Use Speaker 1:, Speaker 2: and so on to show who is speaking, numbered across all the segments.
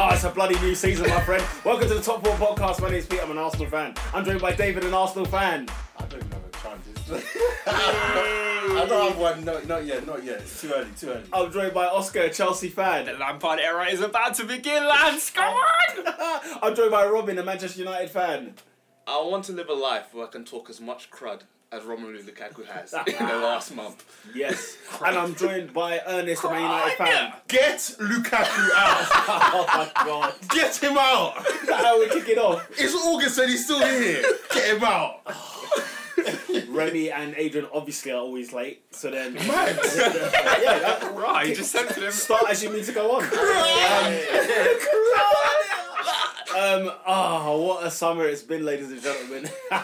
Speaker 1: Ah, bloody new season, my friend. Welcome to the Top Four Podcast. My name is Pete. I'm an Arsenal fan. I'm joined by David, an Arsenal fan.
Speaker 2: I don't even have a chant. It's- I don't have one. No, not yet. Not yet. It's too early. Too early.
Speaker 1: I'm joined by Oscar, a Chelsea fan.
Speaker 3: The Lampard era is about to begin, lads. Come on!
Speaker 1: I'm joined by Robin, a Manchester United fan.
Speaker 4: I want to live a life where I can talk as much crud as Romelu Lukaku has in the last month.
Speaker 1: Yes. and I'm joined by Ernest, a Man United fan.
Speaker 3: Crud.
Speaker 2: Get Lukaku out.
Speaker 1: Oh my god.
Speaker 2: Get him out.
Speaker 1: Is that how we kick it off?
Speaker 2: It's August and he's still here. Get him out.
Speaker 1: Remy and Adrian obviously are always late. So then,
Speaker 2: Mad.
Speaker 1: yeah, that-
Speaker 3: Right, just sent to them.
Speaker 1: start as you mean to go on. Um, oh, what a summer it's been, ladies and gentlemen. I'm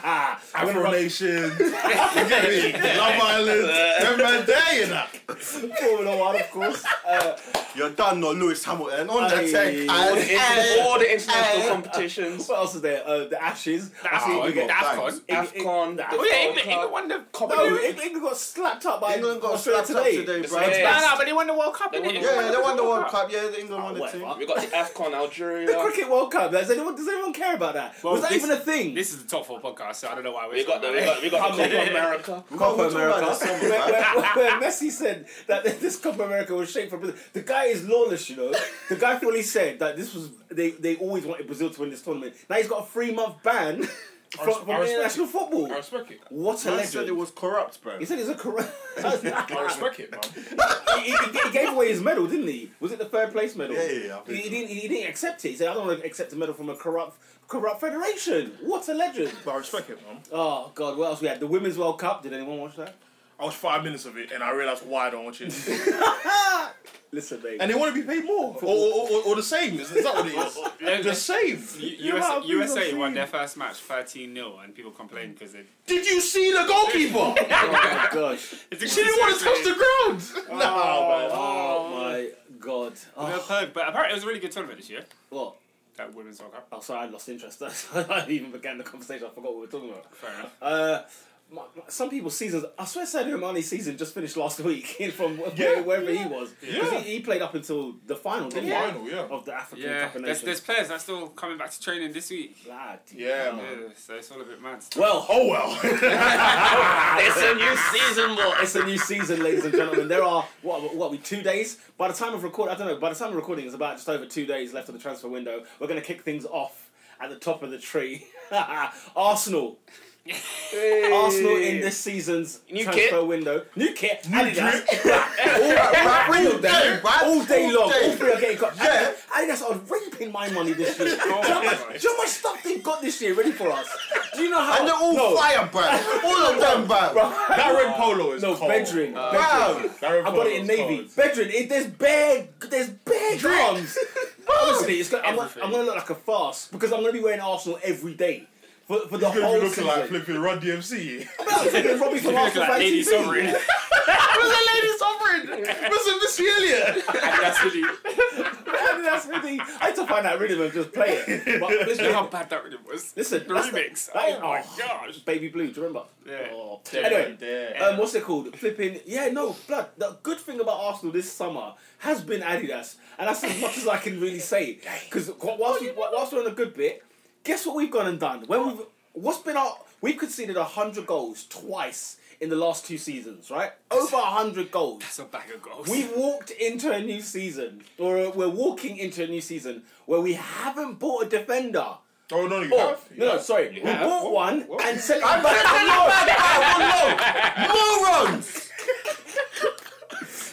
Speaker 1: gonna
Speaker 2: Afro
Speaker 1: run
Speaker 2: Nation. You get me? Love Island. Remember there, you know.
Speaker 1: Formula One, of course. Uh,
Speaker 2: You're done, no Lewis Hamilton on
Speaker 1: Aye.
Speaker 2: the tech.
Speaker 4: All the,
Speaker 2: And
Speaker 4: inter- all the international competitions,
Speaker 1: what else is there? Uh, the Ashes.
Speaker 5: Ah,
Speaker 3: That's
Speaker 1: Actually,
Speaker 2: Oh,
Speaker 3: oh,
Speaker 1: we
Speaker 2: got
Speaker 3: Afcon.
Speaker 1: get-
Speaker 2: thanks.
Speaker 3: Afcon.
Speaker 4: AFCON, the
Speaker 1: Oh, yeah,
Speaker 3: Oh, yeah, England,
Speaker 4: World Cup,
Speaker 3: England won the Cup.
Speaker 1: No,
Speaker 3: didn't they?
Speaker 1: Eng- England got slapped up by
Speaker 2: England got
Speaker 1: Australia
Speaker 2: slapped up
Speaker 1: today.
Speaker 2: today,
Speaker 1: It's
Speaker 2: bro.
Speaker 1: not
Speaker 4: Yeah.
Speaker 3: No,
Speaker 1: bad.
Speaker 3: no, but they won the World Cup.
Speaker 4: They
Speaker 3: didn't
Speaker 4: won the
Speaker 2: Yeah, they won the World Cup. Yeah, England won the
Speaker 1: whatever.
Speaker 2: thing.
Speaker 4: We got the AFCON
Speaker 1: The
Speaker 4: Algeria.
Speaker 1: Cricket World Cup. Does anyone, does anyone care about that?
Speaker 3: Well,
Speaker 1: Was that
Speaker 3: this-
Speaker 1: even a thing?
Speaker 3: This is the top four podcast, so I don't know why we're
Speaker 4: We got the we got, we got the Copa America.
Speaker 1: Copa
Speaker 2: We'll talk about
Speaker 1: America.
Speaker 2: this
Speaker 1: where,
Speaker 2: somewhere, man.
Speaker 1: where- where Messi said that this Copa America was shaped for Brazil. The guy is lawless, you know. The guy fully said that this was they, they always wanted Brazil to win this tournament. Now he's got a three month ban from, from
Speaker 3: I respect
Speaker 1: international football.
Speaker 3: I respect it.
Speaker 1: What a
Speaker 2: Man said it
Speaker 1: legend!
Speaker 2: was corrupt, bro.
Speaker 1: He said he's a corrupt.
Speaker 3: I respect it, man.
Speaker 1: he, he- he gave away his medal, didn't he? Was it the third place medal?
Speaker 2: Yeah, yeah, yeah, I
Speaker 1: He,
Speaker 2: think
Speaker 1: he didn't. He didn't accept it. He said, "I don't want to accept a medal from a corrupt, corrupt federation." What a legend!
Speaker 6: But I respect it, man.
Speaker 1: Oh God, what else we had? The Women's World Cup. Did anyone watch that?
Speaker 6: I watched five minutes of it and I realized why I don't watch it.
Speaker 1: Listen, mate.
Speaker 6: and they want to be paid more, or, or, or, or the same. Is, is that what it is? the same.
Speaker 1: know how
Speaker 3: USA,
Speaker 1: people
Speaker 3: USA
Speaker 1: see
Speaker 3: won
Speaker 1: you.
Speaker 3: their first match 13 0, and people complained because they.
Speaker 6: Did you see the goalkeeper?
Speaker 1: Oh my gosh.
Speaker 6: she didn't want to touch the ground. no, man.
Speaker 1: Oh my god. Oh,
Speaker 3: But apparently, it was a really good tournament this year.
Speaker 1: what?
Speaker 3: That women's World Cup.
Speaker 1: Oh, sorry, I lost interest. I even began the conversation. I forgot what we were talking about.
Speaker 3: Fair enough.
Speaker 1: Uh, my, my, some people's seasons. I swear, Sadio Mane's season just finished last week from where, wherever he was. 'Cause
Speaker 6: Yeah.
Speaker 1: he, he played up until the final, didn't he?
Speaker 6: Final, yeah.
Speaker 1: Of the African
Speaker 3: Yeah,
Speaker 1: Cup
Speaker 3: there's,
Speaker 1: of Nations.
Speaker 3: there's players that's still coming back to training this week.
Speaker 1: Bloody
Speaker 6: Yeah,
Speaker 1: hell.
Speaker 3: Yeah,
Speaker 6: man.
Speaker 3: so it's all a bit mad.
Speaker 1: Well,
Speaker 6: Oh well.
Speaker 4: It's a new season, boy.
Speaker 1: it's a new season, ladies and gentlemen. There are what what we two days. By the time of record, I don't know. By the time of recording, it's about just over two days left of the transfer window. We're going to kick things off at the top of the tree. Arsenal, Arsenal in this season's
Speaker 4: New
Speaker 1: transfer
Speaker 4: kit.
Speaker 1: window. New kit, Adidas,
Speaker 2: Right, right,
Speaker 1: all
Speaker 2: all day,
Speaker 1: day,
Speaker 2: right?
Speaker 1: all day long. All three are getting got.
Speaker 2: Yeah.
Speaker 1: Adidas are reaping my money this year. Do you, know
Speaker 3: Oh
Speaker 1: how
Speaker 3: my
Speaker 1: much,
Speaker 3: God.
Speaker 1: do you know how much stuff they got this year ready for us? Do you know how?
Speaker 2: And they're all
Speaker 1: no,
Speaker 2: fire, bro. All of them, bro.
Speaker 6: that red polo is
Speaker 1: No,
Speaker 6: cold.
Speaker 1: Bedrin.
Speaker 2: Bro.
Speaker 6: That red
Speaker 1: I
Speaker 6: polo
Speaker 1: got it in
Speaker 6: is
Speaker 1: navy.
Speaker 6: cold.
Speaker 1: Bedrin, it, there's bare, there's bare drums. Honestly, it's gonna, I'm, gonna,
Speaker 3: Everything.
Speaker 1: I'm gonna look like a farce because I'm gonna be wearing Arsenal every day for, for the
Speaker 6: You're gonna
Speaker 1: whole
Speaker 6: be looking
Speaker 1: season.
Speaker 6: like flipping Run DMC.
Speaker 1: I'm thinking Robbie from
Speaker 3: Look
Speaker 1: Arsenal
Speaker 3: like
Speaker 1: fan
Speaker 3: Lady
Speaker 1: TV.
Speaker 3: Sovereign.
Speaker 6: Where's that lady sovereign? Where's the Missy Elliott?
Speaker 3: that's really.
Speaker 1: That's really, I had to find that rhythm and just play it. But
Speaker 3: You know
Speaker 1: listen,
Speaker 3: how bad that really was.
Speaker 1: listen
Speaker 3: the
Speaker 1: that's the-
Speaker 3: remix.
Speaker 1: that is-
Speaker 3: oh my
Speaker 1: oh.
Speaker 3: gosh.
Speaker 1: Baby Blue, do you remember?
Speaker 3: Yeah.
Speaker 1: Oh.
Speaker 6: There,
Speaker 1: Anyway,
Speaker 6: there.
Speaker 1: um, what's it called? Flipping. Yeah, no, blood. The good thing about Arsenal this summer has been Adidas, and that's as much as I can really say. Because whilst, we, whilst we're on a good bit, guess what we've gone and done? When we've what's been our we've conceded hundred goals twice in the last two seasons, right? Over hundred goals.
Speaker 3: It's a bag of goals.
Speaker 1: We've walked into a new season, or uh, we're walking into a new season where we haven't bought a defender.
Speaker 6: Oh no, you
Speaker 1: Or,
Speaker 6: have. you
Speaker 1: no, no,
Speaker 6: have.
Speaker 1: sorry, we
Speaker 3: have?
Speaker 1: bought
Speaker 3: Whoa,
Speaker 1: one
Speaker 3: whoa.
Speaker 1: and sent it
Speaker 2: I'm
Speaker 1: back.
Speaker 2: back on low, bro. On low. Morons.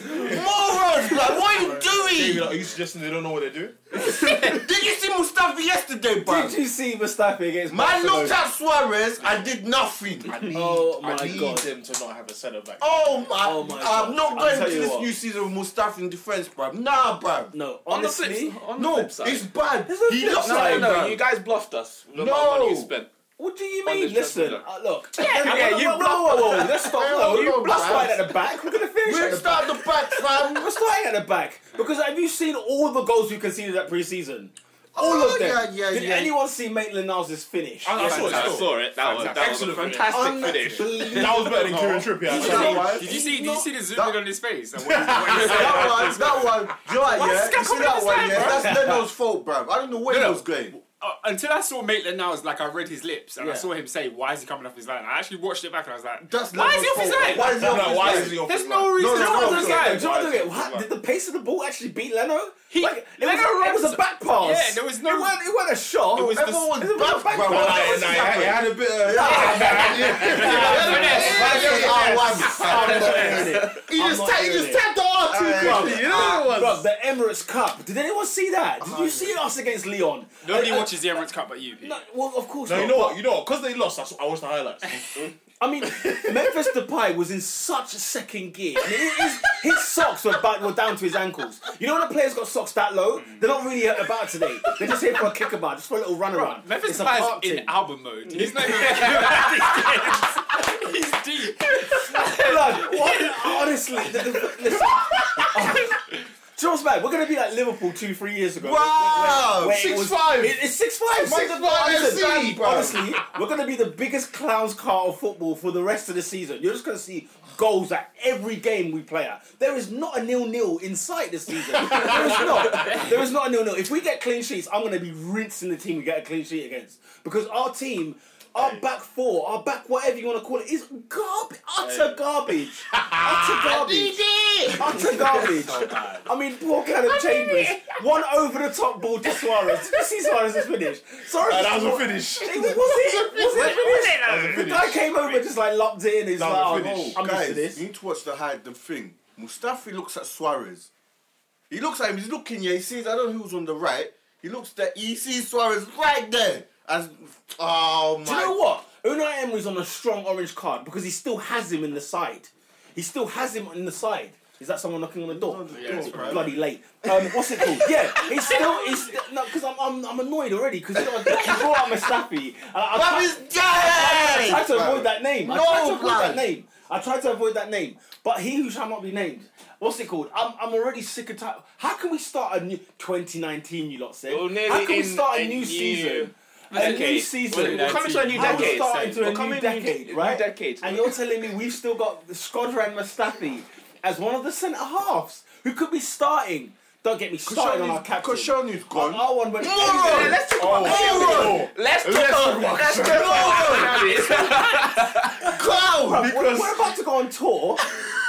Speaker 2: Morons, bro. What are you
Speaker 6: Maybe,
Speaker 2: doing?
Speaker 6: like, Are you suggesting they don't know what they're doing?
Speaker 2: Did you see Mustafi yesterday, bro?
Speaker 1: Did you see Mustafi against
Speaker 2: Man
Speaker 1: Barcelona?
Speaker 2: looked at Suarez and did nothing.
Speaker 1: Oh my
Speaker 6: I need
Speaker 1: god.
Speaker 6: them to not have a centre back.
Speaker 2: Oh my!
Speaker 1: Oh my God.
Speaker 2: I'm not
Speaker 1: I'll
Speaker 2: going
Speaker 1: tell
Speaker 2: to
Speaker 1: you
Speaker 2: this
Speaker 1: what.
Speaker 2: new season with Mustafi in defence, bruv. Nah, bruv.
Speaker 1: No,
Speaker 4: On the flip,
Speaker 1: honestly,
Speaker 4: on the
Speaker 2: No,
Speaker 4: flip side.
Speaker 2: it's bad.
Speaker 1: There's no
Speaker 2: He
Speaker 1: flip
Speaker 2: looks
Speaker 4: no, no,
Speaker 2: like
Speaker 4: no,
Speaker 2: bruv.
Speaker 4: you guys bluffed us. with The
Speaker 2: No.
Speaker 4: amount of money you spent.
Speaker 1: what do you
Speaker 4: On
Speaker 1: mean?
Speaker 4: this transfer
Speaker 1: Listen,
Speaker 4: window.
Speaker 1: uh, look.
Speaker 3: yeah,
Speaker 1: whoa,
Speaker 3: you
Speaker 1: whoa, whoa, whoa, whoa, Let's stop.
Speaker 2: Hang
Speaker 1: No,
Speaker 2: on,
Speaker 1: you
Speaker 2: bro.
Speaker 1: blast right at the back. We're gonna finish at
Speaker 2: We'll
Speaker 1: the back.
Speaker 2: start the back, fam.
Speaker 1: We're starting at the back because have you seen all the goals we conceded at pre-season? All
Speaker 6: Oh,
Speaker 1: of them.
Speaker 6: yeah, yeah,
Speaker 1: Did
Speaker 6: yeah.
Speaker 1: anyone see Maitland Niles' finish?
Speaker 6: I saw it.
Speaker 4: I
Speaker 6: still.
Speaker 4: saw it. That was that was a
Speaker 6: Excellent,
Speaker 4: brilliant-
Speaker 1: fantastic
Speaker 4: finish.
Speaker 6: That was better than Kieran Trippier.
Speaker 1: He's
Speaker 6: I don't know
Speaker 1: not-
Speaker 6: why.
Speaker 5: Did you see? Did you
Speaker 1: Not-
Speaker 5: see the zooming
Speaker 6: that-
Speaker 5: on his face? And what he- what he said?
Speaker 6: That one, that one, you know what, yeah? You see that one, yeah? That's Leno's fault, bruv. I don't know where
Speaker 5: No,
Speaker 6: he
Speaker 5: no.
Speaker 6: was going.
Speaker 5: Uh, until I saw Maitland Niles, like I read his lips and I
Speaker 1: Yeah.
Speaker 5: saw him say, "Why is he coming off his line?" I actually watched it back and I was like,
Speaker 6: That's
Speaker 5: "Why is he
Speaker 6: Leno's
Speaker 5: off his
Speaker 6: fault.
Speaker 5: line?"
Speaker 6: Why is he off his
Speaker 7: why
Speaker 6: line?
Speaker 7: is he off
Speaker 5: There's
Speaker 7: his
Speaker 5: no
Speaker 7: line?
Speaker 5: reason.
Speaker 6: No,
Speaker 5: to
Speaker 6: no,
Speaker 5: off
Speaker 6: no,
Speaker 5: his
Speaker 6: no,
Speaker 5: line.
Speaker 1: Do you know what I'm doing?
Speaker 7: Why?
Speaker 1: What?
Speaker 7: Why?
Speaker 1: Did the pace of the ball actually beat Leno?
Speaker 5: He-
Speaker 1: like, it,
Speaker 5: Leno
Speaker 1: was, it
Speaker 5: runs-
Speaker 1: was a back pass.
Speaker 5: Yeah, there was no-
Speaker 1: It wasn't, it wasn't a shot.
Speaker 5: It was the-
Speaker 1: Everyone was
Speaker 6: it was
Speaker 1: back,
Speaker 6: back-
Speaker 1: pass.
Speaker 6: Well,
Speaker 1: What
Speaker 6: well,
Speaker 1: was
Speaker 6: nah,
Speaker 1: happening?
Speaker 6: nah,
Speaker 7: He had a bit of.
Speaker 6: He just ta- he just tapped the R2 club. You know what it
Speaker 1: Bro,
Speaker 6: was?
Speaker 1: the Emirates Cup. Did anyone see that? Did you see us against Leon?
Speaker 5: Nobody
Speaker 1: Uh, uh,
Speaker 5: watches the Emirates Cup but you. Pete.
Speaker 1: No, well, of course
Speaker 6: No,
Speaker 1: not.
Speaker 6: you know what? You know what? Because they lost, that's, I watched the highlights.
Speaker 1: I mean, Memphis Depay was in such second gear. I mean, his, his socks were, back, were down to his ankles. You know when a player's got socks that low, they're not really about today. They're just here for a kick about, just for a little run around.
Speaker 5: Memphis
Speaker 1: It's a
Speaker 5: Depay's
Speaker 1: park
Speaker 5: in
Speaker 1: team.
Speaker 5: album mode. He's not even about these games. He's deep.
Speaker 1: Blood, what- honestly, the, the, listen. Do you know what's bad? We're gonna be like Liverpool two, three years ago.
Speaker 6: Wow,
Speaker 1: Wait, it was-
Speaker 6: 6'5".
Speaker 1: It, it's six five.
Speaker 6: Six five FC, bro.
Speaker 1: Honestly, we're gonna be the biggest clowns car of football for the rest of the season. You're just gonna see goals at every game we play at. There is not a nil nil in sight this season. There is not. There is not a nil nil. If we get clean sheets, I'm gonna be rinsing the team we get a clean sheet against because our team. Our back four, our back whatever you want to call it, is garbage, utter garbage, utter garbage. Utter garbage. I mean, poor Callum Chambers. One over the top ball to Suarez. Did you see Suarez's finish? Sorry,
Speaker 6: Uh, that was a finish.
Speaker 1: It was, was it? Was it a finish? The
Speaker 6: finish.
Speaker 1: guy came over and just like locked it in. He's like,
Speaker 6: That was a
Speaker 1: oh,
Speaker 6: finish.
Speaker 1: I'm used to
Speaker 7: Guys,
Speaker 1: this.
Speaker 7: you need to watch the hide the thing. Mustafi looks at Suarez. He looks at him. He's looking. Yeah, he sees. I don't know who's on the right. He looks there. He sees Suarez right there. As oh my.
Speaker 1: Do you know what? Unai Emery's on a strong orange card because he still has him in the side. He still has him in the side. Is that someone knocking on the door? Oh,
Speaker 5: Yeah, it's right.
Speaker 1: Bloody late. Um, what's it called? Yeah, he's still. He's no, because I'm, I'm, I'm annoyed already because you know, I brought up Mustafi. And I, I
Speaker 7: Bruv,
Speaker 1: can't-
Speaker 7: he's
Speaker 1: I tried to
Speaker 7: dead.
Speaker 1: avoid that name. I
Speaker 7: No,
Speaker 1: tried to avoid that
Speaker 7: blood.
Speaker 1: name. I tried to avoid that name. But he who shall not be named. What's it called? I'm, I'm already sick and tired. How can we start a new 2019? You lot said.
Speaker 4: We're nearly
Speaker 1: How can we
Speaker 4: in
Speaker 1: start a
Speaker 4: a
Speaker 1: new,
Speaker 4: new
Speaker 1: season? A new
Speaker 4: decade.
Speaker 1: season.
Speaker 4: We're coming to a new
Speaker 1: How we
Speaker 4: decade.
Speaker 1: start into
Speaker 4: We're
Speaker 1: a
Speaker 4: coming
Speaker 1: new
Speaker 4: into a new
Speaker 1: decade,
Speaker 4: new
Speaker 1: right?
Speaker 4: decade.
Speaker 1: And you're telling me we've still got Skodra and Mustafi as one of the centre halves who could be starting. Don't get me started on our captain. Uh,
Speaker 7: Koscielny's
Speaker 1: Our-
Speaker 7: gone.
Speaker 1: Our one went.
Speaker 7: Moron!
Speaker 4: Let's talk
Speaker 6: Oh,
Speaker 4: about
Speaker 7: Moron!
Speaker 4: Let's talk about Let's talk
Speaker 7: Clown!
Speaker 1: We're, we're about to go on tour.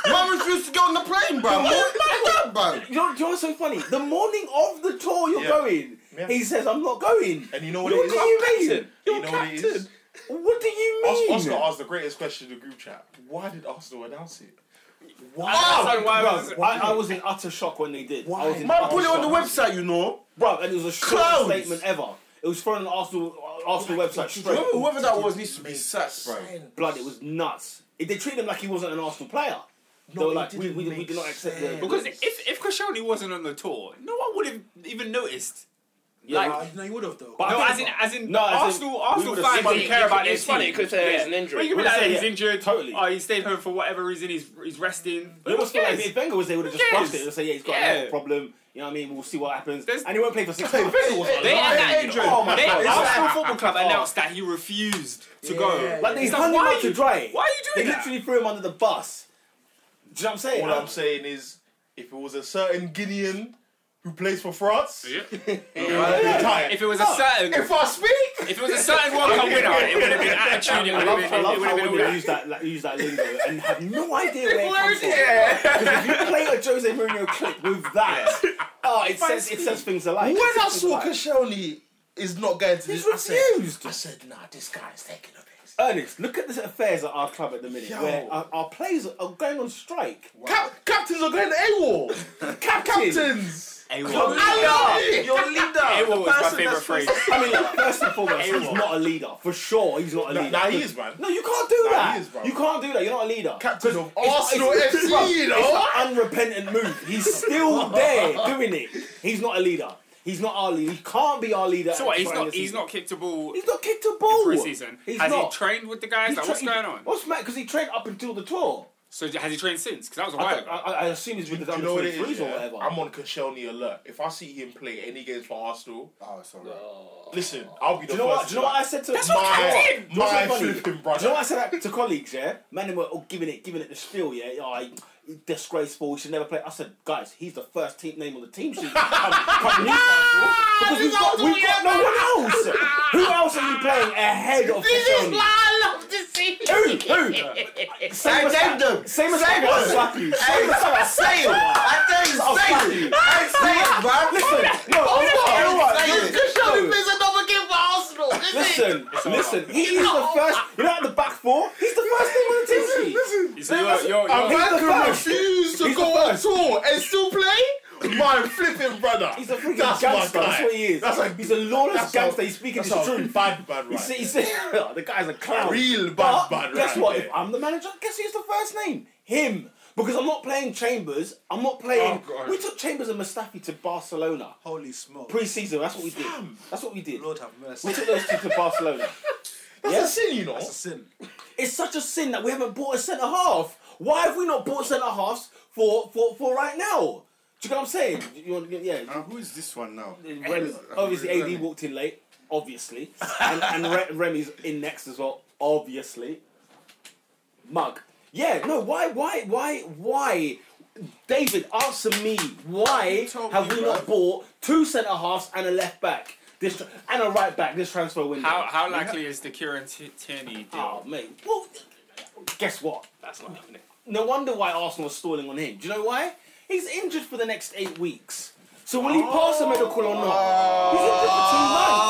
Speaker 7: Mum refused to get on the plane, bro. What is that, bro?
Speaker 1: You know, do you know what's so funny? The morning of the tour you're
Speaker 6: Yeah.
Speaker 1: going,
Speaker 6: Yeah.
Speaker 1: he says, I'm not going.
Speaker 6: And you know what
Speaker 1: You're
Speaker 6: it is?
Speaker 1: captain.
Speaker 6: You know what it is?
Speaker 1: What do you mean?
Speaker 6: Os- Oscar asked the greatest question in the group chat. Why did Arsenal announce it?
Speaker 5: I don't understand why
Speaker 1: Bruv,
Speaker 5: was-
Speaker 1: I, I was in utter shock when they did. I was in
Speaker 7: Mum
Speaker 1: utter
Speaker 7: put it on the
Speaker 1: shock.
Speaker 7: website, you know.
Speaker 1: Bro, and it was a short
Speaker 7: Clowns.
Speaker 1: statement ever. It was thrown on the Arsenal, Arsenal website straight.
Speaker 7: Whoever, whoever that was needs to be sacked, bro.
Speaker 1: Blood, it was nuts. It- They treated him like he wasn't an Arsenal player. they were
Speaker 6: it
Speaker 1: like, we,
Speaker 6: didn't
Speaker 1: we, we
Speaker 6: make
Speaker 1: do not accept the.
Speaker 6: sense.
Speaker 5: Because if if Koscielny wasn't on the tour, no one would have even noticed.
Speaker 1: Yeah,
Speaker 5: like,
Speaker 1: right.
Speaker 6: No, you would have though.
Speaker 1: But I
Speaker 5: no,
Speaker 1: think-
Speaker 5: as in as in
Speaker 1: No, as in,
Speaker 5: Arsenal
Speaker 1: we
Speaker 5: Arsenal
Speaker 1: would've
Speaker 5: fans
Speaker 1: seen
Speaker 5: didn't
Speaker 1: it.
Speaker 5: care about their
Speaker 4: It's funny
Speaker 5: team.
Speaker 1: uh,
Speaker 4: because there is an injury.
Speaker 5: Well, you can be
Speaker 1: We'll
Speaker 5: like,
Speaker 1: say,
Speaker 5: he's
Speaker 1: yeah,
Speaker 5: injured.
Speaker 1: totally.
Speaker 5: Oh, he stayed home for whatever reason. He's he's resting.
Speaker 1: It was
Speaker 5: Who
Speaker 1: like
Speaker 5: cares?
Speaker 1: if Wenger was, they would have just
Speaker 5: Yes.
Speaker 1: brushed it and say, "Yeah, he's got a
Speaker 5: Yeah.
Speaker 1: health problem." You know what I mean? We'll see what happens.
Speaker 5: There's-
Speaker 1: and he won't play for six months.
Speaker 5: They
Speaker 1: Like,
Speaker 5: had that.
Speaker 1: Adrian. Oh my
Speaker 5: they,
Speaker 1: God.
Speaker 5: Arsenal
Speaker 1: Like-
Speaker 5: Football Club announced that he refused to go.
Speaker 1: Like they
Speaker 5: It's
Speaker 1: hung him
Speaker 5: why
Speaker 1: out
Speaker 5: you-
Speaker 1: to dry.
Speaker 5: Why are you doing
Speaker 1: They
Speaker 5: that?
Speaker 1: literally threw him under the bus. Do you know what I'm saying?
Speaker 6: All I'm saying is, if it was a certain Guinean who plays for France,
Speaker 5: Yeah.
Speaker 6: he would have been tired.
Speaker 5: If it was a certain, if,
Speaker 6: I speak,
Speaker 5: it was a certain World Cup winner, it would have been attitude. It
Speaker 1: I
Speaker 5: would
Speaker 1: love,
Speaker 5: have
Speaker 1: I
Speaker 5: been.
Speaker 1: love
Speaker 5: It would have
Speaker 1: how
Speaker 5: been all
Speaker 1: women
Speaker 5: that.
Speaker 1: use that, like, use that lingo and have no idea where it comes from.
Speaker 5: Yeah.
Speaker 1: Because if you play a Jose Mourinho clip with that, oh, it says it says things alike.
Speaker 6: when
Speaker 1: It
Speaker 6: I
Speaker 1: says things
Speaker 6: saw
Speaker 1: alike.
Speaker 6: Koscielny is not going to
Speaker 1: He's
Speaker 6: this, I said,
Speaker 1: refused.
Speaker 6: I said, nah, this guy's taking a piss.
Speaker 1: Ernest, look at the affairs at our club at the minute,
Speaker 6: Yo.
Speaker 1: where our, our players are going on strike.
Speaker 6: Cap- captains are going AWOL.
Speaker 1: Captain.
Speaker 6: captains.
Speaker 5: AWOL.
Speaker 6: I love it.
Speaker 7: Your leader.
Speaker 5: AWOL was my
Speaker 7: person
Speaker 5: favourite
Speaker 7: that's-
Speaker 5: phrase.
Speaker 1: I mean, like, first and foremost, he's
Speaker 5: Aaron.
Speaker 1: not a leader. For sure, he's not a
Speaker 6: Nah,
Speaker 1: leader.
Speaker 6: nah, he is, man.
Speaker 1: No, you can't do
Speaker 6: Nah,
Speaker 1: that.
Speaker 6: he is, bro.
Speaker 1: you can't do that. You're not a leader.
Speaker 6: Captain of
Speaker 1: It's-
Speaker 6: Arsenal
Speaker 1: it's-
Speaker 6: FC,
Speaker 1: bro,
Speaker 6: you
Speaker 1: It's
Speaker 6: know.
Speaker 1: an unrepentant move. He's still there doing it. He's not a leader. He's not our leader. He can't be our leader.
Speaker 5: So
Speaker 1: at
Speaker 5: what?
Speaker 1: the
Speaker 5: He's
Speaker 1: start of
Speaker 5: not.
Speaker 1: the
Speaker 5: He's
Speaker 1: season.
Speaker 5: not kicked a ball
Speaker 1: He's not kicked a ball.
Speaker 5: pre-season.
Speaker 1: He's
Speaker 5: Has
Speaker 1: not.
Speaker 5: he trained with the guys?
Speaker 1: He's
Speaker 5: Like, what's
Speaker 1: tra-
Speaker 5: going on?
Speaker 1: What's mad? Because he trained up until the tour.
Speaker 3: So has he trained since? Because that was a
Speaker 1: I,
Speaker 3: while
Speaker 1: I,
Speaker 3: ago.
Speaker 1: I assume he's
Speaker 6: Do
Speaker 1: with
Speaker 6: you
Speaker 1: the under
Speaker 6: know what it
Speaker 1: 23s
Speaker 6: is?
Speaker 1: or
Speaker 6: yeah?
Speaker 1: whatever.
Speaker 6: I'm on Koscielny alert. If I see him play any games for Arsenal,
Speaker 2: Oh, it's alright.
Speaker 6: listen, I'll be
Speaker 1: do
Speaker 6: the
Speaker 1: you know what?
Speaker 6: first.
Speaker 1: Do you know what I said to
Speaker 6: to like,
Speaker 1: Do you know what's
Speaker 6: my my
Speaker 1: funny?
Speaker 6: flipping
Speaker 1: Do you know what I
Speaker 6: brother.
Speaker 1: said that to colleagues, yeah? Man, they were all giving it, giving it the spiel, yeah? Oh, he- he disgraceful, he should never play. I said, guys, he's the first team name on the team sheet. Come- come Newcastle, because we've got, we've got no one else. Who else are we playing ahead of Koscielny?
Speaker 2: I love to see.
Speaker 1: Who? Who? Same as
Speaker 2: I named them.
Speaker 1: Same
Speaker 2: Same
Speaker 1: as Saga, I'll
Speaker 2: as-
Speaker 1: slap you. Same as Saga,
Speaker 2: I
Speaker 1: I'll slap
Speaker 2: say it. I tell you,
Speaker 1: I'll slap
Speaker 2: say
Speaker 1: you.
Speaker 2: it. I say it, man.
Speaker 1: Listen, no, I'm not- you know what?
Speaker 2: Say it.
Speaker 1: No.
Speaker 2: another game for Arsenal.
Speaker 1: Listen, listen, he is the first, you know, at the back four, he's the first name on the team sheet.
Speaker 3: So you're, you're,
Speaker 6: A
Speaker 3: you're-
Speaker 6: man
Speaker 1: the
Speaker 6: can
Speaker 1: first.
Speaker 6: refuse to
Speaker 1: He's
Speaker 6: go
Speaker 1: the
Speaker 6: on
Speaker 1: first.
Speaker 6: tour and still play? My flipping brother.
Speaker 1: He's a freaking
Speaker 6: That's my
Speaker 1: gangster. That's
Speaker 6: guy.
Speaker 1: what he is.
Speaker 6: That's a-
Speaker 1: he's a lawless
Speaker 6: that's
Speaker 1: gangster.
Speaker 6: how-
Speaker 1: he's speaking
Speaker 6: That's
Speaker 1: his
Speaker 6: how
Speaker 1: truth.
Speaker 6: bad, bad,
Speaker 1: He
Speaker 6: right?
Speaker 1: said, he said, the guy's a clown.
Speaker 6: Real
Speaker 1: But
Speaker 6: bad, bad,
Speaker 1: guess
Speaker 6: right
Speaker 1: what?
Speaker 6: there.
Speaker 1: If I'm the manager, guess who's the first name? Him. Because I'm not playing Chambers. I'm not playing.
Speaker 6: Oh, God.
Speaker 1: we took Chambers and Mustafi to Barcelona
Speaker 5: Holy smoke.
Speaker 1: pre-season. That's what we did. That's what we did.
Speaker 5: Lord have mercy.
Speaker 1: We took those two to Barcelona.
Speaker 6: That's
Speaker 1: Yeah.
Speaker 6: a sin, you know.
Speaker 5: That's a sin.
Speaker 1: It's such a sin that we haven't bought a centre half. Why have we not bought centre halves for, for, for right now? Do you know what I'm saying? You want, yeah.
Speaker 2: Now, who is this one now?
Speaker 1: Remy, obviously, AD walked in late, obviously, and, and Re- Remy's in next as well, obviously. Mug, yeah, no, why, why, why, why? David, answer me. Why
Speaker 2: told
Speaker 1: have
Speaker 2: me,
Speaker 1: we
Speaker 2: bro.
Speaker 1: not bought two centre halves and a left back, this tra- and a right back this transfer window?
Speaker 3: how, how likely is the Kieran T- Tierney
Speaker 1: Oh
Speaker 3: deal?
Speaker 1: mate, well, guess what?
Speaker 3: That's not happening.
Speaker 1: No wonder why Arsenal is stalling on him. Do you know why? He's injured for the next eight weeks. So will he
Speaker 2: Oh.
Speaker 1: pass a medical or not? He's injured for two months.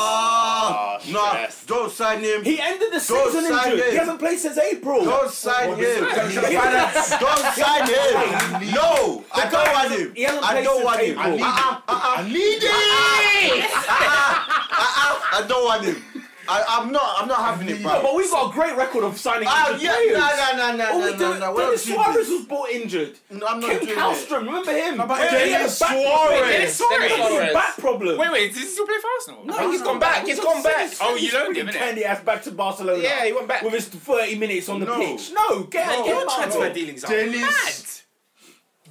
Speaker 2: Ah, nah,
Speaker 3: yes.
Speaker 2: don't sign him.
Speaker 1: He ended the
Speaker 2: Don't
Speaker 1: season
Speaker 2: sign
Speaker 1: injured.
Speaker 2: him.
Speaker 1: He hasn't played since April.
Speaker 2: Don't sign him. Don't sign him. No, I don't want him.
Speaker 1: He hasn't
Speaker 2: I
Speaker 1: played
Speaker 2: don't
Speaker 1: since
Speaker 2: want him. Uh-uh,
Speaker 1: April.
Speaker 2: I need him. I need him. Uh-uh. I don't want him. I, I'm not. I'm not having it,
Speaker 1: No, but
Speaker 2: bro.
Speaker 1: we've got a great record of signing
Speaker 2: Ah,
Speaker 1: injured
Speaker 2: yeah,
Speaker 1: players.
Speaker 2: no, no,
Speaker 1: All
Speaker 2: no,
Speaker 1: we
Speaker 2: no,
Speaker 1: do-
Speaker 2: no, no. We're
Speaker 1: Dennis
Speaker 2: not doing
Speaker 1: Suarez
Speaker 2: this.
Speaker 1: was bought injured.
Speaker 2: No, I'm not
Speaker 1: Kim
Speaker 2: doing it.
Speaker 1: Kalstrom, remember him?
Speaker 5: No, but
Speaker 1: Yeah, he had a
Speaker 6: Dennis
Speaker 1: back
Speaker 6: Suarez.
Speaker 1: problem.
Speaker 3: Dennis
Speaker 1: He had a
Speaker 3: Suarez.
Speaker 1: back problem.
Speaker 3: Wait, wait, does he still play for Arsenal?
Speaker 1: No, Oh, he's gone back. He's gone back.
Speaker 3: Oh, you loaned him, innit?
Speaker 1: Candy ass back to Barcelona.
Speaker 3: Yeah, he went back.
Speaker 1: with his thirty minutes on the
Speaker 2: No.
Speaker 1: pitch. No, get out, get
Speaker 3: Your
Speaker 1: him out.
Speaker 3: transfer
Speaker 1: bro.
Speaker 3: dealings are
Speaker 6: Dennis-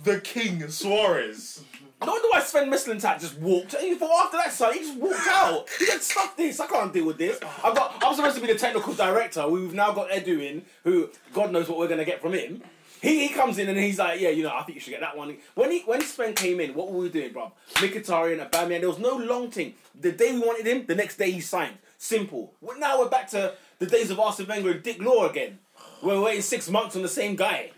Speaker 6: The King Suarez.
Speaker 1: No wonder why Sven Mislintat just walked. He thought after that, son, he just walked out. He said, "Stop this! I can't deal with this." I got. I'm supposed to be the technical director. We've now got Edu in, who God knows what we're gonna get from him. He, he comes in and he's like, "Yeah, you know, I think you should get that one." When he when Sven came in, what were we doing, bruv? Mkhitaryan, Aubameyang. There was no long thing. The day we wanted him, the next day he signed. Simple. Well, Now we're back to the days of Arsene Wenger and Dick Law again. We're waiting six months on the same guy.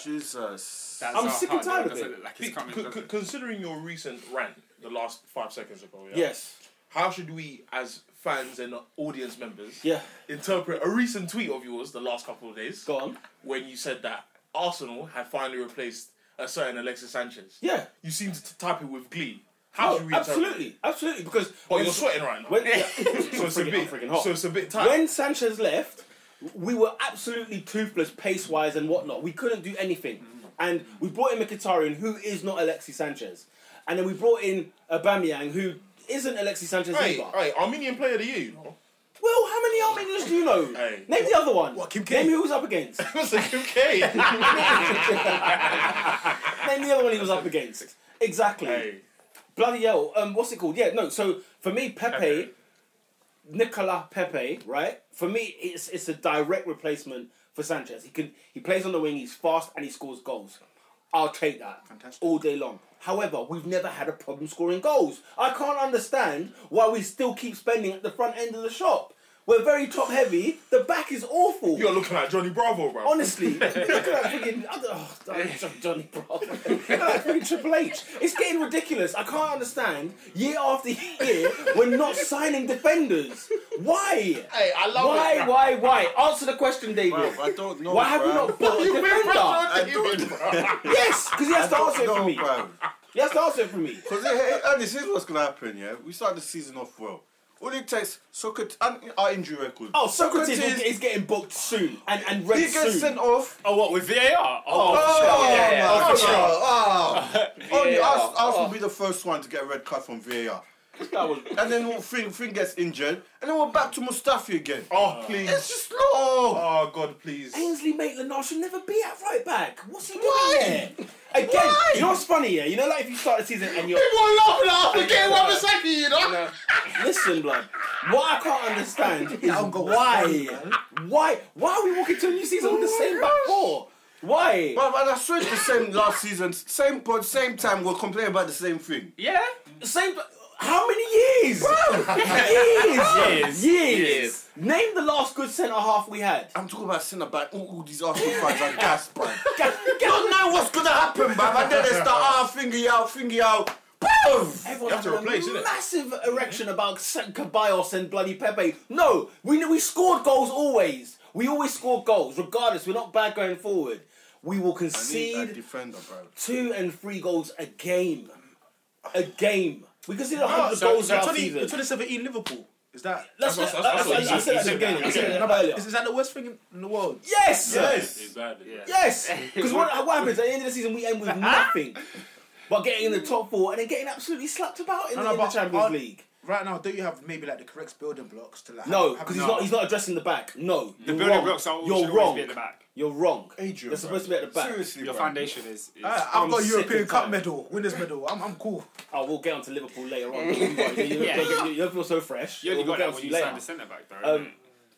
Speaker 2: Jesus.
Speaker 3: That's
Speaker 1: I'm
Speaker 3: how
Speaker 1: sick and
Speaker 3: hard
Speaker 1: tired of
Speaker 3: doesn't
Speaker 1: it.
Speaker 3: look Like
Speaker 6: C-
Speaker 3: it's coming,
Speaker 6: c-
Speaker 3: does it?
Speaker 6: considering your recent rant, the last five seconds ago, yeah?
Speaker 1: Yes.
Speaker 6: How should we, as fans and audience members,
Speaker 1: Yeah.
Speaker 6: interpret a recent tweet of yours the last couple of days
Speaker 1: Go on.
Speaker 6: when you said that Arsenal had finally replaced a certain Alexis Sanchez?
Speaker 1: Yeah.
Speaker 6: You seemed to type it with glee. How
Speaker 1: Oh,
Speaker 6: should we interpret it?
Speaker 1: absolutely, absolutely. Because
Speaker 6: But
Speaker 1: when-
Speaker 6: you're sweating right now.
Speaker 1: When, yeah.
Speaker 6: so, it's a
Speaker 1: Freaking-
Speaker 6: bit,
Speaker 1: freaking hot.
Speaker 6: so it's a bit tight.
Speaker 1: when Sanchez left, we were absolutely toothless pace wise and whatnot. We couldn't do anything.
Speaker 6: Mm-hmm.
Speaker 1: And we brought in Mkhitaryan, who is not Alexis Sanchez. And then we brought in Aubameyang, who isn't Alexis Sanchez
Speaker 6: Hey,
Speaker 1: either.
Speaker 6: hey, Armenian player of the year, you know.
Speaker 1: Well, how many Armenians do you know?
Speaker 6: Hey.
Speaker 1: Name the other one.
Speaker 5: What, Kim K?
Speaker 1: Name who he was up against.
Speaker 6: That's like okay.
Speaker 1: Name the other one he was up against. Exactly.
Speaker 6: hey.
Speaker 1: Bloody hell. Um, what's it called? Yeah, no. So for me, Pepe, Nicola Pepe, right? For me, it's it's a direct replacement for Sanchez. He can he plays on the wing. He's fast and he scores goals. I'll take that
Speaker 5: Fantastic.
Speaker 1: all day long. However, we've never had a problem scoring goals. I can't understand why we still keep spending at the front end of the shop. We're very top heavy. The back is awful.
Speaker 6: You're looking like Johnny Bravo, bro.
Speaker 1: Honestly, look at that freaking. I don't- Oh, Johnny- Johnny Bravo. Look at that freaking Triple H. It's getting ridiculous. I can't understand. Year after year, we're not signing defenders. Why?
Speaker 6: Hey, I love it.
Speaker 1: Why,
Speaker 6: bruv.
Speaker 1: why, why? Answer the question, David.
Speaker 2: Bro, I don't know.
Speaker 1: Why have we
Speaker 2: bro.
Speaker 1: not bought a
Speaker 6: You win, bruv.
Speaker 1: defender?
Speaker 2: I don't.
Speaker 1: Yes, because he has to answer it for me.
Speaker 2: bro.
Speaker 1: He has to answer it for me.
Speaker 2: Because hey, hey, this is what's gonna happen. Yeah, we start the season off well. All it takes, Socrates, and our injury record.
Speaker 1: Oh, Socrates will- is getting booked soon and, and
Speaker 2: he
Speaker 1: read
Speaker 2: gets
Speaker 1: soon.
Speaker 2: sent off.
Speaker 3: Oh, what with VAR? Oh,
Speaker 2: Oh,
Speaker 3: yeah, yeah,
Speaker 2: my
Speaker 3: oh, for sure.
Speaker 2: God. Oh. Only
Speaker 3: VAR.
Speaker 2: us, us will be the first one to get a red card from VAR.
Speaker 1: That was
Speaker 2: And then thing thing gets injured, and then we're back to Mustafi again.
Speaker 6: Oh, please.
Speaker 2: It's just slow.
Speaker 6: Oh, God, please.
Speaker 1: Ainsley Maitland-Niles should never be at right back. What's he doing
Speaker 2: Why?
Speaker 1: there? Again, you know what's funny? Yeah, you know, like if you start the season and you're
Speaker 2: People are laughing after getting Wabasaki, you know.
Speaker 1: listen, blood. What I can't understand is why, why, why are we walking to a new season with the same back four? Why?
Speaker 2: But, but I swear it's the same last season, same pod, same time. We're complaining about the same thing.
Speaker 3: Yeah.
Speaker 1: Same. How many years? years. years.
Speaker 3: Years.
Speaker 1: Name the last good centre half we had.
Speaker 2: I'm talking about centre back. All, all these Arsenal fans are gas, bruv.
Speaker 1: Ga-
Speaker 2: Don't
Speaker 1: Ga-
Speaker 2: know what's gonna happen, bruv. And then they start ah, finger out, finger out. Bruv!
Speaker 1: Everyone
Speaker 6: You have to
Speaker 1: had a
Speaker 6: replace, innit?
Speaker 1: massive erection about San Caballos and bloody Pepe. No, we we scored goals always. We always scored goals, regardless. We're not bad going forward. We will
Speaker 2: Need a
Speaker 1: concede
Speaker 2: defender, bruv.
Speaker 1: two and three goals a game, a game. We conceded
Speaker 6: Oh,
Speaker 1: hundred
Speaker 6: so,
Speaker 1: goals
Speaker 6: so
Speaker 1: last
Speaker 6: 20,
Speaker 1: season.
Speaker 6: the 2017 Liverpool. Is that.
Speaker 1: That's
Speaker 6: that's
Speaker 1: what-
Speaker 6: what- that's
Speaker 1: I-
Speaker 6: what
Speaker 1: I- I
Speaker 6: you
Speaker 1: said
Speaker 6: said.
Speaker 1: that at the
Speaker 6: You
Speaker 1: beginning. I
Speaker 6: said
Speaker 1: said
Speaker 6: that.
Speaker 1: that earlier.
Speaker 6: Is, is that the worst thing in, in the world?
Speaker 1: Yes.
Speaker 5: Exactly.
Speaker 1: Yes, because what, what happens at the end of the season, we end with nothing but getting in the top four and then getting absolutely slapped about in,
Speaker 6: No,
Speaker 1: the,
Speaker 6: no,
Speaker 1: in the
Speaker 6: but
Speaker 1: Champions
Speaker 6: aren't-
Speaker 1: League.
Speaker 6: Right now, don't you have maybe like the correct building blocks to like?
Speaker 1: No,
Speaker 6: have-
Speaker 1: because
Speaker 5: No.
Speaker 1: he's not. He's not addressing the back. No,
Speaker 5: The
Speaker 1: you're
Speaker 5: building
Speaker 1: wrong.
Speaker 5: blocks are always-
Speaker 1: You're
Speaker 5: should always
Speaker 1: wrong.
Speaker 5: be at the back.
Speaker 1: You're wrong.
Speaker 6: Adrian,
Speaker 1: They're supposed to be at the back.
Speaker 2: Seriously,
Speaker 5: Your
Speaker 2: bruv.
Speaker 5: foundation is. is
Speaker 6: Uh, I've
Speaker 1: I'm
Speaker 6: got a
Speaker 1: sick
Speaker 6: European
Speaker 1: of
Speaker 6: Cup
Speaker 1: time.
Speaker 6: medal, winners medal. I'm, I'm cool.
Speaker 1: Oh, we'll get on to Liverpool later on. Don't worry, you,
Speaker 5: Yeah.
Speaker 1: you- you- you feel so fresh.
Speaker 5: you only
Speaker 1: we'll
Speaker 5: got that
Speaker 1: on
Speaker 5: when
Speaker 1: to
Speaker 5: you
Speaker 1: later.
Speaker 5: signed the centre back, though.
Speaker 1: Um,
Speaker 5: innit?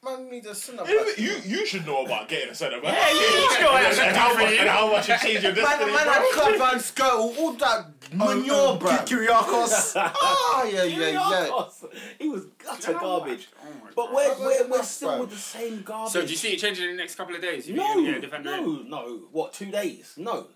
Speaker 2: Man needs a centre
Speaker 6: You,
Speaker 2: back.
Speaker 6: you, you should know about getting a centre back.
Speaker 3: Yeah, you you know what
Speaker 6: and, how much, and how much you change your
Speaker 2: Man,
Speaker 6: destiny.
Speaker 2: man, I club and skirt, all that manure, bruv.
Speaker 6: Kiriakos. Oh,
Speaker 2: Ah, yeah, yeah, yeah.
Speaker 1: Marcos, He was gutter garbage.
Speaker 5: Oh my
Speaker 1: But
Speaker 5: God.
Speaker 1: we're,
Speaker 2: That's
Speaker 1: we're,
Speaker 2: enough,
Speaker 1: we're still
Speaker 2: bro.
Speaker 1: with the same garbage.
Speaker 5: So do you see it changing in the next couple of days? You're
Speaker 1: No,
Speaker 5: gonna get a defender
Speaker 1: no,
Speaker 5: in?
Speaker 1: no. What, two days? No.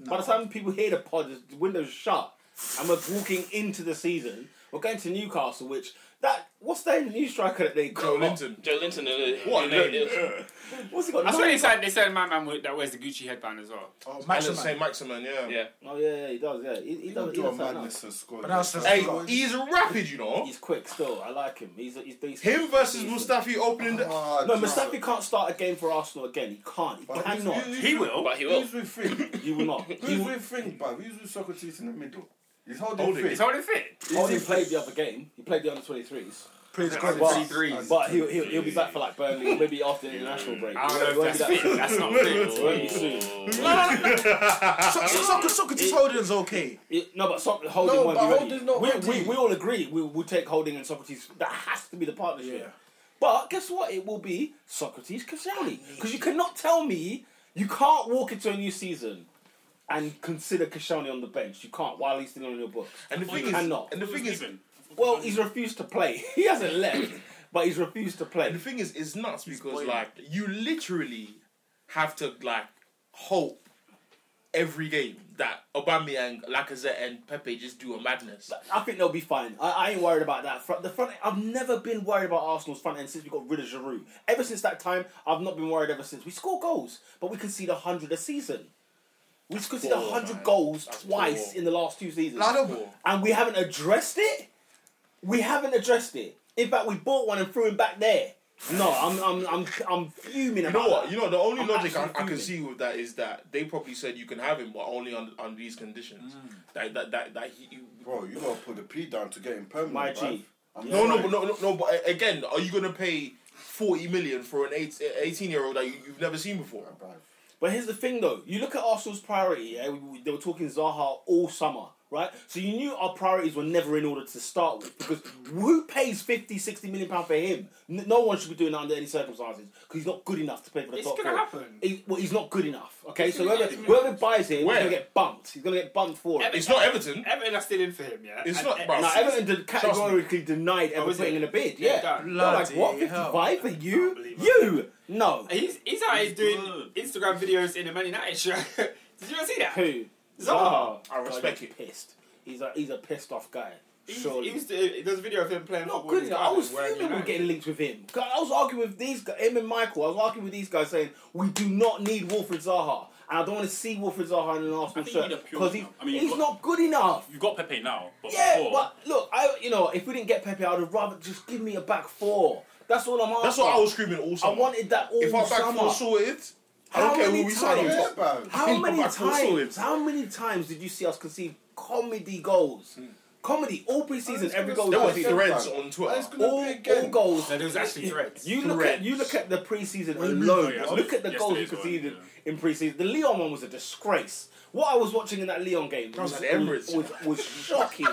Speaker 1: By the time people hear the pod, the window's shut and we're walking into the season. We're going to Newcastle, which, that what's their new striker that they got?
Speaker 6: Joe Linton.
Speaker 4: Joe Linton. uh,
Speaker 6: What?
Speaker 4: you know, it was-
Speaker 1: What's he got?
Speaker 5: I swear
Speaker 1: Nine-
Speaker 5: they said they said my man with- that wears the Gucci headband as well.
Speaker 6: Oh,
Speaker 2: Maximin.
Speaker 6: Saint Maximin, yeah.
Speaker 4: Yeah.
Speaker 1: Oh, yeah, yeah, he does, yeah. He, he, does, he
Speaker 2: Do a
Speaker 1: does that now.
Speaker 2: madness and score.
Speaker 6: But that's just-
Speaker 2: Hey,
Speaker 6: Hey, he's rapid, you know.
Speaker 1: He's quick still. I like him. He's, he's decent.
Speaker 6: Him versus Mustafi opening the.
Speaker 2: ah,
Speaker 1: No,
Speaker 2: dude.
Speaker 1: Mustafi can't start a game for Arsenal again. He can't. He
Speaker 2: But who's-
Speaker 1: cannot.
Speaker 2: who's-
Speaker 5: He will.
Speaker 4: But he will.
Speaker 2: Who's with Finn?
Speaker 1: You will not.
Speaker 2: Who's
Speaker 1: He will.
Speaker 2: with Finn, bruv? Who's with Socrates in the middle? He's holding,
Speaker 6: Holding.
Speaker 2: Finn.
Speaker 5: He's holding fit.
Speaker 1: Oh, he played the other game. He played the under 23s.
Speaker 6: Praise
Speaker 5: God.
Speaker 1: But, uh,
Speaker 5: 23s.
Speaker 1: but he'll, he'll, he'll be back for like Burnley, maybe after the international break.
Speaker 5: I don't
Speaker 1: He
Speaker 5: know
Speaker 1: won't
Speaker 5: if
Speaker 1: be
Speaker 5: that's fit.
Speaker 1: back soon.
Speaker 5: That's not fit.
Speaker 1: He won't be soon.
Speaker 6: So- so- so- Socrates Holding's okay.
Speaker 1: It- no, but Soc- Holding
Speaker 2: No,
Speaker 1: won't
Speaker 2: but
Speaker 1: be ready.
Speaker 2: Holding's not
Speaker 1: we,
Speaker 2: ready.
Speaker 1: We, we all agree we, we'll take Holding and Socrates. That has to be the partnership.
Speaker 6: Yeah.
Speaker 1: But guess what? It will be Socrates Koscielny. Because you cannot tell me you can't walk into a new season and consider Koscielny on the bench. You can't while he's still on your books.
Speaker 6: And the thing
Speaker 1: Oh, you
Speaker 6: is,
Speaker 1: cannot.
Speaker 6: and the thing is,
Speaker 5: Even.
Speaker 1: Well, he's refused to play. He hasn't left, but he's refused to play.
Speaker 6: And the thing is, it's nuts because
Speaker 1: spoiling.
Speaker 6: like you literally have to like hope every game that Aubameyang, Lacazette, and Pepe just do a madness.
Speaker 1: I think they'll be fine. I, I ain't worried about that. Front, the front. I've never been worried about Arsenal's front end since we got rid of Giroud. Ever since that time, I've not been worried. Ever since we score goals, but we concede hundred a season. We conceded
Speaker 6: poor,
Speaker 1: hundred
Speaker 6: man.
Speaker 1: goals
Speaker 6: That's
Speaker 1: twice
Speaker 6: poor.
Speaker 1: in the last two seasons,
Speaker 6: Lado-
Speaker 1: and we haven't addressed it. We haven't addressed it. In fact, we bought one and threw him back there. No, I'm I'm I'm I'm fuming
Speaker 6: You
Speaker 1: about
Speaker 6: know what?
Speaker 1: that.
Speaker 6: You know the only
Speaker 1: I'm
Speaker 6: logic I,
Speaker 1: absolutely
Speaker 6: I can
Speaker 1: fuming.
Speaker 6: see with that is that they probably said you can have him, but only on on these conditions.
Speaker 1: Mm.
Speaker 6: That that that that he.
Speaker 2: Bro, you gotta put the P down to get him permanent,
Speaker 1: My
Speaker 2: bruv.
Speaker 1: G.
Speaker 2: I'm
Speaker 6: No, no,
Speaker 2: sorry.
Speaker 6: but no, no, no. But again, are you gonna pay forty million for an eight, 18 year old that you, you've never seen before?
Speaker 2: Bruv.
Speaker 1: But here's the thing, though. You look at Arsenal's priority. Yeah, we, we- they were talking Zaha all summer, right? So you knew our priorities were never in order to start with because who pays 50, 60 million pound for him? N- no one should be doing that under any circumstances because he's not good enough to play for the
Speaker 5: It's
Speaker 1: top
Speaker 5: gonna
Speaker 1: four.
Speaker 5: happen.
Speaker 1: He- well, he's not good enough. Okay,
Speaker 5: It's
Speaker 1: so
Speaker 5: gonna
Speaker 1: whoever,
Speaker 5: happen.
Speaker 1: whoever buys him,
Speaker 6: Where?
Speaker 1: he's gonna get bumped. He's gonna get bumped for it.
Speaker 5: Everton-
Speaker 6: It's not Everton.
Speaker 5: Everton are still in for him, yeah.
Speaker 6: It's
Speaker 5: And-
Speaker 6: not,
Speaker 5: and-
Speaker 6: bro.
Speaker 1: Now Everton did categorically denied
Speaker 5: Oh,
Speaker 1: ever
Speaker 5: is
Speaker 1: putting
Speaker 5: it?
Speaker 1: in a bid.
Speaker 5: Yeah,
Speaker 1: Yeah,
Speaker 5: done.
Speaker 1: They're like what?
Speaker 6: Bloody hell.
Speaker 1: Fifty-five for you?
Speaker 5: Unbelievable.
Speaker 1: You? No.
Speaker 5: He's he's out here He's doing good. Instagram videos in a Man United shirt. Did you ever see that?
Speaker 1: Who?
Speaker 5: Zaha.
Speaker 6: I respect
Speaker 1: he's
Speaker 6: it.
Speaker 1: Pissed. He's a he's a pissed off guy.
Speaker 5: He's-
Speaker 1: Surely.
Speaker 5: He was doing, there's a video of him playing
Speaker 1: not
Speaker 5: football in
Speaker 1: good
Speaker 5: his
Speaker 1: enough. I
Speaker 5: garden
Speaker 1: was
Speaker 5: wearing
Speaker 1: fuming with
Speaker 5: United.
Speaker 1: getting linked with him. 'Cause I was arguing with these guys, him and Michael. I was arguing with these guys saying we do not need Wilfred Zaha, and I don't want to see Wilfred Zaha in an Arsenal
Speaker 5: think
Speaker 1: shirt
Speaker 5: you need a pure
Speaker 1: because he's,
Speaker 5: number. I mean, you've
Speaker 1: he's
Speaker 5: got-
Speaker 1: not good enough.
Speaker 5: You've got Pepe now, but
Speaker 1: Yeah, but look, I you know if we didn't get Pepe, I would have rather just give me a back four. That's all I'm asking.
Speaker 6: That's what I was screaming all
Speaker 1: I
Speaker 6: summer.
Speaker 1: wanted that all
Speaker 6: if our back
Speaker 1: summer.
Speaker 6: four sorted, I
Speaker 1: How
Speaker 6: don't care
Speaker 1: many
Speaker 6: who we sign on
Speaker 1: times?
Speaker 6: top.
Speaker 2: Yeah, bruv.
Speaker 1: How
Speaker 6: Back
Speaker 1: many
Speaker 6: four solid.
Speaker 1: times? How many times did you see us concede comedy goals? comedy all preseason.
Speaker 2: it's
Speaker 1: Every
Speaker 2: gonna
Speaker 1: goal
Speaker 6: There
Speaker 1: Hmm.
Speaker 6: were
Speaker 1: was
Speaker 2: stay
Speaker 1: all,
Speaker 2: there.
Speaker 6: threads
Speaker 2: man.
Speaker 6: on Twitter.
Speaker 2: That's good.
Speaker 1: all goals.
Speaker 5: No, there was actually threads.
Speaker 1: You look at
Speaker 6: Threads.
Speaker 1: you look at the preseason
Speaker 6: do you mean?
Speaker 1: alone.
Speaker 5: Oh, yeah.
Speaker 1: Look at the goals we
Speaker 5: Yesterday's one,
Speaker 1: conceded in preseason. The Leon one was a disgrace. What I was watching in that Leon game was
Speaker 6: was at the
Speaker 1: was,
Speaker 6: Emirates.
Speaker 1: was, shocking.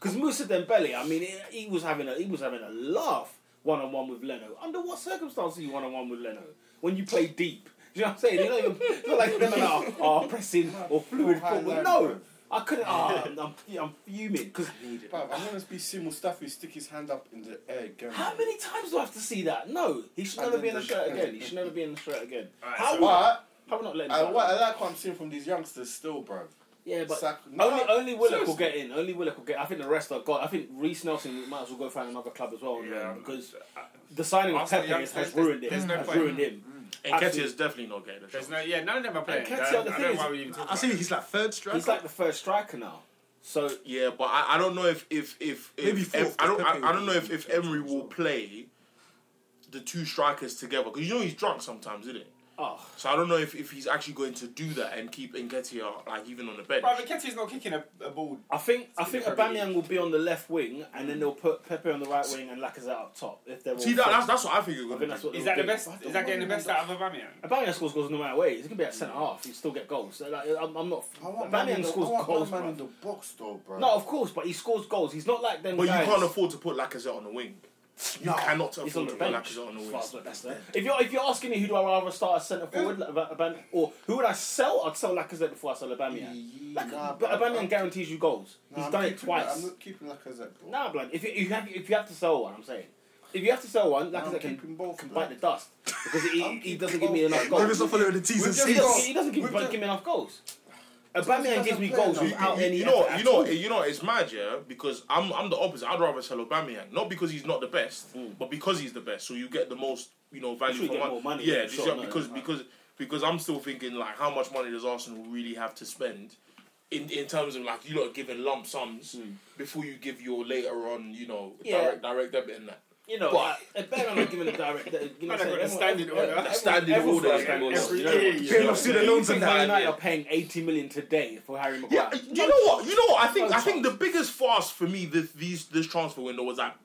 Speaker 1: Because Musa Dembele, I mean, he, he was having a he was having a laugh one on one with Leno. Under what circumstances are you one on one with Leno when you play deep? Do you know what I'm saying? You know, it's not like women are, are pressing or fluid
Speaker 2: High
Speaker 1: forward.
Speaker 2: line,
Speaker 1: No,
Speaker 2: bro.
Speaker 1: I couldn't. ah, I'm, I'm, I'm fuming because
Speaker 2: Bruv, I want to be see Mustafi stick his hand up in the air again.
Speaker 1: How many times do I have to see that? No, he should
Speaker 2: And
Speaker 1: never
Speaker 2: then
Speaker 1: be in the
Speaker 2: the-
Speaker 1: shirt again. He should never be in the shirt again.
Speaker 5: Alright,
Speaker 1: how,
Speaker 5: so-
Speaker 1: we-
Speaker 2: But uh,
Speaker 1: how we not letting
Speaker 2: I,
Speaker 1: that?
Speaker 2: what I like what I'm seeing from these youngsters still, bro.
Speaker 1: Yeah, but
Speaker 2: Sack-
Speaker 1: only
Speaker 2: No,
Speaker 1: only Willock
Speaker 2: seriously.
Speaker 1: will get in. Only Willock will get. I think the rest are gone. I think Reese Nelson might as well go find another club as well.
Speaker 5: Yeah,
Speaker 1: Yeah, because the signing
Speaker 5: uh,
Speaker 1: of
Speaker 5: Arsenal
Speaker 1: Pepe has,
Speaker 5: youngsters,
Speaker 1: has ruined him.
Speaker 5: there's no
Speaker 1: has
Speaker 5: point. Mm,
Speaker 1: ruined him.
Speaker 6: And Ketty
Speaker 1: Absolutely.
Speaker 6: is definitely not getting a
Speaker 5: There's
Speaker 6: shot.
Speaker 5: no, yeah, none of them are playing.
Speaker 1: Ketty,
Speaker 5: I
Speaker 1: the
Speaker 5: don't I
Speaker 1: thing
Speaker 5: don't
Speaker 1: is-
Speaker 5: know why we even talk
Speaker 3: I
Speaker 5: about
Speaker 3: see
Speaker 5: it.
Speaker 3: he's like third striker.
Speaker 1: He's like the first striker now. So
Speaker 6: Yeah, but I, I don't know if if if, if,
Speaker 3: Maybe fourth,
Speaker 6: if I don't
Speaker 3: Pepe
Speaker 6: I, I
Speaker 3: would
Speaker 6: don't know
Speaker 3: be
Speaker 6: if, if
Speaker 3: fourth
Speaker 6: Emery
Speaker 3: as
Speaker 6: will
Speaker 3: well.
Speaker 6: play the two strikers together because you know he's drunk sometimes, isn't it?
Speaker 1: oh,
Speaker 6: So I don't know if, if he's actually going to do that and keep Nketiah like even on the bench.
Speaker 5: Brother, Ketty's not kicking a, a ball.
Speaker 1: I think I
Speaker 5: It's
Speaker 1: think
Speaker 5: in the Premier
Speaker 1: Aubameyang will be on the left wing, and
Speaker 5: Mm.
Speaker 1: then they'll put Pepe on the right wing and Lacazette up top if they're all.
Speaker 6: See that,
Speaker 1: fit.
Speaker 6: that's that's what I think.
Speaker 1: I
Speaker 6: You're
Speaker 1: think
Speaker 6: gonna
Speaker 1: that's
Speaker 6: do.
Speaker 1: what
Speaker 5: Is
Speaker 1: they'll
Speaker 5: that the
Speaker 1: do.
Speaker 5: best? Is that getting the best out of Aubameyang?
Speaker 1: Aubameyang scores goals no matter way. He's gonna be at centre half. He still get goals. Like, I'm, I'm not.
Speaker 2: I want man in
Speaker 1: Aubameyang
Speaker 2: the, I
Speaker 1: scores
Speaker 2: want
Speaker 1: goals.
Speaker 2: man in
Speaker 1: bruv.
Speaker 2: the box, though, bro.
Speaker 1: No, of course, but he scores goals. He's not like them
Speaker 6: But you
Speaker 1: guys.
Speaker 6: can't afford to put Lacazette on the wing. You cannot
Speaker 1: He's
Speaker 6: afford
Speaker 1: on the
Speaker 6: to put
Speaker 1: bench.
Speaker 6: Lacazette on the wing.
Speaker 1: Well, but that's the- If you're if you're asking me who do I rather start as centre forward, like, Ab- Aubame- or who would I sell? I'd sell Lacazette before I sell Aubameyang. Like,
Speaker 2: Nah,
Speaker 1: but
Speaker 2: bruv,
Speaker 1: Aubameyang
Speaker 2: I'm-
Speaker 1: guarantees you goals.
Speaker 2: nah,
Speaker 1: He's
Speaker 2: I'm
Speaker 1: done it
Speaker 2: keeping
Speaker 1: twice.
Speaker 2: that- I'm not keeping Lacazette, bro.
Speaker 1: Nah, blood. If you, if you have if you have to sell one, I'm saying. If you have to sell one,
Speaker 2: Nah, I'm
Speaker 1: Lacazette can,
Speaker 2: keeping both.
Speaker 1: can
Speaker 2: blood.
Speaker 1: bite the dust because he,
Speaker 2: I'm
Speaker 1: he
Speaker 2: keeping
Speaker 1: doesn't give me
Speaker 2: both.
Speaker 1: enough
Speaker 3: Maybe
Speaker 1: goals.
Speaker 3: it's not following the T's and
Speaker 2: We've just
Speaker 1: He
Speaker 3: C's.
Speaker 1: doesn't, he doesn't give,
Speaker 2: We've done-
Speaker 1: give me enough goals.
Speaker 2: because he
Speaker 1: Aubameyang gives
Speaker 2: doesn't play
Speaker 1: me goals
Speaker 2: enough.
Speaker 1: without
Speaker 2: You-
Speaker 1: any
Speaker 6: You know,
Speaker 1: effort
Speaker 6: you
Speaker 1: at
Speaker 6: know, eh,
Speaker 1: all.
Speaker 6: you know, it's mad, yeah. Because I'm, I'm the opposite. I'd rather sell Aubameyang, not because he's not the best, but because he's the best. So you get the most, you know, value
Speaker 1: Sure, you
Speaker 6: for
Speaker 1: get
Speaker 6: mon-
Speaker 1: more money,
Speaker 6: Yeah,
Speaker 1: yeah,
Speaker 6: just,
Speaker 1: sure,
Speaker 6: yeah,
Speaker 1: no,
Speaker 6: because
Speaker 1: no.
Speaker 6: because because I'm still thinking like, how much money does Arsenal really have to spend in in terms of like you lot giving lump sums before you give your later on, you know,
Speaker 1: Yeah.
Speaker 6: direct direct debit and that.
Speaker 1: You know,
Speaker 6: But-
Speaker 1: I, I bet I'm not giving a direct. You know,
Speaker 5: Man, I got a standing order.
Speaker 1: everyone-
Speaker 6: Standing
Speaker 1: everyone-
Speaker 6: order,
Speaker 1: everyone's got
Speaker 6: standing
Speaker 1: a
Speaker 5: Every
Speaker 1: standing order.
Speaker 5: day,
Speaker 3: Paying
Speaker 5: yeah.
Speaker 3: off student
Speaker 1: You
Speaker 3: loans
Speaker 1: think
Speaker 3: and
Speaker 1: Man
Speaker 3: that.
Speaker 1: United are paying 80 million today for Harry Maguire?
Speaker 6: Yeah, you know what? You know what? I think
Speaker 1: No
Speaker 6: I think the
Speaker 1: chance.
Speaker 6: biggest farce for me this these this transfer window was that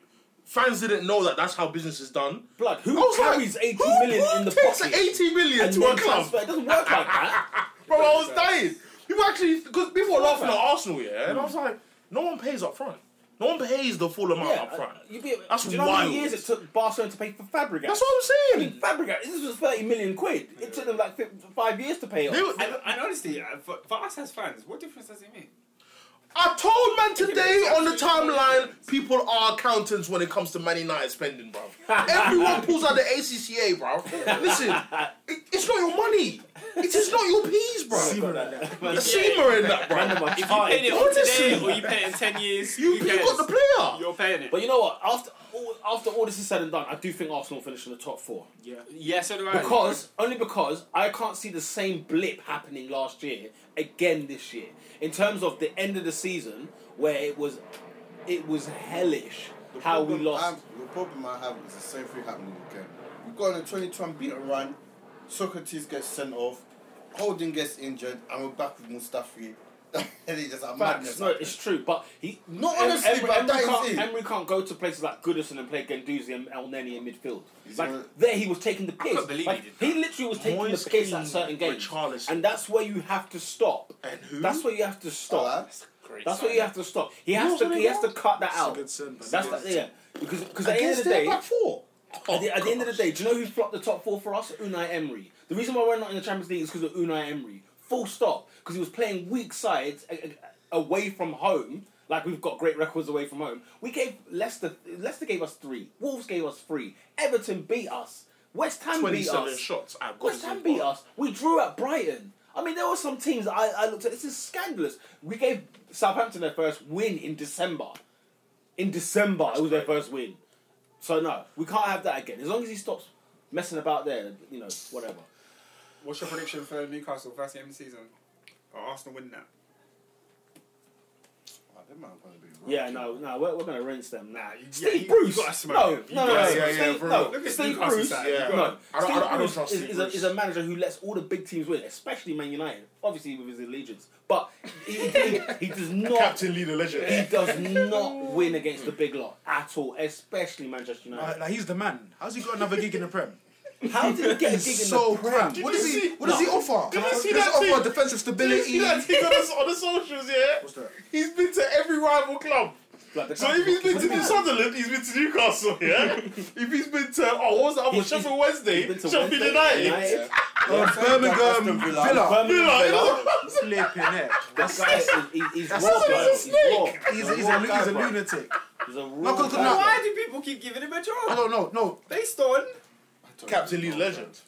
Speaker 6: fans didn't know that that's how business is done.
Speaker 1: Blood,
Speaker 6: I
Speaker 1: who
Speaker 6: was like,
Speaker 1: carries 80
Speaker 6: who-
Speaker 1: million
Speaker 6: who
Speaker 1: in the
Speaker 6: takes
Speaker 1: pocket?
Speaker 6: 80 million
Speaker 1: and
Speaker 6: to
Speaker 1: then
Speaker 6: a club,
Speaker 1: transfer? It doesn't work like that.
Speaker 6: bro. I was dying. People actually because people were laughing at Arsenal, yeah, and I was like, no one pays up front. No one pays the full amount up front.
Speaker 1: you uh, be,
Speaker 6: That's
Speaker 1: do you know how many
Speaker 6: wild.
Speaker 1: years it took Barcelona to pay for Fabregas?
Speaker 6: That's what I'm
Speaker 1: I
Speaker 6: saying.
Speaker 1: mean, Fabregas, this was 30 million quid. It took them like fi- five years to pay off.
Speaker 6: They were-
Speaker 5: And, and honestly, uh, for, for us as fans, what difference does it make?
Speaker 6: I told man today on the timeline, people are accountants when it comes to Man United spending, bro. Everyone pulls out the ACCA, bro. Listen, it, it's not your money. It is not your peas, bro.
Speaker 3: Seamer like that.
Speaker 6: The Seamer in that,
Speaker 1: Man,
Speaker 6: bro.
Speaker 1: them are
Speaker 5: If you
Speaker 1: tarted.
Speaker 5: paid it all
Speaker 6: What is
Speaker 5: today,
Speaker 6: it?
Speaker 5: or you pay it in ten years,
Speaker 6: You,
Speaker 5: who
Speaker 6: you
Speaker 5: cares?
Speaker 6: got the player.
Speaker 5: You're paying it.
Speaker 1: But you know what? After all, after all this is said and done, I do think Arsenal finish in the top four.
Speaker 5: yeah, so do I.
Speaker 1: Because only because I can't see the same blip happening last year again this year. In terms of the end of the season where it was it was hellish
Speaker 2: The
Speaker 1: how we
Speaker 2: problem um,
Speaker 1: lost.
Speaker 2: I'm- the problem I have is the same thing happening again. We got on a 22 and beat a run. Socrates gets sent off. Holding gets injured. And we're back with Mustafi. and he just like
Speaker 1: Facts,
Speaker 2: madness.
Speaker 1: no, it's true, but he
Speaker 2: No, honestly,
Speaker 1: Emery,
Speaker 2: but
Speaker 1: Emery
Speaker 2: that is
Speaker 1: can't,
Speaker 2: it.
Speaker 1: Emery can't go to places like Goodison and play Ganduzi and El Neni in midfield.
Speaker 2: He's
Speaker 1: Like
Speaker 2: gonna-
Speaker 1: there, he was taking the piss.
Speaker 5: couldn't believe
Speaker 1: Like,
Speaker 5: he did
Speaker 1: he literally was taking
Speaker 6: Moise
Speaker 1: the piss
Speaker 6: Kean,
Speaker 1: at certain games,
Speaker 6: Richarlison.
Speaker 1: and that's where you have to stop.
Speaker 6: And who?
Speaker 1: That's where you have to stop.
Speaker 2: Alright.
Speaker 5: Great
Speaker 1: That's what
Speaker 5: sign.
Speaker 1: you have to stop. He has
Speaker 6: also
Speaker 1: to. He
Speaker 6: did
Speaker 1: has to cut that out.
Speaker 3: good sin, but
Speaker 1: That's
Speaker 3: yeah.
Speaker 1: the, yeah. Because because at the end
Speaker 6: Against
Speaker 1: of the
Speaker 6: their
Speaker 1: day,
Speaker 6: back four.
Speaker 1: at the, at the end of the day, do you know who flopped the top four for us? Unai Emery. The reason why we're not in the Champions League is because of Unai Emery. Full stop. Because he was playing weak sides a- a- away from home. Like we've got great records away from home. We gave Leicester. Leicester gave us three. Wolves gave us three. Everton beat us. West
Speaker 2: Oh,
Speaker 1: Ham beat
Speaker 6: 27
Speaker 1: us.
Speaker 6: shots. I've got
Speaker 1: West Ham beat us. We drew at Brighton. I mean, there were some teams that I, I looked at. This is scandalous. We gave Southampton their first win in December. In December, it was their first win. So no, we can't have that again. As long as he stops messing about there, you know, whatever.
Speaker 5: What's your prediction for Newcastle Oh, first game of the season? Or Arsenal win that?
Speaker 2: Oh, that man gonna be
Speaker 1: Yeah, no, no, we're, we're gonna rinse them now.
Speaker 5: you-
Speaker 1: Steve
Speaker 5: yeah, you-
Speaker 1: Bruce,
Speaker 5: you gotta smack
Speaker 1: no,
Speaker 5: them. You
Speaker 1: no, no,
Speaker 6: gotta-
Speaker 1: no,
Speaker 6: yeah, yeah,
Speaker 1: Steve,
Speaker 6: bro.
Speaker 1: no,
Speaker 5: Look at
Speaker 1: Steve
Speaker 5: Newcastle
Speaker 1: Bruce,
Speaker 5: side,
Speaker 1: no,
Speaker 5: you
Speaker 6: gotta- I don't- I don't- I don't
Speaker 1: Steve
Speaker 6: trust
Speaker 1: Bruce is,
Speaker 6: Steve
Speaker 1: is, a,
Speaker 6: Bruce.
Speaker 1: is a manager who lets all the big teams win, especially Man United. Obviously with his allegiance, but he, he, he does not.
Speaker 6: Captain leader legend.
Speaker 1: He does not win against the big lot at all, especially Manchester
Speaker 7: Like,
Speaker 1: United.
Speaker 7: like, he's the man. How's he got another gig in the Prem?
Speaker 1: How did he get a gig in
Speaker 7: So
Speaker 1: the Prem?
Speaker 7: cramped.
Speaker 6: What does he? What does he offer?
Speaker 2: Did you see
Speaker 6: does
Speaker 2: that
Speaker 6: he offer
Speaker 2: thing?
Speaker 6: defensive
Speaker 2: You
Speaker 6: stability?
Speaker 2: see that thing on the, on the socials, yeah?
Speaker 7: What's that?
Speaker 2: He's been to every rival club.
Speaker 1: Like, the
Speaker 2: So if he's been to New Sunderland, he's been to Newcastle, yeah? if he's been to, oh, what was that? other
Speaker 1: He's-
Speaker 2: Sheffield Wednesday,
Speaker 1: he's been to
Speaker 2: Sheffield
Speaker 1: Wednesday,
Speaker 2: United.
Speaker 1: United.
Speaker 7: Oh, Birmingham Villa.
Speaker 1: Birmingham
Speaker 2: Villa,
Speaker 1: Villa.
Speaker 7: Flipping heck.
Speaker 1: That guy is he's, he's
Speaker 7: That's-
Speaker 1: raw, bro.
Speaker 7: that's
Speaker 1: He's raw.
Speaker 7: He's a, he's
Speaker 1: raw
Speaker 7: a, he's
Speaker 1: guy,
Speaker 7: a
Speaker 1: bro.
Speaker 7: lunatic.
Speaker 1: He's a
Speaker 7: No,
Speaker 1: raw.
Speaker 7: 'cause- 'cause
Speaker 1: guy,
Speaker 7: now-
Speaker 1: bro.
Speaker 5: Why do people keep giving him a
Speaker 7: I
Speaker 5: job?
Speaker 7: don't know. No,
Speaker 5: Based on
Speaker 6: Captain league legend.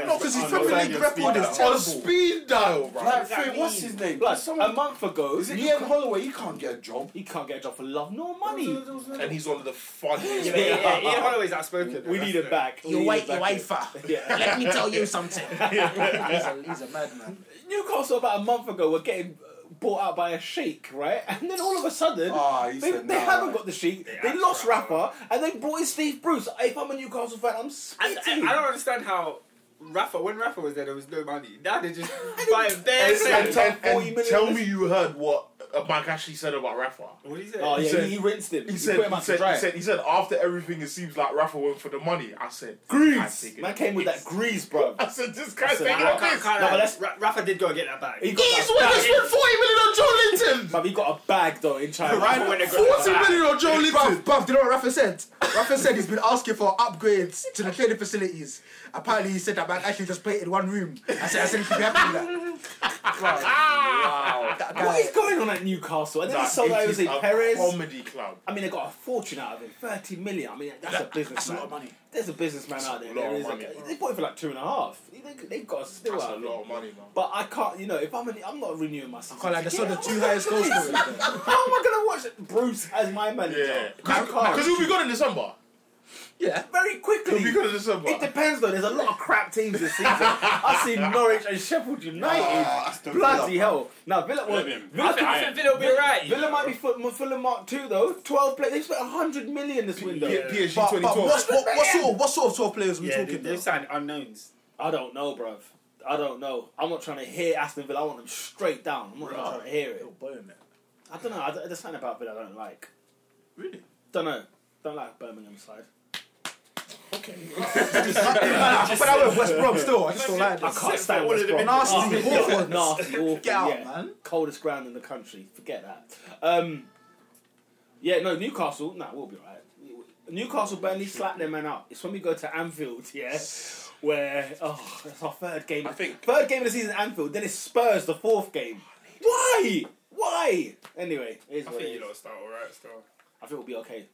Speaker 7: no, because his
Speaker 5: I'm
Speaker 7: Premier
Speaker 5: not
Speaker 7: League
Speaker 5: saying
Speaker 7: record
Speaker 5: it's
Speaker 7: is
Speaker 2: On
Speaker 7: terrible.
Speaker 2: speed dial, bro.
Speaker 5: Like,
Speaker 8: what's his name?
Speaker 1: Like,
Speaker 8: Someone,
Speaker 1: a month ago,
Speaker 8: is it Ian Holloway? He can't get a job.
Speaker 1: he can't get a job for love nor money.
Speaker 6: And he's on the funniest.
Speaker 5: Yeah, yeah, yeah, Ian Holloway's outspoken.
Speaker 1: We need him back. We
Speaker 7: Your
Speaker 1: need
Speaker 7: wi-
Speaker 1: him back.
Speaker 7: your wafer.
Speaker 1: Yeah.
Speaker 7: Let me tell you something. he's, a, he's a madman.
Speaker 1: Newcastle about a month ago were getting uh, bought out by a sheik, right? And then all of a sudden,
Speaker 8: Ah, he
Speaker 1: they,
Speaker 8: said
Speaker 1: they
Speaker 8: nah.
Speaker 1: haven't got the sheik. They, lost rapper, and they brought in Steve Bruce. If I'm a Newcastle fan, I'm
Speaker 5: And,
Speaker 1: spitting.
Speaker 5: and I don't understand how Rafa, when Rafa was there, there was no money. Now they just buy him there.
Speaker 1: And-
Speaker 5: there.
Speaker 6: And, and- and tell me you heard what uh, Mike Ashley said about Rafa.
Speaker 5: What do you say?
Speaker 1: Oh yeah, he,
Speaker 6: said-
Speaker 1: he rinsed him.
Speaker 6: He said,
Speaker 1: put him
Speaker 6: he
Speaker 1: out to
Speaker 6: said,
Speaker 1: dry.
Speaker 6: he said, he said, after everything, it seems like Rafa went for the money. I said, Greece.
Speaker 1: Man came with that grease, bro.
Speaker 6: I said, this guy's
Speaker 1: said,
Speaker 6: taking
Speaker 1: I
Speaker 6: a
Speaker 5: I
Speaker 6: piss.
Speaker 5: can't, can't
Speaker 1: No,
Speaker 5: no,
Speaker 1: but that's-
Speaker 5: Rafa did go and get that bag.
Speaker 1: He got
Speaker 6: He's
Speaker 1: that
Speaker 6: when they
Speaker 1: bag.
Speaker 6: spent 40 million on Joe Linton.
Speaker 1: Man, he got a bag though in China.
Speaker 5: Rafa went and got
Speaker 6: 40
Speaker 5: that bag.
Speaker 6: million on Joe Linton.
Speaker 7: Bruv, bruv, do you know what Rafa said? Rafa said he's been asking for upgrades to the training facilities. Apparently, he said that man actually just played in one room. I said, I said, he could be happy with that. Wow. That
Speaker 1: What is
Speaker 7: guy.
Speaker 1: going on at Newcastle? And then they
Speaker 6: Nah,
Speaker 1: sold
Speaker 6: it is
Speaker 1: Jose
Speaker 6: a
Speaker 1: Perez.
Speaker 6: Comedy club.
Speaker 1: I mean, they got a fortune out of him, thirty million. I mean, that's a businessman.
Speaker 7: That's a lot of money.
Speaker 1: There's a businessman out there.
Speaker 6: lot
Speaker 1: there
Speaker 6: of
Speaker 1: is a-
Speaker 6: money, bro.
Speaker 1: they bought it for like two and a half. They, they've got a steal
Speaker 6: That's
Speaker 1: out
Speaker 6: a
Speaker 1: of
Speaker 6: lot
Speaker 1: it.
Speaker 6: of money, man.
Speaker 1: But I can't, you know, if I'm, an, I'm not renewing my season.
Speaker 7: Can't lie, they saw
Speaker 1: ticket,
Speaker 7: the
Speaker 1: how
Speaker 7: two
Speaker 1: am I
Speaker 7: highest
Speaker 1: gonna
Speaker 7: goal
Speaker 1: do this?
Speaker 7: scorers. there.
Speaker 1: How am I going to watch Bruce as my manager?
Speaker 6: Yeah.
Speaker 1: I can't.
Speaker 6: Because he'll be gone in December.
Speaker 7: Yeah.
Speaker 1: Very
Speaker 6: He'll
Speaker 1: quickly.
Speaker 6: be gone in December.
Speaker 1: It depends though. There's a lot of crap teams this season. I've seen Norwich and Sheffield United.
Speaker 8: Ah, Aston
Speaker 1: Bloody
Speaker 8: Villa.
Speaker 1: hell! Now Villa, well,
Speaker 5: Let him.
Speaker 1: Villa,
Speaker 5: I think- I think Villa will be
Speaker 1: Villa-
Speaker 5: right, you
Speaker 1: Villa
Speaker 5: know.
Speaker 1: might be full, full of Mark two though. Twelve players. They spent hundred million this window.
Speaker 2: PSG
Speaker 7: But,
Speaker 2: 2012.
Speaker 7: but what, what, what, sort of, what sort of 12 players are we
Speaker 5: Yeah, they,
Speaker 7: talking
Speaker 5: they've
Speaker 7: about?
Speaker 5: signed unknowns.
Speaker 1: I don't know, bruv. I don't know. I'm not trying to hear Aston Villa. I want them straight down. I'm not trying to hear it. I don't know. I, don't- there's something about Villa I don't like.
Speaker 7: Really?
Speaker 1: Don't know. Don't like Birmingham side.
Speaker 7: But I went West Brom still. I just don't like
Speaker 1: I
Speaker 7: this.
Speaker 1: can't stand
Speaker 5: all
Speaker 1: West
Speaker 5: of the
Speaker 1: Brom.
Speaker 7: Nasty,
Speaker 1: Oh,
Speaker 7: awful.
Speaker 1: nasty, awful.
Speaker 7: Get out,
Speaker 1: yeah.
Speaker 7: man.
Speaker 1: Coldest ground in the country. Forget that. Um, yeah, no, Newcastle. Nah, we'll be right. Newcastle Burnley slapped their man out. It's when we go to Anfield, yeah, where oh, that's our third game. I
Speaker 4: think-
Speaker 1: third game of the season, at Anfield. Then it's Spurs, the fourth game. Why? Why? Anyway, it is
Speaker 5: I
Speaker 1: what it
Speaker 5: think
Speaker 1: is.
Speaker 5: you lot start alright still.
Speaker 1: I think we'll be okay.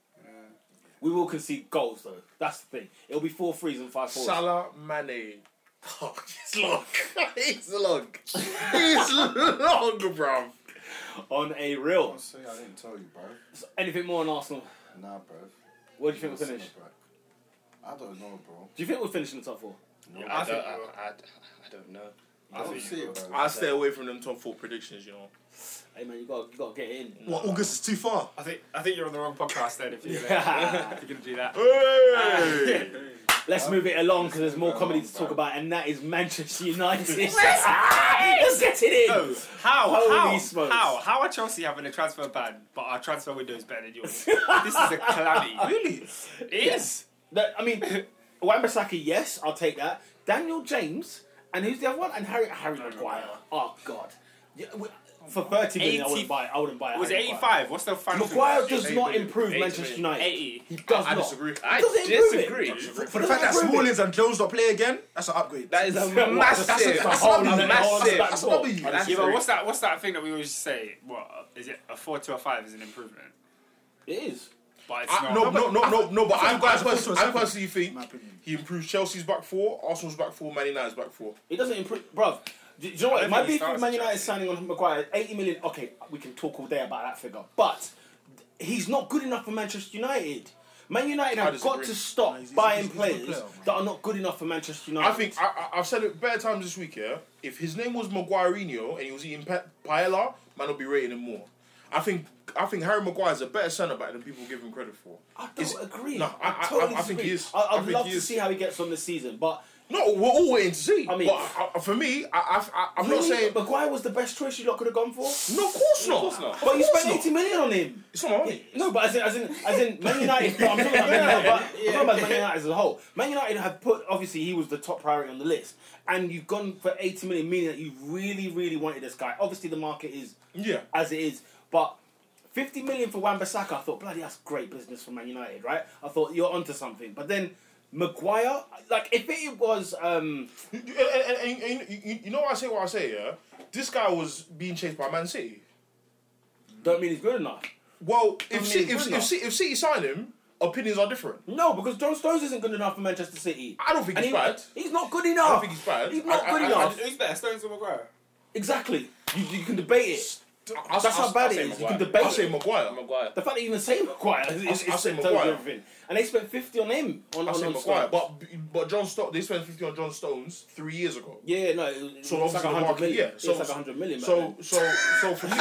Speaker 1: We will concede goals though. That's the thing. It'll be four threes and five fours.
Speaker 6: Salah Mane. Oh, it's long. It's long. It's long, bruv.
Speaker 1: on a reel.
Speaker 8: Say I didn't tell you, bro.
Speaker 1: Anything more on Arsenal?
Speaker 8: Nah, bro.
Speaker 1: Where do you think we'll finish?
Speaker 8: I don't know, bro.
Speaker 1: Do you think we'll finish in the top four?
Speaker 4: I don't, I, I, I don't know.
Speaker 8: I don't see it, bro.
Speaker 6: I stay away from them top four predictions, you know.
Speaker 1: Hey man, you got you got to get in.
Speaker 7: What, August is too far?
Speaker 5: I think I think you're on the wrong podcast then if you're,
Speaker 1: Yeah.
Speaker 5: if you're gonna do that.
Speaker 6: Hey!
Speaker 1: Let's move it along because there's more comedy to talk about, and that is Manchester United. Let's get it in.
Speaker 5: No, how,
Speaker 1: Holy
Speaker 5: how,
Speaker 1: smokes.
Speaker 5: how, how are Chelsea having a transfer ban, but our transfer window is better than yours? this is a calamity. really? It is.
Speaker 1: Uh, That- I mean, Wambasaki, yes, I'll take that. Daniel James, and who's the other one? And Harry Harry Maguire. Oh God, yeah, we- for thirty million, I
Speaker 5: 80
Speaker 1: wouldn't buy. it. I wouldn't buy. it.
Speaker 5: Was it 85? What's the final?
Speaker 1: Maguire
Speaker 5: figure?
Speaker 1: does not improve Manchester United.
Speaker 5: 80.
Speaker 1: He does
Speaker 6: I
Speaker 1: not.
Speaker 6: disagree.
Speaker 4: I
Speaker 1: Doesn't improve
Speaker 4: disagree.
Speaker 1: it.
Speaker 7: For the fact that
Speaker 1: Doesn't improve it.
Speaker 7: Smallings and Jones don't play again, that's an upgrade.
Speaker 4: That is a
Speaker 1: That's a-
Speaker 4: massive.
Speaker 1: that's a-
Speaker 4: a
Speaker 1: whole
Speaker 4: massive.
Speaker 1: nother- that's a whole
Speaker 7: W.
Speaker 4: That's
Speaker 5: Yeah, but
Speaker 4: very-
Speaker 5: what's that? What's that thing that we always say? What is it? A four to a five is an improvement,
Speaker 1: It is.
Speaker 5: but it's
Speaker 6: I,
Speaker 5: not.
Speaker 6: no, no, no, no, no, but I, I,
Speaker 7: that's a
Speaker 6: personally,
Speaker 7: four to
Speaker 6: I
Speaker 7: a
Speaker 6: personally think
Speaker 7: my opinion.
Speaker 6: he improved Chelsea's back four, Arsenal's back four, Man United's back four.
Speaker 1: It doesn't improve, bruv. Do, do you know what?
Speaker 5: I don't
Speaker 1: My
Speaker 5: think he
Speaker 1: beef with
Speaker 5: starts
Speaker 1: Man
Speaker 5: at
Speaker 1: United
Speaker 5: Chelsea.
Speaker 1: signing on Maguire, eighty million. Okay, we can talk all day about that figure, but he's not good enough for Manchester United. Man United have got
Speaker 6: disagree.
Speaker 1: to stop
Speaker 7: he's-
Speaker 1: buying
Speaker 7: he's- he's a good
Speaker 1: players
Speaker 7: player, man.
Speaker 1: that are not good enough for Manchester United.
Speaker 6: I think I, I, I've said it better times this week. Yeah, if his name was Maguireinho and he was eating pa- paella, man would be rating him more. I think I think Harry Maguire is a better centre back than people give him credit for.
Speaker 1: I don't
Speaker 6: It's-
Speaker 1: agree.
Speaker 6: No, I- I-
Speaker 1: totally
Speaker 6: I- I think
Speaker 1: disagree.
Speaker 6: he is.
Speaker 1: I,
Speaker 6: I
Speaker 1: I'd
Speaker 6: think
Speaker 1: love
Speaker 6: he
Speaker 1: to
Speaker 6: is.
Speaker 1: see how he gets on this season, but
Speaker 6: No, we're all waiting to see.
Speaker 1: I mean-
Speaker 6: but I, I- for me, I, I, I, I'm not
Speaker 1: really,
Speaker 6: saying.
Speaker 1: Maguire was the best choice you lot could have gone for.
Speaker 6: No, of course not.
Speaker 4: course not.
Speaker 6: Of
Speaker 1: But you
Speaker 6: course
Speaker 1: spent
Speaker 6: not.
Speaker 1: eighty million on him.
Speaker 6: It's not my money.
Speaker 1: No, but as in, as in, as in Man United. No, I'm talking about Man United, but I'm talking about Man United as a whole. Man United have put obviously he was the top priority on the list, and you've gone for 80 million, meaning that you really, really wanted this guy. Obviously, the market is
Speaker 6: Yeah.
Speaker 1: as it is, but 50 million for Wan Bissaka, I thought bloody that's great business for Man United, right? I thought you're onto something, but then. Maguire, like if it was, um,
Speaker 6: You- you- And, and, and- and you, you know what I say? What I say? Yeah. This guy was being chased by Man City.
Speaker 1: don't mean he's good enough.
Speaker 6: Well,
Speaker 1: I mean,
Speaker 6: if City,
Speaker 1: good
Speaker 6: if, if,
Speaker 1: enough.
Speaker 6: City, if City sign him, opinions are different.
Speaker 1: No, because John Stones isn't good enough for Manchester City.
Speaker 6: I don't think
Speaker 1: And
Speaker 6: he's
Speaker 1: he-
Speaker 6: bad.
Speaker 1: He's not good enough.
Speaker 6: I don't think he's bad.
Speaker 1: He's not
Speaker 6: I- I-
Speaker 1: good
Speaker 6: I-
Speaker 1: enough.
Speaker 5: Who's better, Stones or Maguire?
Speaker 1: Exactly. You, you can debate it.
Speaker 6: I,
Speaker 1: That's how bad it is. You can debate
Speaker 6: I say
Speaker 1: it.
Speaker 6: Maguire.
Speaker 4: Maguire.
Speaker 1: The fact that you even say Maguire is, is,
Speaker 6: I
Speaker 1: is
Speaker 6: say
Speaker 1: tells you
Speaker 6: Maguire.
Speaker 1: everything. And they spent 50 on him. On,
Speaker 6: I
Speaker 1: on,
Speaker 6: say
Speaker 1: on Stones.
Speaker 6: Maguire. But but John Stones, they spent fifty on John Stones three years ago.
Speaker 1: Yeah, no. It, was-
Speaker 6: So
Speaker 1: it's like
Speaker 6: obviously the
Speaker 1: 100
Speaker 6: market-
Speaker 1: million.
Speaker 6: yeah, so-
Speaker 1: it's like 100 million. back
Speaker 6: So so so for me,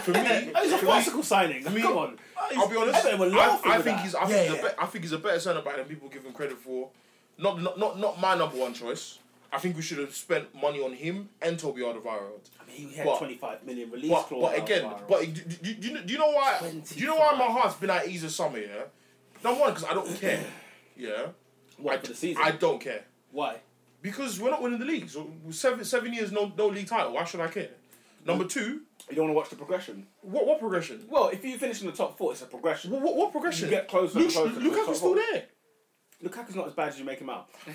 Speaker 6: for me,
Speaker 1: then. That was a farcical signing.
Speaker 6: me-
Speaker 1: Come on.
Speaker 6: I'll be honest.
Speaker 1: Everyone were
Speaker 6: I,
Speaker 1: laughing
Speaker 6: I
Speaker 1: with
Speaker 6: think
Speaker 1: that.
Speaker 6: he's. I
Speaker 7: Yeah,
Speaker 6: think, he's a
Speaker 7: yeah.
Speaker 6: be- I think he's a better centre back than people give him credit for. Not, not, not, not my number one choice. I think we should have spent money on him and Toby Alderweireld.
Speaker 1: I mean, he had
Speaker 6: but-
Speaker 1: 25 million release
Speaker 6: But,
Speaker 1: clause.
Speaker 6: but again,
Speaker 1: Alvaro.
Speaker 6: but do, do, do, you know- do you know why? Do you know why my heart's been at ease this summer? Yeah, number one because I don't care. Yeah,
Speaker 1: Why
Speaker 6: I,
Speaker 1: for the season?
Speaker 6: I don't care
Speaker 1: Why?
Speaker 6: because we're not winning the league. So seven seven years no no league title. Why should I care? Number two,
Speaker 1: You don't want to watch the progression.
Speaker 6: what what progression?
Speaker 1: Well, if you finish in the top four, it's a progression.
Speaker 6: What, what, what progression?
Speaker 1: You get closer and
Speaker 6: Luke,
Speaker 1: closer to the top
Speaker 6: Lukaku's still
Speaker 1: four.
Speaker 6: there.
Speaker 1: Lukaku's not as bad as you make him out.
Speaker 4: we'll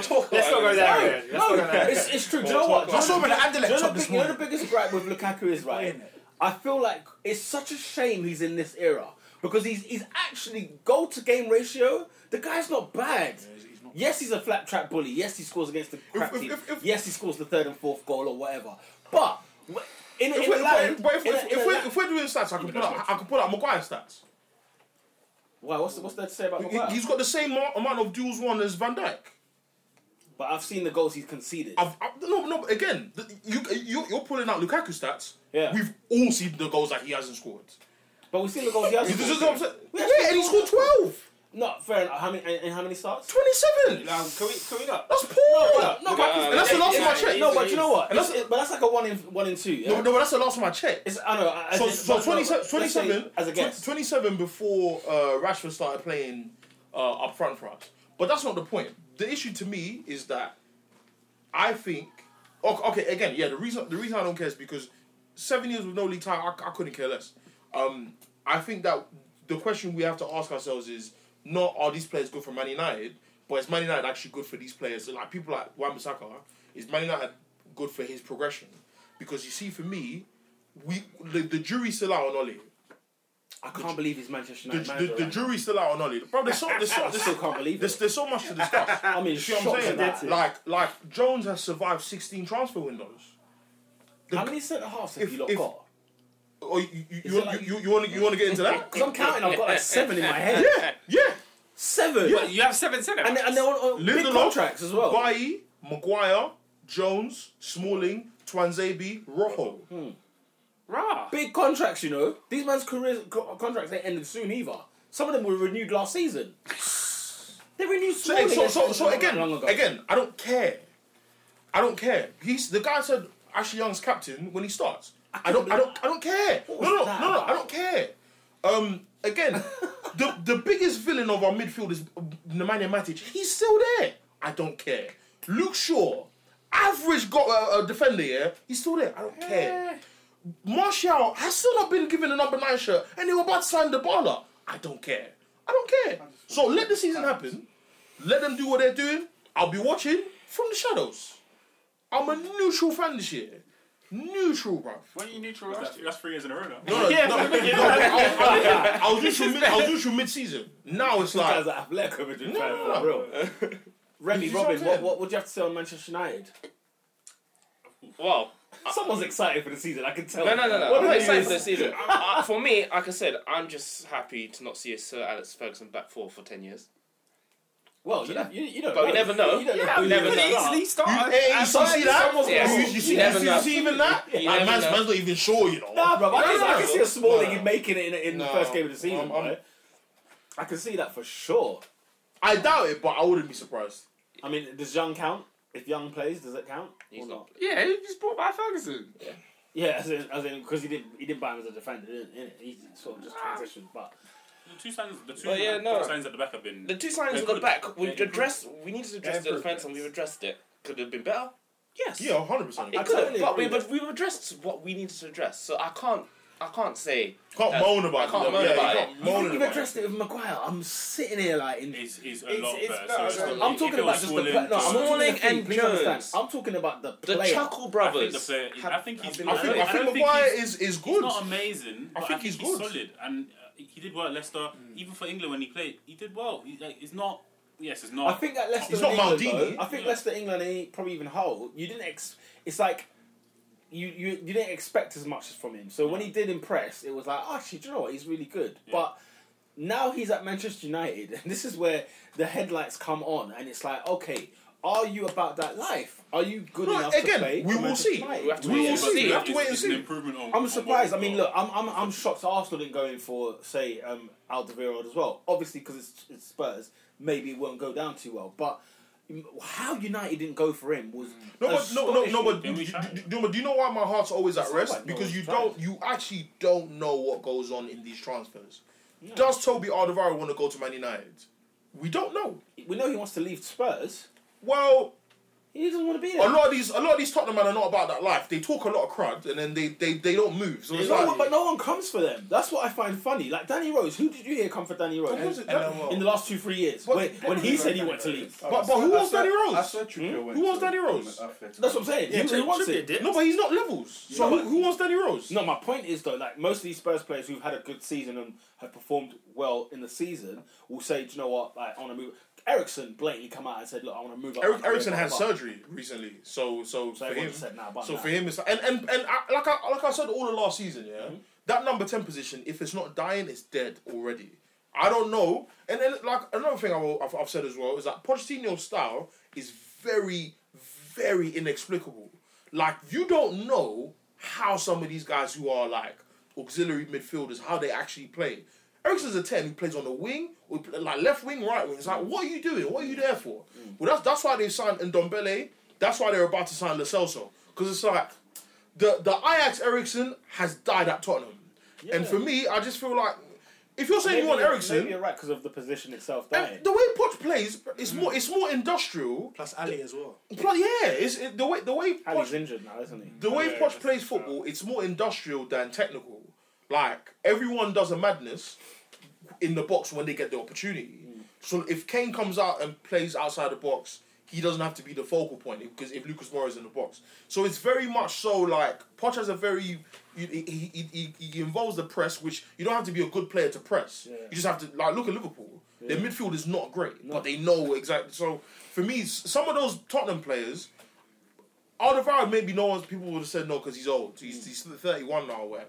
Speaker 4: talk
Speaker 5: Let's not
Speaker 4: about
Speaker 5: go
Speaker 4: it.
Speaker 5: there. Let's
Speaker 1: No,
Speaker 5: not
Speaker 1: no,
Speaker 5: go there.
Speaker 1: it's, it's true. Do you know what?
Speaker 7: I saw him at the
Speaker 1: Do
Speaker 7: Anderlecht
Speaker 1: you know,
Speaker 7: shop
Speaker 1: the,
Speaker 7: this
Speaker 1: big- you know the
Speaker 7: morning.
Speaker 1: biggest gripe with Lukaku is right. I feel like it's such a shame he's in this era because he's he's actually goal to game ratio. The guy's not bad. Yes, he's a flat trap bully. Yes, he scores against the crap
Speaker 6: if-
Speaker 1: team.
Speaker 6: if- if-
Speaker 1: yes, he scores the third and fourth goal or whatever. But w- in a-
Speaker 6: If
Speaker 1: in a
Speaker 6: we're,
Speaker 1: line-
Speaker 6: but if,
Speaker 1: in a-
Speaker 6: if,
Speaker 1: in
Speaker 6: if,
Speaker 1: a
Speaker 6: we're,
Speaker 1: line-
Speaker 6: if we're doing stats, I can, pull out, I can pull out Maguire stats.
Speaker 1: why? What's what's there to say about
Speaker 6: He,
Speaker 1: Maguire?
Speaker 6: has got the same mar- amount of duels won as Van Dijk.
Speaker 1: But I've seen the goals he's conceded.
Speaker 6: I've, I, no, no. Again, the, you, you you're pulling out Lukaku stats.
Speaker 1: Yeah.
Speaker 6: we've all seen the goals that he hasn't scored.
Speaker 1: but we've seen the goals he has.
Speaker 6: This is what I'm
Speaker 1: scored.
Speaker 6: saying. Yeah, and he scored 12,
Speaker 1: No, fair enough. How many? And, and how many starts?
Speaker 6: 27.
Speaker 5: Um, can we can we not?
Speaker 6: That's poor. No,
Speaker 1: No, but
Speaker 6: and that's the last time I checked.
Speaker 1: no, but you know what?
Speaker 6: And that's-
Speaker 1: It's- it- but that's like a one in one in two. Yeah?
Speaker 6: no, but that's the last time I checked.
Speaker 1: It's, I know. I- I
Speaker 6: So,
Speaker 1: think-
Speaker 6: so
Speaker 1: but-
Speaker 6: 27,
Speaker 1: but let's say
Speaker 6: 27
Speaker 1: as a guess.
Speaker 6: 27 before uh, Rashford started playing uh, up front for us. But that's not the point. The issue to me is that I think. Okay, okay, again, yeah. The reason the reason I don't care is because seven years with no league title, I, I couldn't care less. Um, I think that the question we have to ask ourselves is not are these players good for Man United, but is Man United actually good for these players? So, like people like Wan Bissaka, is Man United good for his progression? Because you see, for me, we the, the jury's still out on Oli.
Speaker 1: I can't believe he's Manchester
Speaker 6: The,
Speaker 1: United.
Speaker 6: the,
Speaker 1: manager
Speaker 6: the
Speaker 1: right
Speaker 6: jury's still out on Oli. Bro, there's so there's
Speaker 1: now.
Speaker 6: so
Speaker 1: I
Speaker 6: there's,
Speaker 1: still can't believe
Speaker 6: there's,
Speaker 1: it.
Speaker 6: there's so much to discuss.
Speaker 1: I mean,
Speaker 6: You see what I'm saying?
Speaker 1: Like,
Speaker 6: Like like Jones has survived 16 transfer windows.
Speaker 1: how many centre halves have
Speaker 6: if-
Speaker 1: you lot
Speaker 6: if-
Speaker 1: got?
Speaker 6: Oh, you you
Speaker 1: it like-
Speaker 6: you you want you want to get into that?
Speaker 1: Because I'm counting, I've got like seven in my head.
Speaker 6: yeah, yeah.
Speaker 1: Seven.
Speaker 6: Yeah.
Speaker 5: You have seven centre
Speaker 1: And,
Speaker 5: backs.
Speaker 1: they- and they're on, on big
Speaker 6: Lindelof,
Speaker 1: contracts as well.
Speaker 6: Bailly, Maguire, Jones, Smalling, Twanzebe, Rojo.
Speaker 1: Hmm.
Speaker 5: Rah.
Speaker 1: Big contracts, you know. These man's careers co- contracts ain't ended soon either. Some of them were renewed last season. They renewed
Speaker 6: So, hey,
Speaker 1: Smalling
Speaker 6: so, so, so
Speaker 1: not
Speaker 6: again,
Speaker 1: long ago.
Speaker 6: again, I don't care. I don't care. He's the guy said Ashley Young's captain when he starts. I don't, I don't, I don't care. No,
Speaker 1: was
Speaker 6: no, no,
Speaker 1: that
Speaker 6: no, I
Speaker 1: about?
Speaker 6: don't care. Um, again, the the biggest villain of our midfield is um, Nemanja Matic. He's still there. I don't care. Luke Shaw, average got uh, uh, defender. Yeah, he's still there. I don't
Speaker 1: Eh.
Speaker 6: care. Martial has still not been given a number nine shirt, and they were about to sign Dybala. I don't care. I don't care. So let the season happen. Let them do what they're doing. I'll be watching from the shadows. I'm a neutral fan this year. Neutral, bruv.
Speaker 5: When you neutral last year?
Speaker 9: That's three years in a row now.
Speaker 6: No, no, no, no, no, I, I, I was neutral mid, I was neutral mid-season. Now it's like,
Speaker 1: Guys at Atletico Madrid
Speaker 6: No,
Speaker 1: fan,
Speaker 6: no, no.
Speaker 1: for real. Remy,
Speaker 6: You see what I'm
Speaker 1: Robin, what,
Speaker 6: saying?
Speaker 1: what, what do you have to say on Manchester United?
Speaker 4: Well,
Speaker 1: Someone's excited for the season, I can tell.
Speaker 4: no, no, no, no.
Speaker 1: What
Speaker 4: I'm
Speaker 1: do
Speaker 4: not
Speaker 1: you
Speaker 4: excited
Speaker 1: use?
Speaker 4: for the season. I, I- for me, like I said, I'm just happy to not see a Sir Alex Ferguson back four for ten years.
Speaker 1: Well, you, you, you don't
Speaker 4: But
Speaker 1: know.
Speaker 4: we never know.
Speaker 1: You don't
Speaker 4: Yeah, we never
Speaker 5: You
Speaker 4: know.
Speaker 5: could easily start. a-
Speaker 6: Hey, you
Speaker 5: a-
Speaker 6: see that?
Speaker 1: someone's
Speaker 6: You-
Speaker 1: gonna-
Speaker 6: You see
Speaker 4: You
Speaker 6: that?
Speaker 4: never
Speaker 6: You
Speaker 4: know.
Speaker 6: see even that?
Speaker 4: You
Speaker 6: Like,
Speaker 4: never
Speaker 6: man's
Speaker 4: know.
Speaker 6: man's not even sure, you know.
Speaker 1: Nah, bro. I, can,
Speaker 6: No,
Speaker 1: I can
Speaker 6: no.
Speaker 1: see a Smalling
Speaker 6: No.
Speaker 1: making it in, in the
Speaker 6: No.
Speaker 1: first game of the season.
Speaker 6: I'm- I'm-
Speaker 1: right? I can see that for sure.
Speaker 6: I doubt it, but I wouldn't be surprised.
Speaker 1: I mean, does Young count? If Young plays, does it count?
Speaker 4: He's
Speaker 1: Or
Speaker 4: not.
Speaker 5: Yeah, he just brought by Ferguson.
Speaker 1: Yeah, as in, as in, because he didn't, he didn't buy him as a defender, didn't, didn't he? He sort of just transitioned, but
Speaker 9: The two signs, the two
Speaker 4: Well, yeah, no.
Speaker 9: signs at the back have been.
Speaker 4: The two signs
Speaker 9: They
Speaker 4: on the
Speaker 9: could-
Speaker 4: back, we
Speaker 9: they could-
Speaker 4: addressed. We needed to address
Speaker 5: They
Speaker 4: the defense,
Speaker 5: improved
Speaker 4: and we've addressed it. Could it have been better. Yes.
Speaker 6: Yeah, 100%.
Speaker 4: It
Speaker 1: I
Speaker 4: could have,
Speaker 1: totally
Speaker 4: but we
Speaker 1: agree.
Speaker 4: but we've addressed what we needed to address. So I can't I can't say
Speaker 6: Can't
Speaker 4: That's-
Speaker 6: moan about
Speaker 4: I can't
Speaker 6: it.
Speaker 4: moan
Speaker 6: yeah,
Speaker 4: about
Speaker 6: you
Speaker 4: it.
Speaker 6: can't
Speaker 1: You
Speaker 6: moan
Speaker 1: think we've
Speaker 6: about
Speaker 1: addressed it with Maguire? I'm sitting here like in.
Speaker 9: Is is a
Speaker 5: It's-
Speaker 9: lot
Speaker 5: it's
Speaker 9: better.
Speaker 5: not-
Speaker 9: so it's
Speaker 5: no,
Speaker 9: not-
Speaker 1: I'm
Speaker 9: if
Speaker 1: talking
Speaker 9: it
Speaker 1: about
Speaker 9: was
Speaker 1: just the
Speaker 9: Smalling,
Speaker 1: player. No, I'm not
Speaker 4: Smalling
Speaker 1: talking the thing,
Speaker 4: and
Speaker 1: please understand.
Speaker 4: Jones.
Speaker 1: I'm talking about the
Speaker 4: the
Speaker 1: player.
Speaker 4: Chuckle
Speaker 9: I think the
Speaker 4: brothers.
Speaker 9: player.
Speaker 4: have-
Speaker 9: I think he's.
Speaker 6: it. I think, I
Speaker 9: don't
Speaker 6: think
Speaker 9: he's-
Speaker 6: Maguire is, is
Speaker 9: He's
Speaker 6: good.
Speaker 9: not amazing. But I think he's,
Speaker 6: good.
Speaker 9: solid, and uh, he did well at Leicester. Even for England when he played, he did well. He, like, it's not. Yes, it's not.
Speaker 1: I think that Leicester
Speaker 6: He's not
Speaker 1: and
Speaker 6: Maldini.
Speaker 1: England, though, I think
Speaker 9: Yeah.
Speaker 1: Leicester England and probably even Hull. You didn't ex. It's like you, you you didn't expect as much from him. So when he did impress, it was like, oh, actually, do you know what? He's really good. But now he's at Manchester United, and this is where the headlights come on, and it's like, okay, are you about that life? Are you good
Speaker 6: No,
Speaker 1: enough
Speaker 6: again,
Speaker 1: to play?
Speaker 6: we
Speaker 1: for
Speaker 6: will
Speaker 1: Manchester
Speaker 6: see.
Speaker 1: United?
Speaker 4: We have to
Speaker 6: We
Speaker 4: wait
Speaker 6: will
Speaker 4: and
Speaker 6: see.
Speaker 9: But it's-
Speaker 6: We
Speaker 4: see.
Speaker 6: have to wait and
Speaker 9: it's an
Speaker 6: see.
Speaker 9: improvement on- on
Speaker 1: I'm
Speaker 9: what
Speaker 1: surprised. I
Speaker 9: we've
Speaker 1: mean,
Speaker 9: got.
Speaker 1: look, I'm I'm, I'm shocked that Arsenal didn't go in for say um, Alderweireld as well. Obviously, because it's, it's Spurs, maybe it won't go down too well. But mm, how United didn't go for him was
Speaker 6: Mm. No, but no, no, no, but do,
Speaker 9: Can we
Speaker 6: do,
Speaker 9: try?
Speaker 6: do- do- do you know why my heart's always at
Speaker 1: It's
Speaker 6: rest?
Speaker 1: like no
Speaker 6: because
Speaker 1: one
Speaker 6: you
Speaker 1: tries.
Speaker 6: don't, you actually don't know what goes on in these transfers. Does Toby Alderweireld want to go to Man United? We don't know.
Speaker 1: we know he wants to leave Spurs.
Speaker 6: Well,
Speaker 1: He doesn't want to be
Speaker 6: a
Speaker 1: there.
Speaker 6: lot of these, a lot of these Tottenham men are not about that life. They talk a lot of crud and then they, they, they don't move. So it's
Speaker 1: No
Speaker 6: like,
Speaker 1: one- but no one comes for them. That's what I find funny. Like Danny Rose, who did you hear come for Danny Rose
Speaker 6: Who was it?
Speaker 1: in the last two three years when, when he said he wanted to leave?
Speaker 6: But- but who was Danny Rose?
Speaker 8: I said Trippier went
Speaker 6: Who was
Speaker 8: to-
Speaker 6: Danny Rose?
Speaker 8: Athletic.
Speaker 1: That's what I'm saying. he, he wants it.
Speaker 6: no, but he's not levels. So
Speaker 1: Yeah.
Speaker 6: who, who wants Danny Rose?
Speaker 1: No, my point is though, like most of these Spurs players who've had a good season and have performed well in the season will say, "Do you know what? Like, I want to move." Ericsson blatantly come out and said, "Look, I want to move up."
Speaker 6: Eric,
Speaker 1: my
Speaker 6: Ericsson
Speaker 1: career,
Speaker 6: had
Speaker 1: blah, blah, blah."
Speaker 6: surgery recently, so so,
Speaker 1: So
Speaker 6: for
Speaker 1: everyone
Speaker 6: him,
Speaker 1: said, "Nah, but
Speaker 6: so
Speaker 1: nah."
Speaker 6: for him, it's and and and I, like I like I said all the last season, yeah,
Speaker 1: Mm-hmm.
Speaker 6: that number ten position, if it's not dying, it's dead already. I don't know, and then like another thing I will, I've, I've said as well is that Pochettino's style is very, very inexplicable. Like you don't know how some of these guys who are like auxiliary midfielders how they actually play. Ericsson's a ten who plays on the wing, or pl- like left wing, right wing. It's like, what are you doing? What are you there for? Well, that's that's why they signed Ndombele. That's why they're about to sign Lo Celso because it's like the the Ajax Ericsson has died at Tottenham, and for me, I just feel like if you're saying
Speaker 1: Maybe
Speaker 6: you want
Speaker 1: you're-
Speaker 6: Ericsson,
Speaker 1: Maybe you're right because of the position itself.
Speaker 6: and
Speaker 1: Dying.
Speaker 6: the way Poch plays, it's more it's more industrial.
Speaker 7: Plus Ali as well.
Speaker 6: Plus, yeah, it's it, the way the way
Speaker 1: Ali's
Speaker 6: Poch,
Speaker 1: injured now, isn't he?
Speaker 6: the way Poch plays football. It's more industrial than technical. Like everyone does a madness in the box when they get the opportunity. So if Kane comes out and plays outside the box, he doesn't have to be the focal point because if Lucas Moura is in the box, so it's very much so like Poch has a very he, he, he, he- he involves the press, which you don't have to be a good player to press.
Speaker 1: Yeah.
Speaker 6: You just have to like look at Liverpool. Their midfield is not great, but they know exactly. So for me, s- some of those Tottenham players, Alderweireld maybe no one's people would have said no because he's old. He's,
Speaker 1: Mm.
Speaker 6: he's thirty one now or whatever.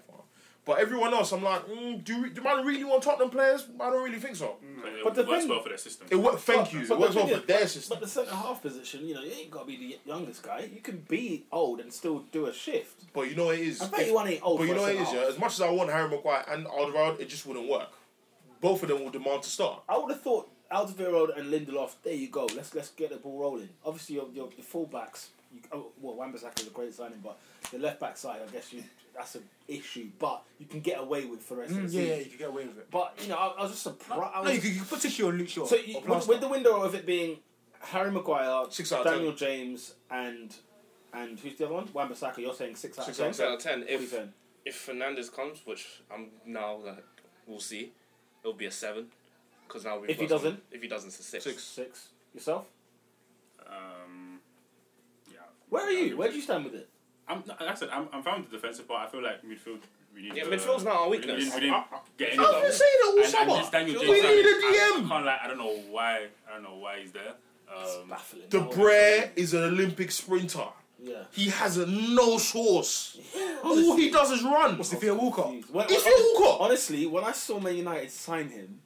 Speaker 6: But everyone else, I'm like, mm, do, you- do man really want Tottenham players? I don't really think so.
Speaker 9: But it
Speaker 1: But the
Speaker 9: works
Speaker 1: thing-
Speaker 9: well for their system.
Speaker 6: It worked. Thank you.
Speaker 1: Mm. But
Speaker 6: it
Speaker 1: the
Speaker 6: works well
Speaker 1: thing
Speaker 6: for
Speaker 1: is-
Speaker 6: their
Speaker 1: but-
Speaker 6: system.
Speaker 1: But the centre half position, you know, you ain't got to be the youngest guy. You can be old and still do a shift.
Speaker 6: But you know what it is.
Speaker 1: I bet you one ain't old.
Speaker 6: But you
Speaker 1: for a
Speaker 6: know what it is.
Speaker 1: centre-half.
Speaker 6: Yeah. As much as I want Harry Maguire and Alderweireld, it just wouldn't work. Both of them will demand to start.
Speaker 1: I would have thought Alderweireld and Lindelof. There you go. Let's let's get the ball rolling. Obviously, your your the fullbacks. You, oh, well, Wan-Bissaka is a great signing, but the left back side, I guess you that's an issue. But you can get away with for the rest of the
Speaker 7: Hmm, yeah, Mm, yeah,
Speaker 1: season.
Speaker 7: you could get away with it.
Speaker 1: But you know, I, I was just surprised. I
Speaker 7: No,
Speaker 1: was,
Speaker 7: you could, you could put Tissue on Luke Shaw.
Speaker 1: so you,
Speaker 7: or
Speaker 1: with,
Speaker 7: Plaster.
Speaker 1: with the window of it being Harry Maguire,
Speaker 6: Six out of
Speaker 1: Daniel James, and and who's the other one? Wan-Bissaka. You're saying six out
Speaker 6: Six
Speaker 1: of ten.
Speaker 6: out of
Speaker 4: Ten out of ten.
Speaker 1: What are you
Speaker 4: If
Speaker 1: saying?
Speaker 4: if Fernandez comes, which I'm now like, we'll see, it'll be a seven. Because now we've
Speaker 1: If he
Speaker 4: got some-
Speaker 1: doesn't?
Speaker 4: if he doesn't, it's a six.
Speaker 1: Six. Yourself?
Speaker 9: Um, yeah.
Speaker 1: Where are you? Where do you stand with it?
Speaker 9: I'm, no, like I said, I'm, I'm fine with the defensive part. I feel like midfield. We need
Speaker 4: Yeah,
Speaker 9: to,
Speaker 4: midfield's not our
Speaker 9: we didn't-
Speaker 4: weakness.
Speaker 9: We didn't, we
Speaker 6: I've
Speaker 9: didn't get
Speaker 6: been
Speaker 9: any.
Speaker 6: saying it all
Speaker 9: And- and this
Speaker 6: summer.
Speaker 9: Daniel
Speaker 6: We
Speaker 9: James signing,
Speaker 6: need a
Speaker 9: I- I
Speaker 6: DM.
Speaker 9: can't lie, I don't know why. I don't know why he's there. Um,
Speaker 1: Baffling.
Speaker 6: De
Speaker 1: That was-
Speaker 6: Bruyne is an Olympic sprinter.
Speaker 1: Yeah.
Speaker 6: He has a no source. all he does is run.
Speaker 7: Sophia Walcott.
Speaker 1: Jeez. When-
Speaker 6: If
Speaker 1: when-
Speaker 6: you all got-
Speaker 1: honestly, when I saw Man United sign him,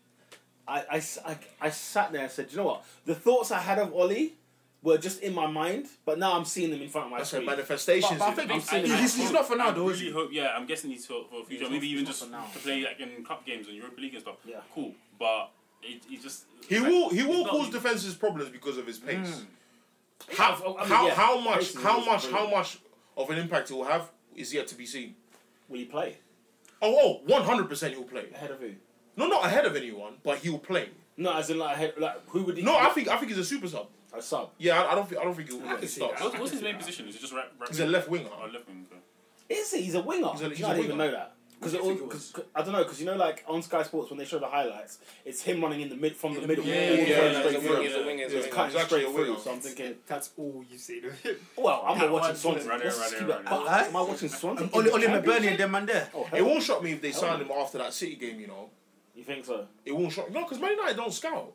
Speaker 1: I, I s- I- I sat there and said, you know what? The thoughts I had of Ollie were just in my mind, but now I'm seeing them in front of my
Speaker 6: That's a
Speaker 1: screen.
Speaker 6: manifestation.
Speaker 7: But I think
Speaker 9: I'm
Speaker 1: I've seen
Speaker 9: saying
Speaker 1: him.
Speaker 9: I
Speaker 7: he's, he's not for now, though, is he?
Speaker 9: really hope. Yeah, I'm guessing he's for, for future.
Speaker 1: he's
Speaker 9: Maybe
Speaker 1: not-
Speaker 9: even
Speaker 1: not
Speaker 9: just
Speaker 1: for now.
Speaker 9: to play like in cup games and Europa League and stuff.
Speaker 1: Yeah.
Speaker 9: cool. But it, it just
Speaker 6: He
Speaker 9: like,
Speaker 6: will he will
Speaker 9: it's not-
Speaker 6: cause defenses problems because of his pace.
Speaker 7: Hmm.
Speaker 1: Yeah,
Speaker 6: How,
Speaker 1: I mean,
Speaker 6: how,
Speaker 1: yeah.
Speaker 6: how much
Speaker 1: Pace is
Speaker 6: how
Speaker 1: always
Speaker 6: much how
Speaker 1: brilliant.
Speaker 6: much of an impact he will have is yet to be seen.
Speaker 1: Will you play
Speaker 6: Oh, oh, one hundred percent he'll play.
Speaker 1: ahead of who?
Speaker 6: No, not ahead of anyone, but he'll play.
Speaker 1: No, as in like, ahead, like who would he?
Speaker 6: No, I think I think he's a super sub.
Speaker 1: a sub.
Speaker 6: Yeah, I, I don't think I don't think he'll, he'll start.
Speaker 9: What's, what's his main position? Is it just right? right
Speaker 6: He's a left winger.
Speaker 9: Oh, left wing. okay.
Speaker 1: Is he? He's a winger.
Speaker 6: He's a- he's
Speaker 1: you know,
Speaker 6: a
Speaker 1: I didn't even
Speaker 6: winger.
Speaker 1: know that. Because
Speaker 7: do you think it was?
Speaker 1: I don't know. Because you know, like on Sky Sports when they show the highlights, it's him running in the mid from the middle.
Speaker 3: Yeah,
Speaker 1: all the
Speaker 3: yeah,
Speaker 1: way
Speaker 3: yeah,
Speaker 1: straight
Speaker 3: yeah, yeah,
Speaker 1: through.
Speaker 3: yeah,
Speaker 1: It's
Speaker 3: yeah.
Speaker 1: cutting
Speaker 6: He's actually
Speaker 1: straight
Speaker 6: a
Speaker 1: through.
Speaker 6: winger.
Speaker 1: So I'm thinking,
Speaker 3: That's all you've seen of him.
Speaker 1: well, I'm not
Speaker 3: That
Speaker 1: watching
Speaker 3: one's
Speaker 1: Swansea.
Speaker 9: right there,
Speaker 1: Let's
Speaker 9: right
Speaker 1: keep
Speaker 9: there,
Speaker 1: that-
Speaker 9: right
Speaker 1: but Am I watching Swansea?
Speaker 7: And Oli,
Speaker 1: in the
Speaker 7: Oli McBurney
Speaker 1: Championship?
Speaker 7: and them man there.
Speaker 1: Oh,
Speaker 6: It
Speaker 1: hell.
Speaker 6: won't shock me if they sign him after that City game. You know,
Speaker 1: You think so?
Speaker 6: it won't shock. No, because Man United don't scout.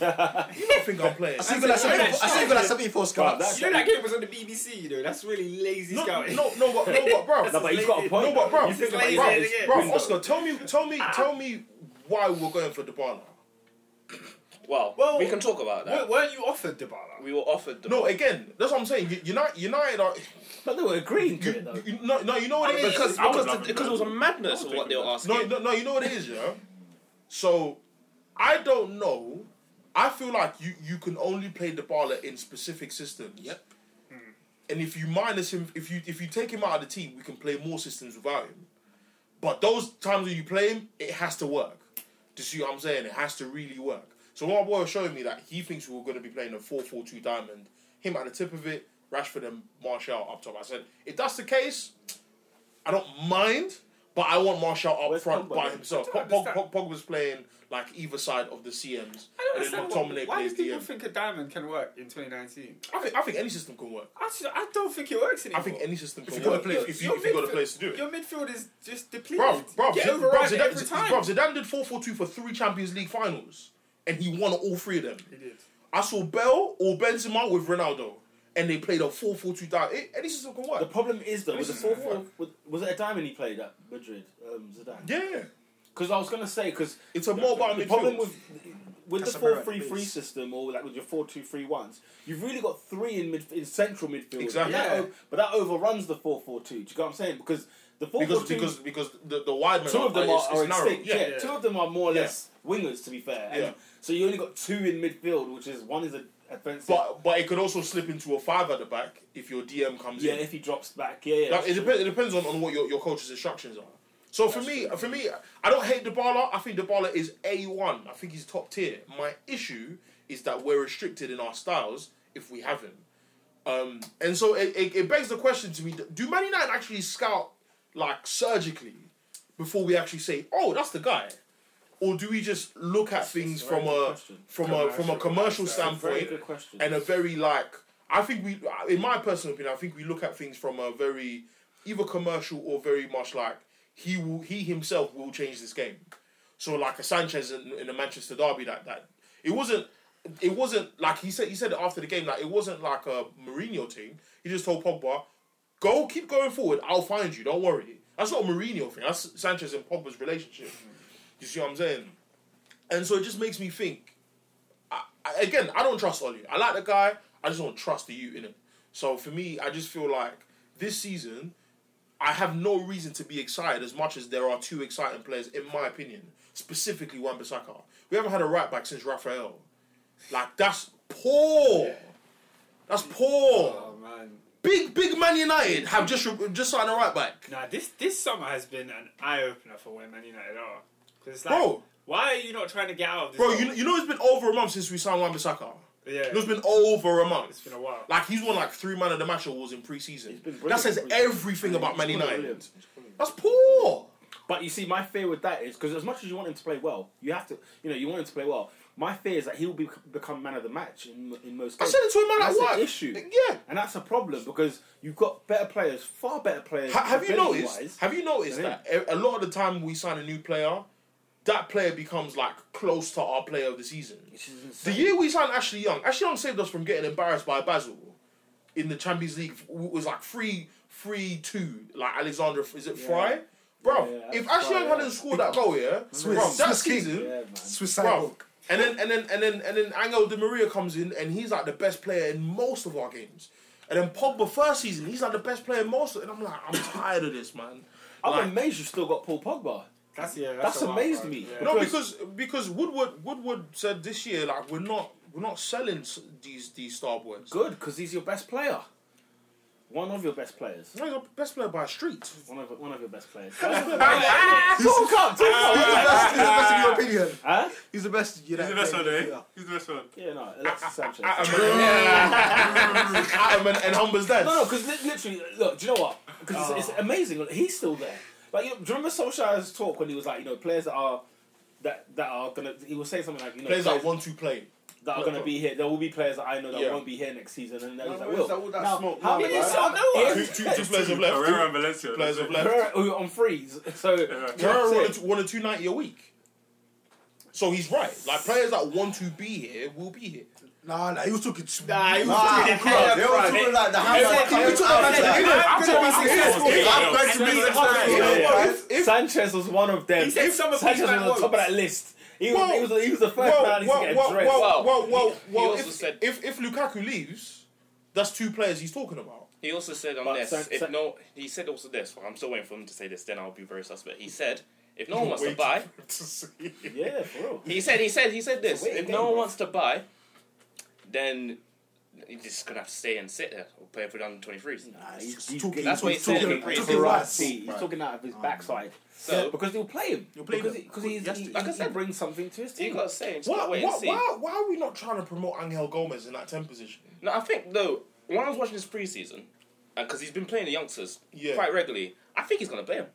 Speaker 6: you don't think I'm playing?
Speaker 7: I see you got like 74 I see you got like 74
Speaker 1: Bruv,
Speaker 7: scouts.
Speaker 1: that-
Speaker 3: You know that game was on the BBC, you know. That's really lazy
Speaker 6: No,
Speaker 3: scouting.
Speaker 6: no, no, but no, but bro,
Speaker 1: No, but he's got a point.
Speaker 6: No, but bro,
Speaker 1: You think about
Speaker 3: lazy,
Speaker 1: it,
Speaker 6: bro,
Speaker 1: it's
Speaker 3: yeah.
Speaker 6: bro,
Speaker 1: window.
Speaker 6: Oscar, tell me, tell me, tell me why we're going for Dybala.
Speaker 4: Well,
Speaker 3: Well,
Speaker 4: we can talk about that.
Speaker 3: W- weren't you offered Dybala?
Speaker 4: we were offered the
Speaker 6: No, again, that's what I'm saying. U- United, United are.
Speaker 1: But they were agreeing to it
Speaker 6: You,
Speaker 1: though.
Speaker 6: you, no, no, you know what
Speaker 4: I
Speaker 6: it
Speaker 4: mean,
Speaker 6: is.
Speaker 4: because
Speaker 9: I would
Speaker 4: because, the-
Speaker 9: love him,
Speaker 4: because it was a
Speaker 9: man.
Speaker 4: madness
Speaker 9: I
Speaker 4: of
Speaker 9: would
Speaker 4: what they
Speaker 9: take
Speaker 4: were
Speaker 9: him.
Speaker 4: asking.
Speaker 6: No, no, no, you know what it is, yeah. So, I don't know. I feel like you you can only play Dybala in specific systems. Yep. And if you minus him, if you if you take him out of the team, we can play more systems without him. But those times when you play him, it has to work. Do you see what I'm saying? It has to really work. So my boy was showing me that he thinks we were going to be playing a 4-4-2 diamond. Him at the tip of it, Rashford and Martial up top. I said, if that's the case, I don't mind, but I want Martial up
Speaker 1: Where's
Speaker 6: front
Speaker 1: Pogba
Speaker 6: by
Speaker 1: then?
Speaker 6: himself.
Speaker 3: I don't
Speaker 6: Pog- Pog-
Speaker 3: understand.
Speaker 6: Pogba's playing like either side of the CMs,
Speaker 3: I
Speaker 6: and
Speaker 3: don't
Speaker 6: then
Speaker 3: understand
Speaker 6: McTominay
Speaker 3: why, why
Speaker 6: plays
Speaker 3: do people
Speaker 6: DM.
Speaker 3: think a diamond can work in 2019?
Speaker 6: I think I think any system can work.
Speaker 3: I, just, I don't think it works anymore.
Speaker 6: I think any system can
Speaker 3: you
Speaker 6: work
Speaker 3: got a place-
Speaker 6: if you
Speaker 3: your
Speaker 6: if you got a
Speaker 3: midfield-
Speaker 6: place to do it.
Speaker 3: Your midfield is just depleted.
Speaker 6: Bro, bro,
Speaker 3: Get
Speaker 6: Zid-
Speaker 3: over
Speaker 6: bro,
Speaker 3: it
Speaker 6: Zidane,
Speaker 3: every
Speaker 6: Zid-
Speaker 3: time.
Speaker 6: bro, Zidane did 4 4 2 for three Champions League finals, and he won all three of them.
Speaker 3: He did.
Speaker 6: I saw Bell or Benzema with Ronaldo, and they played a 4 4 2 down. It, any system can
Speaker 1: The
Speaker 6: work.
Speaker 1: problem is though, with the four four, was it a diamond he played at Madrid? Um, Zidane.
Speaker 6: Yeah,
Speaker 1: Because I was gonna say, because
Speaker 6: it's a mobile
Speaker 1: the
Speaker 6: midfield.
Speaker 1: problem with with
Speaker 7: That's
Speaker 1: the
Speaker 7: a
Speaker 1: four
Speaker 7: mirror,
Speaker 1: three three
Speaker 7: please.
Speaker 1: system or like with your four two three ones, you've really got three in mid in central midfield. But
Speaker 6: Exactly.
Speaker 1: that,
Speaker 3: Yeah.
Speaker 1: o- but that overruns the four four two. Do you get what I'm saying? Because the four
Speaker 6: because
Speaker 1: four two,
Speaker 6: because because the, the wide men
Speaker 1: two of them are,
Speaker 6: it's-
Speaker 1: are
Speaker 6: it's narrow.
Speaker 1: extinct. Yeah,
Speaker 3: yeah.
Speaker 1: two of them are more or
Speaker 6: Yeah.
Speaker 1: less wingers. To be fair, and
Speaker 6: Yeah.
Speaker 1: so you only got two in midfield, which is one is a offensive.
Speaker 6: But but it could also slip into a five at the back if your DM comes
Speaker 1: yeah,
Speaker 6: in.
Speaker 1: if he drops back, yeah, yeah.
Speaker 6: Like, it,
Speaker 1: that's
Speaker 6: depends, it depends on, on what your, your coach's instructions are. So for me, for me, I don't hate Dybala. I think Dybala is a one. I think he's top tier. My issue is that we're restricted in our styles if we have him, um, and so it, it, it begs the question to me: Do Man United actually scout like surgically before we actually say, "Oh, that's the guy," or do we just look at things
Speaker 1: a very
Speaker 6: from
Speaker 1: good
Speaker 6: a
Speaker 1: question.
Speaker 6: from a from a commercial
Speaker 1: a very
Speaker 6: standpoint
Speaker 1: good question.
Speaker 6: and a very like I think we, in my personal opinion, I think we look at things from a very either commercial or very much like he will he himself will change this game. So like a Sanchez in, in the Manchester derby, that that it wasn't it wasn't like he said he said it after the game like it wasn't like a Mourinho thing. He just told Pogba, go keep going forward. I'll find you. Don't worry. That's not a Mourinho thing. That's Sanchez and Pogba's relationship. You see what I'm saying? And so it just makes me think. I, I, again, I don't trust Oli. I like the guy. I just don't trust the you in it. So for me, I just feel like this season, I have no reason to be excited as much as there are two exciting players, in my opinion. Specifically, Wan Bissaka. We haven't had a right back since Raphael. Like that's poor. That's poor.
Speaker 3: Oh, man.
Speaker 6: Big big Man United have just just signed a right back.
Speaker 3: Nah, this, this summer has been an eye opener for where Man United are. 'Cause it's like,
Speaker 6: Bro,
Speaker 3: why are you not trying to get out of this?
Speaker 6: bro, you,
Speaker 3: hole?
Speaker 6: know- you know it's been over a month since we signed Wan Bissaka.
Speaker 3: yeah,
Speaker 6: You know it's been over a month.
Speaker 3: it's been a while.
Speaker 6: Like he's won like three man of the match awards in pre-season.
Speaker 1: been
Speaker 6: That
Speaker 1: brilliant.
Speaker 6: says everything about Man
Speaker 1: brilliant,
Speaker 6: United.
Speaker 1: brilliant.
Speaker 6: That's poor.
Speaker 1: But you see, my fear with that is because as much as you want him to play well, you have to, you know, you want him to play well. My fear is that he'll be, become man of the match in in most
Speaker 6: I
Speaker 1: cases.
Speaker 6: said it to him man at
Speaker 1: that's
Speaker 6: work.
Speaker 1: an issue,
Speaker 6: Yeah.
Speaker 1: and that's a problem because you've got better players, far better players.
Speaker 6: Ha- have you noticed?
Speaker 1: ability-wise.
Speaker 6: Have you noticed
Speaker 1: Yeah.
Speaker 6: that e, a- a lot of the time we sign a new player, that player becomes like close to our player of the season.
Speaker 1: Which is
Speaker 6: The
Speaker 1: insane.
Speaker 6: year we signed Ashley Young, Ashley Young saved us from getting embarrassed by Basel in the Champions League. It was like three, three, two. Like Alexandra, is it Fry? Bro,
Speaker 1: Yeah,
Speaker 6: if Ashley Young hadn't scored that goal, yeah,
Speaker 7: Swiss-
Speaker 6: bro, that
Speaker 7: Swiss king.
Speaker 6: season,
Speaker 1: Yeah, man.
Speaker 7: Suicide
Speaker 6: bro.
Speaker 7: book.
Speaker 6: And then and then and then and then Angel Di Maria comes in and he's like the best player in most of our games. And then Pogba first season, he's like the best player in most. Of, and I'm like, I'm tired of this, man.
Speaker 1: I'm
Speaker 6: Like-
Speaker 1: amazed you still got Paul Pogba.
Speaker 5: That's yeah. That's,
Speaker 1: That's
Speaker 5: a wild
Speaker 1: amazed
Speaker 5: card,
Speaker 1: me.
Speaker 5: yeah.
Speaker 6: No, because because Woodward Woodward said this year like we're not we're not selling s- these these star boys.
Speaker 1: Good, because he's your best player. One of your best players.
Speaker 6: No, you're best player by a street.
Speaker 1: One of one of your best players. Talk up, talk
Speaker 7: He's the
Speaker 1: up.
Speaker 7: best, he's the best in your opinion.
Speaker 1: Huh?
Speaker 7: He's the best. He's
Speaker 9: He's the best one, eh? He's the best one.
Speaker 1: Yeah, no, Alexis Sanchez.
Speaker 6: Adam and Humber's dad.
Speaker 1: No, no, because li- literally, look, do you know what? Because it's, it's amazing. Look, he's still there. Like, you, do you remember Solskjaer's talk when he was like, you know, players that are that that are gonna. He was saying something like, you know,
Speaker 6: Players that want to play.
Speaker 1: that are gonna be here. There will be players that I know that
Speaker 6: Yeah.
Speaker 1: won't be here next season, and then
Speaker 8: No,
Speaker 1: he's like,
Speaker 8: where's
Speaker 1: will.
Speaker 8: that- all that
Speaker 1: now,
Speaker 8: smoke now,
Speaker 1: how many
Speaker 8: man?
Speaker 1: so
Speaker 6: Two,
Speaker 1: no
Speaker 6: two, two players have left.
Speaker 9: Herrera
Speaker 6: Two
Speaker 9: and Valencia.
Speaker 6: players have left.
Speaker 1: who on freeze? So you know what I'm
Speaker 6: Herrera
Speaker 1: saying?
Speaker 6: wanted, wanted two ninety a week. So he's right. Like players that want to be here will be here.
Speaker 7: Nah, nah, he was talking to
Speaker 8: Nah, he
Speaker 7: Nah,
Speaker 8: was talking crap. They were talking like the
Speaker 7: you talk about that.
Speaker 8: hammer.
Speaker 6: I'm
Speaker 8: I'm going to be successful.
Speaker 1: Yeah, yeah.
Speaker 8: right?
Speaker 1: Sanchez was one of them.
Speaker 5: He said
Speaker 1: If
Speaker 5: some of
Speaker 1: Sanchez
Speaker 5: these
Speaker 1: was
Speaker 5: man
Speaker 1: on top of that list. He was,
Speaker 6: Whoa.
Speaker 1: he was, he was the first
Speaker 6: Well,
Speaker 1: man to
Speaker 6: well,
Speaker 1: get
Speaker 6: well,
Speaker 1: dressed.
Speaker 6: well, well, well,
Speaker 4: He
Speaker 6: well,
Speaker 4: also
Speaker 6: if-
Speaker 4: said-
Speaker 6: if if Lukaku leaves, that's two players he's talking about.
Speaker 4: He also said on
Speaker 1: But
Speaker 4: this,
Speaker 1: San-
Speaker 4: if
Speaker 1: San-
Speaker 4: no, he said also this. Well, I'm still waiting for him to say this. Then I'll be very suspect. He said, if no one wants to buy,
Speaker 1: yeah, for real.
Speaker 4: he said, he said, he said this.
Speaker 1: It's a waiting
Speaker 4: If no
Speaker 1: game,
Speaker 4: one
Speaker 1: bro.
Speaker 4: wants to buy, then you're just gonna have to stay and sit there or play for the under 23s.
Speaker 1: Nah, he's,
Speaker 7: He's
Speaker 1: he's
Speaker 7: talking-
Speaker 4: That's what he
Speaker 1: he's
Speaker 4: said.
Speaker 1: talking,
Speaker 4: in
Speaker 7: he's
Speaker 4: Greece.
Speaker 7: talking rights.
Speaker 1: he's talking out of his backside.
Speaker 4: So
Speaker 1: Yeah, because they'll play him.
Speaker 7: You'll play
Speaker 1: because
Speaker 7: him.
Speaker 1: he, cause he's,
Speaker 7: Yes,
Speaker 1: he,
Speaker 7: dude.
Speaker 1: like I said, brings something to his
Speaker 4: you
Speaker 1: team.
Speaker 4: got to say, just
Speaker 6: Why,
Speaker 4: gotta wait and
Speaker 6: why,
Speaker 4: see.
Speaker 6: why, why are we not trying to promote Angel Gomez in that 10 position?
Speaker 4: No, I think though when I was watching this preseason, because he's been playing the youngsters
Speaker 6: Yeah.
Speaker 4: quite regularly, I think he's gonna play him.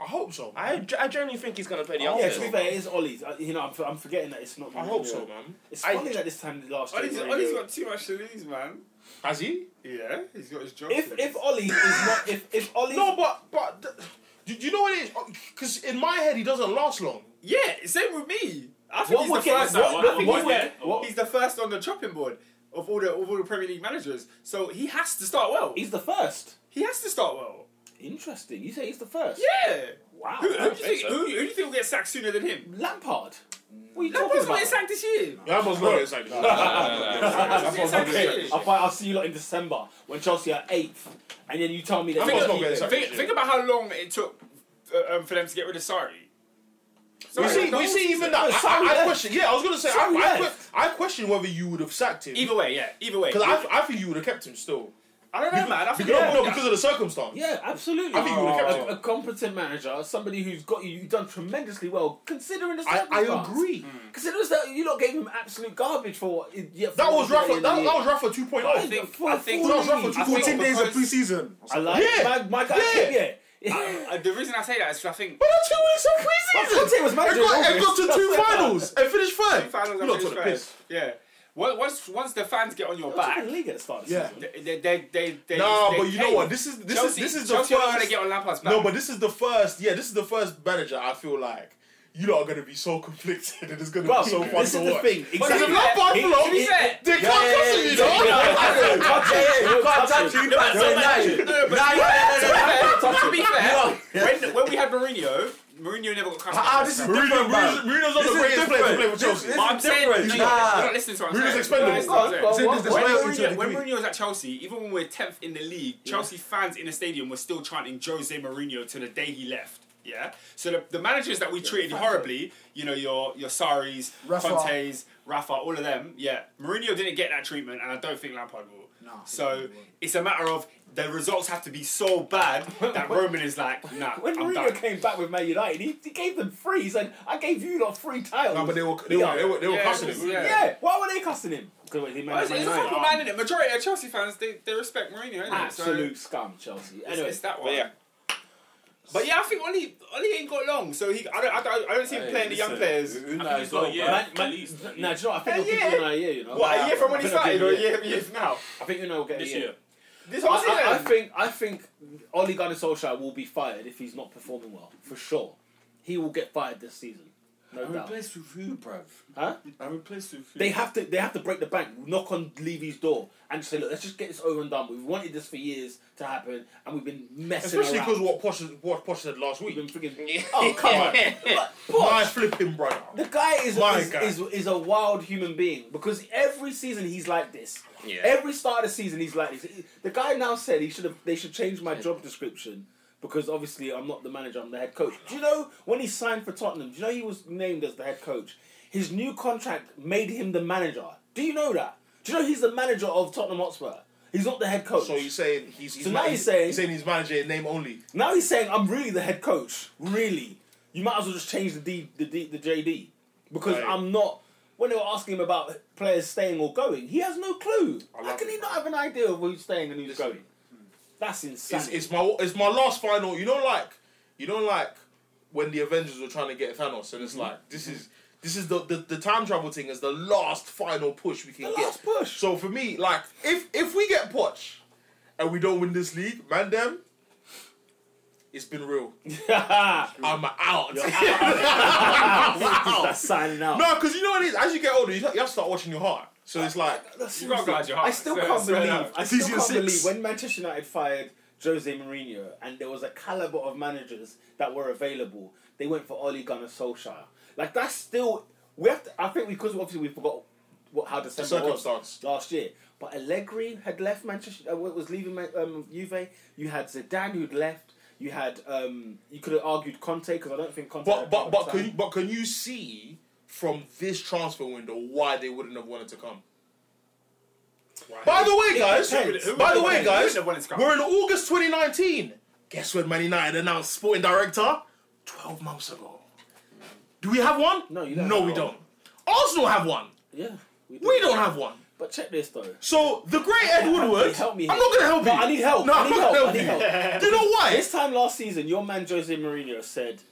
Speaker 6: I hope so. man.
Speaker 4: I, I generally think he's gonna play the
Speaker 6: Oh,
Speaker 1: Yeah,
Speaker 4: youngsters.
Speaker 1: to be fair, it is Ollie's. I, you know, I'm, I'm forgetting that it's not.
Speaker 6: I hope so, man.
Speaker 1: It's
Speaker 4: I-
Speaker 1: funny that this time last year.
Speaker 5: Ollie's,
Speaker 1: really-
Speaker 5: Ollie's got too much to lose, man.
Speaker 6: Has he?
Speaker 5: Yeah, he's got his job.
Speaker 1: if
Speaker 5: to lose.
Speaker 1: if Ollie is not if if Ollie
Speaker 6: No, but but th- do you know what it is? Because in my head, he doesn't last long.
Speaker 5: yeah, same with me. I think
Speaker 1: What
Speaker 5: he's
Speaker 1: would
Speaker 5: the
Speaker 1: get-
Speaker 5: first.
Speaker 1: what-
Speaker 5: I
Speaker 1: what-
Speaker 5: think
Speaker 1: what
Speaker 5: he's,
Speaker 1: would-
Speaker 5: the,
Speaker 1: what-
Speaker 5: he's the first on the chopping board of all the of all the Premier League managers. So he has to start well.
Speaker 1: he's the first.
Speaker 5: He has to start well.
Speaker 1: Interesting. You say he's the first.
Speaker 5: Yeah.
Speaker 1: Wow.
Speaker 5: Who, who, do you
Speaker 4: think
Speaker 5: think,
Speaker 4: so.
Speaker 5: who, who do you think will get sacked sooner than him?
Speaker 1: Lampard. What are you
Speaker 5: No
Speaker 1: talking
Speaker 5: one's gonna
Speaker 1: about?
Speaker 5: get sacked this year.
Speaker 6: That was not exactly.
Speaker 5: That's what I'm
Speaker 1: Okay,
Speaker 5: saying.
Speaker 1: I'll, fight, I'll see you lot in December when Chelsea are eighth, and then you tell me that.
Speaker 6: Think
Speaker 1: you're
Speaker 6: of-
Speaker 1: keeping
Speaker 6: think-
Speaker 1: him.
Speaker 6: think-
Speaker 5: Think, think about how long it took uh, um, for them to get rid of Sari.
Speaker 6: We see, we see even that.
Speaker 1: Sorry,
Speaker 6: I, I, I
Speaker 1: left.
Speaker 6: question. Yeah, I was gonna say. I,
Speaker 1: Sorry,
Speaker 6: I, que-
Speaker 1: left.
Speaker 6: I question whether you would have sacked him.
Speaker 5: Either way, yeah. Either way.
Speaker 6: Because I, I think you would have kept him still.
Speaker 5: I don't know, man. I think
Speaker 6: Because,
Speaker 5: yeah.
Speaker 6: no, because of the circumstance.
Speaker 1: Yeah, absolutely. Uh,
Speaker 6: I think you would've kept him.
Speaker 1: a, a competent manager, somebody who's got you you've done tremendously well, considering the
Speaker 6: I, I
Speaker 1: circumstance.
Speaker 6: agree.
Speaker 1: Considering that you lot gave him absolute garbage for yeah, for
Speaker 6: That
Speaker 1: what
Speaker 6: was
Speaker 1: he
Speaker 6: Rafa.
Speaker 1: did
Speaker 6: That,
Speaker 1: in
Speaker 6: that
Speaker 1: the
Speaker 6: was Rafa 2.0.
Speaker 1: year.
Speaker 4: I think-
Speaker 1: For-
Speaker 4: I think-
Speaker 1: for
Speaker 6: That was Rafa oh.
Speaker 1: me,
Speaker 6: 2.0.
Speaker 7: 14 days of preseason.
Speaker 1: I like
Speaker 6: Yeah.
Speaker 1: my, my guy.
Speaker 6: Yeah.
Speaker 1: Yeah, yeah.
Speaker 5: I, I, the reason I say that is 'cause I think
Speaker 6: But that's two weeks of
Speaker 1: But
Speaker 6: preseason.
Speaker 1: Conte was manager
Speaker 6: And got,
Speaker 1: in
Speaker 6: and got
Speaker 1: August.
Speaker 6: to two finals and finished third.
Speaker 5: two finals
Speaker 6: You
Speaker 5: are
Speaker 6: lot
Speaker 5: finished
Speaker 6: took the piss.
Speaker 5: first. Yeah. Once once- once the fans get on your
Speaker 1: Back.
Speaker 5: back,
Speaker 1: The league at the start. Of the
Speaker 7: Yeah.
Speaker 1: season.
Speaker 5: they they they they. they
Speaker 6: Nah,
Speaker 5: they
Speaker 6: but you know
Speaker 5: came.
Speaker 6: what? This is this
Speaker 5: Chelsea,
Speaker 6: is this is the
Speaker 5: Chelsea are gonna
Speaker 6: first.
Speaker 5: get on Lampard's back.
Speaker 6: No, but this is the first. Yeah, this is the first manager. I feel like you lot are gonna be so conflicted, and it's gonna
Speaker 1: Bro,
Speaker 6: be so fun
Speaker 1: this
Speaker 6: to
Speaker 1: is the
Speaker 6: watch.
Speaker 1: thing.
Speaker 6: But if
Speaker 1: Exactly.
Speaker 6: Lampard
Speaker 1: He-
Speaker 6: flops,
Speaker 1: to be
Speaker 5: fair-
Speaker 6: they can't touch him, you know?
Speaker 1: You can't touch him.
Speaker 5: to be fair, when, when we had Mourinho, Mourinho never got cast.
Speaker 7: Ah, this is different,
Speaker 6: Mourinho-
Speaker 7: man.
Speaker 6: Mourinho's not
Speaker 7: This
Speaker 6: the
Speaker 7: is
Speaker 6: greatest player to
Speaker 7: different.
Speaker 6: play for Chelsea.
Speaker 7: This-
Speaker 5: But I'm saying, no,
Speaker 7: different.
Speaker 5: you're not-
Speaker 7: Nah.
Speaker 5: you're not listening to what I'm
Speaker 6: Mourinho's
Speaker 5: saying.
Speaker 6: expendable.
Speaker 5: You're not listening to what I'm saying.
Speaker 7: Saying this
Speaker 5: When
Speaker 7: disloyalty to a
Speaker 5: Mourinho, when
Speaker 7: degree.
Speaker 5: Mourinho was at Chelsea, even when we were tenth in the league, Chelsea fans in the stadium were still chanting Jose Mourinho to the day he left. Yeah. So the, the managers that we treated horribly, you know, your your Saris,
Speaker 7: Rafa.
Speaker 5: Contes, Rafa, all of them. Yeah. Mourinho didn't get that treatment, and I don't think Lampard will.
Speaker 7: Nah.
Speaker 5: So it's a matter of the results have to be so bad that Roman is like, nah,
Speaker 1: When
Speaker 5: I'm
Speaker 1: Mourinho
Speaker 5: done.
Speaker 1: came back with Man United, he, he gave them three. He said, I gave you lot three titles.
Speaker 6: No, but they were they were they were, they were
Speaker 5: Yeah,
Speaker 6: cussing him.
Speaker 5: yeah.
Speaker 1: Yeah, why were they cussing him? Because he
Speaker 5: Well,
Speaker 1: managed
Speaker 5: It's, it's a
Speaker 1: Man United.
Speaker 5: fucking man in it. Majority of Chelsea fans they, they respect Mourinho. Innit?
Speaker 1: Absolute scum, Chelsea.
Speaker 5: So it's,
Speaker 1: Anyway,
Speaker 5: it's that one.
Speaker 4: But yeah,
Speaker 5: But yeah, I think Oli Oli ain't got long, so he I don't I don't, I don't see him playing the young players.
Speaker 9: I think he's got a year
Speaker 1: Man-
Speaker 9: at
Speaker 1: Man-
Speaker 9: least.
Speaker 1: Nah, do you know what? I think
Speaker 5: Hey,
Speaker 1: it'll give
Speaker 5: yeah.
Speaker 1: you a year, you know?
Speaker 5: What a year from when
Speaker 1: I
Speaker 5: he
Speaker 1: think
Speaker 5: started,
Speaker 1: it'll give
Speaker 5: or a
Speaker 1: you
Speaker 5: year, year from now?
Speaker 1: I think you know will get
Speaker 9: This
Speaker 1: a year.
Speaker 9: year.
Speaker 5: This
Speaker 1: I,
Speaker 5: whole season.
Speaker 1: I, I think I think Ole Gunnar Solskjaer will be fired if he's not performing well, for sure. He will get fired this season. no
Speaker 2: I'm
Speaker 1: doubt.
Speaker 2: replaced with who, bruv?
Speaker 1: Huh?
Speaker 2: I'm replaced with who?
Speaker 1: They have to they have to break the bank, knock on Levy's door, and say, look, let's just get this over and done. We've wanted this for years to happen, and we've been messing
Speaker 6: Especially
Speaker 1: around.
Speaker 6: because what Posh, what Posh said last week.
Speaker 1: we've been freaking. oh come on!
Speaker 6: My flipping brother.
Speaker 1: The guy is
Speaker 6: My
Speaker 1: is,
Speaker 6: guy.
Speaker 1: is is a wild human being because every season he's like this.
Speaker 4: Yeah.
Speaker 1: Every start of the season he's like this. The guy now said he should have they should change my job description because obviously I'm not the manager, I'm the head coach. Do you know when he signed for Tottenham, do you know he was named as the head coach? His new contract made him the manager. Do you know that? Do you know he's the manager of Tottenham Hotspur? He's not the head coach.
Speaker 6: So you're saying he's, he's
Speaker 1: So now he's saying-
Speaker 6: he's saying he's manager in name only.
Speaker 1: Now he's saying I'm really the head coach. Really, you might as well just change the D, the, D, the JD because
Speaker 6: Right.
Speaker 1: I'm not. When they were asking him about players staying or going, he has no clue. How
Speaker 6: love
Speaker 1: can he
Speaker 6: it.
Speaker 1: not have an idea of who's staying and who's going? That's insane.
Speaker 6: It's, it's my it's my last final. You don't like you don't like when the Avengers were trying to get Thanos, and it's
Speaker 1: Mm-hmm.
Speaker 6: like this is this is the, the the time travel thing is the last final push we can
Speaker 1: the
Speaker 6: get.
Speaker 1: last push.
Speaker 6: So for me, like if if we get Poch and we don't win this league, man, them, it's been real.
Speaker 1: Mm-hmm.
Speaker 6: I'm out.
Speaker 1: Just that signing out.
Speaker 6: no, because you know what it is. As you get older, you, you have to start watching your heart. So it's like
Speaker 1: That's
Speaker 5: You gotta
Speaker 1: seriously-
Speaker 5: guard your heart.
Speaker 1: I still
Speaker 5: So-
Speaker 1: can't
Speaker 5: so
Speaker 1: believe.
Speaker 5: now-
Speaker 1: I still
Speaker 7: Season
Speaker 1: can't
Speaker 7: six.
Speaker 1: believe when Manchester United fired Jose Mourinho and there was a caliber of managers that were available. They went for Ole Gunnar Solskjaer. Like that's still we have. To, I think because obviously we forgot what how December
Speaker 6: circumstance.
Speaker 1: was last year. But Allegri had left Manchester. Uh, was leaving Man- um, Juve. You had Zidane who'd left. You had um, you could have argued Conte because I don't think Conte.
Speaker 6: But
Speaker 1: had
Speaker 6: but
Speaker 1: Conte
Speaker 6: but can
Speaker 1: signed.
Speaker 6: you, but can you see from this transfer window why they wouldn't have wanted to come? By the way, guys.
Speaker 1: depends. Who-
Speaker 6: By the
Speaker 5: who-
Speaker 6: way,
Speaker 5: who-
Speaker 6: guys.
Speaker 5: who- who-
Speaker 6: We're in August 2019. Guess when Man United announced sporting director? 12 months ago. Do we have one?
Speaker 1: No, you don't
Speaker 6: No,
Speaker 1: have
Speaker 6: we
Speaker 1: one.
Speaker 6: don't. Arsenal have one.
Speaker 1: yeah. We,
Speaker 6: We don't have one.
Speaker 1: But check this though.
Speaker 6: So the great Ed Woodward.
Speaker 1: Help me here.
Speaker 6: I'm not gonna help
Speaker 1: No,
Speaker 6: you.
Speaker 1: I need help.
Speaker 6: No,
Speaker 1: I need
Speaker 6: am
Speaker 1: help. I
Speaker 6: not
Speaker 1: need
Speaker 6: gonna help
Speaker 1: help.
Speaker 6: you. Do you know why?
Speaker 1: This time last season, your man Jose Mourinho said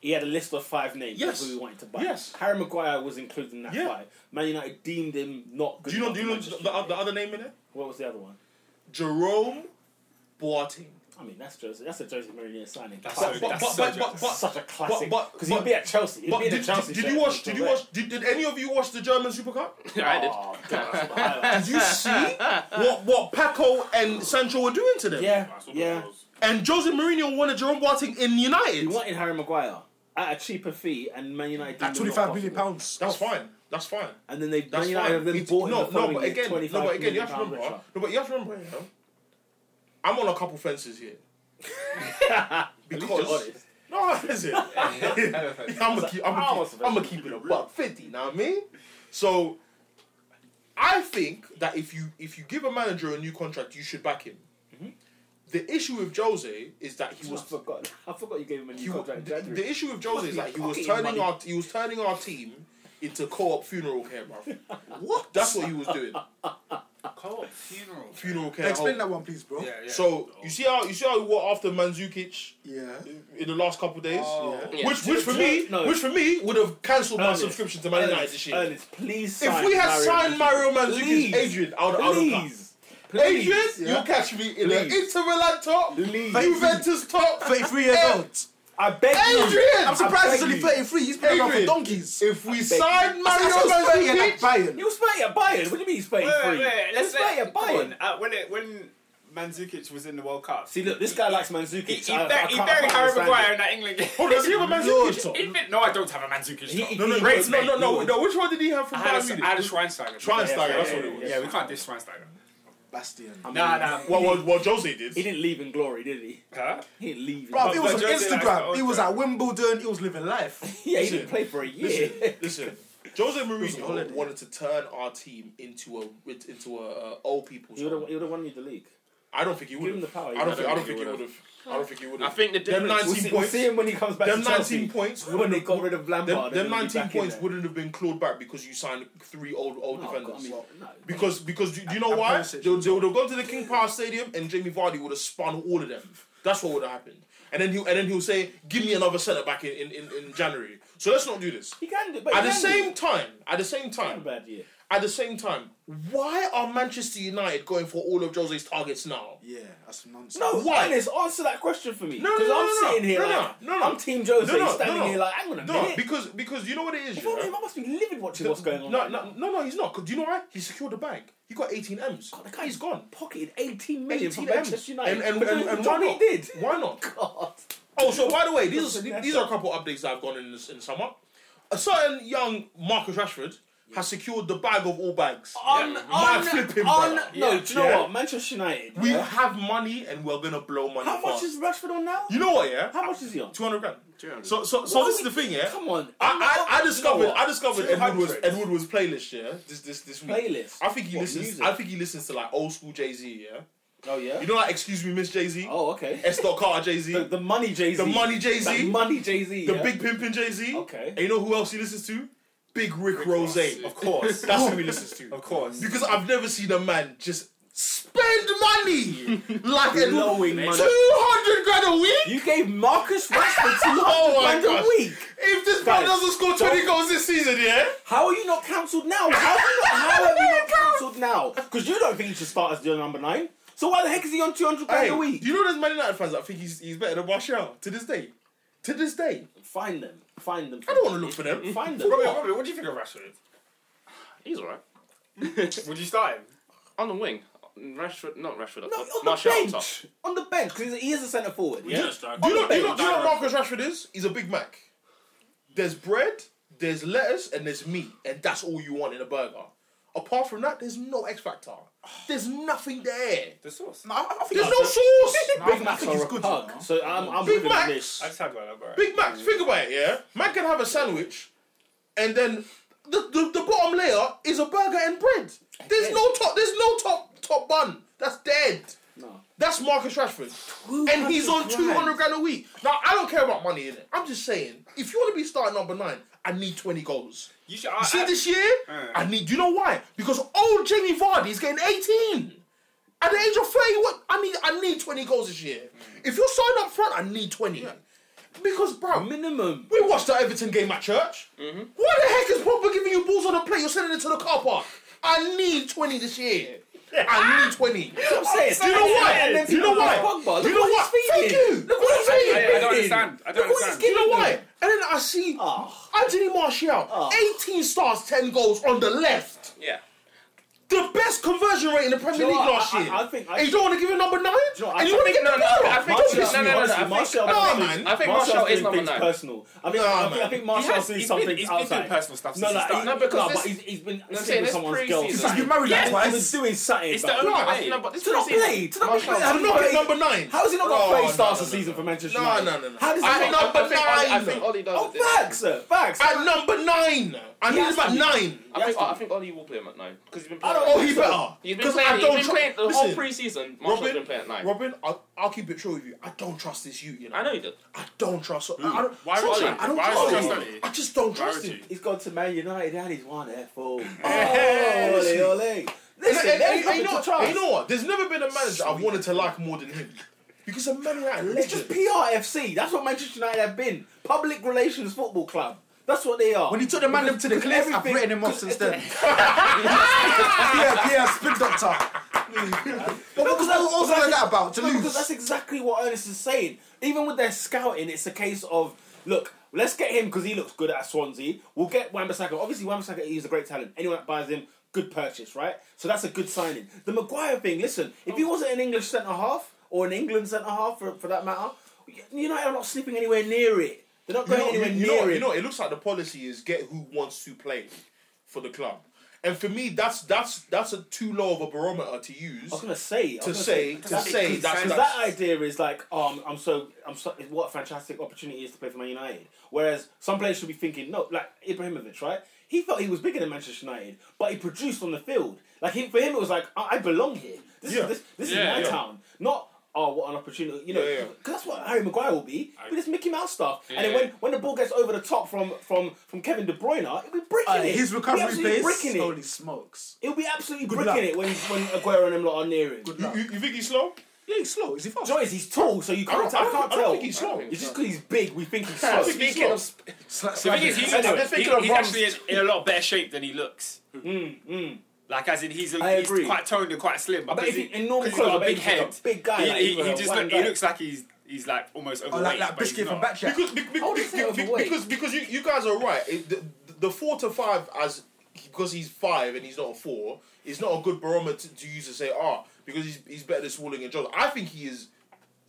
Speaker 1: he had a list of five names
Speaker 6: Yes.
Speaker 1: of who he wanted to buy.
Speaker 6: Yes.
Speaker 1: Harry Maguire was included in that
Speaker 6: Yeah.
Speaker 1: five. Man United deemed him not good.
Speaker 6: Do you know?
Speaker 1: enough
Speaker 6: Do you
Speaker 1: for
Speaker 6: know
Speaker 1: Manchester
Speaker 6: the, the,
Speaker 1: United.
Speaker 6: the other name in there?
Speaker 1: What was the other one?
Speaker 6: Jerome Boateng.
Speaker 1: I mean, that's Jose. That's a Jose Mourinho signing.
Speaker 5: That's
Speaker 1: Classic.
Speaker 5: so- that's
Speaker 6: but-
Speaker 5: so
Speaker 6: but-
Speaker 5: joke.
Speaker 6: but-
Speaker 1: such a classic.
Speaker 6: but-
Speaker 1: Because
Speaker 6: but-
Speaker 1: he'd be at Chelsea. He'd
Speaker 6: But
Speaker 1: be in
Speaker 6: did,
Speaker 1: the Chelsea
Speaker 6: did, did
Speaker 1: shirt
Speaker 6: you watch?
Speaker 1: with
Speaker 6: Did
Speaker 1: the
Speaker 6: you
Speaker 1: red.
Speaker 6: watch? Did, did any of you watch the German Super Cup?
Speaker 4: I did.
Speaker 1: Oh, God, that's the highlight.
Speaker 6: Did you see what what Paco and Sancho were doing to them?
Speaker 1: yeah,
Speaker 9: I saw the
Speaker 1: yeah.
Speaker 9: goals.
Speaker 6: And Jose Mourinho wanted Jerome Boateng in
Speaker 1: He
Speaker 6: United.
Speaker 1: wanted Harry Maguire at a cheaper fee, and Man United deemed
Speaker 7: At
Speaker 1: him not
Speaker 7: 25 million
Speaker 1: possible.
Speaker 7: pounds.
Speaker 6: That's fine. That's fine.
Speaker 1: And then they
Speaker 6: That's
Speaker 1: Man United
Speaker 6: fine.
Speaker 1: have then
Speaker 6: It's-
Speaker 1: bought him
Speaker 6: no,
Speaker 1: the
Speaker 6: no,
Speaker 1: following
Speaker 6: but
Speaker 1: year,
Speaker 6: again, no,
Speaker 1: 25
Speaker 6: but again, you
Speaker 1: million
Speaker 6: have to
Speaker 1: pound
Speaker 6: remember.
Speaker 1: richer.
Speaker 6: No, but you have to remember. you know, I'm on a couple fences here. because no, is it? I'm gonna keep. I'm gonna keep, I'm gonna keep it a buck fifty. Now I mean, so I think that if you if you give a manager a new contract, you should back him.
Speaker 1: Mm-hmm.
Speaker 6: The issue with Jose is that he
Speaker 1: I
Speaker 6: was
Speaker 1: forgot. I forgot you gave him a new
Speaker 6: he wa-
Speaker 1: contract in
Speaker 6: the,
Speaker 1: January.
Speaker 6: the issue with Jose is that he was
Speaker 1: Fucking
Speaker 6: turning
Speaker 1: money.
Speaker 6: our he was turning our team into co-op funeral care, bro. what? That's what he was doing.
Speaker 9: Co-op funeral.
Speaker 6: Funeral care.
Speaker 7: Explain
Speaker 6: home.
Speaker 7: that one, please, bro.
Speaker 5: Yeah, yeah.
Speaker 6: So you see how you see how he went after Mandzukic
Speaker 7: Yeah.
Speaker 6: in the last couple of days.
Speaker 7: Oh.
Speaker 4: Yeah.
Speaker 6: Which, which for
Speaker 1: Do
Speaker 6: me,
Speaker 1: you- no.
Speaker 6: which for me would have cancelled my
Speaker 1: Ernest,
Speaker 6: subscription to Man United this year.
Speaker 1: Ernest, please sign
Speaker 6: If we had
Speaker 1: Mario
Speaker 6: signed Mario Mandzukic,
Speaker 1: Please.
Speaker 6: Adrian, I would I would have
Speaker 1: please,
Speaker 6: come. Adrian,
Speaker 1: please,
Speaker 6: you'll catch me in an
Speaker 1: Please.
Speaker 6: Inter Milan top,
Speaker 1: Please.
Speaker 6: Juventus top.
Speaker 7: 33 years
Speaker 6: Hey.
Speaker 7: old.
Speaker 1: I beg you.
Speaker 6: Adrian,
Speaker 7: I'm surprised
Speaker 1: beg
Speaker 7: he's only
Speaker 1: you.
Speaker 7: 33. He's playing around for
Speaker 6: Adrian.
Speaker 7: donkeys.
Speaker 6: If we
Speaker 1: beg
Speaker 6: sign
Speaker 7: That's-
Speaker 6: Mario
Speaker 7: that's what's playing at
Speaker 6: Mandzukic,
Speaker 1: He
Speaker 7: Bayern.
Speaker 1: was playing at Bayern. What do you mean he's playing
Speaker 5: Wait,
Speaker 1: free?
Speaker 5: wait, wait. Let's
Speaker 1: He's playing
Speaker 5: let,
Speaker 1: at
Speaker 5: come on.
Speaker 1: Bayern.
Speaker 5: Uh, when it, when Mandzukic was in the World Cup,
Speaker 1: See, look, this guy likes Mandzukic.
Speaker 5: he, he,
Speaker 1: I- I
Speaker 5: bur-
Speaker 1: can't-
Speaker 5: he
Speaker 1: I
Speaker 5: buried
Speaker 1: can't
Speaker 5: Harry
Speaker 1: understand
Speaker 5: Maguire
Speaker 1: it.
Speaker 5: in that England game.
Speaker 6: oh, does he have a Mandzukic top?
Speaker 5: He bit- no, I don't have a Mandzukic.
Speaker 1: He-
Speaker 5: top.
Speaker 1: he-
Speaker 6: No, no,
Speaker 5: Rates,
Speaker 6: no,
Speaker 5: mate.
Speaker 6: no, no, no. Which one did he have
Speaker 5: I
Speaker 6: from
Speaker 5: had,
Speaker 6: Bayern
Speaker 5: a,
Speaker 6: Munich?
Speaker 5: I had a Schweinsteiger.
Speaker 6: Schweinsteiger, that's what it
Speaker 5: Yeah,
Speaker 6: was.
Speaker 5: yeah, we can't diss Schweinsteiger.
Speaker 7: Bastion.
Speaker 5: Nah, nah.
Speaker 6: Well, well, well, Jose did.
Speaker 1: He didn't leave in glory, did he?
Speaker 5: Huh?
Speaker 1: He didn't leave. In
Speaker 7: Bro,
Speaker 1: glory.
Speaker 7: it was on
Speaker 5: but Jose likes the
Speaker 7: Instagram.
Speaker 5: old
Speaker 7: He was
Speaker 5: guy.
Speaker 7: at Wimbledon. He was living life.
Speaker 1: yeah, he
Speaker 6: listen,
Speaker 1: didn't play for a year.
Speaker 6: Listen, listen. Jose Mourinho
Speaker 7: holiday.
Speaker 6: wanted to turn our team into a into a uh, old people's.
Speaker 1: He would
Speaker 6: home.
Speaker 1: have. He would have won you the league.
Speaker 6: I don't think he would
Speaker 1: Give him the
Speaker 6: have.
Speaker 1: power.
Speaker 6: I don't think. I don't
Speaker 4: he
Speaker 6: think he would have. I don't think he would
Speaker 4: I
Speaker 6: have.
Speaker 4: think the
Speaker 6: Them
Speaker 4: difference.
Speaker 1: We'll
Speaker 6: 19
Speaker 1: see, we'll
Speaker 6: points.
Speaker 1: see him when he comes back
Speaker 6: Them
Speaker 1: to Chelsea.
Speaker 6: 19 points
Speaker 1: when they got rid of Lampard.
Speaker 6: Them, them
Speaker 1: and he'll be
Speaker 6: 19
Speaker 1: back in
Speaker 6: points
Speaker 1: there.
Speaker 6: wouldn't have been clawed back because you signed three old old
Speaker 1: No, I
Speaker 6: defenders.
Speaker 1: mean, no.
Speaker 6: because because do, do you know
Speaker 7: And
Speaker 6: why?
Speaker 7: Pulisic.
Speaker 6: They, would- they would have gone to the King Power Stadium and Jamie Vardy would have spun all of them. That's what would have happened. And then he'll and then he'll say, "Give me another centre back in, in, in, in January." So let's not do this.
Speaker 1: He can do, but
Speaker 6: At
Speaker 1: he
Speaker 6: the
Speaker 1: can
Speaker 6: same time, at the same
Speaker 1: do.
Speaker 6: time,
Speaker 1: bad year.
Speaker 6: at the same time, why are Manchester United going for all of Jose's targets now?
Speaker 7: Yeah, that's nonsense.
Speaker 1: No,
Speaker 6: Why?
Speaker 1: why? Honest, answer that question for me.
Speaker 6: No, no,
Speaker 1: Because
Speaker 6: no,
Speaker 1: I'm
Speaker 6: no, no.
Speaker 1: sitting here
Speaker 6: No, no,
Speaker 1: like,
Speaker 6: no, no.
Speaker 1: I'm Team Jose,
Speaker 6: No, no,
Speaker 1: standing
Speaker 6: no, no.
Speaker 1: here like, hang on a
Speaker 6: No,
Speaker 1: minute.
Speaker 6: because because you know what it is.
Speaker 1: I
Speaker 6: yeah?
Speaker 1: thought him, I must be livid watching what's going on.
Speaker 6: No,
Speaker 1: right
Speaker 6: no,
Speaker 1: now.
Speaker 6: no, no, he's not. 'cause Do you know why? He secured the bag. He got 18 M's.
Speaker 1: God, the
Speaker 6: he's
Speaker 1: guy's
Speaker 6: gone.
Speaker 1: Pocketed 18 million
Speaker 6: 18
Speaker 1: from
Speaker 6: M's.
Speaker 1: Manchester
Speaker 6: And,
Speaker 1: United.
Speaker 6: and, and,
Speaker 1: But
Speaker 6: and,
Speaker 1: you know
Speaker 6: why
Speaker 1: what
Speaker 6: not?
Speaker 1: he did.
Speaker 6: Why not?
Speaker 1: God.
Speaker 6: Oh, so by the way, these are,
Speaker 1: Vanessa.
Speaker 6: these are a couple of updates that I've gone in this, in the summer. A certain young Marcus Rashford has secured the bag of all bags.
Speaker 1: On,
Speaker 6: Mad flipping,
Speaker 1: on,
Speaker 6: brother.
Speaker 1: no, do you know
Speaker 6: Yeah.
Speaker 1: what? Manchester United.
Speaker 6: We
Speaker 1: yeah?
Speaker 6: have money and we're gonna blow money.
Speaker 1: How much
Speaker 6: fast.
Speaker 1: is Rashford on now?
Speaker 6: You know what? Yeah,
Speaker 1: How much is he on?
Speaker 6: two hundred grand. So, so, so
Speaker 1: What
Speaker 6: this
Speaker 1: are
Speaker 6: is the
Speaker 1: we-
Speaker 6: thing, yeah.
Speaker 1: Come on.
Speaker 6: I, I, I discovered
Speaker 1: what?
Speaker 6: I discovered
Speaker 1: Two
Speaker 6: Edward was
Speaker 1: hundreds.
Speaker 6: Edward was playlist yeah this this this week.
Speaker 1: Playlist?
Speaker 6: I think he
Speaker 1: What,
Speaker 6: listens
Speaker 1: music?
Speaker 6: I think he listens to like old school Jay Z yeah
Speaker 1: Oh, yeah?
Speaker 6: you know like excuse me Miss Jay Z
Speaker 1: Oh, okay.
Speaker 6: S. Dot Carter Jay Z
Speaker 1: The, the money Jay Z.
Speaker 6: The money Jay-Z.
Speaker 1: The money Jay Z.
Speaker 6: the
Speaker 1: yeah?
Speaker 6: big pimpin Jay Z
Speaker 1: Okay.
Speaker 6: and you know who else he listens to Big Rick, Rose of course that's who he listens to
Speaker 5: Of course.
Speaker 6: because I've never seen a man just spend money like a
Speaker 1: Blowing money.
Speaker 6: two hundred grand a week.
Speaker 1: You gave Marcus Rashford 200
Speaker 6: Oh my
Speaker 1: grand
Speaker 6: gosh.
Speaker 1: a week.
Speaker 6: If this man
Speaker 1: Guys,
Speaker 6: doesn't score twenty
Speaker 1: don't-
Speaker 6: goals this season, yeah.
Speaker 1: How are you not cancelled now? How are you not, how are you not cancelled now? Because you don't think he should start as your number nine. So why the heck is he on 200 grand
Speaker 6: Hey,
Speaker 1: a
Speaker 6: do
Speaker 1: week?
Speaker 6: you know there's Man United fans that think he's, he's better than Martial to this day? To this day,
Speaker 1: Find them. Find them.
Speaker 6: I don't want to look for them.
Speaker 1: Find them.
Speaker 5: Robert, Robert, what do you think of Rashford?
Speaker 4: He's alright.
Speaker 5: Would you start him?
Speaker 4: On the wing. Rashford, not Rashford.
Speaker 1: No, on the
Speaker 4: Martial up top.
Speaker 1: bench. On the bench, because he is a centre forward.
Speaker 9: Yeah,
Speaker 1: Yeah.
Speaker 9: strike.
Speaker 6: Do you know? Do you know,
Speaker 1: bench.
Speaker 6: do you know what Marcus Rashford is? He's a Big Mac. There's bread, there's lettuce, and there's meat, and that's all you want in a burger. Apart from that, there's no X factor. There's nothing there.
Speaker 5: The sauce.
Speaker 7: No, I, I think
Speaker 6: There's
Speaker 7: I-
Speaker 6: no sauce.
Speaker 1: Big Mac
Speaker 7: think
Speaker 1: is
Speaker 7: he's
Speaker 1: good.
Speaker 7: good, you know.
Speaker 1: So I'm, I'm
Speaker 6: Big
Speaker 1: with him
Speaker 6: Mac.
Speaker 1: on this.
Speaker 5: I just had one up, alright.
Speaker 6: Big Mac. Think about it. Yeah, man can have a sandwich, and then the, the, the bottom layer is a burger and bread. There's no top. There's no top top bun. That's dead.
Speaker 1: No.
Speaker 6: That's Marcus Rashford. And he's on 200 grand a week. Now, I don't care about money in it. I'm just saying, if you want to be starting number nine, I need 20 goals.
Speaker 5: You should. I,
Speaker 6: You see
Speaker 5: I, Uh.
Speaker 6: this year? I need, you know why? Because old Jamie Vardy is getting 18. At the age of 30, what? I need, I need 20 goals this year.
Speaker 1: Mm.
Speaker 6: If you're starting up front, I need 20. Because, bro,
Speaker 1: Minimum. Mm-hmm.
Speaker 6: we watched that Everton game at church. Why the heck is Pogba giving you balls on a plate? You're sending it to the car park. I need 20 this year. I need 20.
Speaker 1: I'm saying.
Speaker 6: Do you know
Speaker 1: And
Speaker 6: why?
Speaker 1: then
Speaker 6: Do you know
Speaker 1: people
Speaker 6: why?
Speaker 1: like Pogba,
Speaker 6: Do you
Speaker 1: look what
Speaker 6: know what?
Speaker 1: he's
Speaker 6: Thank
Speaker 1: feeding.
Speaker 6: you. Look what
Speaker 1: he's
Speaker 6: I'm
Speaker 1: feeding.
Speaker 6: saying.
Speaker 5: I don't understand. I don't
Speaker 1: Look what he's
Speaker 5: understand.
Speaker 6: Do you know
Speaker 1: giving
Speaker 6: why?
Speaker 1: them.
Speaker 6: And then I see
Speaker 1: Ah.
Speaker 6: Anthony Martial, 18 starts, 10 goals on the left.
Speaker 4: Yeah.
Speaker 6: The best conversion rate in the Premier
Speaker 1: you know
Speaker 6: League
Speaker 1: what?
Speaker 6: last
Speaker 1: I- I-
Speaker 6: year.
Speaker 1: I think- I
Speaker 6: and you don't want to give him number nine?
Speaker 1: Do you know what? I
Speaker 6: and you want to
Speaker 1: think-
Speaker 6: get
Speaker 1: no,
Speaker 6: number
Speaker 1: no,
Speaker 6: nine?
Speaker 4: I think-
Speaker 6: Don't
Speaker 4: no,
Speaker 6: piss
Speaker 4: no,
Speaker 6: me
Speaker 4: no,
Speaker 6: off.
Speaker 4: no, I think-
Speaker 1: Martial, sees-
Speaker 6: think- I
Speaker 4: I think
Speaker 1: Martial
Speaker 4: Martial is
Speaker 1: sees
Speaker 4: number
Speaker 1: things
Speaker 4: nine.
Speaker 1: Personal. I think, I,
Speaker 6: Nah,
Speaker 1: think,
Speaker 6: man.
Speaker 1: I think Martial
Speaker 5: has-
Speaker 1: sees
Speaker 5: he's
Speaker 1: something
Speaker 5: been- he's been doing
Speaker 1: outside.
Speaker 5: personal stuff
Speaker 1: No,
Speaker 5: since
Speaker 1: no,
Speaker 5: he started.
Speaker 1: he-
Speaker 4: No, because
Speaker 1: but
Speaker 4: this-
Speaker 1: he's, he's been
Speaker 4: I'm
Speaker 1: sleeping
Speaker 4: saying
Speaker 1: with
Speaker 4: this
Speaker 1: someone's girl.
Speaker 4: pre-season-
Speaker 7: It's like you married
Speaker 1: Yeah, he
Speaker 7: that
Speaker 1: was
Speaker 7: twice.
Speaker 1: doing something.
Speaker 5: It's
Speaker 1: bro.
Speaker 5: the only
Speaker 6: No,
Speaker 5: way.
Speaker 4: No, but this
Speaker 1: to not play,
Speaker 4: preseason-
Speaker 1: to not play. How
Speaker 6: Martial, I'm
Speaker 1: did he
Speaker 6: not
Speaker 1: play-
Speaker 6: getting number nine.
Speaker 1: How has he not
Speaker 6: Oh,
Speaker 1: got three stars
Speaker 6: no, no,
Speaker 1: this
Speaker 6: no,
Speaker 1: season
Speaker 6: no.
Speaker 1: for Manchester
Speaker 6: No,
Speaker 1: United?
Speaker 6: no, no, no.
Speaker 1: How does he
Speaker 6: I
Speaker 1: not?
Speaker 6: think-
Speaker 4: I
Speaker 6: Number
Speaker 4: think Oli- I
Speaker 6: nine.
Speaker 4: think Ollie does
Speaker 1: Oh,
Speaker 4: it this
Speaker 1: facts, sir, facts.
Speaker 6: At number nine. I need
Speaker 1: has
Speaker 6: about
Speaker 1: to be.
Speaker 6: nine.
Speaker 4: I
Speaker 1: Yes,
Speaker 4: think, I think Ollie will play him at nine because he's been
Speaker 1: I
Speaker 4: playing.
Speaker 1: don't-
Speaker 6: Oh, he
Speaker 4: he's
Speaker 6: better.
Speaker 4: he's been
Speaker 6: Because
Speaker 4: playing.
Speaker 6: I don't
Speaker 4: he's been
Speaker 6: tru-
Speaker 4: playing the whole
Speaker 6: Listen,
Speaker 4: preseason. Martial's
Speaker 6: Robin,
Speaker 4: been playing at nine.
Speaker 6: Robin, I'll, I'll keep it true with you. I don't trust this you. You know.
Speaker 4: I know he did.
Speaker 6: I don't trust. I I don't,
Speaker 5: Why would
Speaker 6: Sancho,
Speaker 5: you?
Speaker 6: I don't
Speaker 5: Why would you
Speaker 6: trust
Speaker 5: trust
Speaker 6: him.
Speaker 5: him?
Speaker 6: I just don't
Speaker 5: Why
Speaker 6: trust
Speaker 5: would
Speaker 6: him.
Speaker 5: you?
Speaker 1: He's gone to Man United and he's won that fool.
Speaker 6: Hey,
Speaker 1: Ole, ole. Listen,
Speaker 6: and, and, and,
Speaker 1: there ain't
Speaker 6: you know,
Speaker 1: nothing to
Speaker 6: what- you
Speaker 1: trust.
Speaker 6: know what? There's never been a manager I've wanted to like more than him. Because a Man United legend.
Speaker 1: It's just PRFC. That's what Manchester United have been. Public Relations Football Club. That's what they are.
Speaker 7: When he took the man up to the cliff, I've
Speaker 1: everything-
Speaker 7: written him off since then.
Speaker 1: because-
Speaker 7: yeah, yeah, spin doctor. but what was all, all
Speaker 1: Because
Speaker 7: that about? To
Speaker 1: no,
Speaker 7: lose?
Speaker 1: Because that's exactly what Ernest is saying. Even with their scouting, it's a case of look, let's get him because he looks good at Swansea. We'll get Wan-Bissaka. Obviously, Wan-Bissaka is a great talent. Anyone that buys him, good purchase, right? So that's a good signing. The Maguire thing. Listen, if he wasn't an English centre half or an England centre half for, for that matter, United are not sleeping anywhere near it. They're not
Speaker 6: you
Speaker 1: going
Speaker 6: know,
Speaker 1: anywhere
Speaker 6: you,
Speaker 1: near
Speaker 6: know,
Speaker 1: it.
Speaker 6: you know, it looks like the policy is get who wants to play for the club. And for me, that's that's that's a too low of a barometer to use.
Speaker 1: I was gonna say I
Speaker 6: Oh. to
Speaker 1: was gonna
Speaker 6: say to
Speaker 1: that's-
Speaker 6: say
Speaker 1: cause,
Speaker 6: that's,
Speaker 1: 'cause
Speaker 6: that's-
Speaker 1: that idea is like um I'm so I'm so what a fantastic opportunity it is to play for Man United. Whereas some players should be thinking no, like Ibrahimovic, right? He felt he was bigger than Manchester United, but he produced on the field. Like he, for him, it was like I, I belong here. This
Speaker 6: Yeah.
Speaker 1: is this, this
Speaker 5: Yeah,
Speaker 1: is my
Speaker 6: yeah.
Speaker 1: town, not. Oh, what an opportunity! You know,
Speaker 6: Yeah, yeah.
Speaker 1: because that's what Harry Maguire will be. But it's Mickey Mouse stuff, and then when, when the ball gets over the top from from from Kevin De Bruyne, it'll be bricking
Speaker 7: Uh,
Speaker 1: it. It'll
Speaker 7: his
Speaker 1: be
Speaker 7: recovery
Speaker 1: absolutely
Speaker 7: pace.
Speaker 1: bricking it.
Speaker 7: Holy smokes!
Speaker 1: It'll be absolutely
Speaker 7: Good
Speaker 1: bricking
Speaker 7: luck.
Speaker 1: it when when Aguero and them lot are near him.
Speaker 7: Good luck.
Speaker 6: you, you think he's slow? Yeah, he's slow. Is he fast?
Speaker 1: Joyce, he's tall, so you
Speaker 6: I
Speaker 1: can't.
Speaker 6: don't,
Speaker 1: tell.
Speaker 6: I
Speaker 1: I
Speaker 6: don't, I
Speaker 1: can't
Speaker 6: don't
Speaker 1: tell.
Speaker 6: think he's slow.
Speaker 1: It's just because he's big. We think he's
Speaker 6: I
Speaker 1: slow.
Speaker 6: think he's
Speaker 4: Speaking
Speaker 6: slow.
Speaker 4: of sp-
Speaker 3: The thing is, he's,
Speaker 1: Anyway,
Speaker 3: he's,
Speaker 1: speaking of
Speaker 3: he's
Speaker 1: Rom's-
Speaker 3: actually in, in a lot better shape than he looks.
Speaker 1: Mm, mm.
Speaker 3: Like, as in, he's,
Speaker 1: I
Speaker 3: he's
Speaker 1: agree.
Speaker 3: quite toned and quite slim.
Speaker 1: I bet
Speaker 3: because
Speaker 1: if
Speaker 3: he-
Speaker 1: he, in normal
Speaker 3: 'cause he's
Speaker 1: clothes,
Speaker 3: got
Speaker 1: I
Speaker 3: a
Speaker 1: bet
Speaker 3: big
Speaker 1: he's like
Speaker 3: head.
Speaker 1: a big guy.
Speaker 3: he,
Speaker 1: like,
Speaker 3: he,
Speaker 1: even
Speaker 3: he
Speaker 1: a
Speaker 3: just
Speaker 1: wide
Speaker 3: look,
Speaker 1: guy.
Speaker 3: he looks like he's he's like almost
Speaker 7: Oh,
Speaker 3: overweight.
Speaker 7: like, like
Speaker 3: but he's
Speaker 7: biscuit from
Speaker 3: not.
Speaker 7: Backjack.
Speaker 6: Because, be- be-
Speaker 1: I wouldn't
Speaker 6: because,
Speaker 1: say it was a weight.
Speaker 6: because, because you, you guys are right. It- The, the four to five, as because he's five and he's not a four, is not a good barometer to use to say, ah, because he's, he's better than Smalling and Johnson. I think he is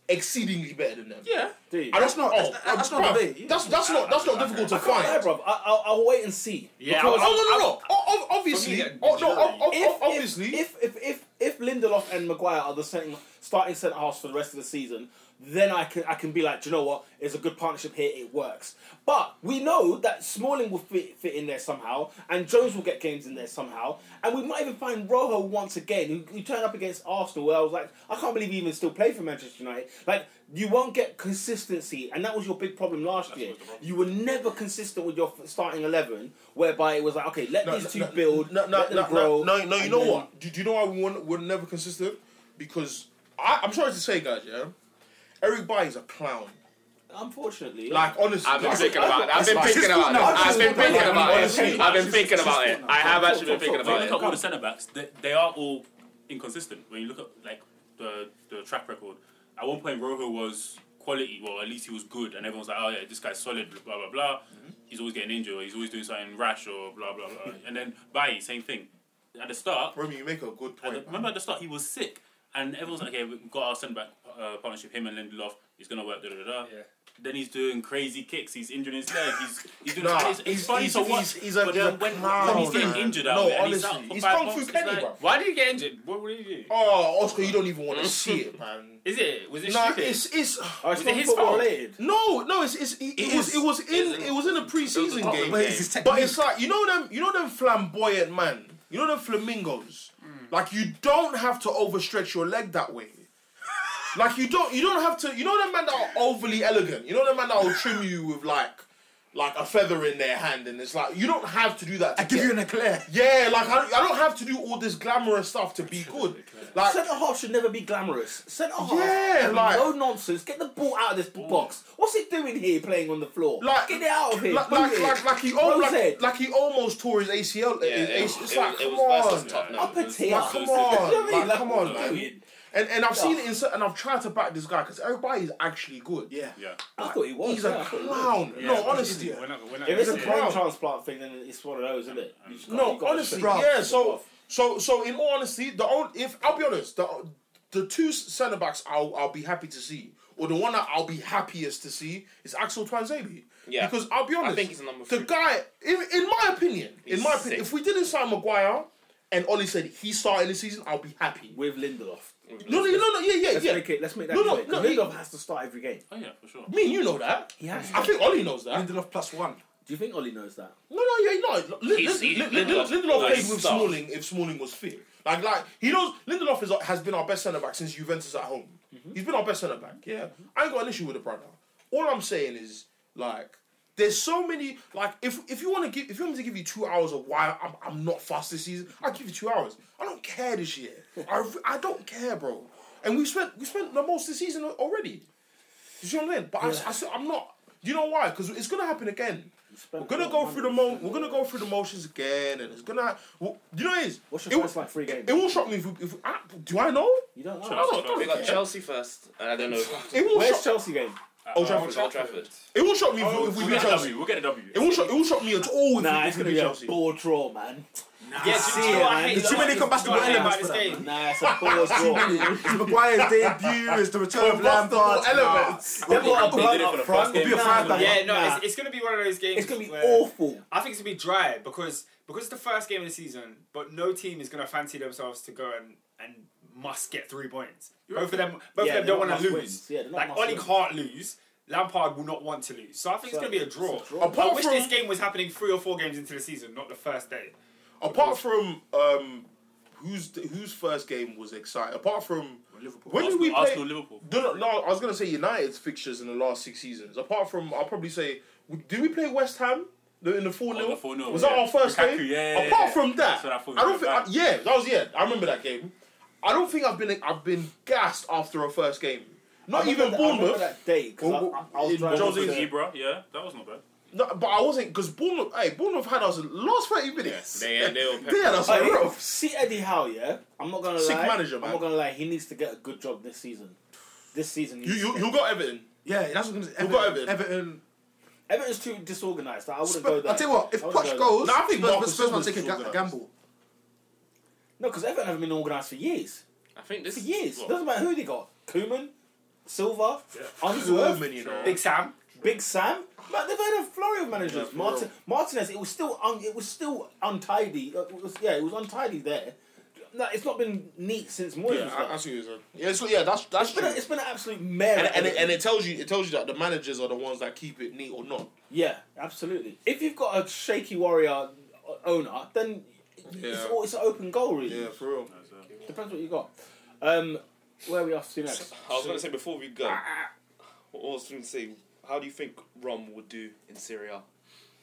Speaker 6: exceedingly better than them.
Speaker 9: Yeah.
Speaker 1: Dude.
Speaker 6: I
Speaker 7: That's not-
Speaker 6: oh,
Speaker 7: that's- that's
Speaker 6: bruv,
Speaker 7: not debate, yeah.
Speaker 6: That's that's not that's not difficult to
Speaker 1: I can't lie,
Speaker 6: find.
Speaker 1: bro. I, I'll, I'll wait and see.
Speaker 3: Yeah,
Speaker 1: Because-
Speaker 6: No, no, no, no. O- o- Obviously,
Speaker 3: For me,
Speaker 6: oh, no, o- o-
Speaker 1: if, if-
Speaker 6: obviously.
Speaker 1: if if if if Lindelof and Maguire are the setting, starting centre halves for the rest of the season, then I can I can be like, "Do you know what? It's a good partnership here. It works. But we know that Smalling will fit, fit in there somehow, and Jones will get games in there somehow, and we might even find Rojo once again, who, who turned up against Arsenal, where I was like, I can't believe he even still played for Manchester United. Like you won't get consistency, and that was your big problem last year. You were never consistent with your f- starting eleven, whereby it was like, okay, let these two build,
Speaker 6: No, no,
Speaker 1: let them
Speaker 6: no,
Speaker 1: grow.
Speaker 6: no, no, no, You
Speaker 1: and
Speaker 6: know
Speaker 1: then-
Speaker 6: what? Do, do you know why we won- we're never consistent? Because I, I'm sorry to say, guys, yeah, Eric Bay is a clown.
Speaker 1: Unfortunately,
Speaker 6: Like honestly,
Speaker 4: I've been
Speaker 6: that's-
Speaker 4: thinking about it. I've been
Speaker 6: that's-
Speaker 4: thinking about it.
Speaker 6: that's-
Speaker 4: I've been thinking about it. I've been thinking about it. I have actually been thinking
Speaker 9: When
Speaker 4: about
Speaker 9: you
Speaker 4: it.
Speaker 9: look at all the centre backs, they, they are all inconsistent. When you look at like the the track record, at one point Rojo was quality, well at least he was good, and everyone's like, oh yeah, this guy's solid, blah blah blah.
Speaker 3: Mm-hmm.
Speaker 9: He's always getting injured, or he's always doing something rash, or blah blah blah. and then Bai, same thing. At the start,
Speaker 6: Remy, you make a good
Speaker 9: at the-
Speaker 6: point.
Speaker 9: remember at the start he was sick, and everyone's like, okay, we've got our centre back uh, partnership, him and Lindelof. He's gonna work. Da da da. da.
Speaker 3: Yeah.
Speaker 9: Then he's doing crazy kicks. He's injuring his leg. He's he's doing.
Speaker 6: Nah,
Speaker 9: it's, it's
Speaker 6: he's-
Speaker 9: funny
Speaker 6: he's-
Speaker 9: to watch.
Speaker 6: he's- he's a-
Speaker 9: but
Speaker 6: he's a
Speaker 9: then when,
Speaker 6: clown,
Speaker 9: when he's getting
Speaker 6: man.
Speaker 9: injured out
Speaker 6: No,
Speaker 9: there, and he's
Speaker 6: honestly,
Speaker 9: out for
Speaker 6: he's
Speaker 9: five
Speaker 6: Kung Fu
Speaker 9: months, it's
Speaker 6: Kenny,
Speaker 9: like,
Speaker 6: bro.
Speaker 3: Why did he get injured? What did he do?
Speaker 6: Oh, Oscar, you don't even want to see it, man.
Speaker 3: Is it? Was it
Speaker 6: Nah,
Speaker 3: stupid?
Speaker 6: it's it's
Speaker 1: Oh, it's
Speaker 3: Was
Speaker 1: not
Speaker 3: it his
Speaker 1: football
Speaker 3: fault?
Speaker 1: related.
Speaker 6: no, no, it's it's it, it was it was in it was in a preseason
Speaker 4: Tottenham
Speaker 6: game.
Speaker 4: game.
Speaker 7: It's his
Speaker 6: But
Speaker 7: technique.
Speaker 6: it's like you know them, you know them flamboyant man. You know them flamingos.
Speaker 7: Mm.
Speaker 6: Like you don't have to overstretch your leg that way. like you don't, you don't have to. You know them man that are overly elegant. You know them man that will trim you with like, like a feather in their hand, and it's like you don't have to do that. To
Speaker 7: I give
Speaker 6: get-
Speaker 7: you an eclair.
Speaker 6: yeah, like I, I don't have to do all this glamorous stuff to be good. Like
Speaker 1: Centre half should never be glamorous. Centre half,
Speaker 6: Yeah,
Speaker 1: should be
Speaker 6: like- Mm.
Speaker 1: no nonsense. Get the ball out of this box. What's he doing here, playing on the floor?
Speaker 6: Like-
Speaker 1: get it out of here.
Speaker 6: like,
Speaker 1: Move
Speaker 6: like,
Speaker 1: it.
Speaker 6: like, like he
Speaker 1: Rose
Speaker 6: al- like,
Speaker 1: head.
Speaker 6: like he almost tore his ACL.
Speaker 4: Yeah, it
Speaker 6: it's,
Speaker 4: was-
Speaker 6: it's
Speaker 4: it
Speaker 6: like,
Speaker 4: was- it
Speaker 6: come
Speaker 4: was
Speaker 6: on,
Speaker 4: versus Tottenham.
Speaker 1: Up a tier.
Speaker 6: like, come on,
Speaker 1: You know what I mean?
Speaker 6: like, come on,
Speaker 1: what are you
Speaker 6: man.
Speaker 1: doing?
Speaker 6: And and I've seen it in certain. I've tried to back this guy because everybody is actually good.
Speaker 7: Yeah.
Speaker 9: yeah.
Speaker 1: I thought he was.
Speaker 6: he's
Speaker 1: yeah,
Speaker 6: a
Speaker 1: I thought he was.
Speaker 6: clown.
Speaker 3: Yeah,
Speaker 6: no,
Speaker 3: but
Speaker 6: honestly.
Speaker 3: We're not, we're not
Speaker 1: If it's a
Speaker 3: gonna say
Speaker 6: clown.
Speaker 1: brain transplant thing, then it's one of those, isn't it? You just gotta-
Speaker 6: No,
Speaker 1: you gotta
Speaker 6: honestly,
Speaker 1: shake it
Speaker 6: yeah.
Speaker 1: off.
Speaker 6: So, so, so, in all honesty, the only if I'll be honest, the the two centre backs I'll I'll be happy to see, or the one that I'll be happiest to see is Axel Twanzebe.
Speaker 4: Yeah.
Speaker 6: Because I'll be honest,
Speaker 4: think he's a number
Speaker 6: the
Speaker 4: three.
Speaker 6: guy, in, in my opinion, in
Speaker 4: He's
Speaker 6: my opinion,
Speaker 4: sick.
Speaker 6: if we didn't sign Maguire and Ollie said he started the season, I'll be happy.
Speaker 1: with Lindelof,
Speaker 6: No, no, no, no, yeah, yeah,
Speaker 1: let's
Speaker 6: yeah.
Speaker 1: make it. Let's make that
Speaker 6: No, no,
Speaker 1: clear. 'cause
Speaker 6: no, he-
Speaker 1: Lindelof has to start every game.
Speaker 9: Oh yeah, for sure.
Speaker 6: Me and you know that.
Speaker 1: He has.
Speaker 6: I
Speaker 1: To.
Speaker 6: think Ollie knows that.
Speaker 7: Lindelof plus one.
Speaker 1: Do you think Ollie knows that?
Speaker 6: No, no, yeah, no. Lin-
Speaker 4: He's-
Speaker 6: Lin-
Speaker 4: he-
Speaker 6: Lin- Lindelof,
Speaker 4: Lindelof-
Speaker 6: Lindelof played
Speaker 4: Lindelof
Speaker 6: with
Speaker 4: starts.
Speaker 6: Smalling if Smalling was fit. Like, like he knows Lindelof is, has been our best centre back since Juventus at home. He's been our best centre back. Yeah, I ain't got an issue with the brother. All I'm saying is like. There's so many like if if you want to give if you want me to give you two hours of why I'm, I'm not fast this season I will give you two hours I don't care this year I, re- I don't care bro and we spent we spent the most this season already you see what I'm saying but I- I, said I'm not you know why because it's gonna happen again we're gonna go through the mo- we're gonna go through the motions again, and it's gonna. Well, you know what it is.
Speaker 1: What's
Speaker 6: it,
Speaker 1: your
Speaker 6: will-
Speaker 1: first like three games?
Speaker 6: it will shock me if, we, if I, do I know?
Speaker 1: you don't
Speaker 6: I
Speaker 1: know.
Speaker 6: don't, I don't
Speaker 4: We got
Speaker 6: care.
Speaker 4: Chelsea first. and I don't know.
Speaker 6: It will
Speaker 1: Where's
Speaker 6: shock.
Speaker 1: Chelsea game?
Speaker 6: Old
Speaker 4: Old
Speaker 6: Trafford.
Speaker 4: Trafford.
Speaker 6: It will shock me if, we- if we
Speaker 9: We'll
Speaker 6: beat
Speaker 9: get a
Speaker 6: Chelsea.
Speaker 9: W. We'll get a W.
Speaker 6: It will shock. It will shock me at all if,
Speaker 1: Nah,
Speaker 6: we,
Speaker 1: it's
Speaker 6: if we
Speaker 1: gonna
Speaker 6: beat
Speaker 1: be a
Speaker 6: Chelsea.
Speaker 1: ball draw, man.
Speaker 3: Yeah, do you know what I
Speaker 1: man.
Speaker 3: hate?
Speaker 1: There's
Speaker 7: too many
Speaker 3: Like,
Speaker 7: combustible
Speaker 3: do you know what I hate
Speaker 7: elements,
Speaker 3: about
Speaker 7: brother.
Speaker 3: this game?
Speaker 1: Nah, it's a ball draw.
Speaker 7: It's Maguire's debut. It's the return of
Speaker 6: Combustible
Speaker 7: Lampard.
Speaker 6: elements.
Speaker 7: Nah.
Speaker 1: They've got a
Speaker 9: They did
Speaker 1: blood
Speaker 9: it for
Speaker 1: up
Speaker 9: the
Speaker 1: front.
Speaker 9: first game.
Speaker 1: It'll be a five
Speaker 7: Nah.
Speaker 1: banger.
Speaker 3: Yeah, no,
Speaker 1: Nah.
Speaker 3: it's, it's gonna be one of those games.
Speaker 1: It's gonna be
Speaker 3: where-
Speaker 1: awful.
Speaker 3: I think it's gonna be dry because because it's the first game of the season, but no team is gonna fancy themselves to go and and must get three points. both of them, both
Speaker 1: Yeah,
Speaker 3: of them don't want
Speaker 1: they're not
Speaker 3: to
Speaker 1: must
Speaker 3: lose.
Speaker 1: wins. Yeah, they're not
Speaker 3: like
Speaker 1: must
Speaker 3: Ollie
Speaker 1: wins.
Speaker 3: can't lose. Lampard will not want to lose. So I think
Speaker 1: So,
Speaker 3: it's gonna be a
Speaker 1: it's a
Speaker 3: draw.
Speaker 1: draw.
Speaker 6: Apart
Speaker 3: I wish
Speaker 6: from-
Speaker 3: this game was happening three or four games into the season, not the first day.
Speaker 6: Apart from um, whose whose first game was exciting? Apart from
Speaker 9: Liverpool.
Speaker 6: when did we
Speaker 9: Arsenal,
Speaker 6: play?
Speaker 9: Arsenal, Liverpool.
Speaker 6: No, no, no, I was gonna say United's fixtures in the last six seasons. Apart from, I'll probably say, w- did we play West Ham the- in the four 0
Speaker 9: Oh, the 4-0,
Speaker 6: Was that
Speaker 9: yeah.
Speaker 6: our first
Speaker 9: Lukaku,
Speaker 6: game?
Speaker 9: yeah, yeah,
Speaker 6: Apart
Speaker 9: yeah.
Speaker 6: from that,
Speaker 9: That's what I thought
Speaker 6: I
Speaker 9: you
Speaker 6: don't
Speaker 9: were
Speaker 6: think. I,
Speaker 9: about.
Speaker 6: yeah, that was yeah. I remember that game. I don't think I've been I've been gassed after a first game. Not
Speaker 1: I remember
Speaker 6: even
Speaker 1: that- I remember
Speaker 6: Bournemouth.
Speaker 1: that day because
Speaker 6: Well,
Speaker 1: I, I was
Speaker 6: in
Speaker 1: driving.
Speaker 6: Jones
Speaker 1: to-
Speaker 9: Jose Ibra, yeah, that was not bad.
Speaker 6: No, but I wasn't because Bournemouth. Hey, Bournemouth had us last thirty minutes.
Speaker 4: They, yeah, they were
Speaker 6: They had us
Speaker 1: Like,
Speaker 6: like ropes.
Speaker 1: see Eddie Howe, yeah. I'm not gonna
Speaker 6: Sick
Speaker 1: lie.
Speaker 6: manager,
Speaker 1: I'm
Speaker 6: man.
Speaker 1: not gonna lie. He needs to get a good job this season. This season, he
Speaker 6: You
Speaker 1: needs to
Speaker 6: you
Speaker 1: get-
Speaker 6: you got Everton.
Speaker 7: Yeah, that's what I'm saying.
Speaker 6: got
Speaker 7: Everton. Everton.
Speaker 1: Everton's too disorganised. I wouldn't
Speaker 7: Sp-
Speaker 1: go there.
Speaker 7: I'll tell you what, if
Speaker 1: I wouldn't
Speaker 7: Poch
Speaker 1: go there.
Speaker 7: goes,
Speaker 6: No, I think
Speaker 7: Spurs-
Speaker 6: Marcus
Speaker 7: Spurs might
Speaker 6: Silva's
Speaker 7: take a ga- a
Speaker 6: organised.
Speaker 7: gamble.
Speaker 1: No, because Everton haven't been organised for years.
Speaker 4: I think this
Speaker 1: For years.
Speaker 4: well,
Speaker 1: Doesn't matter who they got. Kuman, Silva, Unsworth,
Speaker 6: Women, you know.
Speaker 3: Big Sam.
Speaker 1: Big Sam. Man, they've had a flurry of managers. Martin, Martinez. It was still un, it was still untidy. Uh, It was, yeah, it was untidy there. No, it's not been neat since Moyes.
Speaker 6: Yeah,
Speaker 1: was
Speaker 6: I,
Speaker 1: there.
Speaker 6: I see what you're saying. Yeah, so, yeah, that's that's
Speaker 1: it's, been
Speaker 6: true.
Speaker 1: a, it's been an absolute mare.
Speaker 6: and, and, it, and it tells you it tells you that the managers are the ones that keep it neat or not.
Speaker 1: yeah, absolutely. If you've got a shaky warrior o- owner, then it's,
Speaker 6: Yeah.
Speaker 1: all, it's an open goal, really.
Speaker 6: for real.
Speaker 1: Depends what you got. Um, where are we off to next?
Speaker 4: I was going to say before we go, what was going to say? How do you think Rom would do in Syria?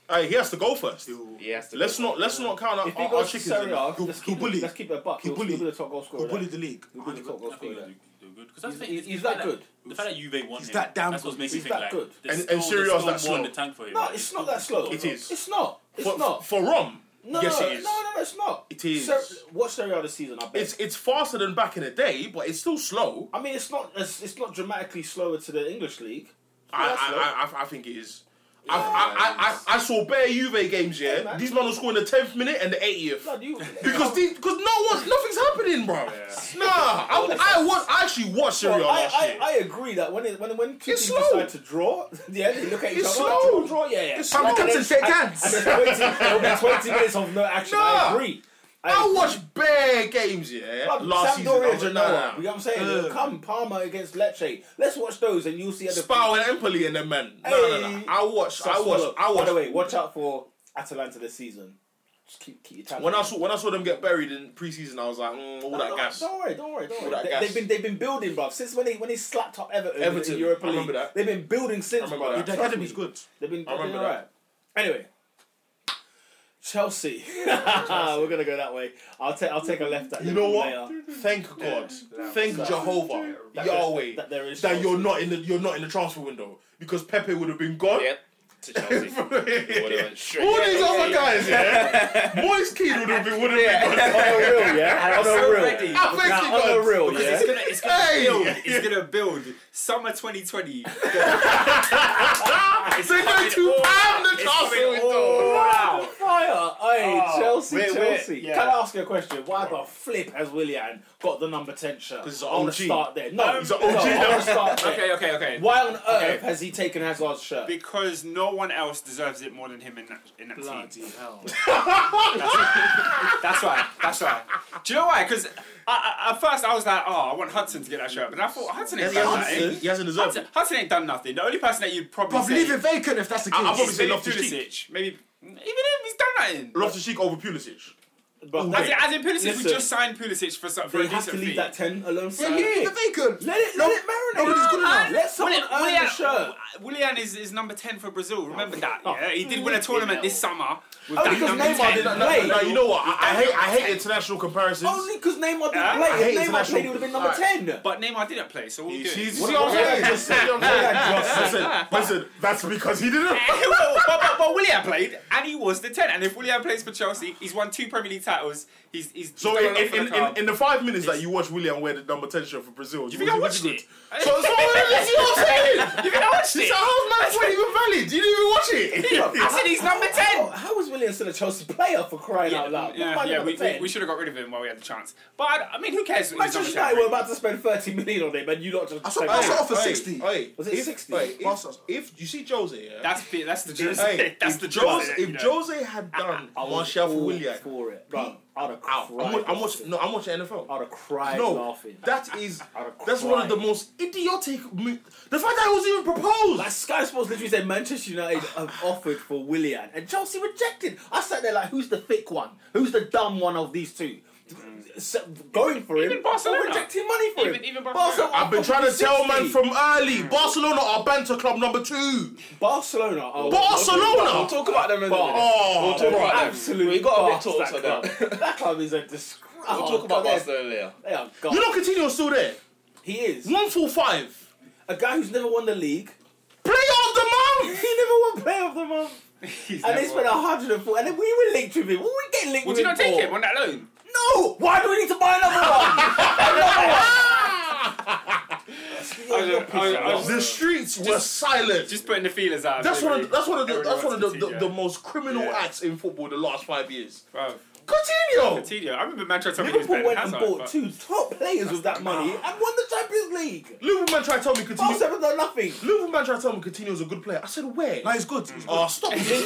Speaker 6: Hey, he has to go first.
Speaker 4: Yes,
Speaker 6: Let's not let's not count
Speaker 1: If he
Speaker 6: out our, our
Speaker 1: goes to
Speaker 6: chickens.
Speaker 1: Serie A,
Speaker 6: Who-
Speaker 1: let's
Speaker 6: who
Speaker 1: keep, it,
Speaker 6: bully?
Speaker 1: let's keep it a buck.
Speaker 6: Who
Speaker 1: He'll, he'll
Speaker 6: bully?
Speaker 1: be the top goal
Speaker 7: Who
Speaker 1: scorer.
Speaker 7: bullied
Speaker 1: there.
Speaker 7: the league?
Speaker 1: He'll be the top goal
Speaker 9: I
Speaker 1: scorer.
Speaker 9: think he'll
Speaker 1: there.
Speaker 9: do, do good. 'Cause that's the
Speaker 1: He's-
Speaker 9: thing,
Speaker 1: he's-
Speaker 9: the
Speaker 1: he's
Speaker 9: fact
Speaker 1: that good.
Speaker 9: The fact that Juve won
Speaker 7: He's
Speaker 9: him,
Speaker 7: that damn
Speaker 9: that's what
Speaker 7: good.
Speaker 9: makes
Speaker 1: He's
Speaker 9: me
Speaker 1: that
Speaker 9: think like
Speaker 1: good.
Speaker 9: there's
Speaker 6: And-
Speaker 9: still,
Speaker 6: and Syria's
Speaker 9: there's still
Speaker 6: that
Speaker 9: more in
Speaker 6: slow.
Speaker 9: the tank for him.
Speaker 1: No,
Speaker 9: Like,
Speaker 1: it's
Speaker 9: he's
Speaker 1: not
Speaker 9: still-
Speaker 1: that slow.
Speaker 6: It is.
Speaker 1: It's not. It's
Speaker 6: For,
Speaker 1: not.
Speaker 6: for Rom.
Speaker 1: No,
Speaker 6: yes,
Speaker 1: no,
Speaker 6: it is.
Speaker 1: no, no, no, it's not.
Speaker 6: It is.
Speaker 1: Ser- watch Serie A this season. I bet.
Speaker 6: It's it's faster than back in the day, but it's still slow.
Speaker 1: I mean, it's not. It's, it's not dramatically slower to the English league.
Speaker 6: I
Speaker 1: that's
Speaker 6: I, I, I, I think it is. I, I, I, I, I saw bare Juve games, yeah.
Speaker 1: Hey, man.
Speaker 6: These men will score in the tenth minute and the eightieth.
Speaker 1: Blood, you,
Speaker 6: Because these, because no one's nothing's happening, bro. Nah, I, I, wa- I actually watched Serie A
Speaker 1: Well, I,
Speaker 6: last
Speaker 1: I,
Speaker 6: year.
Speaker 1: I agree that when it, when when two
Speaker 6: It's
Speaker 1: teams
Speaker 6: slow.
Speaker 1: decide to draw, yeah, they look at each
Speaker 6: It's
Speaker 1: other. like,
Speaker 6: slow.
Speaker 1: Draw, draw, yeah, yeah.
Speaker 6: It's
Speaker 1: And
Speaker 6: slow.
Speaker 1: then-
Speaker 6: Captain, shake
Speaker 1: and-
Speaker 6: hands.
Speaker 1: And there's 20, there'll be 20 minutes of no action. I
Speaker 6: Nah.
Speaker 1: agree. I,
Speaker 6: I
Speaker 1: agree.
Speaker 6: watched bare games, yeah.
Speaker 1: Blood,
Speaker 6: last season, I
Speaker 1: Sampdoria,
Speaker 6: was like,
Speaker 1: Genoa.
Speaker 6: nah, Uh.
Speaker 1: You know what I'm saying? Come, Parma against Lecce. Let's watch those, and you'll see. at the-
Speaker 6: Spal and Empoli and them men. No, no, no.
Speaker 1: Hey.
Speaker 6: I watched. I watched.
Speaker 1: Sassuolo.
Speaker 6: I
Speaker 1: By
Speaker 6: watched.
Speaker 1: the way, watch out for Atalanta this season. Just keep keep your tabs
Speaker 6: When
Speaker 1: on
Speaker 6: I
Speaker 1: them.
Speaker 6: saw when I saw them get buried in preseason, I was like, mm, all
Speaker 1: No,
Speaker 6: that
Speaker 1: no,
Speaker 6: gas.
Speaker 1: Don't worry, don't worry, don't worry.
Speaker 6: that
Speaker 1: They,
Speaker 6: gas.
Speaker 1: have been they've been building, bruv. Since when they when they slapped up Everton,
Speaker 6: Everton,
Speaker 1: in the Europa
Speaker 6: I
Speaker 1: League,
Speaker 6: remember that.
Speaker 1: they've been building since.
Speaker 6: remember
Speaker 1: bruv.
Speaker 6: that.
Speaker 7: The
Speaker 1: Trust
Speaker 7: academy's
Speaker 1: me.
Speaker 7: good.
Speaker 1: They've been.
Speaker 6: I
Speaker 1: they've been
Speaker 6: remember that.
Speaker 1: alright. Anyway, Chelsea. We're gonna go that way. I'll take I'll take a left. At
Speaker 6: You
Speaker 1: them
Speaker 6: know what?
Speaker 1: later.
Speaker 6: Thank God. Thank
Speaker 1: That-
Speaker 6: Jehovah,
Speaker 1: That there-
Speaker 6: Yahweh,
Speaker 1: that there is
Speaker 6: that
Speaker 1: Chelsea.
Speaker 6: you're not in the you're not in the transfer window because Pepe would have been gone.
Speaker 4: Yep. To Chelsea. Would've went straight.
Speaker 6: All these other guys, yeah. Moise Keane would have been would have been gone.
Speaker 1: On a real, yeah. On a
Speaker 3: so
Speaker 1: real.
Speaker 3: ready.
Speaker 6: I thank you,
Speaker 1: Now, on
Speaker 6: God.
Speaker 1: a real,
Speaker 3: Because
Speaker 1: yeah.
Speaker 3: Oh, it's gonna, it's gonna
Speaker 6: Hey!
Speaker 3: build. It's gonna build. Summer 2020.
Speaker 6: They went to pound the transfer window.
Speaker 1: Wow! Fire! Hey, Chelsea,
Speaker 3: wait, wait.
Speaker 1: Chelsea.
Speaker 3: Yeah.
Speaker 1: Can I ask you a question? Why the flip has Willian got the number 10 shirt?
Speaker 6: he's an
Speaker 1: I want
Speaker 6: OG.
Speaker 1: to start there. No,
Speaker 6: He's an
Speaker 1: no,
Speaker 6: OG.
Speaker 1: I want to start there.
Speaker 3: okay, okay, okay.
Speaker 1: Why on earth
Speaker 3: Okay.
Speaker 1: has he taken Hazard's shirt?
Speaker 3: Because no one else deserves it more than him in that in that team.
Speaker 7: hell.
Speaker 3: That's right. That's right. Do you know why? Because at first I was like, oh, I want Hudson to get that shirt, but then I thought "Oh, Hudson ain't done nothing.
Speaker 6: He hasn't deserved
Speaker 3: Hudson,
Speaker 6: it.
Speaker 3: Hudson ain't done nothing. The only person that you'd probably
Speaker 7: Bruv,
Speaker 3: say,
Speaker 7: leave it vacant if that's the case.
Speaker 6: I'll probably
Speaker 3: is
Speaker 6: say
Speaker 3: maybe
Speaker 6: Loftus-Cheek.
Speaker 3: Pulisic. Maybe even him, he's done nothing.
Speaker 6: Loftus Cheek over Pulisic.
Speaker 1: But
Speaker 3: As in, as in Pulisic,
Speaker 1: Listen.
Speaker 3: we just signed Pulisic for some- for a
Speaker 1: they have
Speaker 3: decent
Speaker 1: to leave
Speaker 3: fee.
Speaker 1: that 10 alone.
Speaker 7: Yeah,
Speaker 1: son.
Speaker 7: leave it vacant.
Speaker 1: Let it, let it marinate.
Speaker 7: nobody's good enough.
Speaker 1: Let someone
Speaker 3: Willian-
Speaker 1: earn
Speaker 3: Willian-
Speaker 1: the shirt.
Speaker 3: Willian is, is number 10 for Brazil. Remember that.
Speaker 1: Oh,
Speaker 3: Yeah? He did win a tournament this summer. With
Speaker 1: Only
Speaker 3: that
Speaker 1: because
Speaker 3: number
Speaker 1: Neymar
Speaker 3: 10.
Speaker 1: didn't
Speaker 6: No,
Speaker 1: play.
Speaker 6: no, you know what? I, I hate I hate international comparisons.
Speaker 1: Only because Neymar didn't
Speaker 3: Yeah, I
Speaker 1: play.
Speaker 6: hate
Speaker 1: If Neymar
Speaker 6: international-
Speaker 1: played, he would have been number
Speaker 6: Alright.
Speaker 1: 10.
Speaker 3: But Neymar didn't play, so we'll do
Speaker 6: She's-
Speaker 3: it.
Speaker 6: you see what I'm saying?
Speaker 1: Just said,
Speaker 6: Listen, listen, that's because he didn't.
Speaker 3: but, but, but Willian played, and he was the 10. And if Willian plays for Chelsea, he's won two Premier League titles. He's, he's
Speaker 6: So
Speaker 3: he's done
Speaker 6: in,
Speaker 3: enough for
Speaker 6: in, in,
Speaker 3: the club.
Speaker 6: in, in the five minutes that you watch William wear the number ten shirt for Brazil, you
Speaker 3: think I watched it?
Speaker 6: So, so you see what I'm saying?
Speaker 3: You think I watched
Speaker 6: So
Speaker 3: it?
Speaker 6: how's man's point even valid? You didn't even watch
Speaker 3: I
Speaker 6: it.
Speaker 3: said he's number 10.
Speaker 1: How- How was Willian still a Chelsea player for crying out loud? What
Speaker 3: Yeah,
Speaker 1: about
Speaker 3: yeah
Speaker 1: number
Speaker 3: we, we,
Speaker 1: 10?
Speaker 3: we should have got rid of him while we had the chance. But I, I mean, who cares? He's
Speaker 1: Manchester
Speaker 3: number
Speaker 1: United
Speaker 3: 10.
Speaker 1: were about to spend 30 million on him, and you not just.
Speaker 7: I saw,
Speaker 1: take
Speaker 7: I
Speaker 1: it.
Speaker 7: saw offer
Speaker 6: Hey,
Speaker 7: 60.
Speaker 6: Hey,
Speaker 1: Was it
Speaker 6: if-
Speaker 1: 60?
Speaker 6: hey, if,
Speaker 7: Barca's-
Speaker 6: if you see Jose, yeah.
Speaker 3: That's the- that's the jersey.
Speaker 6: hey,
Speaker 3: that's
Speaker 6: if
Speaker 3: the
Speaker 6: Jose.
Speaker 3: jersey.
Speaker 6: If
Speaker 3: you know.
Speaker 6: Jose
Speaker 5: Ah,
Speaker 6: had done
Speaker 1: I was
Speaker 6: Martial for
Speaker 1: all
Speaker 6: William,
Speaker 1: for it, bro. I'd have
Speaker 6: out.
Speaker 1: cried.
Speaker 6: I'm, wa- I'm watching. No, I'm watching
Speaker 1: I'd
Speaker 6: NFL.
Speaker 1: have cried
Speaker 6: No,
Speaker 1: laughing.
Speaker 6: that is
Speaker 1: I'd
Speaker 6: that's
Speaker 1: cry.
Speaker 6: one of the most idiotic. Mo- the fact that it was even proposed.
Speaker 1: like Sky Sports literally said Manchester United have offered for Willian and Chelsea rejected. I sat there like, who's the thick one? Who's the dumb one of these two? So, going for him
Speaker 3: Even Barcelona.
Speaker 1: or rejecting money for
Speaker 3: Even-
Speaker 1: him.
Speaker 3: even Barcelona.
Speaker 6: I've been
Speaker 1: offered
Speaker 6: trying to
Speaker 1: him
Speaker 6: tell
Speaker 1: 60.
Speaker 6: man from early. Barcelona are banter club number two.
Speaker 1: Barcelona. are-
Speaker 6: Barcelona.
Speaker 4: We'll talk about them in a minute.
Speaker 6: Oh,
Speaker 4: We'll talk about them.
Speaker 1: Absolutely.
Speaker 4: We got a bit
Speaker 1: bastard,
Speaker 4: talked
Speaker 1: that
Speaker 6: uh,
Speaker 1: club.
Speaker 4: about.
Speaker 1: That club is a disgrace.
Speaker 4: We'll talk about
Speaker 1: God,
Speaker 4: Barcelona later.
Speaker 1: They are
Speaker 6: You
Speaker 1: gone.
Speaker 6: know, Coutinho's still there.
Speaker 1: He is
Speaker 6: One full five.
Speaker 1: a guy who's never won the league.
Speaker 6: Player of
Speaker 1: He
Speaker 6: the month.
Speaker 1: never won Player of the Month. and they spent a hundred and four. And then we were linked with him. What we get linked
Speaker 5: Would
Speaker 1: with
Speaker 5: you not
Speaker 1: him
Speaker 5: take
Speaker 1: for?
Speaker 5: him on that loan?
Speaker 1: No. Why do we need to buy another one?
Speaker 5: I was- I was- I was-
Speaker 6: The streets were silent.
Speaker 5: Just putting the feelers out.
Speaker 6: that's one.
Speaker 5: everybody-
Speaker 6: Of, that's one of the.
Speaker 5: everybody
Speaker 6: That's one of the,
Speaker 5: wants
Speaker 6: the,
Speaker 5: Coutinho.
Speaker 6: the most criminal
Speaker 5: Yeah.
Speaker 6: acts in football the last five years.
Speaker 5: Bruv,
Speaker 6: Coutinho.
Speaker 5: Coutinho. I remember Manchester United was
Speaker 1: Liverpool
Speaker 5: better than
Speaker 1: went and
Speaker 5: Hazard.
Speaker 1: bought
Speaker 5: bruv.
Speaker 1: two top players with that money and won the Champions League.
Speaker 6: Liverpool man tried to tell me
Speaker 1: Barca
Speaker 6: Coutinho.
Speaker 1: have done nothing.
Speaker 6: Liverpool man tried to tell me Coutinho's a good player. I said where?
Speaker 7: No, it's good. It's good.
Speaker 6: Oh, stop this! Stop
Speaker 1: He's
Speaker 6: this,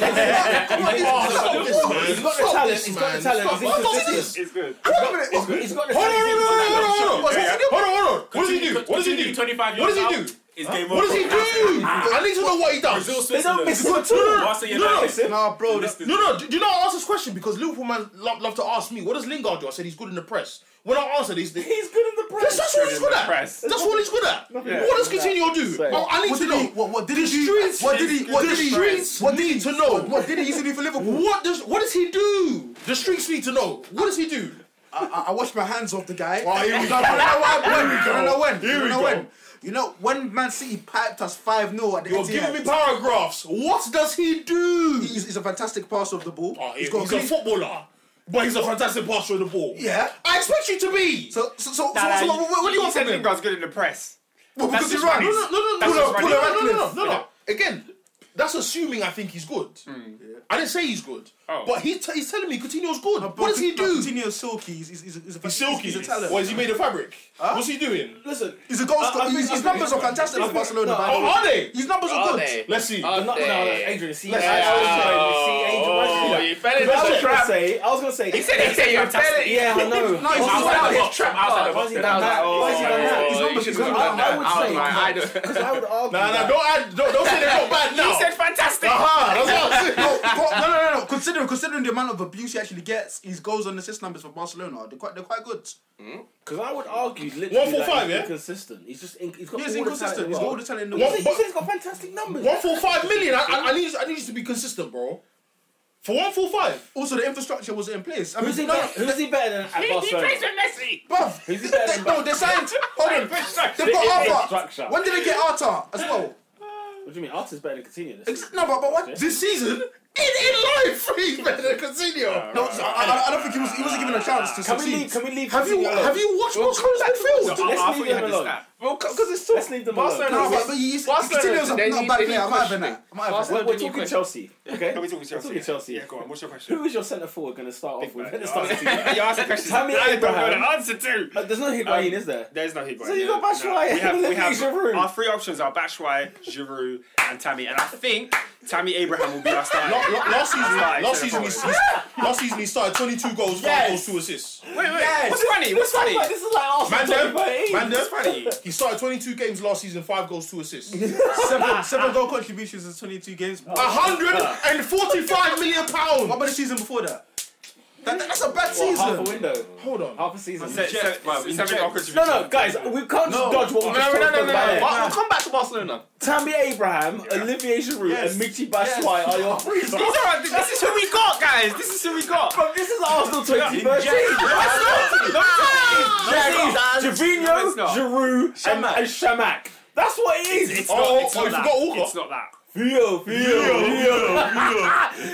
Speaker 1: got
Speaker 6: man!
Speaker 1: the
Speaker 6: Stop
Speaker 1: talent.
Speaker 6: this,
Speaker 1: He's got
Speaker 6: man!
Speaker 1: the talent.
Speaker 6: Stop
Speaker 1: He's inconsistent.
Speaker 5: It's good.
Speaker 1: He's got- He's got the
Speaker 6: Hold on, hold on,
Speaker 1: talent.
Speaker 6: hold on, hold on, hold on! Hold on, hold on! What does he do?
Speaker 9: Coutinho-
Speaker 6: What does he
Speaker 9: Coutinho,
Speaker 6: do?
Speaker 9: 25
Speaker 6: What
Speaker 9: years
Speaker 6: does he
Speaker 9: out,
Speaker 6: do?
Speaker 9: It's game over.
Speaker 6: What does he do? I need to know what he
Speaker 9: Brazil,
Speaker 6: does.
Speaker 1: They don't
Speaker 9: Switzerland.
Speaker 1: miss one too.
Speaker 9: Barca,
Speaker 6: No, no,
Speaker 9: United.
Speaker 7: Nah, bro. that-
Speaker 9: Listed.
Speaker 6: No, no. Do do you know I asked this question because Liverpool man love, love to ask me what does Lingard do? I said he's good in the press. When I answered, he's the,
Speaker 1: He's good in the press.
Speaker 6: that's, that's what he's good at.
Speaker 5: press.
Speaker 6: That's what he's good at. What does Coutinho do?
Speaker 1: Sorry.
Speaker 6: Oh, I need
Speaker 7: What
Speaker 6: to
Speaker 7: did
Speaker 6: know.
Speaker 7: he? What, what did he
Speaker 6: The
Speaker 7: do?
Speaker 6: streets-
Speaker 7: What did he? What
Speaker 6: the
Speaker 7: did he?
Speaker 6: streets
Speaker 7: What did he
Speaker 6: need to know.
Speaker 7: What did he used to do for Liverpool?
Speaker 6: What does what does he do? The streets need to know. What does he do?
Speaker 7: I, I- I washed my hands off the guy.
Speaker 6: Oh, here we go.
Speaker 7: I don't know when. I don't know when.
Speaker 6: Here
Speaker 7: I
Speaker 6: we
Speaker 7: don't know
Speaker 6: go.
Speaker 7: when. You know when Man City piped us five 0 at the
Speaker 6: You're
Speaker 7: Etihad.
Speaker 6: giving me paragraphs. What does he do?
Speaker 7: He's, he's a fantastic passer of the ball.
Speaker 6: Oh, he-
Speaker 7: he's
Speaker 6: he's,
Speaker 7: got
Speaker 6: a
Speaker 7: great-
Speaker 6: footballer, but he's a fantastic passer of the ball.
Speaker 7: Yeah.
Speaker 6: I expect you to be.
Speaker 7: So so so, so,
Speaker 5: Nah,
Speaker 7: so
Speaker 5: nah,
Speaker 7: what, what, what do you
Speaker 5: he
Speaker 7: want
Speaker 5: said
Speaker 7: from him?
Speaker 5: Lingard's good in the press.
Speaker 7: Well,
Speaker 5: that's
Speaker 7: because
Speaker 5: his
Speaker 7: he runs.
Speaker 6: No, no, no, no,
Speaker 5: That's
Speaker 6: no,
Speaker 5: just
Speaker 6: no, no, no,
Speaker 7: running.
Speaker 6: no, no, no, no. Again, that's assuming I think he's good.
Speaker 7: Hmm,
Speaker 6: I didn't say he's good,
Speaker 5: Oh.
Speaker 6: but he t- he's telling me Coutinho's good.
Speaker 7: But
Speaker 6: what does he do?
Speaker 7: Coutinho's silky. He's, he's, he's, a- he's a,
Speaker 6: He's silky.
Speaker 7: He's a talent.
Speaker 6: Or is he made of fabric? What's he doing?
Speaker 1: Listen,
Speaker 7: He's a goal
Speaker 1: I- I
Speaker 7: scorer.
Speaker 1: think-
Speaker 7: His
Speaker 1: I
Speaker 7: his
Speaker 1: think-
Speaker 7: numbers are fantastic
Speaker 1: I
Speaker 7: for
Speaker 1: think-
Speaker 7: Barcelona.
Speaker 1: no,
Speaker 7: by the
Speaker 6: Oh,
Speaker 7: way.
Speaker 6: are they?
Speaker 7: His numbers are
Speaker 4: Are
Speaker 7: good.
Speaker 4: they?
Speaker 6: Let's see.
Speaker 4: Are
Speaker 1: No, no,
Speaker 4: they?
Speaker 1: no, Adrian, see,
Speaker 6: Let's-
Speaker 1: I, I was
Speaker 4: Oh,
Speaker 1: trying to see Adrian. why did
Speaker 4: you
Speaker 1: you do that? Because
Speaker 4: fell into
Speaker 1: I
Speaker 4: the
Speaker 1: was gonna
Speaker 4: trap.
Speaker 1: say, I was gonna say,
Speaker 4: He said he said you're fantastic.
Speaker 1: yeah, I know.
Speaker 7: No, he's
Speaker 1: I was
Speaker 7: outside
Speaker 1: like,
Speaker 7: the
Speaker 1: why
Speaker 7: box.
Speaker 4: Trap outside
Speaker 1: has
Speaker 4: the box.
Speaker 1: he done that? Why has he done that? He's
Speaker 4: Oh,
Speaker 1: not
Speaker 4: you should
Speaker 1: because
Speaker 4: have
Speaker 1: I-
Speaker 4: done
Speaker 1: I
Speaker 4: that.
Speaker 1: would say,
Speaker 4: I was like, I
Speaker 1: because I would argue.
Speaker 6: Nah, nah,
Speaker 1: that-
Speaker 6: don't, add, don't don't say they're not bad now.
Speaker 5: He said fantastic.
Speaker 6: Aha, that's what I'm saying.
Speaker 7: no, go- no, no, no, no. Considering, considering the amount of abuse he actually gets, his goals and assist numbers for Barcelona, they're quite, they're quite good.
Speaker 1: Because I would argue, literally,
Speaker 6: One four
Speaker 1: that
Speaker 6: five,
Speaker 1: he's
Speaker 6: yeah?
Speaker 1: inconsistent. He's just, in, he's got
Speaker 7: He's
Speaker 1: all
Speaker 7: inconsistent.
Speaker 1: the
Speaker 7: He's got all
Speaker 1: talent.
Speaker 7: the talent in the
Speaker 1: in the world. He
Speaker 6: What-
Speaker 7: world.
Speaker 1: said- he said he's got fantastic numbers.
Speaker 6: One four five million. I, I, I need you- I need you to be consistent, bro. For one four five.
Speaker 7: Also, the infrastructure wasn't in place. I mean,
Speaker 1: Who's he
Speaker 7: no,
Speaker 1: better? Who's he better than at Barcelona?
Speaker 5: Messi.
Speaker 7: bruv,
Speaker 1: Who's he
Speaker 7: they-
Speaker 1: better than
Speaker 7: no, they signed. Hold on, they've got Arta.
Speaker 1: Infrastructure.
Speaker 7: When did they get Arta as well?
Speaker 1: What do you mean? Arsenal's better than Coutinho. this
Speaker 7: Ex-
Speaker 1: season.
Speaker 7: No, but, but what?
Speaker 6: This season, in, in life, he's better than Coutinho.
Speaker 7: No, so I, I- I don't think he was. He wasn't given a chance to
Speaker 1: Can we
Speaker 7: succeed.
Speaker 1: leave? Can we leave?
Speaker 6: Have you
Speaker 1: Coutinho alone?
Speaker 6: have you watched what's comes midfield?
Speaker 1: Let's
Speaker 5: I
Speaker 1: leave
Speaker 5: thought you
Speaker 1: him
Speaker 5: had the
Speaker 1: alone.
Speaker 5: stat.
Speaker 4: Well, because it's still
Speaker 1: Let's leave them alone.
Speaker 7: No, but, but he's, Coutinho's a,
Speaker 4: they
Speaker 7: not a
Speaker 4: need-
Speaker 7: bad
Speaker 4: they
Speaker 7: player.
Speaker 4: need
Speaker 7: I'm not having that. I'm not having that.
Speaker 1: We're, we're
Speaker 4: Barcelona
Speaker 1: talking
Speaker 4: need
Speaker 1: Chelsea, okay?
Speaker 5: Are we talking Chelsea?
Speaker 1: We're talking Chelsea.
Speaker 5: Yeah, go on. What's your question?
Speaker 1: Who is your centre forward going to start off with? At the start of the season?
Speaker 5: you asked a question.
Speaker 1: Tammy
Speaker 5: I don't know
Speaker 1: Abraham.
Speaker 5: the answer to.
Speaker 1: Uh, There's no Higuain,
Speaker 5: Um,
Speaker 1: is there?
Speaker 5: There's no Higuain.
Speaker 1: So you got
Speaker 5: no,
Speaker 1: Batshuayi
Speaker 5: no. We have, we
Speaker 1: and
Speaker 5: have
Speaker 1: Giroud.
Speaker 5: our three options are Batshuayi, Giroud, and Tammy. And I think Tammy Abraham will be our starter.
Speaker 6: La- la- Last season,
Speaker 5: Right,
Speaker 6: last
Speaker 5: so
Speaker 6: season, he,
Speaker 5: forward.
Speaker 6: he- last season he started 22 gols, five goals, two assists.
Speaker 5: wait, wait. What's funny? What's funny?
Speaker 1: This is like
Speaker 6: Man,
Speaker 1: Arsenal
Speaker 6: them,
Speaker 1: 2018.
Speaker 6: man, them.
Speaker 5: What's funny?
Speaker 6: He started 22 games last season, five goals, two assists.
Speaker 7: seven, seven goal contributions in 22 games. What
Speaker 6: 145 million pounds.
Speaker 7: about the season before that? That- that's a bad season.
Speaker 1: Half a window.
Speaker 6: Hold on.
Speaker 1: Half a season.
Speaker 5: Se- se- se- seven awkward
Speaker 1: No, no, guys, we can't just Oh, dodge what we
Speaker 4: No,
Speaker 1: just
Speaker 4: no,
Speaker 1: talked
Speaker 4: no, no,
Speaker 1: about.
Speaker 4: no. We'll we'll come back to Barcelona.
Speaker 1: Tammy Abraham, Olivier Giroud, and Michy Batshuayi are your three.
Speaker 5: These are our- This is who we got, guys. This is who we got.
Speaker 1: Bro, this is Arsenal 2013. Ah! Javinho,
Speaker 5: it's not.
Speaker 1: Giroud, and, and Shamak. That's what it is.
Speaker 5: It's
Speaker 6: Oh,
Speaker 5: not. It's
Speaker 6: oh,
Speaker 5: not
Speaker 6: you
Speaker 5: that.
Speaker 6: forgot Walker.
Speaker 5: It's not that.
Speaker 1: Theo,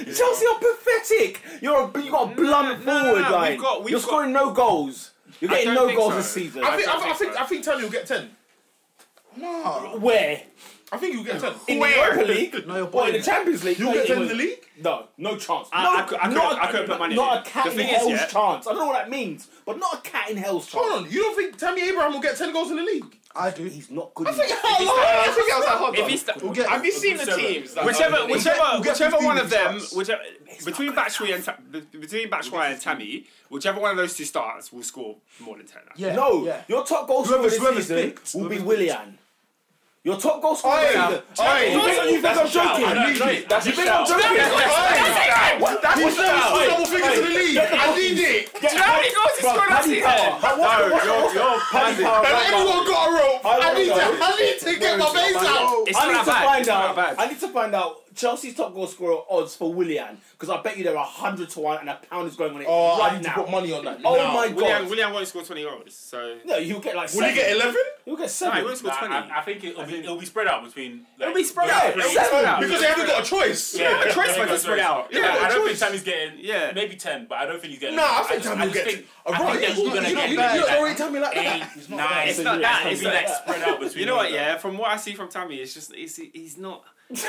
Speaker 1: Theo, Theo. Chelsea are pathetic. You're a, you got a blunt
Speaker 5: no, no,
Speaker 1: forward
Speaker 5: no, we've
Speaker 1: line.
Speaker 5: got- we've
Speaker 1: You're
Speaker 5: got-
Speaker 1: scoring no goals. You're getting
Speaker 5: don't
Speaker 1: no
Speaker 5: think
Speaker 1: goals
Speaker 5: so.
Speaker 1: this season.
Speaker 6: I think I, I think I think Tony will get 10.
Speaker 7: No.
Speaker 1: Where?
Speaker 6: I think you'll get 10.
Speaker 1: In the Europa League?
Speaker 7: No, you're
Speaker 1: Or in the
Speaker 7: boiling.
Speaker 1: Champions League?
Speaker 6: You'll
Speaker 1: No,
Speaker 6: get 10
Speaker 1: it
Speaker 6: in the
Speaker 1: was-
Speaker 6: league.
Speaker 1: No, no chance.
Speaker 5: I-
Speaker 1: no,
Speaker 5: I could- I could-
Speaker 1: not, a-
Speaker 5: I could put money
Speaker 1: Not
Speaker 5: on
Speaker 1: a
Speaker 5: it.
Speaker 1: cat
Speaker 5: The
Speaker 1: in
Speaker 5: thing is,
Speaker 1: hell's
Speaker 5: yeah-
Speaker 1: chance. I don't know what that means, but not a cat in hell's chance.
Speaker 6: Hold on. You don't think Tammy Abraham will get 10 goals in the league?
Speaker 7: I do.
Speaker 1: He's not good.
Speaker 6: I
Speaker 1: enough.
Speaker 6: think. Hold on.
Speaker 4: I think I was like, hold
Speaker 5: If
Speaker 4: on.
Speaker 5: he's sta-
Speaker 7: We'll get,
Speaker 4: Have you seen the teams? that-
Speaker 5: Whichever, whichever,
Speaker 7: we'll get
Speaker 5: whichever
Speaker 7: 15
Speaker 5: one of them,
Speaker 7: shots.
Speaker 5: whichever, between Batshuayi and Ta- be- between Batshuayi and Tammy, whichever one of those two starts will score more than ten. I think.
Speaker 7: yeah,
Speaker 1: No,
Speaker 7: Yeah.
Speaker 1: your top goal scorer
Speaker 7: Whoever's-
Speaker 1: this
Speaker 7: whoever's
Speaker 1: season
Speaker 7: picked,
Speaker 1: will be
Speaker 7: whoever's
Speaker 1: Willian. Your top goal scorer.
Speaker 2: Oi,
Speaker 1: Oi,
Speaker 2: oi.
Speaker 1: you think, you think I'm joking?
Speaker 4: That's
Speaker 1: you think I'm joking? What? That's
Speaker 6: He's never scored
Speaker 1: Oi.
Speaker 6: double figures in the league. I need it.
Speaker 1: Do you know how many goals he scored last season? Paddy Power.
Speaker 6: And everyone got a rope.
Speaker 1: I
Speaker 6: I need to.
Speaker 1: know.
Speaker 6: I need to get my veins out.
Speaker 1: I need to find out. I need to find out Chelsea's top goal scorer odds for Willian because I bet you there are hundred to one, and a pound is going on it
Speaker 6: Oh, I
Speaker 1: right
Speaker 6: need to
Speaker 1: now.
Speaker 6: put money on that.
Speaker 1: oh
Speaker 6: now.
Speaker 1: my
Speaker 5: William,
Speaker 1: god!
Speaker 5: William won't score 20 goals, so.
Speaker 1: No, he'll get like.
Speaker 6: Will
Speaker 1: seven.
Speaker 6: he get eleven?
Speaker 1: He'll get
Speaker 5: No, he
Speaker 1: seven.
Speaker 5: won't score 20.
Speaker 9: I, I think it'll be, it'll be spread out between. Like,
Speaker 5: It'll be spread
Speaker 9: yeah,
Speaker 5: out.
Speaker 9: yeah,
Speaker 5: It'll be spread out.
Speaker 6: Because they haven't got a choice.
Speaker 9: Yeah,
Speaker 5: Yeah, Trace
Speaker 9: yeah,
Speaker 5: might just
Speaker 9: Trace.
Speaker 5: spread out.
Speaker 9: Yeah,
Speaker 5: Yeah,
Speaker 9: I don't
Speaker 5: Trace.
Speaker 9: think Sammy's getting.
Speaker 5: Yeah.
Speaker 9: maybe ten, but I don't think he's getting.
Speaker 6: No, I think
Speaker 9: just-
Speaker 6: Tammy will
Speaker 9: just
Speaker 6: get it.
Speaker 9: think- I think they're all
Speaker 6: you,
Speaker 9: gonna
Speaker 6: you,
Speaker 9: get
Speaker 6: you
Speaker 9: like
Speaker 6: don't
Speaker 9: that.
Speaker 6: already tell me like
Speaker 9: Eight,
Speaker 6: that.
Speaker 9: nine.
Speaker 5: It's not that,
Speaker 9: gonna
Speaker 5: it's
Speaker 9: be
Speaker 5: not
Speaker 9: like
Speaker 5: that.
Speaker 9: spread out between.
Speaker 5: You know what?
Speaker 9: them.
Speaker 5: Yeah, from what I see from Tammy, it's just it's, he's not
Speaker 1: He was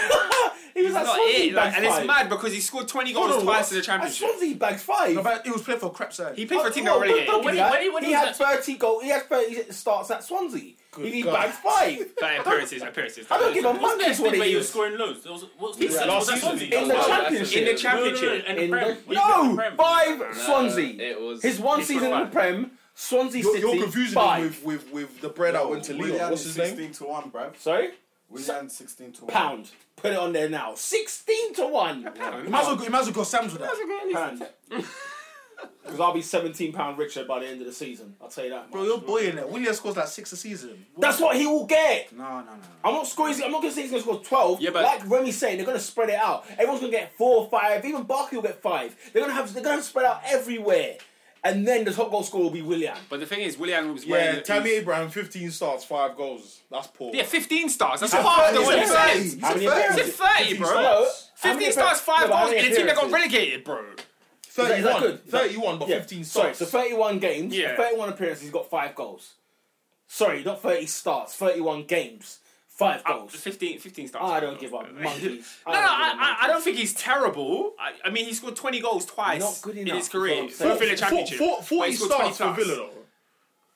Speaker 5: he's
Speaker 1: at
Speaker 5: not
Speaker 1: Swansea.
Speaker 5: it, like,
Speaker 1: bagged
Speaker 5: and it's
Speaker 1: five.
Speaker 5: mad because he scored twenty
Speaker 1: Hold
Speaker 5: goals
Speaker 1: on,
Speaker 5: twice
Speaker 1: what?
Speaker 5: in the
Speaker 1: At
Speaker 5: championship.
Speaker 1: Swansea, he bagged five.
Speaker 7: No, but he was playing for crap side.
Speaker 5: He played for a team that
Speaker 1: No,
Speaker 5: were
Speaker 1: don't-
Speaker 5: relegated.
Speaker 1: don't do
Speaker 9: When he-
Speaker 1: that.
Speaker 9: when he- when
Speaker 1: He
Speaker 9: he was
Speaker 1: had
Speaker 9: at-
Speaker 1: thirty goal. He had thirty starts at Swansea.
Speaker 6: Good
Speaker 1: he
Speaker 6: God.
Speaker 1: bagged five.
Speaker 5: But appearances, appearances.
Speaker 1: I don't give a
Speaker 9: What's
Speaker 1: monkey's
Speaker 9: next?
Speaker 1: what
Speaker 9: Where
Speaker 1: it
Speaker 9: he was
Speaker 1: is.
Speaker 9: scoring loads. That was what's
Speaker 4: He's
Speaker 9: this?
Speaker 4: at
Speaker 9: Was that
Speaker 4: last season.
Speaker 9: Swansea?
Speaker 1: In the
Speaker 9: No, no,
Speaker 1: championship.
Speaker 5: In the
Speaker 9: No, no, no,
Speaker 5: championship.
Speaker 9: and the
Speaker 1: In
Speaker 9: Prem.
Speaker 1: the-
Speaker 9: He's at the
Speaker 1: no,
Speaker 9: Prem. Uh,
Speaker 1: five
Speaker 4: No,
Speaker 1: Swansea.
Speaker 4: It was
Speaker 1: His one
Speaker 5: He's
Speaker 1: season in the
Speaker 5: five.
Speaker 1: Prem, Swansea
Speaker 6: You're,
Speaker 1: City.
Speaker 6: you're confusing
Speaker 1: five.
Speaker 6: him with, with, with the bread that went to Leon. What's his name?
Speaker 8: 16 to 1, bruv.
Speaker 1: Sorry,
Speaker 8: Willian 16 to 1.
Speaker 1: pound. Put it on there now. Sixteen to one. Pound.
Speaker 7: You might as well go, you might as well go Sam's with that.
Speaker 1: Because I'll be seventeen pound richer by the end of the season. I'll tell you that.
Speaker 7: Bro,
Speaker 1: much.
Speaker 7: you're boying it. William scores like six a season.
Speaker 1: That's what he will get.
Speaker 8: No, no, no.
Speaker 1: I'm not scoring. I'm not gonna say he's gonna score twelve.
Speaker 5: Yeah, but-
Speaker 1: like Remy's saying, they're gonna spread it out. Everyone's gonna get four, five. Even Barkley will get five. They're gonna have. They're gonna spread out everywhere, and then the top goal scorer will be Willian.
Speaker 5: But the thing is, William was wearing.
Speaker 6: Yeah, Tammy Abraham, 15 starts, 5 goals. That's poor.
Speaker 5: Yeah, 15 stars. That's
Speaker 6: He's
Speaker 5: half
Speaker 6: a
Speaker 5: the
Speaker 6: thirty,
Speaker 5: winning
Speaker 6: he's a
Speaker 5: sides.
Speaker 6: thirty.
Speaker 1: How many
Speaker 6: He's a
Speaker 5: It's a
Speaker 1: appearances?
Speaker 5: 30, bro.
Speaker 1: No,
Speaker 5: 15 stars, 5
Speaker 1: No, but how
Speaker 5: goals in
Speaker 1: many
Speaker 5: a team that got
Speaker 1: appearances?
Speaker 5: relegated, bro.
Speaker 6: 31.
Speaker 1: Is that good?
Speaker 6: 31, but
Speaker 1: Yeah.
Speaker 6: 15
Speaker 1: Sorry,
Speaker 6: starts.
Speaker 1: so 31 games,
Speaker 5: Yeah.
Speaker 1: 31 appearances, he's got five goals. Sorry, not 30 starts, 31 games, five
Speaker 5: Uh,
Speaker 1: goals.
Speaker 5: 15, 15 stars.
Speaker 1: I don't give up, monkeys.
Speaker 5: No, no, I, I, I don't think he's terrible. I, I mean, he scored 20 goals twice
Speaker 1: Not good
Speaker 5: in
Speaker 1: enough,
Speaker 5: his
Speaker 1: is what
Speaker 5: career.
Speaker 1: I'm saying.
Speaker 5: Fourth in the
Speaker 6: Four-
Speaker 5: championship.
Speaker 6: four-
Speaker 5: But
Speaker 6: 40
Speaker 5: he scored
Speaker 6: starts
Speaker 5: 20
Speaker 6: for Villa, though.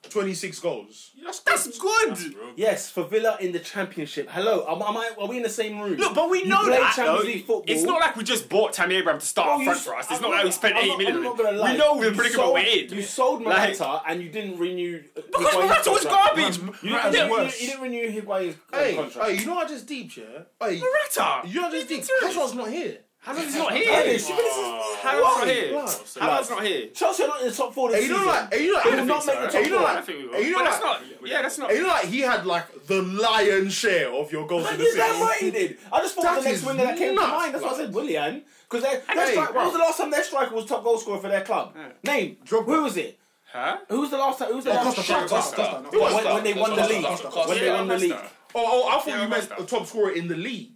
Speaker 6: 26 goals.
Speaker 5: That's, that's good.
Speaker 1: Yes, for Villa in the Championship. Hello, am, am I, are we in the same room?
Speaker 5: Look, but we
Speaker 1: You
Speaker 5: know
Speaker 1: play
Speaker 5: that.
Speaker 1: Champions
Speaker 5: though.
Speaker 1: League football.
Speaker 5: It's not like we just bought Tammy Abraham to start
Speaker 1: Bro,
Speaker 5: up
Speaker 1: you
Speaker 5: front
Speaker 1: s-
Speaker 5: for us. It's
Speaker 1: I'm
Speaker 5: not like we spent
Speaker 1: I'm
Speaker 5: 8
Speaker 1: not-
Speaker 5: million.
Speaker 1: I'm not gonna lie.
Speaker 5: We know we're
Speaker 1: You
Speaker 5: pretty good
Speaker 1: sold-
Speaker 5: we're in.
Speaker 1: You sold
Speaker 5: Like-
Speaker 1: Morata and you didn't renew.
Speaker 5: Because Morata was garbage.
Speaker 1: You
Speaker 5: Morata's
Speaker 1: didn't, you didn't-
Speaker 7: worse.
Speaker 1: you didn't renew Higuain's uh,
Speaker 6: Hey,
Speaker 1: contract.
Speaker 6: hey, you know I just deep, yeah? Hey,
Speaker 5: Morata.
Speaker 6: you know I just deep. Hazard's not here.
Speaker 5: Hazard's not here.
Speaker 1: Hey, she- this is-
Speaker 5: Hazard's not here.
Speaker 6: Why?
Speaker 5: Hazard's not here.
Speaker 1: Chelsea are not in the top four this
Speaker 6: Hey, you know
Speaker 1: season.
Speaker 6: like, hey, you know
Speaker 1: They will
Speaker 6: like,
Speaker 1: not make the
Speaker 6: hey,
Speaker 1: top
Speaker 6: you know
Speaker 1: four.
Speaker 6: like,
Speaker 5: I think we will.
Speaker 6: hey, you know
Speaker 5: But
Speaker 6: like,
Speaker 5: that's not. Yeah, that's not.
Speaker 6: hey, you know like, he had like the lion's share of your goals in
Speaker 1: Man,
Speaker 6: the
Speaker 1: you're
Speaker 6: season.
Speaker 1: damn right he did. I just thought
Speaker 6: That
Speaker 1: of the next
Speaker 6: is
Speaker 1: winger that came
Speaker 6: nuts,
Speaker 1: to mind. That's why I said Willian. Because their their
Speaker 6: Hey,
Speaker 1: stri- when
Speaker 6: bro.
Speaker 1: was the last time their striker was top goal scorer for their club? Name. Who was it?
Speaker 5: Huh?
Speaker 1: Who was the last time? Who was the last
Speaker 7: Costa,
Speaker 1: time?
Speaker 7: Costa, Costa.
Speaker 8: Costa.
Speaker 6: It was
Speaker 1: When,
Speaker 6: that.
Speaker 1: when they
Speaker 4: Costa,
Speaker 1: won the
Speaker 4: Costa,
Speaker 1: league.
Speaker 4: Costa, Costa.
Speaker 1: When they
Speaker 5: Yeah,
Speaker 1: won the
Speaker 5: Costa.
Speaker 1: league.
Speaker 6: Oh, oh, I thought
Speaker 5: Yeah,
Speaker 6: you meant
Speaker 5: Costa.
Speaker 6: a top scorer in the league.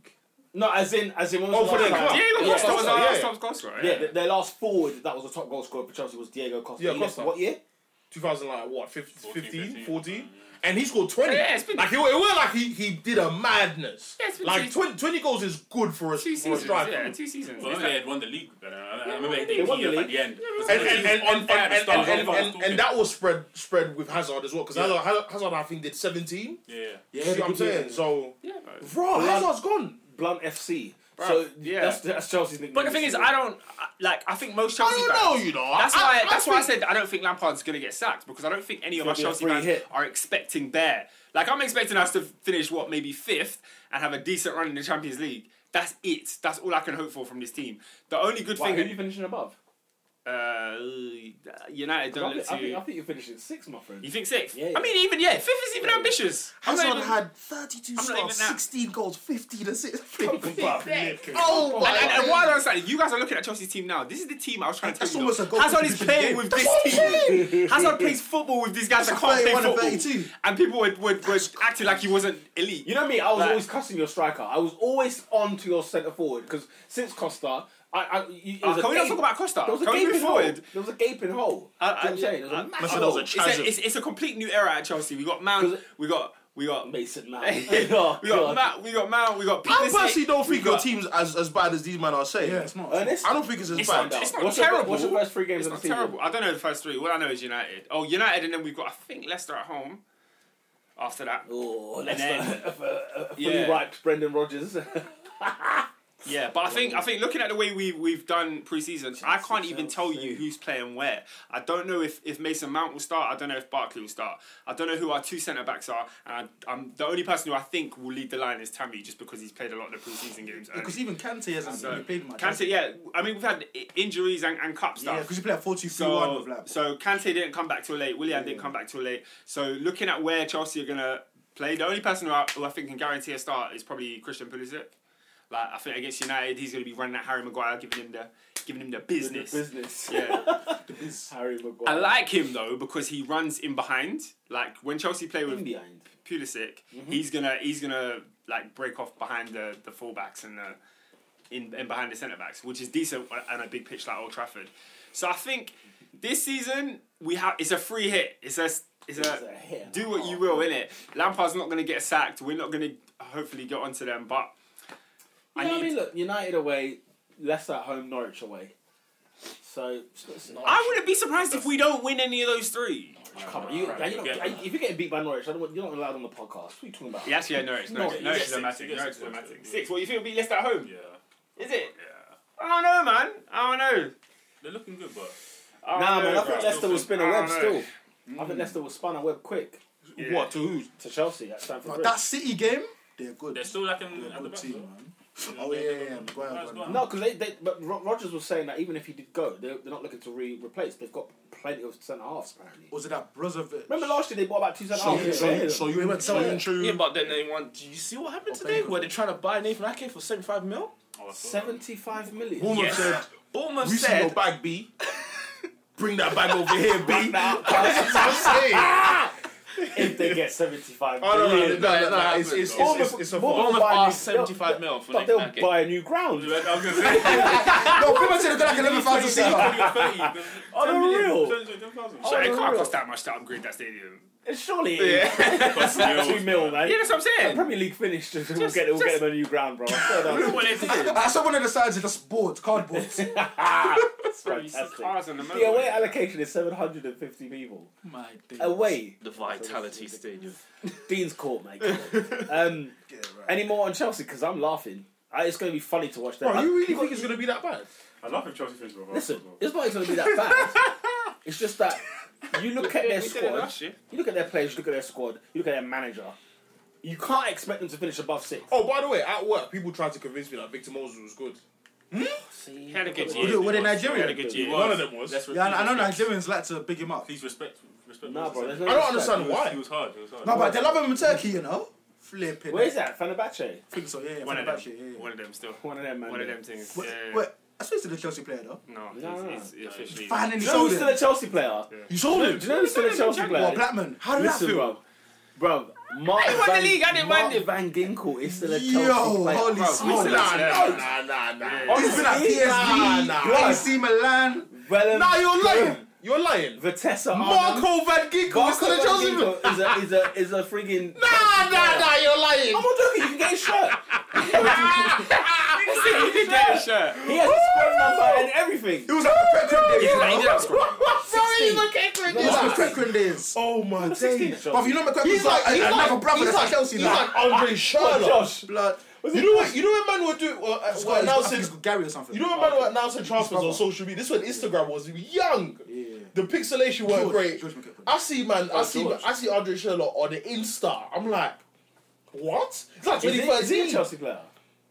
Speaker 1: No, as in, as in, when was
Speaker 6: Oh,
Speaker 1: the
Speaker 6: for
Speaker 1: last
Speaker 6: their
Speaker 1: time?
Speaker 6: club.
Speaker 5: Diego
Speaker 1: Yeah,
Speaker 5: Costa was
Speaker 6: Costa,
Speaker 5: our
Speaker 6: yeah.
Speaker 5: last top goal scorer.
Speaker 1: Yeah, th- their last forward that was a top goal scorer for Chelsea was Diego Costa.
Speaker 6: Yeah,
Speaker 1: He left-
Speaker 6: Costa.
Speaker 1: What year?
Speaker 6: 2000, like what, 15, 15
Speaker 9: 15,
Speaker 6: 14? And he scored 20.
Speaker 5: Yeah, it's been-
Speaker 6: like, it, wa- it was like he, he did a madness.
Speaker 5: Yeah, it's been
Speaker 6: like,
Speaker 5: two-
Speaker 6: 20, 20 goals is good for a, for
Speaker 5: Two
Speaker 6: a
Speaker 5: seasons.
Speaker 6: striker.
Speaker 5: Yeah, two seasons.
Speaker 9: Well,
Speaker 5: It's
Speaker 9: they
Speaker 5: like-
Speaker 9: had won the league, but uh, I remember they
Speaker 1: They
Speaker 9: did
Speaker 1: won the
Speaker 9: at
Speaker 1: league.
Speaker 9: the end.
Speaker 6: And, and, and,
Speaker 9: On
Speaker 6: and, and,
Speaker 9: fire at the
Speaker 6: and,
Speaker 9: start,
Speaker 6: and,
Speaker 9: on fire
Speaker 6: and,
Speaker 9: at the start.
Speaker 6: that was spread spread with Hazard as well, because Hazard, Hazard, I think, did 17.
Speaker 9: Yeah.
Speaker 6: Yeah, you see what I'm saying? So,
Speaker 5: Yeah, bro.
Speaker 6: bro, Hazard's gone.
Speaker 1: Blunt FC. So
Speaker 5: yeah.
Speaker 1: that's, that's Chelsea's nickname.
Speaker 5: But the thing is, I don't I- like. I think most
Speaker 6: I
Speaker 5: Chelsea.
Speaker 6: don't
Speaker 5: fans-
Speaker 6: know, you know.
Speaker 5: That's
Speaker 6: I,
Speaker 5: why.
Speaker 6: I,
Speaker 5: that's
Speaker 6: I
Speaker 5: why I
Speaker 6: think-
Speaker 5: said I don't think Lampard's gonna get sacked because I don't think any of our
Speaker 1: It's gonna be
Speaker 5: Chelsea
Speaker 1: a free
Speaker 5: fans
Speaker 1: hit.
Speaker 5: are expecting there. Like I'm expecting us to finish what maybe fifth and have a decent run in the Champions League. That's it. That's all I can hope for from this team. The only good
Speaker 1: Why, who are you
Speaker 5: thing,
Speaker 1: finishing above?
Speaker 5: uh, United
Speaker 1: I
Speaker 5: don't look
Speaker 1: think, I, think, I
Speaker 5: to.
Speaker 1: think you're finishing sixth, my friend.
Speaker 5: You think sixth?
Speaker 1: Yeah, yeah.
Speaker 5: I mean, even yeah, fifth is even ambitious. I'm not
Speaker 7: Hazard
Speaker 5: even-
Speaker 7: had 32
Speaker 5: not
Speaker 7: starts,
Speaker 5: even that.
Speaker 7: 16 goals, 15 assists.
Speaker 6: Oh, my
Speaker 5: And, and,
Speaker 6: God.
Speaker 5: and what I don't understand, you guys are looking at Chelsea's team now. This is the team I was trying to
Speaker 7: That's
Speaker 5: tell you.
Speaker 7: almost a
Speaker 5: though.
Speaker 7: goal
Speaker 5: Hazard is
Speaker 7: contribution
Speaker 5: playing
Speaker 7: game.
Speaker 5: with
Speaker 7: That's
Speaker 5: this
Speaker 7: what I'm
Speaker 5: team. Hazard plays football with these guys that can't play
Speaker 7: 31 and
Speaker 5: football.
Speaker 7: 32.
Speaker 5: And people were, were, were acting like he wasn't elite.
Speaker 1: You know me, I was
Speaker 5: Like-
Speaker 1: always cussing your striker. I was always on to your centre forward because since Costa, I, I you, it
Speaker 5: Uh,
Speaker 1: was a
Speaker 5: can we not
Speaker 1: gape-
Speaker 5: talk about Costa?
Speaker 1: There was a
Speaker 5: Can we move
Speaker 1: gaping hole.
Speaker 5: forward? Uh,
Speaker 1: There was a gaping hole.
Speaker 5: I-
Speaker 1: Do you know what I'm
Speaker 5: I-
Speaker 1: saying? There was
Speaker 5: I-
Speaker 1: a
Speaker 5: I
Speaker 1: massive
Speaker 5: said
Speaker 1: hole.
Speaker 5: It's a, it's, it's a complete new era at Chelsea. We got man,
Speaker 1: 'Cause-
Speaker 5: we got we got we
Speaker 1: Mason Mount. Oh,
Speaker 5: got
Speaker 1: God.
Speaker 5: man, we got man, we got.
Speaker 6: I
Speaker 5: Pulisic,
Speaker 6: personally don't
Speaker 5: we
Speaker 6: think your
Speaker 5: got-
Speaker 6: team's as, as bad as these men are saying.
Speaker 7: Yeah, it's not.
Speaker 1: Ernest?
Speaker 6: I don't think it's as
Speaker 5: It's
Speaker 6: bad.
Speaker 5: not, it's not
Speaker 1: What's your-
Speaker 5: terrible.
Speaker 1: what's your first three games
Speaker 5: it's
Speaker 1: of the
Speaker 5: not
Speaker 1: season?
Speaker 5: terrible. I don't know the first three. What I know is United. Oh, United, and then we've got I think Leicester at home. After that,
Speaker 1: Oh,
Speaker 5: and then
Speaker 1: fully
Speaker 5: yeah.
Speaker 1: wiped Brendan Rodgers.
Speaker 5: Yeah, but I think I think looking at the way we we've done preseason, I can't even tell you who's playing where. I don't know if, if Mason Mount will start. I don't know if Barkley will start. I don't know who our two centre backs are. And I, I'm the only person who I think will lead the line is Tammy, just because he's played a lot of the preseason games. early.
Speaker 7: Because even Kante hasn't
Speaker 5: So,
Speaker 7: really played much.
Speaker 5: Kante, yeah, I mean we've had i- injuries and, and cup
Speaker 7: Yeah,
Speaker 5: stuff.
Speaker 7: because you play a 4 2 3 1
Speaker 5: So,
Speaker 7: with like.
Speaker 5: so Kante didn't come back till late. Willian didn't come back till late. So looking at where Chelsea are gonna play, the only person who I, who I think can guarantee a start is probably Christian Pulisic. Like I think against United, he's gonna be running at Harry Maguire, giving him the giving him the business.
Speaker 1: Business.
Speaker 5: Yeah,
Speaker 1: Harry Maguire.
Speaker 5: I like him though because he runs in behind. Like when Chelsea play with
Speaker 1: in behind.
Speaker 5: Pulisic, he's gonna he's gonna like break off behind the the fullbacks and the in and behind the centre backs, which is decent on a big pitch like Old Trafford. So I think this season we have it's a free hit. It's a it's a,
Speaker 1: It's a hit and
Speaker 5: do what you will in it. Lampard's not gonna get sacked. We're not gonna hopefully get onto them, but
Speaker 1: I,
Speaker 5: I
Speaker 1: yeah,
Speaker 5: need.
Speaker 1: I mean, look, United away, Leicester at home, Norwich away. So it's, it's not.
Speaker 5: I wouldn't be surprised if we don't win any of those three.
Speaker 1: Come on, you, are you not, are you- if you're getting beat by Norwich, I don't, want- you're not allowed on the podcast. What are you talking about?
Speaker 5: Yeah, actually, yeah, Norwich, Norwich,
Speaker 1: Norwich,
Speaker 5: Norwich is
Speaker 1: yeah,
Speaker 9: six,
Speaker 5: dramatic.
Speaker 9: yeah,
Speaker 5: Norwich is
Speaker 9: six,
Speaker 5: dramatic.
Speaker 9: yeah.
Speaker 5: Six. What you think? Be Leicester at home?
Speaker 9: Yeah,
Speaker 5: Is it?
Speaker 9: yeah.
Speaker 5: I don't know, man. I don't know.
Speaker 9: They're looking good, but
Speaker 5: I don't
Speaker 1: Nah,
Speaker 5: know,
Speaker 1: man, I
Speaker 5: bro.
Speaker 1: think Leicester will spin a
Speaker 5: I don't
Speaker 1: web
Speaker 5: know.
Speaker 1: still. I think Leicester will spin a web quick
Speaker 5: Yeah.
Speaker 6: What to who?
Speaker 1: to Chelsea at Stamford
Speaker 7: But
Speaker 1: Bridge.
Speaker 7: that City game, they're good.
Speaker 9: they're still lacking
Speaker 7: They're a
Speaker 9: at the
Speaker 7: good
Speaker 9: back.
Speaker 7: team,
Speaker 9: though.
Speaker 7: man. Oh, yeah, yeah, yeah. Maguire,
Speaker 9: Maguire's
Speaker 7: Maguire.
Speaker 9: gone.
Speaker 1: No, because they, they, but Ro- Rogers was saying that even if he did go, they're, they're not looking to re replace. They've got plenty of centre halves apparently.
Speaker 7: Was it that Brozovic?
Speaker 1: Remember last year they bought about two centre halves.
Speaker 6: so, so, so you went so into
Speaker 4: Yeah, but then they want. Do you see what happened today? Where they're trying to buy Nathan Ake for seventy-five mil?
Speaker 9: Oh, that's all right.
Speaker 1: Seventy-five million.
Speaker 6: Bournemouth said,
Speaker 4: Bournemouth
Speaker 6: "We see your
Speaker 4: said.
Speaker 6: bag, B. Bring that bag over here, B." That's what I'm saying.
Speaker 1: if they get seventy-five
Speaker 6: Oh, no, no,
Speaker 1: million.
Speaker 6: no, no, no, no, it's, it's, it's, it's, it's
Speaker 1: Bournemouth-
Speaker 6: a fault.
Speaker 4: Bournemouth
Speaker 1: buy
Speaker 4: are
Speaker 1: new-
Speaker 4: 75 mil for
Speaker 1: But they'll
Speaker 4: Nathan Ake.
Speaker 1: buy a new ground.
Speaker 9: I was gonna say,
Speaker 7: No, Puma said they're like 11,000 City.
Speaker 1: On the real.
Speaker 5: So
Speaker 1: Oh,
Speaker 5: it
Speaker 1: no,
Speaker 5: can't
Speaker 1: no.
Speaker 5: cost that much to upgrade that stadium.
Speaker 1: Surely it's
Speaker 9: Cost
Speaker 1: not two
Speaker 9: mil.
Speaker 1: mil, man.
Speaker 5: Yeah, that's what I'm saying.
Speaker 1: Premier League finished. We'll get, we'll get
Speaker 5: just-
Speaker 1: them a new ground, bro. I swear to God.
Speaker 5: Well, it did.
Speaker 7: Ah, Someone on the sides are just boards, cardboards.
Speaker 1: It's fantastic.
Speaker 5: Cars on the
Speaker 1: The away
Speaker 5: motorway.
Speaker 1: allocation is 750 people.
Speaker 7: My days.
Speaker 1: Away.
Speaker 4: The Vitality Stadium.
Speaker 1: Dean's Court, mate. Come on. um, Any more on Chelsea? Because I'm laughing. I, it's going to be funny to watch that.
Speaker 6: Bro, you really
Speaker 1: got-
Speaker 6: think it's gonna be that bad?
Speaker 9: I love if Chelsea fans were
Speaker 1: Listen, it's not going to be that bad. it's just that you look at
Speaker 5: We
Speaker 1: their
Speaker 5: did it
Speaker 1: squad,
Speaker 5: last year.
Speaker 1: you look at their players, you look at their squad, you look at their manager. You can't expect them to finish above six.
Speaker 6: Oh, by the way, at work, people tried to convince me that Victor Moses was good.
Speaker 1: See,
Speaker 5: He had a good
Speaker 9: Were they-
Speaker 5: year.
Speaker 7: were they
Speaker 5: He
Speaker 7: Nigerian?
Speaker 5: had a good year.
Speaker 9: None of them was.
Speaker 7: Yeah, I I know Nigerians like to big him up.
Speaker 9: Please respect. respect
Speaker 1: Nah, bro, there's no
Speaker 6: I don't
Speaker 1: respect.
Speaker 6: understand
Speaker 9: Why? He
Speaker 6: why.
Speaker 9: was hard. He was hard.
Speaker 7: No, but they love him in Turkey, you know? Flipping.
Speaker 1: Where is that? Fenerbahce?
Speaker 7: I think so, yeah, yeah.
Speaker 5: One of
Speaker 7: Fenerbahce,
Speaker 5: them.
Speaker 7: yeah, yeah.
Speaker 5: One of them still.
Speaker 1: One of them, man.
Speaker 5: One of them things.
Speaker 7: Wait,
Speaker 5: Yeah.
Speaker 7: wait, I suppose he's a Chelsea player, though.
Speaker 5: No,
Speaker 1: No, no,
Speaker 5: he's- he's officially.
Speaker 7: Finally
Speaker 1: Do you know
Speaker 7: sold
Speaker 1: who's still
Speaker 7: him.
Speaker 1: a Chelsea player?
Speaker 6: You sold
Speaker 1: Do
Speaker 6: him.
Speaker 1: you know who's still a Chelsea
Speaker 7: Well,
Speaker 1: player?
Speaker 7: Blackman, how did
Speaker 1: Listen,
Speaker 7: that feel?
Speaker 1: bro. Bro, Mark
Speaker 5: I won the
Speaker 1: Van,
Speaker 5: league, I didn't
Speaker 1: Mark
Speaker 5: mind it.
Speaker 1: Van Ginkel is still a Chelsea
Speaker 7: Yo,
Speaker 1: player.
Speaker 7: holy
Speaker 6: Nah,
Speaker 7: smokes.
Speaker 6: nah, nah, nah, nah.
Speaker 1: Honestly,
Speaker 7: He's been at
Speaker 6: Nah,
Speaker 7: PSG,
Speaker 6: nah.
Speaker 7: AC Milan.
Speaker 1: Velen-
Speaker 6: Nah, you're lying. You're lying.
Speaker 1: Vitesse. Arnhem.
Speaker 6: Marco Van Ginkel
Speaker 1: Marco
Speaker 6: was still a
Speaker 1: Van
Speaker 6: Chelsea fan.
Speaker 1: Ginkel is a is a is a friggin.
Speaker 6: Nah, nah, nah, you're lying.
Speaker 1: I'm not joking. You can get his shirt.
Speaker 5: He did get a shirt.
Speaker 1: He has a squad number and everything.
Speaker 7: It was like the Pep Creme days.
Speaker 5: He's like, he did have a squad.
Speaker 7: It was like the Pep Creme days.
Speaker 6: Oh my
Speaker 1: Sixteen.
Speaker 6: days.
Speaker 7: But you know McCracken, he's like, he's another brother that's at Chelsea
Speaker 6: he's
Speaker 7: now.
Speaker 6: like Andre
Speaker 1: Oh,
Speaker 6: Schürrle.
Speaker 1: Josh.
Speaker 7: Blood.
Speaker 6: You know what? You know what man were doing? Well, uh,
Speaker 7: He's
Speaker 6: were
Speaker 7: got- I think
Speaker 6: announcing.
Speaker 7: he's got Gary or something.
Speaker 6: You know when man were announcing transfers on social media? This is when Instagram was young.
Speaker 7: Yeah.
Speaker 6: The pixelation weren't
Speaker 7: George-
Speaker 6: great.
Speaker 7: George McCracken.
Speaker 6: I see man, I see
Speaker 1: George.
Speaker 6: I see Andre Schürrle on the Insta. I'm like, what? It's
Speaker 1: Is
Speaker 6: like
Speaker 1: he, is he a
Speaker 6: 2013.
Speaker 1: Chelsea player?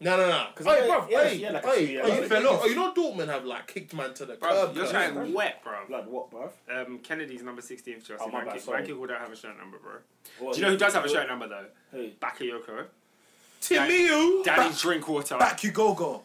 Speaker 6: No, no, no.
Speaker 7: Oh,
Speaker 1: Because
Speaker 6: Hey,
Speaker 1: I-
Speaker 6: bruv,
Speaker 1: yeah,
Speaker 6: hey,
Speaker 1: yeah, like a
Speaker 6: hey,
Speaker 1: few
Speaker 6: are you-
Speaker 1: years
Speaker 6: are
Speaker 1: ago.
Speaker 6: you- are you not Dortmund have like kicked man to the
Speaker 5: Bro,
Speaker 6: curb?
Speaker 5: you're
Speaker 6: bruv?
Speaker 5: trying wet, bro.
Speaker 1: Blood, what, bruv?
Speaker 5: Um, Kennedy's number 16 for Chelsea.
Speaker 1: Oh, my bad,
Speaker 5: Rankin
Speaker 1: sorry.
Speaker 5: Rankin don't have a shirt number, bro.
Speaker 1: What,
Speaker 5: Do you know who does have a shirt number, though?
Speaker 1: Who?
Speaker 5: Bakayoko.
Speaker 6: Timiu.
Speaker 5: Danny Drinkwater.
Speaker 7: Back you go, go.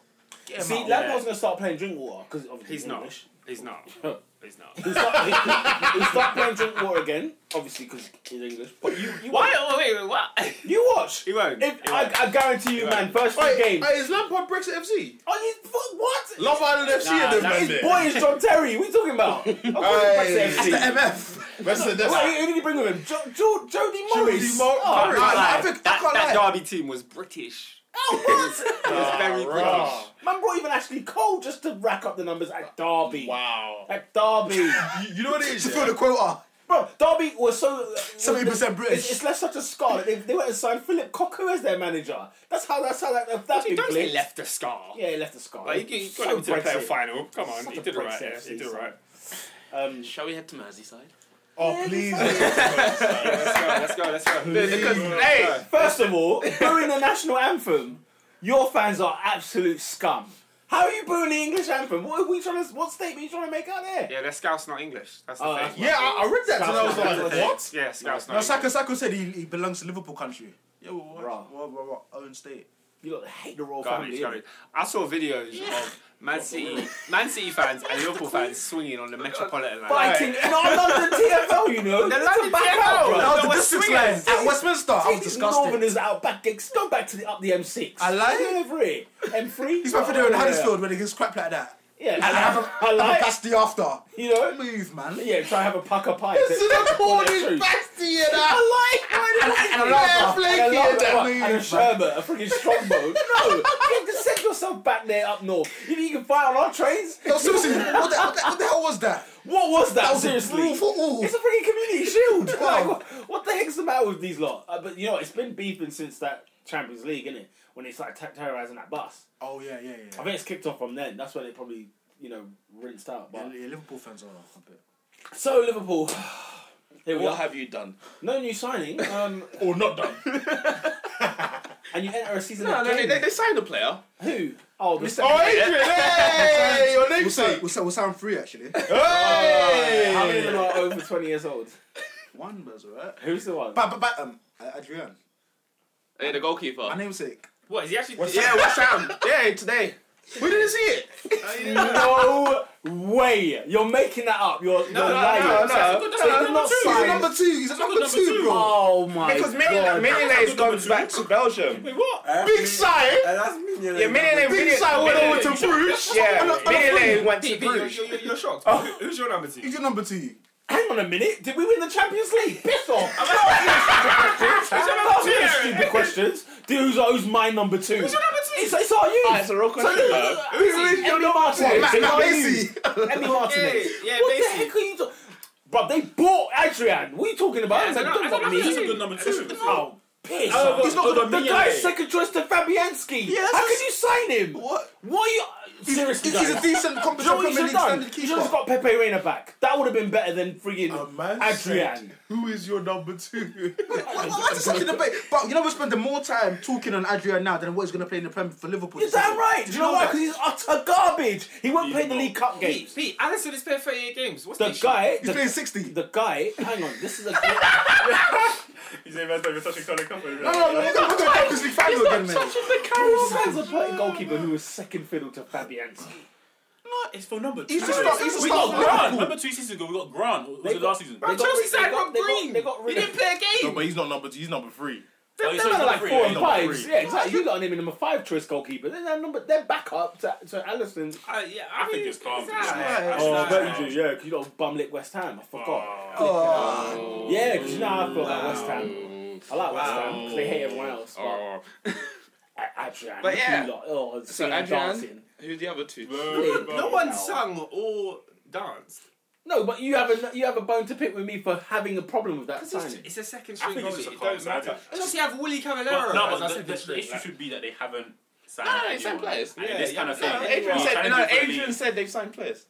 Speaker 1: See,
Speaker 5: out.
Speaker 1: Lampard's gonna start playing Drinkwater because
Speaker 5: He's not.
Speaker 1: English.
Speaker 5: He's not.
Speaker 1: Huh.
Speaker 5: He's not.
Speaker 1: He'll start, he, he- he'll start playing Drinkwater again, obviously because he's English. But you, you
Speaker 5: Why?
Speaker 1: watch.
Speaker 5: Oh, wait, wait, what?
Speaker 1: You watch.
Speaker 5: He won't.
Speaker 1: If,
Speaker 5: He
Speaker 1: I,
Speaker 5: won't.
Speaker 1: I guarantee you, man. First
Speaker 6: Hey,
Speaker 1: three games.
Speaker 6: hey, is Lampard Brexit FC?
Speaker 1: Oh, you, what? what?
Speaker 6: Love Island FC and them man
Speaker 1: His
Speaker 6: there.
Speaker 1: boy is John Terry. What are you talking about? Of course
Speaker 6: Hey.
Speaker 1: he's Brexit FC.
Speaker 7: MF.
Speaker 6: That's the- that's-
Speaker 1: Wait, who did he bring with him? Jo- jo- Jody Morris.
Speaker 6: Mo-
Speaker 1: oh,
Speaker 6: Morris.
Speaker 1: man.
Speaker 7: I think- I
Speaker 5: that,
Speaker 7: can't
Speaker 5: that
Speaker 7: lie.
Speaker 5: Derby team was British.
Speaker 1: Oh, what?
Speaker 5: It was very
Speaker 6: Rah.
Speaker 5: British.
Speaker 1: Man brought even Ashley Cole just to rack up the numbers at Derby.
Speaker 6: Wow.
Speaker 1: At Derby.
Speaker 6: You, you know what it is?
Speaker 7: To
Speaker 6: yeah?
Speaker 7: fill the quota.
Speaker 1: Bro, Derby was so.
Speaker 7: 70% British.
Speaker 1: It's, it's left such a scar. that They, they went and signed Philip Cocu as their manager. That's how. That's how. That, that's been
Speaker 5: Don't say
Speaker 1: blitzed.
Speaker 5: left a scar.
Speaker 1: Yeah, he left a scar.
Speaker 5: Like, you, you got
Speaker 1: Such
Speaker 5: him to the
Speaker 1: Brexit.
Speaker 5: playoff final. Come on,
Speaker 1: Such
Speaker 5: he
Speaker 1: a
Speaker 5: did alright.
Speaker 1: Brexit
Speaker 5: Yeah, he did
Speaker 1: season.
Speaker 5: alright.
Speaker 1: Um,
Speaker 4: Shall we head to Merseyside?
Speaker 6: Oh, please.
Speaker 5: Let's go, let's go, let's go.
Speaker 4: Because,
Speaker 5: hey,
Speaker 1: Um, First of all, booing the national anthem, your fans are absolute scum. How are you booing the English anthem? What are we trying to? What statement are you trying to make out there?
Speaker 5: Yeah, their scout's not English. That's the
Speaker 1: Oh,
Speaker 5: thing.
Speaker 1: that's
Speaker 6: Yeah, I, I read that and I was like, what?
Speaker 5: Yeah, scout's
Speaker 7: No,
Speaker 5: not English.
Speaker 7: Saka, Saka said he, he belongs to Liverpool country. Yeah, well, what?
Speaker 1: Bruh.
Speaker 7: Well, well, well, own state.
Speaker 1: You lot hate the royal
Speaker 5: Garbage,
Speaker 1: family.
Speaker 5: garbage. I saw videos of Man City, Man City fans and Liverpool fans swinging on the Metropolitan line.
Speaker 1: Fighting in our London TFL, you know.
Speaker 5: The
Speaker 1: To
Speaker 5: London
Speaker 1: back out,
Speaker 5: TFL,
Speaker 1: bro.
Speaker 5: no,
Speaker 7: Now,
Speaker 5: the
Speaker 7: the
Speaker 5: West
Speaker 7: district line
Speaker 5: Swingers.
Speaker 7: at Westminster. I was
Speaker 1: These
Speaker 7: disgusted.
Speaker 1: Northerners out back gigs. Go back to the up the M6.
Speaker 7: I like
Speaker 1: Get
Speaker 7: it.
Speaker 1: over it. M3.
Speaker 7: He's back there in Huddersfield when it gets crap like that.
Speaker 1: Yeah.
Speaker 7: And I have a,
Speaker 1: I
Speaker 7: have a
Speaker 1: like.
Speaker 7: pasty after.
Speaker 1: You know.
Speaker 7: Move, man.
Speaker 1: Yeah. Try and have a pucker pie.
Speaker 6: This is a corny
Speaker 1: True.
Speaker 6: pasty and I like
Speaker 7: And, and, and a
Speaker 6: Yeah,
Speaker 1: And
Speaker 7: laugh.
Speaker 6: flaky
Speaker 1: a,
Speaker 6: and
Speaker 1: lot-
Speaker 6: that
Speaker 1: what,
Speaker 6: move.
Speaker 1: and a Sherbet, a freaking strongbow. no, you have to send yourself back there up north. You think you can fight on our trains?
Speaker 7: No, seriously, what the, what, the, what the hell was that?
Speaker 1: What was that?
Speaker 7: That was
Speaker 1: Oh, Seriously,
Speaker 7: brutal football.
Speaker 1: it's a freaking community shield. Like,
Speaker 7: Wow.
Speaker 1: what, what the heck's the matter with these lot? Uh, but you know, it's been beefing since that Champions League, innit? When they started ter- terrorizing that bus,
Speaker 7: Oh, yeah, yeah,
Speaker 1: I think it's kicked off from then. That's when they probably, you know, rinsed out. But
Speaker 7: yeah Liverpool fans are a bit.
Speaker 1: so Liverpool, here we
Speaker 4: what
Speaker 1: are.
Speaker 4: have you done?
Speaker 1: No new signing, um,
Speaker 6: Or not done.
Speaker 1: and you enter a season
Speaker 4: No,
Speaker 1: of
Speaker 4: no, they, they,
Speaker 1: game.
Speaker 4: they signed a player.
Speaker 1: Who? Oh, Mr.
Speaker 6: Oh, Adrian, hey! Your
Speaker 7: We'll sound,
Speaker 6: namesake.
Speaker 7: we'll, sound, we'll sound free, actually.
Speaker 1: How many
Speaker 6: Hey!
Speaker 1: of them are over twenty years old?
Speaker 7: One, but it's alright.
Speaker 1: Who's the one?
Speaker 7: But, but, but, um, Adrian.
Speaker 4: Hey, the goalkeeper.
Speaker 7: My namesake.
Speaker 5: What is he actually?
Speaker 7: What's
Speaker 5: yeah,
Speaker 7: that?
Speaker 5: what's Ham?
Speaker 4: Yeah, today.
Speaker 6: We didn't see it.
Speaker 1: no way! You're making that up. You're, you're
Speaker 5: no,
Speaker 1: lying.
Speaker 5: no, no.
Speaker 1: So they're not
Speaker 7: He's a
Speaker 1: signed-
Speaker 7: number two. He's a number two, bro.
Speaker 1: Oh my
Speaker 8: Because
Speaker 1: god!
Speaker 8: Mignolet's gone back to Belgium. Wait,
Speaker 5: what?
Speaker 1: Eh?
Speaker 6: Big sign.
Speaker 8: And that's Mignolet.
Speaker 6: Yeah, Mignolet- Big sign went over to Bruges.
Speaker 8: Yeah,
Speaker 6: And- and-
Speaker 8: Mignolet went to
Speaker 5: Pete, Pete, you're,
Speaker 8: Bruges.
Speaker 5: you're, you're shocked.
Speaker 9: Oh.
Speaker 5: Who- Who's your number two?
Speaker 7: He's a number two.
Speaker 1: Hang on a minute. Did we win the Champions League? Piss off! I'm not asking you stupid questions. Who's who's my number two? Who's your number two? It's, it's our youth.
Speaker 4: It's a real question. though.
Speaker 1: Emmy Martinez.
Speaker 6: Matt-
Speaker 1: It's
Speaker 6: Matt
Speaker 1: our
Speaker 6: Macy.
Speaker 1: youth. Emmy Martinez.
Speaker 5: yeah,
Speaker 1: What the
Speaker 5: Macy.
Speaker 1: heck are you talking? Bro, they bought Adrian. What are you talking about?
Speaker 5: I don't-
Speaker 1: Don't
Speaker 5: I don't
Speaker 1: bother
Speaker 5: know.
Speaker 1: me.
Speaker 9: He's a good number two.
Speaker 1: Oh, piss.
Speaker 9: Oh,
Speaker 1: he's not
Speaker 9: oh,
Speaker 1: gonna,
Speaker 9: the
Speaker 1: the
Speaker 9: Mignolet.
Speaker 1: guy's second choice to Fabianski.
Speaker 7: that's
Speaker 1: How
Speaker 7: a-
Speaker 1: could you sign him?
Speaker 7: What?
Speaker 1: What are you.
Speaker 7: He's,
Speaker 1: Seriously,
Speaker 7: he's, he's
Speaker 1: guys.
Speaker 7: a decent,
Speaker 1: Do you know
Speaker 7: competent
Speaker 1: what you
Speaker 7: Premier
Speaker 1: should
Speaker 7: League
Speaker 1: have done?
Speaker 7: standard
Speaker 1: You should have
Speaker 7: keeper.
Speaker 1: got Pepe Reina back. That would have been better than friggin'
Speaker 6: A man
Speaker 1: Adrian.
Speaker 6: said, Who is your number two?
Speaker 7: Why- why is it such a debate? But you know, we're spending more time talking on Adrian now than what he's going to play in the Premier for Liverpool.
Speaker 1: You're
Speaker 7: this season.
Speaker 1: damn right. Do you know why?
Speaker 7: that?
Speaker 1: Because he's utter garbage. He won't play the
Speaker 9: not.
Speaker 1: League Cup
Speaker 5: Pete,
Speaker 1: games.
Speaker 5: Pete, Allison has played 38 games. What's the
Speaker 1: The
Speaker 5: issue?
Speaker 1: guy,
Speaker 7: He's
Speaker 1: the,
Speaker 7: playing 60.
Speaker 1: the guy. Hang on, this is a.
Speaker 9: He's a man's name is such a kind of company.
Speaker 7: No, no, no, we're going to Champions League final again, man.
Speaker 1: Carol Sands a playing goalkeeper who was second fiddle to Fabianski.
Speaker 9: It's for number two.
Speaker 7: He's just not, he's just
Speaker 9: we
Speaker 7: not
Speaker 9: got Grant.
Speaker 7: Liverpool.
Speaker 9: Remember two seasons ago, we got Grant. Was
Speaker 1: They
Speaker 9: it
Speaker 1: got-
Speaker 9: last season?
Speaker 1: they
Speaker 5: Bro,
Speaker 1: got-
Speaker 5: Chelsea
Speaker 1: they
Speaker 5: signed
Speaker 1: got-
Speaker 5: Rob
Speaker 1: they got-
Speaker 5: Green.
Speaker 1: they got rid
Speaker 5: He
Speaker 1: of-
Speaker 5: didn't play a game.
Speaker 6: but he's not number two. He's number three.
Speaker 1: They're,
Speaker 9: he's
Speaker 1: they're
Speaker 9: number
Speaker 1: not like
Speaker 9: three,
Speaker 1: four
Speaker 9: yeah,
Speaker 1: and
Speaker 9: he's number
Speaker 1: fives.
Speaker 9: three.
Speaker 1: Yeah, exactly. You got him in a five choice goalkeeper. They're, their number, they're back up to, to Allison.
Speaker 5: Uh, yeah,
Speaker 9: I think it's calm. It's
Speaker 5: alright.
Speaker 1: Oh, I
Speaker 5: It's
Speaker 1: bet you
Speaker 5: alright.
Speaker 1: do, yeah, 'cause you got bum lick West Ham. I forgot.
Speaker 7: Oh,
Speaker 1: Yeah, because you know how I feel about West Ham. I like West Ham because they hate everyone else. But
Speaker 4: Oh.
Speaker 1: A- Adrian,
Speaker 4: But yeah.
Speaker 1: you lot, oh,
Speaker 4: So
Speaker 1: singing and
Speaker 4: Adrian,
Speaker 1: dancing.
Speaker 4: who's the other two?
Speaker 5: No one sung or danced.
Speaker 1: No, but you have a you have a bone to pick with me for having a problem with that
Speaker 5: It's,
Speaker 1: signing.
Speaker 5: it's a second
Speaker 9: I
Speaker 5: string
Speaker 9: think
Speaker 5: goalie. It
Speaker 9: it's just a
Speaker 5: don't
Speaker 9: calm
Speaker 5: matter.
Speaker 9: side.
Speaker 5: Unless you have Willie Cavallero.
Speaker 9: But no,
Speaker 5: as I
Speaker 9: but the,
Speaker 5: said,
Speaker 9: the,
Speaker 5: just
Speaker 9: the issue
Speaker 5: like-
Speaker 9: should be that they haven't signed.
Speaker 4: No, no, they
Speaker 9: anyone.
Speaker 4: signed players.
Speaker 9: And
Speaker 5: Yeah,
Speaker 9: this
Speaker 5: yeah,
Speaker 9: kind of
Speaker 5: no,
Speaker 9: thing.
Speaker 5: no,
Speaker 4: Adrian
Speaker 9: We're
Speaker 4: said,
Speaker 9: trying
Speaker 4: no,
Speaker 9: to do
Speaker 4: Adrian
Speaker 9: friendly.
Speaker 4: said they've signed players.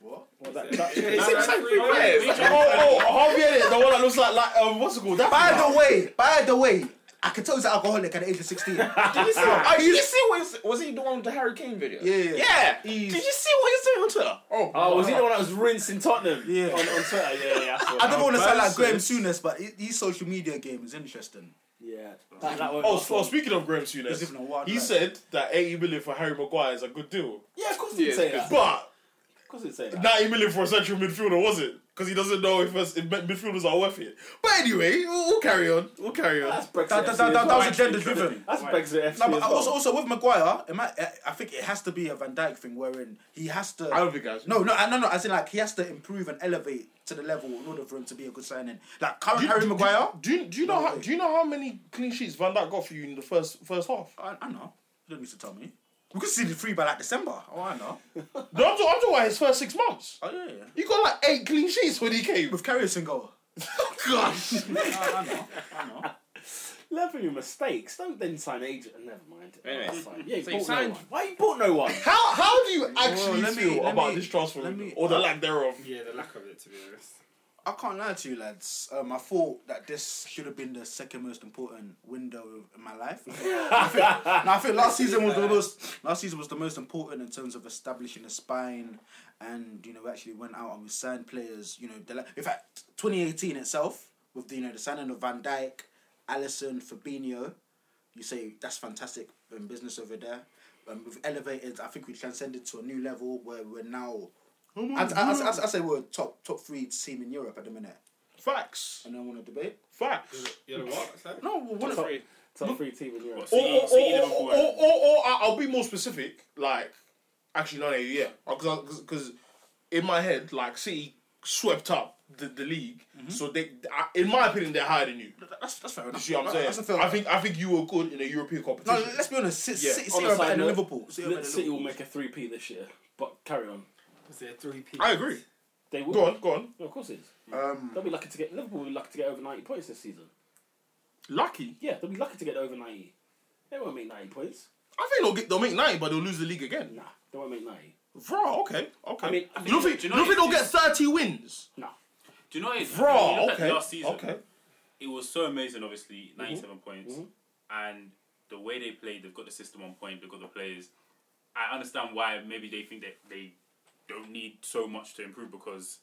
Speaker 1: What was that?
Speaker 4: They
Speaker 5: No,
Speaker 4: said
Speaker 5: no,
Speaker 4: they signed
Speaker 5: three
Speaker 4: three
Speaker 5: players.
Speaker 4: players.
Speaker 6: Oh, oh, Javier, the one that looks like, like um, what's it called? That
Speaker 7: by the way, by the way, I can tell he's an alcoholic at the age of 16. yeah,
Speaker 4: Did you see? Oh, did you see what he was, was he the one with the Harry Kane video?
Speaker 7: yeah.
Speaker 4: Yeah.
Speaker 7: He's-
Speaker 4: Did you see what he was doing on Twitter?
Speaker 1: Oh, was he the one that was rinsing Tottenham?
Speaker 7: Yeah.
Speaker 1: On, on Twitter, yeah, yeah. I saw
Speaker 7: I don't
Speaker 1: that.
Speaker 7: want to sound like Graham Souness, but he- his social media game is interesting.
Speaker 1: Yeah. That, that one-
Speaker 6: Oh, so speaking of Graham Souness,
Speaker 7: He's living a wild
Speaker 6: he
Speaker 7: life.
Speaker 6: said that 80 million for Harry Maguire is a good deal.
Speaker 1: yeah, of course he'd
Speaker 4: Yeah,
Speaker 1: say that. Of
Speaker 6: But
Speaker 1: course he'd say that.
Speaker 6: 90 million for a central midfielder, was it? Because he doesn't know if, us- if mid- midfielders are worth it. But anyway, we'll, we'll carry on. We'll carry on.
Speaker 1: That's Brexit.
Speaker 7: That,
Speaker 1: FC
Speaker 7: that, that,
Speaker 1: as
Speaker 7: that,
Speaker 1: well.
Speaker 7: was agenda driven.
Speaker 1: That's Brexit FC.
Speaker 7: No,
Speaker 1: as
Speaker 7: but
Speaker 1: well.
Speaker 7: also, also with Maguire, it might, eh, I- I think it has to be a Van Dijk thing wherein he has to.
Speaker 6: I don't think I should.
Speaker 7: No, no, I- no, no. As in, like, he has to improve and elevate to the level in order for him to be a good signing. Like, current
Speaker 6: Do-
Speaker 7: Harry
Speaker 6: do-
Speaker 7: Maguire.
Speaker 6: Do you, do you know
Speaker 7: No
Speaker 6: how
Speaker 7: way.
Speaker 6: do you know how many clean sheets Van Dijk got for you in the first first half?
Speaker 7: I, I know. You don't need to tell me. We could see the three by like December. Oh, I know.
Speaker 6: No, I'm talking, I'm talking about his first six months.
Speaker 7: Oh yeah, yeah.
Speaker 6: He got like eight clean sheets when he came.
Speaker 7: With Karius and goal.
Speaker 6: Gosh.
Speaker 1: Level your mistakes. Don't then sign agent. Never mind.
Speaker 4: Anyway.
Speaker 1: That's fine. Yeah, you
Speaker 4: So
Speaker 1: bought
Speaker 4: you signed-
Speaker 1: no one. Why you bought no one?
Speaker 6: How how do you actually
Speaker 7: let me-
Speaker 6: feel
Speaker 7: let
Speaker 6: about
Speaker 7: me-
Speaker 6: this transfer
Speaker 7: let
Speaker 6: window?
Speaker 7: me-
Speaker 6: or the lack thereof?
Speaker 3: Yeah, the lack of it, to be honest.
Speaker 7: I can't lie to you, lads. Um, I thought that this should have been the second most important window in my life. I think, no, I think last season was the most. Last season was the most important in terms of establishing a spine, and you know we actually went out and we signed players. You know, the, la- in fact, twenty eighteen itself with the, you know the signing of Van Dijk, Allison, Fabinho. You say that's fantastic um, business over there. Um, we've elevated. I think we transcended to a new level where we're now. I, I,
Speaker 6: Mm-hmm.
Speaker 7: I, I say we're a top top three team in Europe at the minute.
Speaker 6: Facts.
Speaker 7: I don't want to debate.
Speaker 6: Facts.
Speaker 3: You know what? So?
Speaker 7: No, one
Speaker 1: top three, top three team in Europe.
Speaker 9: What,
Speaker 6: Or
Speaker 9: City-
Speaker 6: or,
Speaker 9: City,
Speaker 6: or,
Speaker 9: Liverpool,
Speaker 6: or, or, or, I- I'll be more specific. Like, actually, no, no, yeah, Uh, because in my head, like, City swept up the, the league,
Speaker 7: Mm-hmm.
Speaker 6: so they, I, in my opinion, they're higher than you.
Speaker 7: That's, that's fair
Speaker 6: You
Speaker 7: enough.
Speaker 6: see what I'm saying?
Speaker 7: That's a fair
Speaker 6: I think I think you were good in a European
Speaker 7: No,
Speaker 6: competition.
Speaker 7: let's be honest. City,
Speaker 6: Yeah,
Speaker 7: City,
Speaker 1: on
Speaker 7: City
Speaker 1: a
Speaker 7: are
Speaker 1: side
Speaker 7: better than
Speaker 1: note,
Speaker 7: Liverpool. City are better
Speaker 1: Lit
Speaker 7: than
Speaker 1: City will
Speaker 7: Liverpool.
Speaker 1: make a three P this year, but carry on.
Speaker 3: Was there three people?
Speaker 6: I agree.
Speaker 1: They will.
Speaker 6: Go on, go on.
Speaker 1: No, of course it is.
Speaker 7: Um,
Speaker 1: They'll be lucky to get Liverpool. Will be lucky to get over ninety points this season.
Speaker 6: Lucky.
Speaker 1: Yeah, they'll be lucky to get over ninety. They won't make ninety points.
Speaker 6: I think they'll get they'll make ninety, but they'll lose the league again.
Speaker 1: Nah, they won't make ninety.
Speaker 6: Bro, okay, okay.
Speaker 1: I mean, I
Speaker 6: you don't think,
Speaker 9: Do
Speaker 6: you
Speaker 9: you know
Speaker 6: don't think
Speaker 9: it-
Speaker 6: they'll get thirty wins?
Speaker 1: Nah.
Speaker 9: Do you know what it is? When you
Speaker 6: Bro,
Speaker 9: look at
Speaker 6: okay,
Speaker 9: Last season,
Speaker 6: okay.
Speaker 9: it was so amazing. Obviously, 97 points, and the way they played, they've got the system on point. They've got the players. I understand why maybe they think that they don't need so much to improve because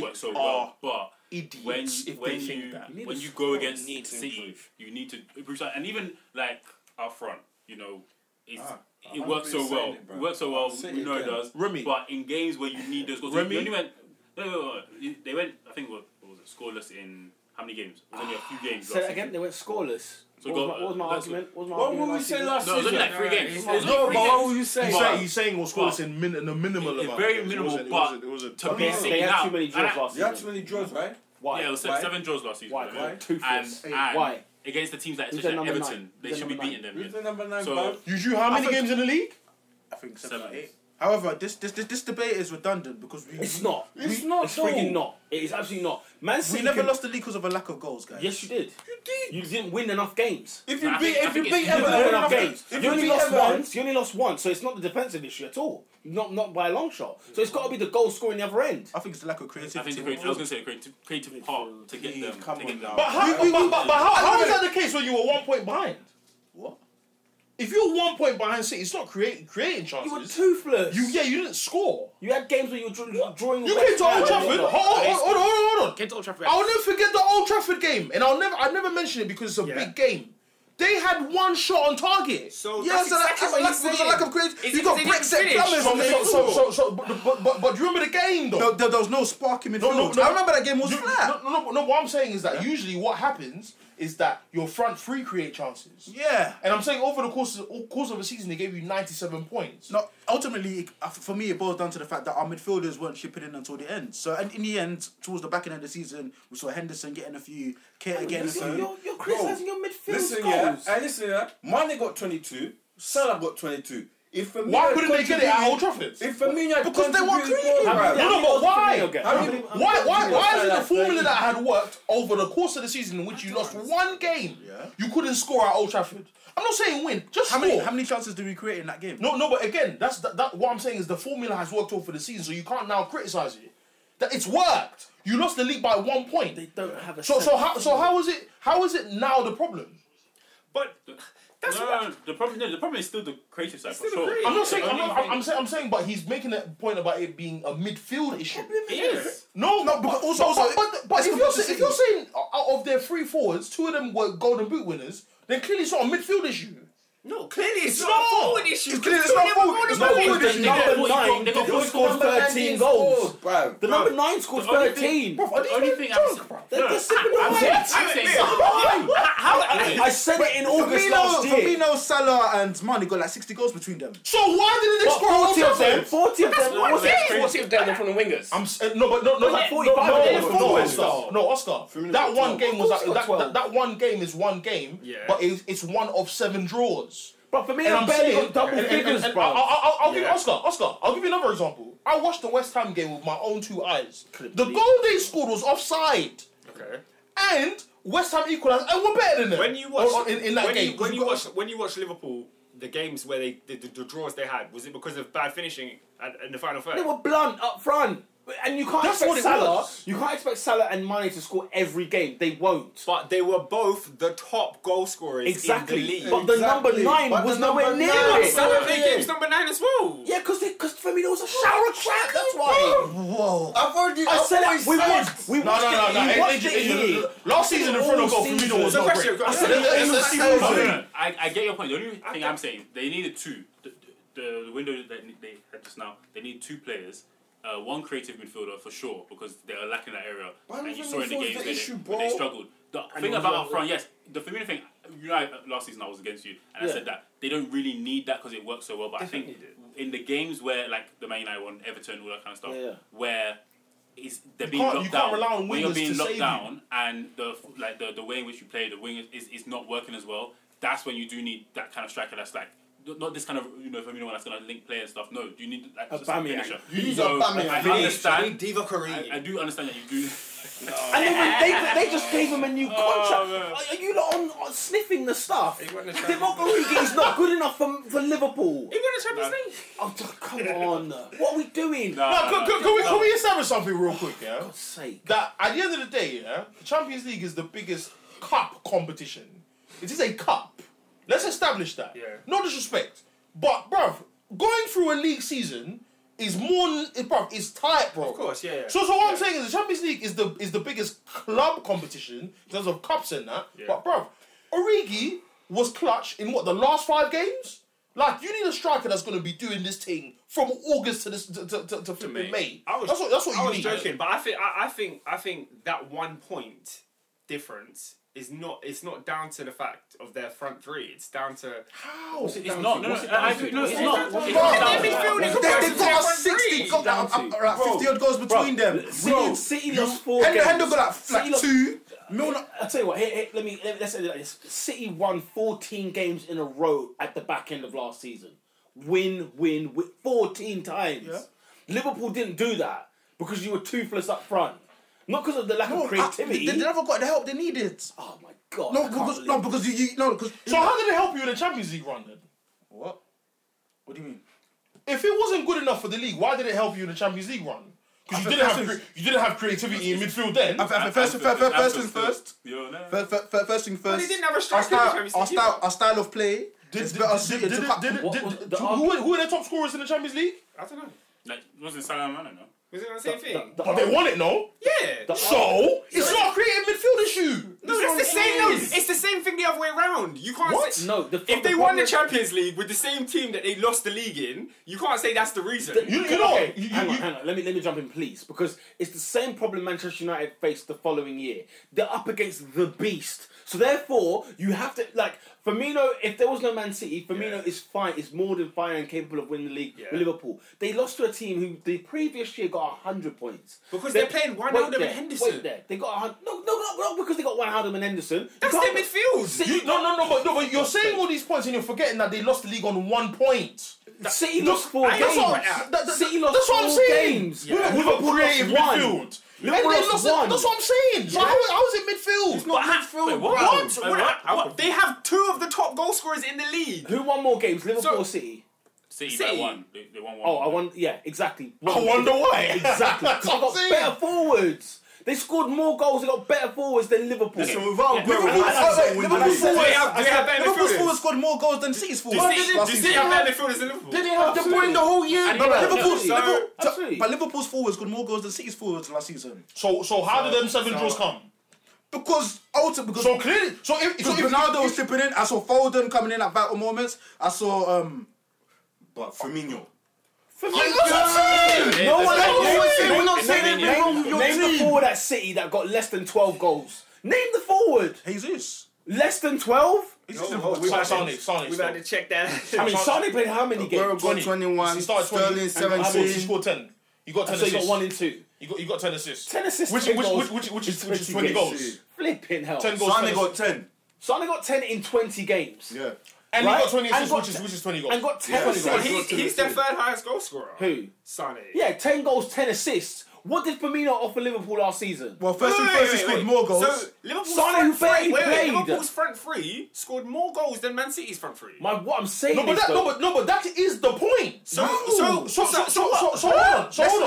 Speaker 6: they
Speaker 9: works so
Speaker 6: are
Speaker 9: well. But
Speaker 6: Idiots
Speaker 9: when
Speaker 6: if
Speaker 9: when
Speaker 6: they
Speaker 9: you,
Speaker 6: think that.
Speaker 1: need
Speaker 9: when
Speaker 1: to-
Speaker 9: you go
Speaker 1: you
Speaker 9: against
Speaker 4: need to
Speaker 9: City,
Speaker 4: improve.
Speaker 9: you need to improve. And even like up front, you know, it's,
Speaker 2: Ah, I
Speaker 9: it
Speaker 2: haven't
Speaker 9: works so
Speaker 2: really
Speaker 9: well.
Speaker 2: seen it, bro.
Speaker 9: It works so well.
Speaker 2: City
Speaker 9: we know it
Speaker 2: again.
Speaker 9: does.
Speaker 6: Remy.
Speaker 9: But in games where you need those goals,
Speaker 6: Remy.
Speaker 9: they only went. No, no, no, no. They went. I think what, what was it? Scoreless in how many games? It was only a few games.
Speaker 1: So
Speaker 9: last
Speaker 1: again,
Speaker 9: season.
Speaker 1: they went scoreless.
Speaker 9: So
Speaker 1: what, was
Speaker 9: go-
Speaker 1: my, what was my
Speaker 9: that's
Speaker 1: argument? What was my
Speaker 2: What
Speaker 1: argument
Speaker 2: were we
Speaker 1: last
Speaker 2: saying
Speaker 1: season?
Speaker 2: last
Speaker 9: No, it was
Speaker 2: season?
Speaker 9: only like three games. It was
Speaker 2: No,
Speaker 9: only
Speaker 2: but
Speaker 9: three
Speaker 2: what
Speaker 9: games.
Speaker 2: were you saying?
Speaker 6: He's,
Speaker 9: But-
Speaker 6: saying, he's saying we'll score this in, min- in a minimal
Speaker 9: It- it's
Speaker 6: amount.
Speaker 9: very
Speaker 6: of games.
Speaker 9: minimal,
Speaker 6: it
Speaker 9: but
Speaker 6: wasn't, it wasn't, it
Speaker 9: to
Speaker 6: wasn't,
Speaker 9: be
Speaker 1: They,
Speaker 9: sitting
Speaker 1: they had
Speaker 9: out.
Speaker 1: too many
Speaker 9: And
Speaker 1: draws
Speaker 9: I-
Speaker 1: last
Speaker 2: You had too
Speaker 1: season.
Speaker 2: many draws, right?
Speaker 1: Why?
Speaker 9: Yeah, it was se-
Speaker 2: Why?
Speaker 9: seven draws last season.
Speaker 1: Why?
Speaker 9: wasn't
Speaker 1: Why?
Speaker 9: it? And,
Speaker 1: Toothless.
Speaker 9: and
Speaker 1: Why?
Speaker 9: against the teams that
Speaker 1: Who's their
Speaker 9: such as
Speaker 1: number
Speaker 9: Everton,
Speaker 1: nine?
Speaker 9: they
Speaker 1: Who's
Speaker 9: should
Speaker 1: their
Speaker 9: be
Speaker 1: number
Speaker 9: beating them.
Speaker 2: Who's
Speaker 9: Yeah.
Speaker 2: the number nine,
Speaker 9: So-
Speaker 2: bro?
Speaker 6: You drew how many
Speaker 7: think-
Speaker 6: games in the league?
Speaker 7: I think seven,
Speaker 9: Seven.
Speaker 7: eight. However, this this this, this debate is redundant because we
Speaker 1: It's not.
Speaker 2: It's not,
Speaker 1: It's freaking
Speaker 2: though.
Speaker 1: not. It is absolutely not. Man
Speaker 7: we
Speaker 1: City.
Speaker 7: never
Speaker 1: can-
Speaker 7: lost the league because of a lack of goals, guys.
Speaker 1: Yes, you did.
Speaker 2: You did.
Speaker 1: You didn't win enough games.
Speaker 2: If
Speaker 9: No,
Speaker 2: you
Speaker 9: I
Speaker 2: beat,
Speaker 9: think- I
Speaker 2: if you
Speaker 9: think
Speaker 2: beat
Speaker 9: it's-
Speaker 1: You
Speaker 2: Everton,
Speaker 1: didn't win enough games.
Speaker 2: if
Speaker 1: You only
Speaker 2: beat
Speaker 1: lost
Speaker 2: Everton-
Speaker 1: once. You only lost once, so it's not the defensive issue at all. Not not by a long shot. So it's got to be the goal scoring the other end.
Speaker 7: I think it's the lack of
Speaker 9: I think
Speaker 7: creativity. um,
Speaker 9: the creative, I was going to say the creative, creative part to get them.
Speaker 2: Come
Speaker 9: to
Speaker 2: on
Speaker 9: get
Speaker 2: now.
Speaker 9: them.
Speaker 6: But how,
Speaker 2: We- we-
Speaker 6: but, but, but how,
Speaker 2: I
Speaker 6: how
Speaker 2: don't
Speaker 6: is that the case when you were one point behind?
Speaker 7: What?
Speaker 6: If you're one point behind City, it's not creating creating
Speaker 1: You were
Speaker 6: chances.
Speaker 1: toothless.
Speaker 6: You, yeah, you didn't score.
Speaker 1: You had games where you were draw- drawing.
Speaker 6: You
Speaker 1: with
Speaker 6: came to Old
Speaker 1: West Ham.
Speaker 6: Trafford. Hold, hold, hold, hold, hold, hold on.
Speaker 4: Get to Old Trafford.
Speaker 6: I'll never forget the Old Trafford game, and I'll never I never mention it because it's a big game. They had one shot on target.
Speaker 3: So
Speaker 7: Yes,
Speaker 3: that's
Speaker 7: that's,
Speaker 3: exactly
Speaker 7: that's,
Speaker 3: what
Speaker 7: that's a
Speaker 3: you're
Speaker 7: lack
Speaker 3: saying.
Speaker 7: of creativity.
Speaker 3: It's
Speaker 7: You got
Speaker 3: because they
Speaker 7: Brexit
Speaker 3: didn't
Speaker 7: plumbers
Speaker 3: finish.
Speaker 6: so,
Speaker 7: on the
Speaker 6: so,
Speaker 7: field.
Speaker 6: so, so, so, but, but, but, but do you remember the game though?
Speaker 7: There, there, there was no spark in midfield.
Speaker 6: no, no.
Speaker 7: I remember that game was
Speaker 6: You-
Speaker 7: flat.
Speaker 6: No, no, no, no. What I'm saying is that usually what happens is that your front three create chances.
Speaker 7: yeah.
Speaker 6: And I'm saying over the course of, course of a season, they gave you 97 points.
Speaker 7: No, ultimately, it- uh, for me, it boils down to the fact that our midfielders weren't shipping in until the end. So, and in the end, towards the back end of the season, we saw Henderson getting a few, Keita getting a
Speaker 1: You're,
Speaker 7: few.
Speaker 1: you're, you're criticizing your midfield
Speaker 2: Listen,
Speaker 1: goals.
Speaker 2: yeah. And listen, yeah. Mane got 22. Salah got 22. If Firmino
Speaker 6: Why couldn't they get it at
Speaker 2: contributed-
Speaker 6: Old Trafford?
Speaker 2: If Firmino
Speaker 7: Because they weren't
Speaker 2: contributed
Speaker 7: creative.
Speaker 2: more,
Speaker 6: No,
Speaker 2: bro.
Speaker 6: no, but why?
Speaker 2: How many-
Speaker 6: Why, why, why is it the
Speaker 2: Like
Speaker 6: formula
Speaker 2: 30.
Speaker 6: that had worked over the course of the season in which you lost one game?
Speaker 7: Yeah.
Speaker 6: You couldn't score at Old Trafford. I'm not saying win, just
Speaker 7: How
Speaker 6: score.
Speaker 7: many, how many chances did we create in that game?
Speaker 6: no, no, but again, that's that, that. What I'm saying is the formula has worked over the season, so you can't now criticize it. That it's worked. You lost the league by one point.
Speaker 1: They don't have a.
Speaker 6: So, so
Speaker 1: sense.
Speaker 6: how, so how is it? How is it now the problem?
Speaker 9: But that's no, no, no, the problem. No, the problem is still the creative side for sure.
Speaker 6: I'm not saying.
Speaker 9: The
Speaker 6: I'm,
Speaker 9: only
Speaker 6: not,
Speaker 9: thing-
Speaker 6: I'm, I'm saying. I'm saying. But he's making a point about it being a midfield issue.
Speaker 9: It is.
Speaker 6: No, no, but also, but,
Speaker 7: also-
Speaker 6: but, but
Speaker 7: it's
Speaker 6: if, you're,
Speaker 7: compared to
Speaker 6: sa- if you're
Speaker 7: City.
Speaker 6: saying out of their three forwards, two of them were Golden Boot winners, then clearly it's not a midfield issue.
Speaker 2: No, clearly it's
Speaker 6: not a forward
Speaker 2: issue.
Speaker 7: It's clear it's not forward. It's not
Speaker 1: Because
Speaker 7: forward
Speaker 1: the
Speaker 7: issue.
Speaker 9: They
Speaker 1: number
Speaker 9: got-
Speaker 1: nine
Speaker 9: they got-
Speaker 1: didn't
Speaker 9: they
Speaker 1: score
Speaker 2: Number
Speaker 1: 13
Speaker 2: 19
Speaker 1: goals.
Speaker 2: scored, bro.
Speaker 1: The number nine scored
Speaker 9: The only thing-
Speaker 1: 13.
Speaker 6: Bro, are these
Speaker 9: The only
Speaker 6: men
Speaker 9: thing I'm-
Speaker 6: drunk, bro?
Speaker 1: They're just sipping
Speaker 9: I'm
Speaker 1: away.
Speaker 9: saying- I'm saying-
Speaker 1: I said it in August
Speaker 7: Firmino,
Speaker 1: last year.
Speaker 7: Firmino, Salah, and Mane got like 60 goals between them.
Speaker 6: So why didn't they
Speaker 1: But
Speaker 6: score all
Speaker 1: 40 of them. 40 of them.
Speaker 4: What was
Speaker 1: were
Speaker 4: it? What's it down there from the wingers?
Speaker 6: I'm s- uh, no, but no, no,
Speaker 1: Wasn't it
Speaker 6: that, no,
Speaker 1: 45
Speaker 6: no,
Speaker 1: minutes
Speaker 6: no,
Speaker 1: for
Speaker 6: no,
Speaker 1: goals?
Speaker 6: Oscar, no, Oscar. That one game was
Speaker 1: Who's
Speaker 6: that,
Speaker 1: got
Speaker 6: that,
Speaker 1: 12?
Speaker 6: that, that one game is one game,
Speaker 3: Yeah.
Speaker 6: but it's, it's one of seven draws.
Speaker 1: But for me,
Speaker 6: And
Speaker 1: I
Speaker 6: I'm
Speaker 1: barely
Speaker 6: saying-
Speaker 1: got double
Speaker 6: and- and-
Speaker 1: figures,
Speaker 6: and- and
Speaker 1: bro.
Speaker 6: I'll, I'll- I'll give you
Speaker 5: Yeah.
Speaker 6: Oscar. Oscar. I'll give you another example. I watched the West Ham game with my own two eyes.
Speaker 1: Couldn't
Speaker 6: The
Speaker 1: believe
Speaker 6: goal they scored was offside,
Speaker 5: Okay.
Speaker 6: and West Ham equalised, and we're better than them.
Speaker 5: When you watch
Speaker 6: Or- or in, in that
Speaker 5: when
Speaker 6: game,
Speaker 5: you,
Speaker 6: 'cause
Speaker 5: when
Speaker 6: we
Speaker 5: you
Speaker 6: got-
Speaker 5: watch when you watch Liverpool, the games where they the, the, the draws they had was it because of bad finishing at, in the final third?
Speaker 1: They were blunt up front. And you can't
Speaker 6: That's what
Speaker 1: expect
Speaker 6: it
Speaker 1: Salah.
Speaker 6: was.
Speaker 1: You can't expect Salah and Mane to score every game. They won't.
Speaker 5: But they were both the top goal scorers
Speaker 1: Exactly.
Speaker 5: in the league.
Speaker 1: But the number
Speaker 10: Exactly.
Speaker 1: nine
Speaker 10: But
Speaker 1: was
Speaker 10: the
Speaker 1: nowhere
Speaker 10: number
Speaker 1: near
Speaker 10: nine-
Speaker 1: it.
Speaker 5: Salah
Speaker 10: Yeah.
Speaker 5: played games number nine as well.
Speaker 1: Yeah, because because Firmino was a shower crack. That's why.
Speaker 6: Whoa.
Speaker 10: I've already.
Speaker 1: I
Speaker 10: I've
Speaker 1: said
Speaker 10: always
Speaker 1: that. We
Speaker 10: said-
Speaker 1: watched. We
Speaker 6: No,
Speaker 1: watched
Speaker 6: no, no,
Speaker 1: it.
Speaker 6: no.
Speaker 1: we
Speaker 6: Hey,
Speaker 1: watched
Speaker 6: hey,
Speaker 1: it
Speaker 6: hey,
Speaker 1: here.
Speaker 6: Last season, the front of
Speaker 1: All
Speaker 6: goal, Firmino
Speaker 1: season.
Speaker 6: was
Speaker 1: So
Speaker 6: not
Speaker 5: question,
Speaker 6: great.
Speaker 5: go-
Speaker 6: I said
Speaker 5: yeah,
Speaker 6: it,
Speaker 5: yeah,
Speaker 6: it's
Speaker 5: yeah,
Speaker 6: the
Speaker 5: yeah,
Speaker 6: season.
Speaker 9: No, no,
Speaker 5: yeah.
Speaker 9: no. I, I get your point. The only thing I'm saying, they needed two. The, the, the window that they had just now, they need two players. Uh, one creative midfielder for sure because they are lacking that area.
Speaker 10: Why
Speaker 9: and
Speaker 10: was
Speaker 9: you
Speaker 10: it
Speaker 9: saw in the
Speaker 10: midfield
Speaker 9: games
Speaker 10: the
Speaker 9: where they-
Speaker 10: issue,
Speaker 9: where they
Speaker 10: bro?
Speaker 9: struggled. The thing about up front, yes, the Firmino thing. You know, I- last season I was against you, and I said that they don't really need that because it works so well. But I think in the games where like the Man United one, Everton, all that kind of stuff,
Speaker 1: Yeah, yeah.
Speaker 9: where it's they're
Speaker 6: You
Speaker 9: being
Speaker 6: can't-
Speaker 9: locked
Speaker 6: you can't
Speaker 9: down.
Speaker 6: rely on
Speaker 9: when you're
Speaker 6: wingers
Speaker 9: being
Speaker 6: to
Speaker 9: locked
Speaker 6: save you.
Speaker 9: down, and the like the, the way in which you play the wing is, is not working as well. That's when you do need that kind of striker. That's like not not this kind of you know Firmino one that's gonna link play and stuff. No, you need like just a
Speaker 1: Aubameyang.
Speaker 9: finisher.
Speaker 10: You need
Speaker 9: so,
Speaker 10: Aubameyang.
Speaker 9: I
Speaker 10: You need-
Speaker 9: understand.
Speaker 5: Diva
Speaker 9: I,
Speaker 5: Kareem.
Speaker 9: I do understand that you do.
Speaker 1: And they, they, they just gave him a new
Speaker 6: Oh,
Speaker 1: contract.
Speaker 9: man.
Speaker 1: Are- Are you not on, on sniffing the stuff?
Speaker 5: He won the
Speaker 1: Divock Origi's not good enough for, for Liverpool.
Speaker 5: He won the Champions League.
Speaker 1: Oh, d- come on. What are we doing?
Speaker 9: Nah,
Speaker 6: No,
Speaker 9: nah,
Speaker 6: can,
Speaker 9: nah.
Speaker 6: can, can we, can we establish something real quick, yeah?
Speaker 1: For sake.
Speaker 6: That at the end of the day, yeah, the Champions League is the biggest cup competition. It is a cup. Let's establish that.
Speaker 5: Yeah.
Speaker 6: No disrespect. But, bruv, going through a league season is more, it, bruv, it's tight, bro.
Speaker 5: Of course, yeah. yeah.
Speaker 6: So, so what I'm saying is the Champions League is the is the biggest club competition in terms of cups and that. But bruv, Origi was clutch in what the last five games. Like you need a striker that's going to be doing this thing from August to this to, to, to, to flipping May.
Speaker 9: May.
Speaker 5: I was-
Speaker 6: that's what that's what
Speaker 5: I
Speaker 6: you
Speaker 5: was
Speaker 6: need.
Speaker 5: joking, but I think I, I think I think that one point difference is not it's not down to the fact of their front three. It's down to
Speaker 6: How?
Speaker 9: It's not. No, no, I, I, no,
Speaker 1: What's
Speaker 9: it's
Speaker 1: it
Speaker 9: not.
Speaker 1: down to?
Speaker 9: It's
Speaker 6: Bro, look
Speaker 9: not down
Speaker 6: at
Speaker 9: to
Speaker 6: their
Speaker 9: that.
Speaker 6: midfield,
Speaker 5: they
Speaker 7: They, they've
Speaker 5: front
Speaker 7: got like 60,
Speaker 5: three.
Speaker 7: they've got like,
Speaker 1: Down
Speaker 7: uh, uh, like 50 odd goals between them.
Speaker 1: City, City lost four
Speaker 6: Hen-
Speaker 1: games.
Speaker 6: Hendo got like,
Speaker 1: City
Speaker 6: like
Speaker 1: lost-
Speaker 6: two.
Speaker 1: Milner, I'll tell you what, here, here, let me let, us say it like this. City won 14 games in a row at the back end of last season. Win, win, win 14 times. Liverpool didn't do that because you were toothless up front. Not because of the lack
Speaker 7: No,
Speaker 1: of
Speaker 7: I-
Speaker 1: creativity.
Speaker 7: they, they never got the help they needed.
Speaker 1: oh my god. I
Speaker 7: No,
Speaker 1: can't
Speaker 7: because
Speaker 1: believe-
Speaker 7: no, because you, you no, because
Speaker 6: So how did it help you in the Champions League run then?
Speaker 7: what? What do you mean?
Speaker 6: If it wasn't good enough for the league, why did it help you in the Champions League run? Because you didn't have cre- you didn't have creativity in midfield then.
Speaker 7: I- I- First, first, first, first thing first.
Speaker 9: You know, no.
Speaker 7: First, first, first, first thing
Speaker 5: But they
Speaker 7: first.
Speaker 5: didn't have a
Speaker 7: Our
Speaker 5: striker. in the
Speaker 7: style,
Speaker 5: Champions
Speaker 7: our
Speaker 5: League
Speaker 7: style, our style of play
Speaker 6: Did,
Speaker 7: is
Speaker 6: did,
Speaker 7: better
Speaker 6: did,
Speaker 7: suited
Speaker 6: did,
Speaker 7: to
Speaker 6: did,
Speaker 7: cup-
Speaker 6: did,
Speaker 1: What
Speaker 6: did-
Speaker 1: was the
Speaker 6: who- who,
Speaker 1: argument?
Speaker 6: who are their top scorers in the Champions League?
Speaker 5: either. I don't know.
Speaker 9: Like, wasn't Salah and Mane, no?
Speaker 5: Was it the same
Speaker 1: the-
Speaker 5: thing?
Speaker 1: the-
Speaker 6: But they won it, no?
Speaker 5: yeah.
Speaker 1: the-
Speaker 6: So it's not a creative midfield issue.
Speaker 5: no, that's the
Speaker 1: it
Speaker 5: same. No,
Speaker 1: is.
Speaker 5: it's the same thing the other way around. You can't.
Speaker 6: What?
Speaker 5: Say,
Speaker 1: no, the,
Speaker 5: If they won the Champions League with the same team that they lost the league in, you can't say that's the reason.
Speaker 6: You, you know, you, you,
Speaker 1: Hang on,
Speaker 6: you-
Speaker 1: hang on. Let me let me jump in, please, because it's the same problem Manchester United faced the following year. They're up against the beast, so therefore you have to like Firmino. If there was no Man City, Firmino
Speaker 5: Yeah.
Speaker 1: is fine. Is more than fine and capable of winning the league.
Speaker 5: Yeah.
Speaker 1: With Liverpool, they lost to a team who the previous year got hundred points
Speaker 5: Because
Speaker 1: They-
Speaker 5: they're playing
Speaker 1: wait
Speaker 5: Wijnaldum and
Speaker 1: there,
Speaker 5: Henderson.
Speaker 1: Wait there, they got 100, no, no, no, not because they got Wijnaldum and Henderson.
Speaker 5: That's
Speaker 1: You
Speaker 5: their
Speaker 1: can't-
Speaker 5: midfield.
Speaker 1: City,
Speaker 6: you- no, no, no, but, no, but you're saying all these points and you're forgetting that they lost the league on one point.
Speaker 1: City lost four
Speaker 6: That's
Speaker 1: games.
Speaker 6: what, that, that,
Speaker 1: City lost
Speaker 6: that's what I'm
Speaker 1: four
Speaker 6: saying.
Speaker 1: games.
Speaker 6: With a- with a
Speaker 1: Liverpool lost
Speaker 6: creative
Speaker 1: one.
Speaker 6: midfield. And
Speaker 1: Liverpool
Speaker 6: they
Speaker 1: lost
Speaker 6: lost
Speaker 1: one.
Speaker 6: It, that's what I'm saying. So how, how is it midfield?
Speaker 9: But ha- wait, what?
Speaker 5: What?
Speaker 9: Wait,
Speaker 5: What?
Speaker 9: what?
Speaker 5: What? They have two of the top goal scorers in the league.
Speaker 1: Who won more games, Liverpool
Speaker 5: So-
Speaker 1: or City?
Speaker 9: City,
Speaker 5: City.
Speaker 9: They won. They, they won one.
Speaker 1: Oh, I won. Yeah, exactly.
Speaker 6: I wonder why.
Speaker 1: Exactly.
Speaker 6: That's
Speaker 1: Because I
Speaker 6: what I'm
Speaker 1: got
Speaker 6: saying.
Speaker 1: better forwards. They scored more goals. They got better forwards than Liverpool.
Speaker 10: So without Aguero,
Speaker 7: Liverpool-
Speaker 10: I'd have to
Speaker 7: oh, wait,
Speaker 10: win the
Speaker 7: Liverpool
Speaker 10: league.
Speaker 7: forward-
Speaker 5: They have- they have better
Speaker 7: Liverpool's
Speaker 5: midfielders.
Speaker 7: forward scored more goals than City's forward.
Speaker 5: Do you see- do you see how bad they feel as Liverpool?
Speaker 6: They didn't have the point the whole year.
Speaker 7: But
Speaker 6: bruv.
Speaker 7: Liverpool,
Speaker 1: Absolutely.
Speaker 7: Liverpool- so-
Speaker 1: Absolutely.
Speaker 7: but Liverpool's forwards scored more goals than City's forwards last season.
Speaker 6: So, so how did them seven draws come?
Speaker 7: Because ultimately, because
Speaker 6: So clearly, so if, so
Speaker 7: Because
Speaker 6: if
Speaker 7: Ronaldo was chipping in. I saw Foden coming in at vital moments. I saw um.
Speaker 10: But Firmino.
Speaker 1: no one.
Speaker 6: that's
Speaker 1: name-
Speaker 6: what I'm
Speaker 1: name-
Speaker 6: saying. We're not
Speaker 1: name-
Speaker 6: saying
Speaker 1: name-
Speaker 6: anything wrong with
Speaker 1: name-
Speaker 6: your
Speaker 1: Name the
Speaker 6: team.
Speaker 1: forward at City that got less than twelve goals. Name the forward.
Speaker 7: Jesus.
Speaker 1: Less than twelve.
Speaker 6: We've had Sonic, Sonic.
Speaker 5: We've had to check that.
Speaker 1: I mean,
Speaker 6: Son-
Speaker 1: Sonny played how many
Speaker 10: Aguero
Speaker 1: games?
Speaker 10: got 21,
Speaker 6: He started 20,
Speaker 10: Sterling
Speaker 6: and how many? He
Speaker 10: 17.
Speaker 6: scored 10. You got 10
Speaker 1: So you
Speaker 6: assists.
Speaker 1: got one in two.
Speaker 6: you, got, you got 10 assists.
Speaker 1: Ten assists.
Speaker 6: Which,
Speaker 1: ten
Speaker 6: which,
Speaker 1: goals.
Speaker 6: which, which, which, is,
Speaker 1: in
Speaker 6: which is 20 goals.
Speaker 1: Flipping hell.
Speaker 6: 10 goals.
Speaker 10: Sane
Speaker 6: 10
Speaker 10: got 10.
Speaker 1: Sonny got ten in twenty games.
Speaker 10: Yeah.
Speaker 6: And
Speaker 1: Right?
Speaker 6: he got 20
Speaker 1: And
Speaker 6: assists,
Speaker 1: got
Speaker 6: which is,
Speaker 1: te-
Speaker 6: which is 20 goals.
Speaker 1: and got ten.
Speaker 5: So
Speaker 1: assists.
Speaker 5: he's, he's their third highest goal scorer.
Speaker 1: Who?
Speaker 5: Sonny.
Speaker 1: Yeah, ten goals, ten assists. What did Firmino offer Liverpool last season?
Speaker 7: Well, first and first, he scored more goals.
Speaker 5: So Liverpool's
Speaker 1: Sonny,
Speaker 5: front
Speaker 1: who barely
Speaker 5: three, wait, wait,
Speaker 1: played.
Speaker 5: Liverpool's front three scored more goals than Man City's front three.
Speaker 1: My, what I'm saying
Speaker 6: No, but
Speaker 1: is
Speaker 6: that,
Speaker 1: though,
Speaker 6: no, but, no, but that is the point.
Speaker 5: so, so,
Speaker 6: So, so, so, so,
Speaker 5: what?
Speaker 6: so hold on, so hold on,
Speaker 7: Let's-
Speaker 6: so hold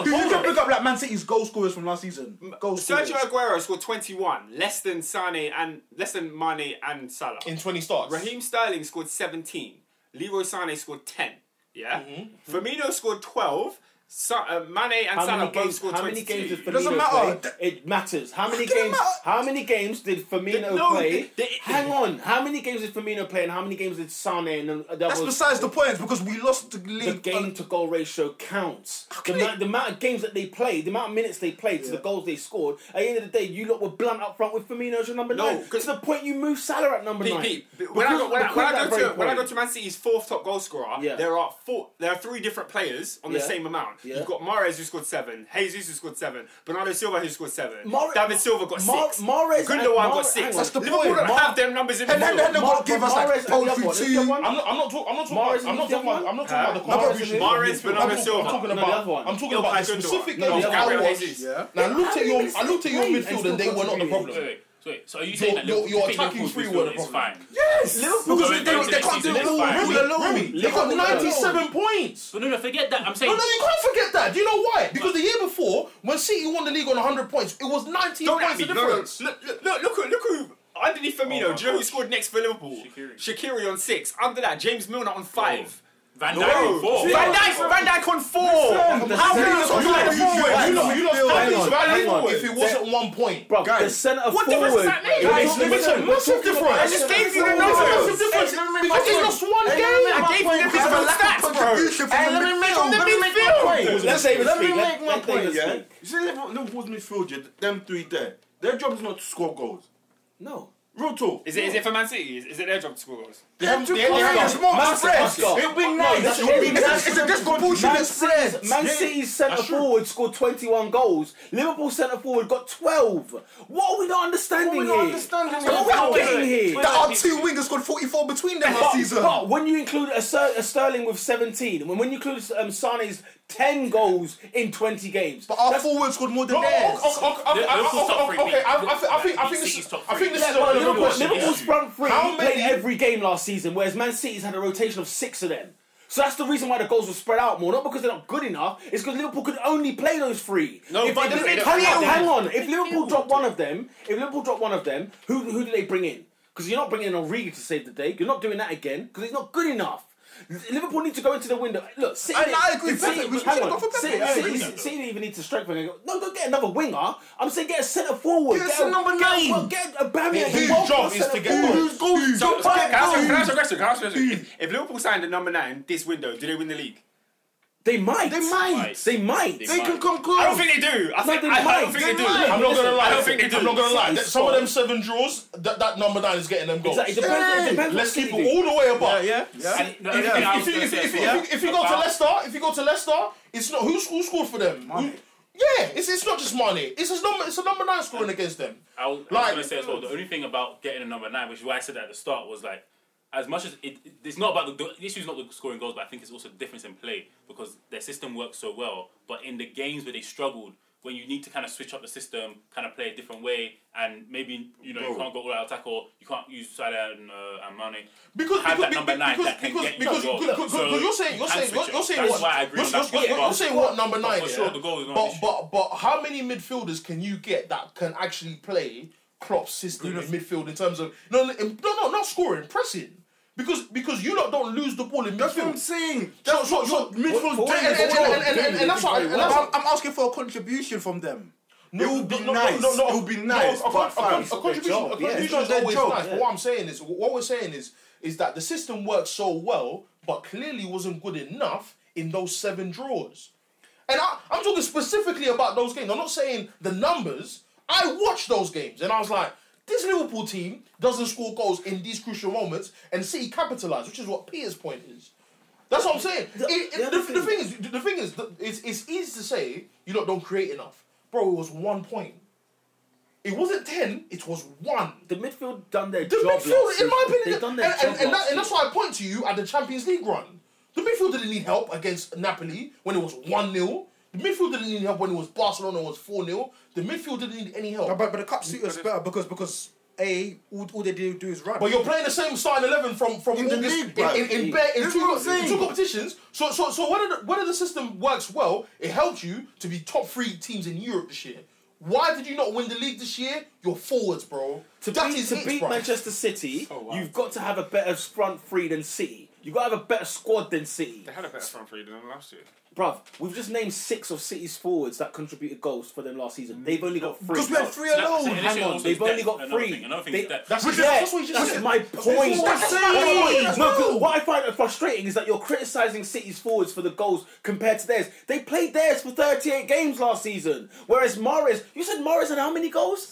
Speaker 6: on,
Speaker 7: You
Speaker 6: hold
Speaker 7: can
Speaker 6: on.
Speaker 7: pick up like Man City's goal scorers from last season. Goal scorers.
Speaker 5: Sergio Aguero scored 21, less than Sane and less than Mane and Salah.
Speaker 6: In 20 starts.
Speaker 5: Raheem Sterling scored 17. Leroy Sane scored 10. Yeah. Firmino scored 12. Sa- uh, Mane and
Speaker 1: Mm-hmm. how
Speaker 5: Salah
Speaker 1: many
Speaker 5: both
Speaker 1: games?
Speaker 5: scored
Speaker 1: How many
Speaker 5: 22.
Speaker 1: games did Firmino
Speaker 7: doesn't matter.
Speaker 1: play? It matters. How many
Speaker 7: can it
Speaker 1: games?
Speaker 7: matter?
Speaker 1: How many games did Firmino
Speaker 5: no,
Speaker 1: play?
Speaker 5: the- the-
Speaker 1: Hang on. How many games did Firmino play, and how many games did Sane? And then that
Speaker 7: That's
Speaker 1: was
Speaker 7: besides the point because we lost the
Speaker 1: the
Speaker 7: league.
Speaker 1: game to goal ratio counts. The,
Speaker 7: can
Speaker 1: amount, the amount of games that they played, the amount of minutes they played to the goals they scored. At the end of the day, you lot were blunt up front with Firmino as your number
Speaker 5: No,
Speaker 1: nine. Because the point you moved Salah at number nine.
Speaker 5: Pete, Pete, when, I go,
Speaker 1: Because-
Speaker 5: when, I, when, I
Speaker 1: because
Speaker 5: go
Speaker 1: that
Speaker 5: to,
Speaker 1: very
Speaker 5: when I go
Speaker 1: point.
Speaker 5: to Man City's fourth top goal scorer,
Speaker 1: Yeah.
Speaker 5: there are four. There are three different players on the
Speaker 1: Yeah.
Speaker 5: same amount.
Speaker 1: Yeah.
Speaker 5: You've got Mares who scored seven, Jesus who scored seven, Bernardo Silva who scored seven,
Speaker 1: Mahrez-
Speaker 5: David Silva got
Speaker 1: Mar-
Speaker 5: six,
Speaker 1: Mahrez and-
Speaker 5: Gundogan
Speaker 1: Mahrez-
Speaker 5: got
Speaker 1: hang on.
Speaker 5: six.
Speaker 1: That's the
Speaker 5: Liverpool
Speaker 1: point.
Speaker 5: don't
Speaker 1: Mar-
Speaker 5: have them numbers in the
Speaker 7: And then-
Speaker 5: middle.
Speaker 7: then the
Speaker 1: Mar-
Speaker 7: God gave us
Speaker 1: Mahrez
Speaker 7: like
Speaker 1: and the other one.
Speaker 7: poetry
Speaker 1: Is
Speaker 7: two.
Speaker 1: the other one?
Speaker 6: I'm not, I'm not, talk, I'm not talking.
Speaker 1: Mahrez
Speaker 6: I'm
Speaker 1: is
Speaker 6: not
Speaker 1: the
Speaker 6: talking about.
Speaker 1: other
Speaker 6: I'm not
Speaker 5: one?
Speaker 6: talking about the
Speaker 5: Huh?
Speaker 6: competition.
Speaker 5: Mahrez,
Speaker 6: I'm
Speaker 5: Bernardo
Speaker 6: talking-
Speaker 5: Silva.
Speaker 6: I'm talking
Speaker 1: No, the other one.
Speaker 6: about. I'm talking
Speaker 5: Ilkay
Speaker 6: about the
Speaker 5: Gundogan.
Speaker 6: specific
Speaker 1: No,
Speaker 6: games
Speaker 1: the
Speaker 6: I
Speaker 1: Gabriel
Speaker 6: watched.
Speaker 5: Jesus.
Speaker 7: Yeah.
Speaker 6: Now I looked at your. I looked at your
Speaker 1: Wait, and still
Speaker 6: midfield, and they were not
Speaker 1: contributed.
Speaker 6: the problem.
Speaker 9: Wait, wait, so wait. So are you
Speaker 6: Your-
Speaker 9: saying that
Speaker 6: your-
Speaker 9: Liverpool-
Speaker 6: your
Speaker 9: you think
Speaker 6: attacking
Speaker 9: Liverpool's
Speaker 6: three were the
Speaker 9: midfield is
Speaker 6: problem.
Speaker 9: fine?
Speaker 6: Because
Speaker 9: So
Speaker 6: they, they, they
Speaker 9: Liverpool
Speaker 6: can't do
Speaker 9: next
Speaker 6: Remy,
Speaker 9: season is fine.
Speaker 6: Remy, they got
Speaker 1: Liverpool
Speaker 6: 97 points.
Speaker 9: So no, no, forget that. I'm
Speaker 6: No,
Speaker 9: saying.
Speaker 6: no, you can't forget that. Do you know why? Because the year before, when City won the league on 100 points, it was 19
Speaker 5: Don't at
Speaker 6: points
Speaker 5: me.
Speaker 6: the
Speaker 5: No, no, no.
Speaker 6: difference.
Speaker 5: Look, look, look, look who, look who underneath Firmino.
Speaker 9: my
Speaker 5: do you know who
Speaker 9: gosh.
Speaker 5: scored next for Liverpool?
Speaker 9: Shaqiri.
Speaker 5: Shaqiri on six. Under that, James Milner on five.
Speaker 9: Van Dijk on four.
Speaker 5: Van Dijk, Van Dijk on four. How can you
Speaker 6: You
Speaker 5: score
Speaker 6: know, you- you-
Speaker 5: four?
Speaker 6: you know, you know,
Speaker 1: Hang on, hang
Speaker 6: how
Speaker 1: on.
Speaker 6: many if it wasn't one point?
Speaker 1: Bro, the
Speaker 7: Guys,
Speaker 1: centre forward.
Speaker 5: what difference does that make?
Speaker 6: Guys,
Speaker 1: Listen,
Speaker 6: it's a
Speaker 1: listen,
Speaker 6: massive
Speaker 1: we're talking
Speaker 6: difference.
Speaker 1: about
Speaker 6: I just
Speaker 1: the
Speaker 5: gave you the
Speaker 1: centre
Speaker 5: numbers.
Speaker 1: forward.
Speaker 6: That's the difference. Because they lost one game.
Speaker 5: I gave you the piece of stats, bro.
Speaker 7: Hey, let me make one- let me make one point.
Speaker 1: Let's say
Speaker 4: Let me make my point, yeah? You see, Liverpool- Liverpool's midfield, yeah, them three there, their job is not to score goals.
Speaker 1: No.
Speaker 4: Real talk.
Speaker 5: Is it, is it for Man City? Is, is it their job to score goals?
Speaker 4: They haven't- they haven't-
Speaker 7: It's more spreads.
Speaker 1: Oscar.
Speaker 4: It'd be
Speaker 1: No,
Speaker 7: Oh,
Speaker 4: nice.
Speaker 1: that's-
Speaker 4: It would be
Speaker 1: that's-
Speaker 4: nice.
Speaker 7: It's a disproportionate spread.
Speaker 1: Man City's centre forward scored 21 goals. Liverpool centre forward got 12. What are we not understanding
Speaker 4: We're
Speaker 1: here?
Speaker 4: not understanding
Speaker 1: What
Speaker 4: it.
Speaker 1: are we getting here?
Speaker 7: That our two wingers scored 44 between them last
Speaker 1: But,
Speaker 7: season.
Speaker 1: but when you include a, Ser- a Sterling with 17, and when you include um, Sane's 10 goals in 20 games,
Speaker 7: But our forwards scored more than
Speaker 6: Okay, okay,
Speaker 7: theirs.
Speaker 6: okay,
Speaker 9: Liverpool's top
Speaker 6: okay,
Speaker 9: three,
Speaker 6: okay,
Speaker 9: mate.
Speaker 6: I I think- I think I think
Speaker 9: City's
Speaker 6: this
Speaker 9: top
Speaker 6: I think
Speaker 9: three.
Speaker 6: this
Speaker 1: Yeah,
Speaker 6: is
Speaker 1: but
Speaker 6: another
Speaker 1: Liverpool,
Speaker 6: question.
Speaker 1: Liverpool's front three
Speaker 6: How
Speaker 1: played
Speaker 6: many-
Speaker 1: every game last season, whereas Man City's had a rotation of six of them. So that's the reason why the goals were spread out more. Not because they're not good enough. It's because Liverpool could only play those three. No, if
Speaker 9: but
Speaker 1: they,
Speaker 9: they-
Speaker 1: didn't-
Speaker 9: they-
Speaker 1: hang on,
Speaker 9: they-
Speaker 1: hang on. If Liverpool drop one of them, if Liverpool drop one of them, who who do they bring in? Because you're not bringing in Origi to save the day. You're not doing that again because he's not good enough. Liverpool need to go into the window. Look, City.
Speaker 7: And I agree,
Speaker 1: City-
Speaker 7: Pepe, we should
Speaker 1: hang
Speaker 7: go
Speaker 1: on.
Speaker 7: for Pepe.
Speaker 1: City,
Speaker 7: I
Speaker 1: City,
Speaker 7: agree
Speaker 1: City, even need to strengthen. No, go get another winger. I'm saying get a centre forward.
Speaker 7: Get us
Speaker 1: a
Speaker 7: a number
Speaker 1: get a-
Speaker 7: nine.
Speaker 1: well, get a Aubameyang.
Speaker 6: His
Speaker 1: Well,
Speaker 6: job
Speaker 1: what's
Speaker 6: is to
Speaker 1: that-
Speaker 6: get goals.
Speaker 5: So, can, I ask, can I ask you a question? Can I ask you a question? If, if Liverpool signed a number nine this window, do they win the league?
Speaker 1: They might.
Speaker 4: They might.
Speaker 1: They might.
Speaker 4: They can come close.
Speaker 5: I don't think they do. I, think,
Speaker 1: they
Speaker 5: I, I
Speaker 1: might.
Speaker 5: don't think they,
Speaker 1: They
Speaker 5: do.
Speaker 1: might.
Speaker 6: I'm not gonna lie.
Speaker 5: I don't think they do.
Speaker 6: I'm not gonna lie. That- Some of them seven draws, that, that number nine is getting them goals.
Speaker 1: Exactly. It depends- it depends what
Speaker 6: Let's keep
Speaker 1: City
Speaker 6: it all the way above.
Speaker 7: Yeah, yeah.
Speaker 9: And- no, everything
Speaker 6: If
Speaker 9: else
Speaker 6: you, if, you- if, you-
Speaker 9: yeah.
Speaker 6: if, you- if you go to
Speaker 9: About-
Speaker 6: Leicester, if you go to Leicester, it's not who, who scored for them. Who-
Speaker 7: Mane.
Speaker 6: yeah, it's, it's not just money. It's his number. It's a number nine
Speaker 1: Uh,
Speaker 6: scoring against them.
Speaker 9: I was, I was
Speaker 6: Like-
Speaker 9: going to say as well. The only thing about getting a number nine, which is why I said that at the start, was like, as much as it, it- it's not about the, the issue is not the scoring goals, but I think it's also the difference in play because their system works so well. But in the games where they struggled, when you need to kind of switch up the system, kind of play a different way, and maybe you know you can't go all out attack or you can't use Salah and, uh, and Mane.
Speaker 6: Because
Speaker 9: Have
Speaker 6: because
Speaker 9: that number nine
Speaker 6: because
Speaker 9: that can
Speaker 6: because
Speaker 9: get you
Speaker 6: because,
Speaker 9: goals.
Speaker 6: because, because,
Speaker 9: So
Speaker 6: because you're saying you're
Speaker 9: you can
Speaker 6: saying you're,
Speaker 9: switch
Speaker 6: you're
Speaker 9: it.
Speaker 6: saying
Speaker 9: That's
Speaker 6: what,
Speaker 9: why I agree
Speaker 6: you're,
Speaker 9: with that.
Speaker 6: you're- you're-
Speaker 9: Yeah,
Speaker 6: you're saying what number nine?
Speaker 9: for
Speaker 6: yeah?
Speaker 9: sure, the goal is not an
Speaker 6: but
Speaker 9: issue.
Speaker 6: but but how many midfielders can you get that can actually play Klopp's system in midfield in terms of no no in- no no, not scoring pressing because because you lot don't lose the ball in
Speaker 4: That's what I'm
Speaker 6: midfield.
Speaker 4: saying.
Speaker 6: So so so midfield
Speaker 1: what-
Speaker 6: and- and-
Speaker 1: what-
Speaker 6: and- and- and- and that's what and that's
Speaker 7: I'm,
Speaker 6: what-
Speaker 7: I'm asking for a contribution from them.
Speaker 4: It would be
Speaker 6: no, no,
Speaker 4: nice.
Speaker 6: no, no,
Speaker 4: It would be nice.
Speaker 6: No, a,
Speaker 4: But
Speaker 6: con- a, con-
Speaker 4: fam,
Speaker 6: a contribution,
Speaker 1: job,
Speaker 6: a
Speaker 1: yeah.
Speaker 6: contribution
Speaker 4: It's
Speaker 6: is
Speaker 4: their
Speaker 6: always
Speaker 4: job,
Speaker 6: nice.
Speaker 1: yeah.
Speaker 6: What I'm saying is, what we're saying is, is that the system worked so well, but clearly wasn't good enough in those seven draws. And I, I'm talking specifically about those games. I'm not saying the numbers. I watched those games and I was like, this Liverpool team doesn't score goals in these crucial moments, and City capitalise, which is what Peter's point is. That's what I'm saying. It- it-
Speaker 1: the
Speaker 6: The,
Speaker 1: other
Speaker 6: the thing is, the thing is, the- it's, it's easy to say you lot don't create enough, bro. It was one point. It wasn't ten. It was one.
Speaker 1: The midfield done their
Speaker 6: The
Speaker 1: job. last
Speaker 6: midfield, in my
Speaker 1: season.
Speaker 6: opinion,
Speaker 1: They've done
Speaker 6: and,
Speaker 1: their job.
Speaker 6: and, and,
Speaker 1: last
Speaker 6: that, and that's
Speaker 1: season.
Speaker 6: why I point to you at the Champions League run. The midfield didn't need help against Napoli when it was 1 0. The midfield didn't need help when it was Barcelona when it was 4 0. The midfield didn't need any help.
Speaker 7: No,
Speaker 6: but,
Speaker 7: but but the cup suit us better because because a all, all they do do is run.
Speaker 6: you're playing the same starting 11 from, from
Speaker 2: In the
Speaker 6: August
Speaker 2: league,
Speaker 6: in,
Speaker 2: bruv.
Speaker 6: in, in, bare- in
Speaker 2: That's
Speaker 6: two,
Speaker 2: what I'm
Speaker 6: co- in
Speaker 2: saying.
Speaker 6: two competitions. So, so, so whether, the, whether the system works well, it helped you to be top three teams in Europe this year. Why did you not win the league this year? Your forwards, bro.
Speaker 1: To
Speaker 6: That
Speaker 1: beat,
Speaker 6: is Oh,
Speaker 1: to
Speaker 6: it,
Speaker 1: beat
Speaker 6: bruv.
Speaker 1: Manchester City, you've got to have a better front three than City. You've got to have a better squad than City.
Speaker 5: They had a better front three than last year.
Speaker 1: Bruv, we've just named six of City's forwards that contributed goals for them last season. They've only got three.
Speaker 7: Because we had
Speaker 1: goals.
Speaker 7: three alone.
Speaker 9: So that- so
Speaker 1: Hang
Speaker 9: initially
Speaker 1: on,
Speaker 9: also
Speaker 1: they've
Speaker 9: is depth.
Speaker 1: only got
Speaker 9: Another
Speaker 1: three.
Speaker 9: thing- Another thing
Speaker 1: They-
Speaker 9: is depth.
Speaker 6: That's
Speaker 1: Which
Speaker 6: what-
Speaker 1: is
Speaker 6: that's what you just
Speaker 1: that's
Speaker 6: said.
Speaker 1: my point.
Speaker 6: what I'm
Speaker 1: That's
Speaker 6: saying.
Speaker 1: my point.
Speaker 6: That's
Speaker 1: No, 'cause
Speaker 6: cool.
Speaker 1: what I find frustrating is that you're criticising City's forwards for the goals compared to theirs. They played theirs for 38 games last season, whereas Morris, you said Morris had how many goals?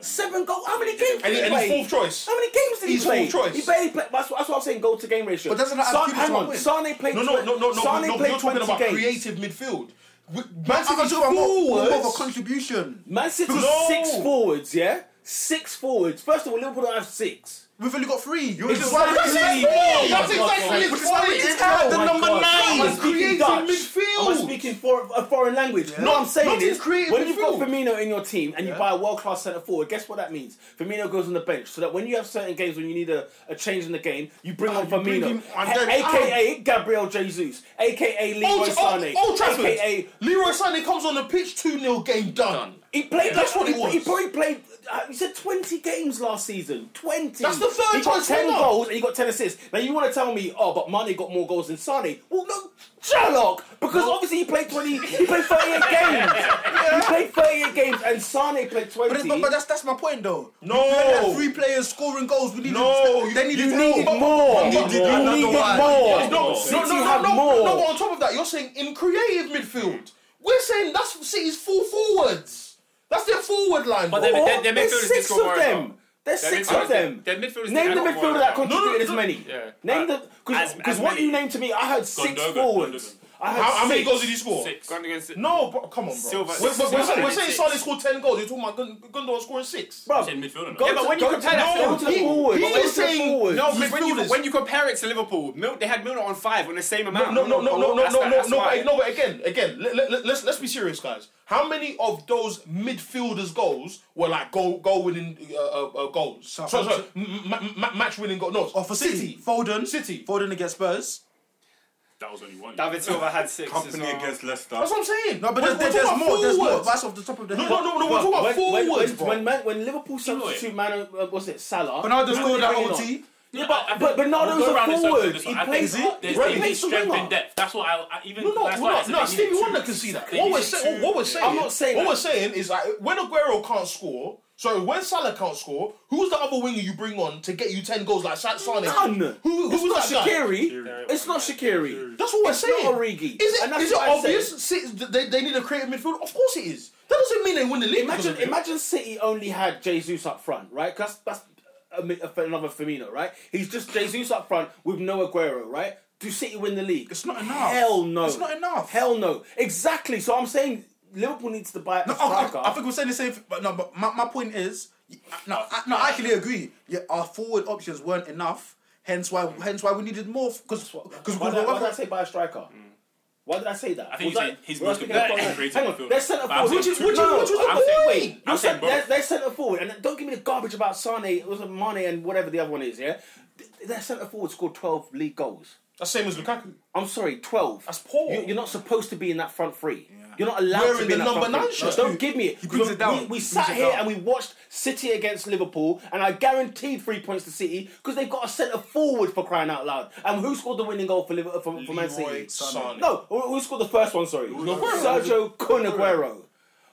Speaker 1: Seven. goals. How many games? did
Speaker 6: And, he-
Speaker 1: he
Speaker 6: and he's
Speaker 1: play?
Speaker 6: fourth choice.
Speaker 1: How many games did
Speaker 6: He's
Speaker 1: he play?
Speaker 6: full choice.
Speaker 1: He barely played. That's, what- that's what I'm saying. Goal to game ratio.
Speaker 7: But doesn't that
Speaker 1: Sa-
Speaker 7: have to do
Speaker 1: hang
Speaker 7: with
Speaker 1: on.
Speaker 7: win?
Speaker 1: Sane played.
Speaker 6: No, no,
Speaker 1: tw-
Speaker 6: no, no, no.
Speaker 1: Sane
Speaker 6: no
Speaker 1: played
Speaker 6: you're
Speaker 1: 20
Speaker 6: talking about
Speaker 1: games.
Speaker 6: creative midfield. We- Man
Speaker 7: I'm
Speaker 6: City's
Speaker 7: talking about more, more of a
Speaker 6: forwards.
Speaker 7: contribution.
Speaker 1: Man City's
Speaker 6: No.
Speaker 1: six forwards. Yeah, six forwards. First of all, Liverpool don't have six.
Speaker 7: We've only got three. You're
Speaker 1: It's
Speaker 6: That's
Speaker 1: That's exactly-
Speaker 6: exactly it. That's
Speaker 1: Oh my
Speaker 6: exactly it.
Speaker 1: God.
Speaker 6: It's why it's
Speaker 1: Oh
Speaker 6: at the
Speaker 1: my
Speaker 6: number
Speaker 1: God. Am I
Speaker 6: nine.
Speaker 1: speaking
Speaker 6: Creative
Speaker 1: Dutch? Am I
Speaker 6: midfield.
Speaker 1: speaking for a foreign language? No, I'm saying
Speaker 6: Not in
Speaker 1: is
Speaker 6: creative
Speaker 1: when you've got
Speaker 6: midfield.
Speaker 1: Firmino in your team and you buy a world class centre forward, guess what that means? Firmino goes on the bench so that when you have certain games when you need a, a change in the game, you bring
Speaker 6: Ah,
Speaker 1: on Firmino,
Speaker 2: bring him on
Speaker 1: A-
Speaker 2: then
Speaker 1: aka Gabriel Jesus, aka Leroy
Speaker 6: Old,
Speaker 1: Sané,
Speaker 6: Old, Old Trafford.
Speaker 1: aka
Speaker 6: Leroy Sané comes on the pitch, 2 0 game done.
Speaker 1: he played.
Speaker 6: That's what it
Speaker 1: he- He
Speaker 6: was.
Speaker 1: probably played. Uh, he said twenty games last season. Twenty.
Speaker 6: That's the third
Speaker 1: He got
Speaker 6: choice
Speaker 1: ten
Speaker 6: winner.
Speaker 1: goals and he got ten assists. Now you want to tell me, oh, but Mane got more goals than Sane? Well, no, Sherlock, because obviously he played twenty. He played thirty-eight games. He played thirty-eight games, and Sane played twenty.
Speaker 7: But, but, but that's that's my point though.
Speaker 6: No.
Speaker 7: We had three players scoring goals. We needed.
Speaker 6: No, you-
Speaker 7: they needed
Speaker 1: you
Speaker 7: help.
Speaker 1: needed more. You needed
Speaker 6: I
Speaker 1: more.
Speaker 6: don't
Speaker 1: You
Speaker 6: know
Speaker 1: needed
Speaker 6: why.
Speaker 1: more.
Speaker 6: It's not-
Speaker 1: City
Speaker 6: No, no, no,
Speaker 1: had
Speaker 6: no,
Speaker 1: more.
Speaker 6: no, but on top of that, you're saying in creative midfield. We're saying that's City's full forwards. That's their forward line.
Speaker 9: But
Speaker 6: bro.
Speaker 9: they-
Speaker 1: Or
Speaker 9: their- their
Speaker 1: there's
Speaker 9: midfielders
Speaker 1: six
Speaker 9: did score
Speaker 1: of
Speaker 9: more,
Speaker 1: them. There's
Speaker 9: Their
Speaker 1: six
Speaker 9: midfielders
Speaker 1: of them.
Speaker 9: did- their midfielders did
Speaker 1: Name the
Speaker 9: add more
Speaker 1: midfielder
Speaker 9: than
Speaker 1: that
Speaker 9: that. No,
Speaker 1: contributed
Speaker 6: no,
Speaker 1: as
Speaker 6: no.
Speaker 1: many.
Speaker 9: Yeah.
Speaker 1: Name the
Speaker 9: As-
Speaker 1: because
Speaker 9: as
Speaker 1: what
Speaker 9: many.
Speaker 1: you named to me, I heard six
Speaker 9: Gundogan,
Speaker 1: forwards.
Speaker 9: Gundogan.
Speaker 1: I heard
Speaker 6: How, how many
Speaker 1: six.
Speaker 6: goals did he score?
Speaker 9: Six.
Speaker 5: Gone against it.
Speaker 6: No, bro, come on, bro.
Speaker 5: Silva-
Speaker 6: we're, we're, we're, saying- we're saying
Speaker 9: Six.
Speaker 6: Sané scored 10 goals. You're talking about Gun- Gundogan scoring six.
Speaker 1: Bruv,
Speaker 9: Ten midfielder.
Speaker 1: Go
Speaker 9: now.
Speaker 5: Yeah, but
Speaker 1: to-
Speaker 5: when you
Speaker 1: go
Speaker 5: compare
Speaker 1: to-
Speaker 5: that to
Speaker 1: no,
Speaker 5: Liverpool,
Speaker 1: he- forward.
Speaker 6: he
Speaker 1: Go
Speaker 6: is
Speaker 1: to the
Speaker 6: saying-
Speaker 1: forward.
Speaker 5: No, but when you,
Speaker 6: midfielders.
Speaker 5: when you compare it to Liverpool, Mil- they had Milner on five on the same
Speaker 6: No,
Speaker 5: amount.
Speaker 6: no, no, no, no, no,
Speaker 5: That's
Speaker 6: no,
Speaker 5: that-
Speaker 6: no,
Speaker 5: that's
Speaker 6: no,
Speaker 5: why.
Speaker 6: but, no, but again, again, let, let, let's let's be serious, guys. How many of those midfielders' goals were like goal goal winning uh, uh, uh, goals? So, sorry, sorry, m- m- ma- match winning goals. No,
Speaker 7: Oh, for City. Foden.
Speaker 6: City.
Speaker 7: Foden against Spurs.
Speaker 9: That was only one.
Speaker 5: David Silva had six. as
Speaker 2: Company
Speaker 5: well.
Speaker 2: against Leicester.
Speaker 6: That's what I'm saying.
Speaker 7: No, but
Speaker 6: We're- we're
Speaker 7: there's, there's
Speaker 6: talking about
Speaker 7: more. There's more.
Speaker 6: forwards.
Speaker 7: That's off the top of the
Speaker 6: No,
Speaker 7: head.
Speaker 6: no, no, no. We're talking about
Speaker 1: when,
Speaker 6: forwards,
Speaker 1: when,
Speaker 6: bro.
Speaker 1: when, Man- when Liverpool substitute Man, uh, what's it, Salah?
Speaker 7: Bernardo
Speaker 1: who did
Speaker 7: scored
Speaker 1: they
Speaker 7: that
Speaker 1: bring
Speaker 7: OT.
Speaker 1: on? Yeah, but but Bernardo's
Speaker 9: go
Speaker 1: a
Speaker 9: around in circles
Speaker 1: forward.
Speaker 9: with this
Speaker 1: He
Speaker 9: one. I think
Speaker 1: plays.
Speaker 9: there's-
Speaker 1: He
Speaker 9: There's
Speaker 1: plays the
Speaker 9: strength and
Speaker 1: winger.
Speaker 9: depth. That's what I, I even.
Speaker 6: No, no,
Speaker 9: that's
Speaker 6: no,
Speaker 9: why I
Speaker 6: no,
Speaker 9: said
Speaker 6: no.
Speaker 9: they
Speaker 6: Stevie
Speaker 9: needed
Speaker 6: Wonder
Speaker 9: two.
Speaker 6: can see that.
Speaker 9: They
Speaker 6: What
Speaker 9: needed
Speaker 6: we're, say,
Speaker 9: two.
Speaker 6: what we're saying,
Speaker 1: not saying
Speaker 6: what
Speaker 1: that.
Speaker 6: we're saying is like when Aguero can't score, so when Salah can't score, who's the other winger you bring on to get you ten goals like Sa- Sane?
Speaker 1: None.
Speaker 6: Who,
Speaker 1: It's
Speaker 6: who's
Speaker 1: not
Speaker 6: that guy?
Speaker 1: Shakiri. It's not Shakiri.
Speaker 6: That's what we're
Speaker 1: It's
Speaker 6: saying.
Speaker 1: not Origi.
Speaker 6: Is
Speaker 1: And
Speaker 6: it,
Speaker 1: that's
Speaker 6: is it
Speaker 1: what I
Speaker 6: obvious? Si- They, they need a creative midfield. Of course it is. That doesn't mean they win the league. because
Speaker 1: Imagine,
Speaker 6: of it.
Speaker 1: imagine City only had Jesus up front, right? 'Cause that's a mi- a- another Firmino, right? He's just Jesus up front with no Aguero, right? Do City win the league?
Speaker 7: It's not enough.
Speaker 1: Hell no.
Speaker 7: It's not enough.
Speaker 1: Hell no. Exactly. So I'm saying Liverpool needs to buy a
Speaker 7: No, I,
Speaker 1: striker.
Speaker 7: I- I think we're saying the same. Thing, but no, but my, my point is, no, I, no, I actually agree. Yeah, our forward options weren't enough. Hence why, hence why we needed more. Because, because
Speaker 1: why, did, why did I say buy a striker? Why did I say that?
Speaker 9: I think
Speaker 1: Was
Speaker 9: you said
Speaker 1: that-
Speaker 9: he's
Speaker 1: was
Speaker 9: most
Speaker 1: that thinking
Speaker 9: important
Speaker 1: of-
Speaker 9: creative
Speaker 1: Hang on,
Speaker 9: midfield.
Speaker 1: they're centre
Speaker 9: But I'm
Speaker 1: forward.
Speaker 9: saying two-
Speaker 1: No,
Speaker 6: which is-
Speaker 1: no,
Speaker 6: which is the
Speaker 1: I'm
Speaker 6: point.
Speaker 1: saying- wait,
Speaker 9: I'm
Speaker 1: you're
Speaker 9: saying
Speaker 1: saying they're,
Speaker 9: both.
Speaker 1: they're centre forward, and don't give me the garbage about Sane, it was Mane, and whatever the other one is. Yeah, Th- their centre forward scored twelve league goals.
Speaker 6: That's same as Lukaku.
Speaker 1: I'm sorry, twelve.
Speaker 6: That's poor.
Speaker 1: You, you're not supposed to be in that front three. You're not allowed
Speaker 6: We're
Speaker 1: to
Speaker 6: in
Speaker 1: be
Speaker 6: the
Speaker 1: in that
Speaker 6: number
Speaker 1: front
Speaker 6: nine
Speaker 1: three.
Speaker 6: shirt.
Speaker 1: Don't give me it.
Speaker 7: brings
Speaker 1: We-
Speaker 7: it down.
Speaker 1: We, we
Speaker 7: He
Speaker 1: sat
Speaker 7: brings it
Speaker 1: here
Speaker 7: down.
Speaker 1: and we watched City against Liverpool, and I guaranteed three points to City because they've got a centre forward for crying out loud. And who scored the winning goal for Liverpool for, for Man City?
Speaker 6: Sané.
Speaker 1: No, who who scored the first one? Sorry, Sergio Kun Aguero.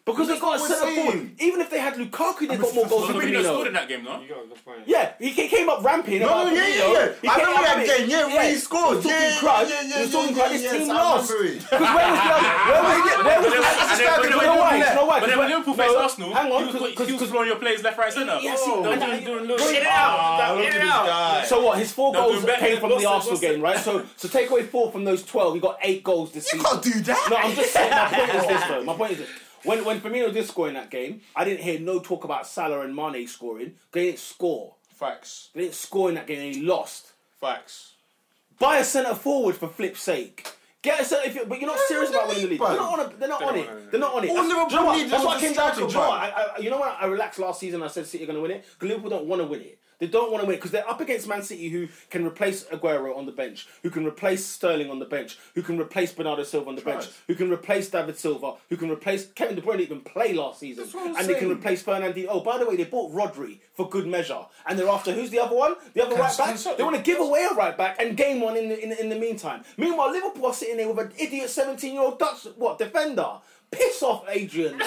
Speaker 1: Because they got a
Speaker 6: what
Speaker 1: centre
Speaker 6: we're
Speaker 1: forward.
Speaker 6: saying.
Speaker 1: Even if they had Lukaku, they got more goals
Speaker 9: Well,
Speaker 1: than
Speaker 9: the Firmino scored in
Speaker 1: Firmino.
Speaker 9: that game, no?
Speaker 5: You got a good point.
Speaker 1: Yeah, he ca- came up ramping.
Speaker 2: No,
Speaker 1: about
Speaker 2: yeah,
Speaker 1: Firmino.
Speaker 2: yeah, yeah.
Speaker 1: He
Speaker 2: I
Speaker 1: came
Speaker 2: remember
Speaker 1: up
Speaker 2: that
Speaker 1: ramping.
Speaker 2: game. Yeah, when he scored.
Speaker 1: was talking
Speaker 2: Yeah, yeah,
Speaker 1: crud.
Speaker 2: yeah,
Speaker 1: He was talking
Speaker 2: yeah,
Speaker 1: crud. His
Speaker 2: yeah,
Speaker 1: team
Speaker 2: yes, I
Speaker 1: lost.
Speaker 2: remember it.
Speaker 1: Because where was the other? Where was where was the
Speaker 9: And then- but then
Speaker 1: You
Speaker 9: when
Speaker 1: know why? You
Speaker 9: Liverpool-
Speaker 1: know why?
Speaker 9: But then when Liverpool faced
Speaker 1: No,
Speaker 9: Arsenal,
Speaker 1: Hang on,
Speaker 9: he was-
Speaker 1: because
Speaker 9: he was blowing your players left, right, centre.
Speaker 1: Yes, he-
Speaker 9: They were
Speaker 1: and I-
Speaker 9: doing- doing little-
Speaker 1: Get it
Speaker 9: Ah,
Speaker 2: Look
Speaker 9: look
Speaker 2: at this
Speaker 9: at that.
Speaker 2: guy.
Speaker 1: So what? His four
Speaker 9: No,
Speaker 1: goals
Speaker 9: Dumbe-
Speaker 1: came from the
Speaker 9: Dumbe-
Speaker 1: Arsenal
Speaker 9: Dumbe-
Speaker 1: game, right? So, so take away four from those twelve. He got eight goals this
Speaker 7: you
Speaker 1: season.
Speaker 7: can't do that.
Speaker 1: No, I'm just saying. My point is this, though. My point is this. When when Firmino did score in that game, I didn't hear no talk about Salah and Mane scoring. They didn't score.
Speaker 6: Facts.
Speaker 1: They didn't score in that game. They lost.
Speaker 6: Facts.
Speaker 1: Buy a centre forward for flip's sake. Get a centre, if you, but you're not serious about winning the league.
Speaker 2: bro.
Speaker 1: They're not on. A, they're not on it. They're not on it.
Speaker 2: All
Speaker 1: That's-
Speaker 2: Liverpool
Speaker 1: do you know what?
Speaker 2: need
Speaker 1: That's
Speaker 2: is
Speaker 1: what I
Speaker 2: to
Speaker 1: came down
Speaker 2: struggle,
Speaker 1: to. Do you know
Speaker 2: bro.
Speaker 1: what? I- I- You know what? I relaxed last season. I said City are going to win it. 'Cause Liverpool don't want to win it. They don't want to win it because they're up against Man City, who can replace Aguero on the bench, who can replace Sterling on the bench, who can replace Bernardo Silva on the bench, who can replace David Silva, who can replace Kevin De Bruyne. Even play last season,
Speaker 2: what I'm
Speaker 1: and they can
Speaker 2: saying.
Speaker 1: replace Fernandinho. Oh, by the way, they bought Rodri for good measure, and they're after who's the other one? The other right back. They want to give away a right back and gain one in the, in, the- in the meantime. Meanwhile, Liverpool are sitting there with an idiot seventeen-year-old Dutch what defender. Piss off, Adrian.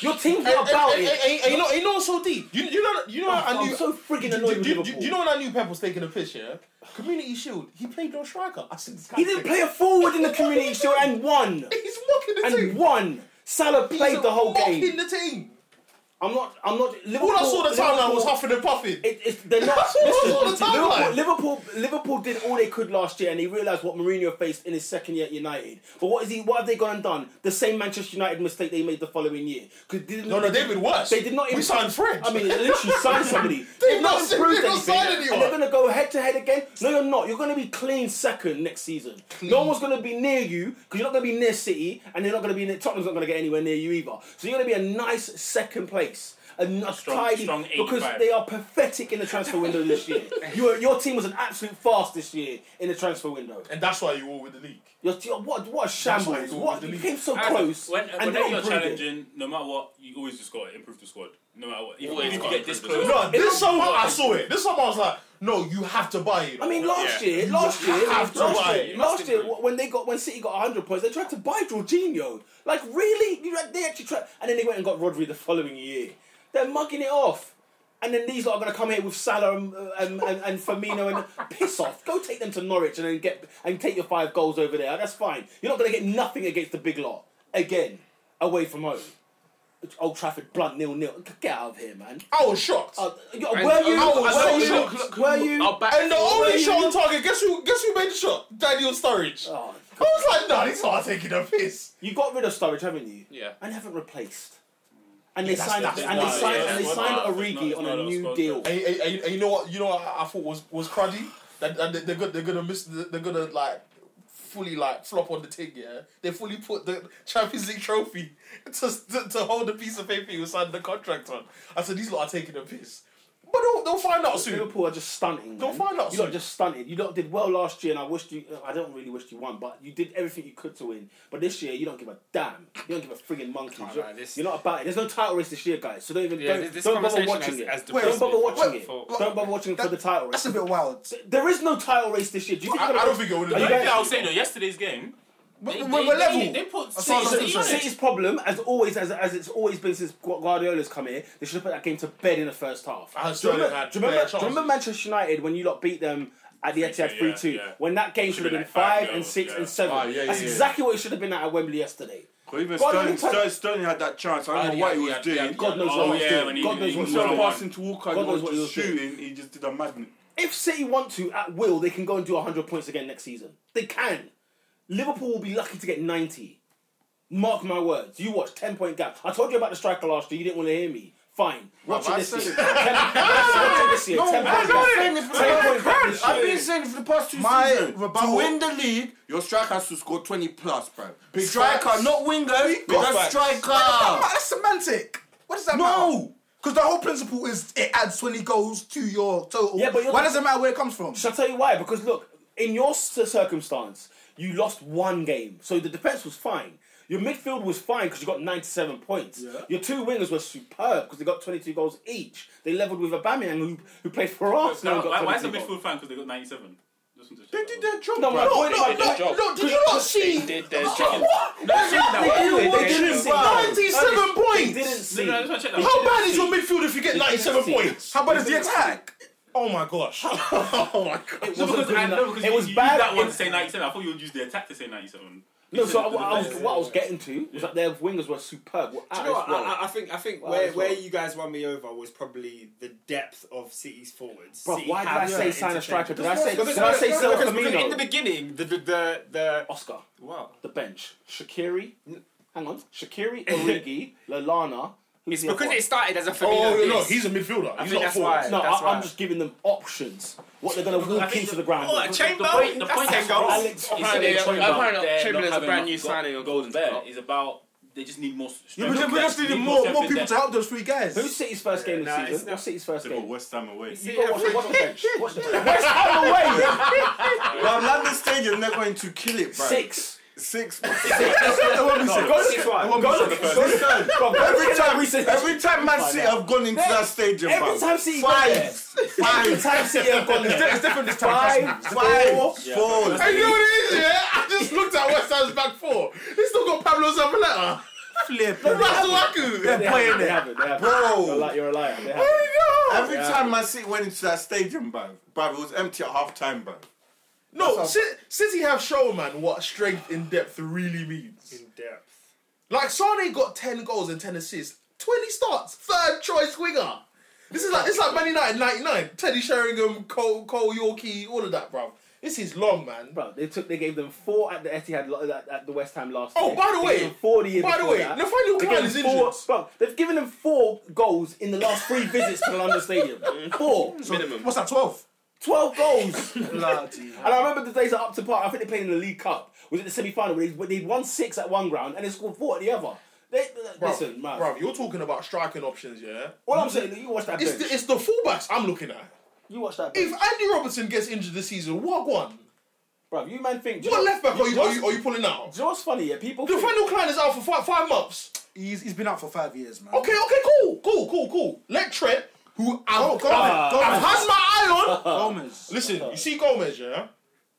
Speaker 1: Your team's not about
Speaker 6: Hey, hey,
Speaker 1: it.
Speaker 6: hey, hey, you know, you know, what's so deep. You, you know, you know, I
Speaker 1: I'm
Speaker 6: knew.
Speaker 1: so friggin'
Speaker 6: do-
Speaker 1: annoyed
Speaker 6: do-
Speaker 1: with
Speaker 6: do- do-
Speaker 1: Liverpool.
Speaker 6: do you know when I knew Pep was taking a piss? Yeah, Community Shield. He played no striker. I said this guy.
Speaker 1: He didn't play a forward in the community shield and won.
Speaker 6: He's mocking the
Speaker 1: And
Speaker 6: team.
Speaker 1: won. Salah
Speaker 6: He's
Speaker 1: played the whole
Speaker 6: mocking
Speaker 1: game.
Speaker 6: the team.
Speaker 1: I'm not. I'm not. Liverpool,
Speaker 6: All I saw the timeline was
Speaker 1: Liverpool-
Speaker 6: huffing and puffing.
Speaker 1: It, it's, they're not.
Speaker 6: That's what I saw
Speaker 1: listen,
Speaker 6: on the timeline.
Speaker 1: Liverpool, Liverpool, Liverpool did all they could last year, and he realised what Mourinho faced in his second year at United. But what is he? What have they gone and done? The same Manchester United mistake they made the following year. 'Cause they didn't-
Speaker 6: No, no, they've been worse.
Speaker 1: They did not.
Speaker 6: We
Speaker 1: improve-
Speaker 6: signed Fred.
Speaker 1: I mean, they literally signed somebody.
Speaker 6: They've not- they've
Speaker 1: improved
Speaker 6: not
Speaker 1: anything.
Speaker 6: signed anyone.
Speaker 1: And they're going to go head to head again. No, you're not. You're going to be clean second next season. No one's going to be near you because you're not going to be near City, and they're not going to be near Tottenham's. Not going to get anywhere near you either. So you're going to be a nice second place. A n- a
Speaker 9: Strong-
Speaker 1: tidy,
Speaker 9: strong
Speaker 1: because
Speaker 9: 85.
Speaker 1: they are pathetic in the transfer window this year. Your your team was an absolute farce this year in the transfer window.
Speaker 6: and that's why you all with the league.
Speaker 1: Your, your, what what a shambles!
Speaker 6: all
Speaker 1: What
Speaker 6: the
Speaker 1: you
Speaker 6: league.
Speaker 1: came so
Speaker 9: And
Speaker 1: close,
Speaker 9: When,
Speaker 1: and
Speaker 9: whenever
Speaker 1: they
Speaker 9: you're
Speaker 1: don't prove it.
Speaker 9: challenging, no matter what, you always just got to improve the squad. No matter what, even
Speaker 4: Always
Speaker 9: if you
Speaker 4: gotta
Speaker 9: get this
Speaker 4: improve the
Speaker 9: close.
Speaker 6: No, this summer I saw it. This summer I was like, no, you have to buy it.
Speaker 1: I mean, last
Speaker 9: Yeah.
Speaker 1: year, last year,
Speaker 6: have to
Speaker 1: last
Speaker 6: buy it.
Speaker 1: year,
Speaker 6: You
Speaker 1: last year, when they got when City got 100 points, they tried to buy Jorginho. Like really, You know, they actually tried, and then they went and got Rodri the following year. They're mugging it off, and then these lot are going to come here with Salah and, uh, and, and, and Firmino and piss off. Go take them to Norwich and then get and take your five goals over there. That's fine. You're not going to get nothing against the big lot again, away from home. Old Trafford, blunt nil nil. Get out of here, man.
Speaker 6: I was shocked.
Speaker 1: Uh, were you?
Speaker 6: I was
Speaker 1: were
Speaker 6: so
Speaker 1: you?
Speaker 6: shocked.
Speaker 1: Were you?
Speaker 4: Oh,
Speaker 6: and the only shot on target, guess who? Guess who made the shot? Daniel Sturridge.
Speaker 1: Oh,
Speaker 6: I was like, nah, these are taking a piss.
Speaker 1: You got rid of Sturridge, haven't you?
Speaker 4: Yeah.
Speaker 1: And haven't replaced. And they
Speaker 6: that's-
Speaker 1: signed
Speaker 6: that's
Speaker 1: and they
Speaker 6: why,
Speaker 1: signed
Speaker 6: yeah,
Speaker 1: and they
Speaker 6: that's
Speaker 1: signed
Speaker 9: why.
Speaker 1: Origi
Speaker 9: It's
Speaker 1: on
Speaker 9: not
Speaker 1: a
Speaker 9: a
Speaker 1: new
Speaker 9: squad
Speaker 1: deal.
Speaker 6: And, and, and- and you know what? You know what I, I thought was was cruddy. That, that they're gonna they're gonna miss. They're gonna like fully like flop on the thing. Yeah, they fully put the Champions League trophy to to, to hold the piece of paper you signed the contract on. I said these lot are taking a piss, but they'll, they'll find out soon.
Speaker 1: Liverpool are just stunting.
Speaker 6: They'll
Speaker 1: man.
Speaker 6: find out
Speaker 1: You lot
Speaker 6: soon.
Speaker 1: just stunted. You lot did well last year, and I wished you. I don't really wish you won, but you did everything you could to win. But this year, you don't give a damn. You don't give a friggin' monkey.
Speaker 3: Can't
Speaker 1: You're,
Speaker 3: lie, this-
Speaker 1: you're not about it. There's no title race this year, guys. So don't even
Speaker 3: Yeah,
Speaker 1: don't,
Speaker 3: this- this
Speaker 1: don't bother
Speaker 3: conversation
Speaker 1: watching
Speaker 3: has-
Speaker 1: it.
Speaker 3: has
Speaker 1: don't
Speaker 3: depressed
Speaker 1: bother
Speaker 3: me.
Speaker 1: watching it.
Speaker 3: Well,
Speaker 1: Don't bother watching for the title
Speaker 7: That's
Speaker 1: race.
Speaker 7: a bit wild.
Speaker 1: There is no title race this year. Do you think
Speaker 6: I, I
Speaker 1: you're
Speaker 6: don't
Speaker 1: gonna-
Speaker 6: think it
Speaker 1: Are
Speaker 6: would. have
Speaker 1: you
Speaker 6: been-
Speaker 1: guys-
Speaker 9: I was saying, though, yesterday's game,
Speaker 7: But
Speaker 9: they,
Speaker 7: we're,
Speaker 9: they,
Speaker 7: we're level.
Speaker 9: They, they put
Speaker 7: far as I'm
Speaker 9: City, City on
Speaker 7: concerned.
Speaker 9: it.
Speaker 1: City's problem, as always, as, as it's always been since Gu- Guardiola's come here, they should have put that game to bed in the first half.
Speaker 6: I
Speaker 1: do, you
Speaker 6: Sterling
Speaker 1: remember,
Speaker 6: had
Speaker 1: do you remember-
Speaker 6: bare
Speaker 1: do you remember
Speaker 6: chances.
Speaker 1: Manchester United when you lot beat them at the Etihad 3
Speaker 9: yeah,
Speaker 1: 2?
Speaker 9: yeah.
Speaker 1: When that game should have
Speaker 9: been
Speaker 1: been
Speaker 9: like five
Speaker 1: 5 and
Speaker 9: nil,
Speaker 1: 6
Speaker 9: yeah.
Speaker 1: and 7.
Speaker 2: Ah, yeah,
Speaker 1: That's
Speaker 2: yeah, yeah.
Speaker 1: exactly what it should have been at Wembley yesterday.
Speaker 8: But even
Speaker 1: God,
Speaker 8: Sterling,
Speaker 1: let me tell-
Speaker 8: Sterling, Sterling had that chance. I don't know
Speaker 6: he
Speaker 8: what
Speaker 6: had-
Speaker 8: he
Speaker 6: he
Speaker 8: was
Speaker 6: had- he
Speaker 8: doing.
Speaker 6: had-
Speaker 1: God knows
Speaker 9: Oh,
Speaker 1: what he was
Speaker 9: yeah,
Speaker 1: doing.
Speaker 9: when he-
Speaker 1: God knows
Speaker 9: when
Speaker 1: what he
Speaker 9: he
Speaker 8: Instead of
Speaker 1: was doing.
Speaker 8: passing to Walker,
Speaker 1: God
Speaker 8: he
Speaker 1: knows
Speaker 8: was
Speaker 1: what he
Speaker 8: just
Speaker 1: was doing.
Speaker 8: shooting. He just did a madness.
Speaker 1: If City want to, at will, they can go and do 100 points again next season. They can. Liverpool will be lucky to get 90. Mark my words. You watch 10 point gap. I told you about the striker last year. You didn't want to hear me. Fine. Watch it
Speaker 2: I
Speaker 1: this
Speaker 2: said
Speaker 1: year.
Speaker 2: it.
Speaker 1: 10 watch it this year. 10 point gap. Ten point gap this
Speaker 2: I've
Speaker 1: year.
Speaker 2: been saying for the past two
Speaker 7: My
Speaker 2: seasons to
Speaker 7: rebuttal-
Speaker 2: win the league, your striker has to score twenty plus, bro. striker,
Speaker 6: facts.
Speaker 2: not winger, because
Speaker 6: facts.
Speaker 2: striker.
Speaker 7: That's semantic. What does that matter?
Speaker 6: No.
Speaker 7: Because the whole principle is it adds 20 goals to your total.
Speaker 1: Yeah, but you're-
Speaker 7: Why does it matter where it comes from?
Speaker 1: Shall I tell you why? Because look, in your c- circumstance, you lost one game, so the defense was fine. Your midfield was fine because you got 97 points. Your two wingers were superb because they got 22 goals each. They leveled with Aubameyang, who, who played for Arsenal.
Speaker 9: Now,
Speaker 1: and got
Speaker 9: why, why is the
Speaker 1: 22 goals.
Speaker 9: midfield fine? Because they got 97. Just want to check
Speaker 2: They
Speaker 9: that
Speaker 2: did
Speaker 9: one.
Speaker 2: their job,
Speaker 1: No,
Speaker 2: bro.
Speaker 1: my point
Speaker 4: they
Speaker 1: my
Speaker 4: did their
Speaker 1: point-
Speaker 4: job.
Speaker 6: No, did you not see?
Speaker 4: They did their job.
Speaker 6: What?
Speaker 1: did,
Speaker 6: What?
Speaker 1: they didn't see.
Speaker 6: 97
Speaker 1: They
Speaker 6: points.
Speaker 1: didn't see.
Speaker 9: No, no, I just want to check that.
Speaker 6: How
Speaker 9: one.
Speaker 6: bad is your midfield if you get 97
Speaker 1: see.
Speaker 6: points?
Speaker 7: How bad is the attack?
Speaker 6: Oh my gosh. oh my gosh.
Speaker 1: It
Speaker 9: No,
Speaker 1: wasn't
Speaker 9: because,
Speaker 1: good
Speaker 9: I, no,
Speaker 1: enough.
Speaker 9: because
Speaker 1: It
Speaker 9: you,
Speaker 1: was
Speaker 9: you
Speaker 1: bad.
Speaker 9: Used that one to
Speaker 1: in-
Speaker 9: say 97. I thought you would use the attack to say 97.
Speaker 1: No, so I,
Speaker 9: You said
Speaker 1: I was,
Speaker 9: the-
Speaker 1: what I was getting to was that their wingers were superb. Were
Speaker 3: Do
Speaker 1: out
Speaker 3: you know
Speaker 1: of
Speaker 3: what?
Speaker 1: this world.
Speaker 3: I, I- I think I think
Speaker 1: Well,
Speaker 3: where,
Speaker 1: as well.
Speaker 3: where you guys won me over was probably the depth of City's forwards.
Speaker 1: Bro,
Speaker 3: City
Speaker 1: why did
Speaker 3: have
Speaker 1: I say
Speaker 3: certain
Speaker 1: sign a striker? Did I
Speaker 3: interchanges.
Speaker 1: say?
Speaker 3: Because-
Speaker 1: Did I say
Speaker 3: because-
Speaker 1: Silva
Speaker 3: because- because in the
Speaker 1: Firmino?
Speaker 3: beginning, the the the, the
Speaker 1: Oscar,
Speaker 3: wow.
Speaker 1: the bench, Shakiri, Hang on, Shakiri, Origi, Lalana.
Speaker 5: It's
Speaker 1: Who's the other
Speaker 5: because
Speaker 1: one?
Speaker 5: it started as a Firmino.
Speaker 6: Oh, no,
Speaker 5: diss.
Speaker 6: he's a midfielder.
Speaker 5: I think
Speaker 6: He's not
Speaker 5: that's
Speaker 6: forward.
Speaker 5: why.
Speaker 1: No,
Speaker 5: that's
Speaker 1: I,
Speaker 5: why.
Speaker 1: I'm just giving them options. What they're going to
Speaker 9: I
Speaker 1: walk
Speaker 9: think
Speaker 1: into the
Speaker 9: the-
Speaker 1: ground.
Speaker 5: Oh,
Speaker 1: with.
Speaker 5: a Chamberlain?
Speaker 9: point- the
Speaker 5: That's
Speaker 9: point
Speaker 5: ten
Speaker 9: is-
Speaker 5: goals.
Speaker 1: Alex,
Speaker 9: It's
Speaker 1: apparently,
Speaker 9: not
Speaker 4: apparently
Speaker 9: about they're
Speaker 4: Chamberlain's
Speaker 9: not
Speaker 4: a
Speaker 9: having
Speaker 4: brand new
Speaker 9: enough
Speaker 4: signing on Golden
Speaker 9: Bear.
Speaker 4: Club.
Speaker 9: It's about they just need more.
Speaker 7: Yeah, but we just needed more, more people to help those three guys.
Speaker 1: who's City's first game
Speaker 5: nah,
Speaker 1: this
Speaker 5: it's
Speaker 1: season?
Speaker 5: not-
Speaker 1: What's City's first
Speaker 8: They got
Speaker 1: game?
Speaker 8: West Ham away.
Speaker 1: You go watch, watch the bench. Watch the bench. West Ham away.
Speaker 2: But London Stadium, they're going to kill it, bro.
Speaker 1: Six.
Speaker 2: Six.
Speaker 1: Go look
Speaker 5: Six one.
Speaker 1: go look- go look- bro, go look
Speaker 2: Every
Speaker 1: at that
Speaker 2: time,
Speaker 1: recent
Speaker 2: every time Man City have gone into that stadium,
Speaker 1: every
Speaker 2: bro.
Speaker 1: time City go there.
Speaker 2: five,
Speaker 1: Every
Speaker 2: five,
Speaker 1: time City have gone there. It's different this time. Five, four.
Speaker 2: five, four.
Speaker 6: Hey, you know what it is, yeah? I just looked at West Ham's back four. They still got Pablo Zabaleta.
Speaker 7: Flip.
Speaker 6: That's Waku.
Speaker 1: They haven't, they haven't, they haven't. You're a
Speaker 2: Bro,
Speaker 1: li- You're a liar. They haven't.
Speaker 2: every
Speaker 1: Yeah.
Speaker 2: time Man City went into that stadium, bro, bro, it was empty at half time, bro.
Speaker 6: No, Ci- City have shown, man, what strength in depth really means.
Speaker 5: In depth.
Speaker 6: Like, Sane got 10 goals and 10 assists, 20 starts, third choice winger. This is like it's like Man United 99. Teddy Sheringham, Cole, Cole Yorkie, all of that, bruv. This is long, man.
Speaker 1: Bro, they took, they gave them four at the Etihad lo- at, at the West Ham last.
Speaker 6: Oh,
Speaker 1: year.
Speaker 6: by the
Speaker 1: They
Speaker 6: way,
Speaker 1: gave them four the year
Speaker 6: By the
Speaker 1: before
Speaker 6: way,
Speaker 1: that.
Speaker 6: Nathaniel
Speaker 1: They
Speaker 6: Klein
Speaker 1: gave
Speaker 6: is
Speaker 1: them four,
Speaker 6: injured.
Speaker 1: bro, they've given them four goals in the last three visits to the London Stadium. Four,
Speaker 4: Minimum.
Speaker 7: What's that, 12?
Speaker 1: twelve goals.
Speaker 7: Bloody.
Speaker 1: And I remember the days at Upton Park. I think they played in the League Cup. Was it the semi-final? Where they, where they won six at one ground and they scored four at the other. They,
Speaker 6: Bruv,
Speaker 1: listen, man.
Speaker 6: bruv, you're talking about striking options, yeah?
Speaker 1: All I'm saying, is you watch that
Speaker 6: It's
Speaker 1: bench.
Speaker 6: the, it's the fullbacks I'm looking at.
Speaker 1: you watch that
Speaker 6: If
Speaker 1: bench,
Speaker 6: Andy Robertson gets injured this season, what one?
Speaker 1: bro. You man think
Speaker 6: What left back are you,
Speaker 1: just-
Speaker 6: are you, are you pulling out?
Speaker 1: Do you know what's funny? Yeah, people.
Speaker 6: The
Speaker 1: think-
Speaker 6: final Klein is out for five, five months.
Speaker 7: He's, he's been out for five years, man.
Speaker 6: Okay, okay, cool, cool, cool, cool. Let Trent, who I've,
Speaker 7: go on,
Speaker 6: I've-
Speaker 7: go on.
Speaker 6: I've had my eye on.
Speaker 7: Oh, Gomez.
Speaker 6: Listen, you see Gomez, yeah,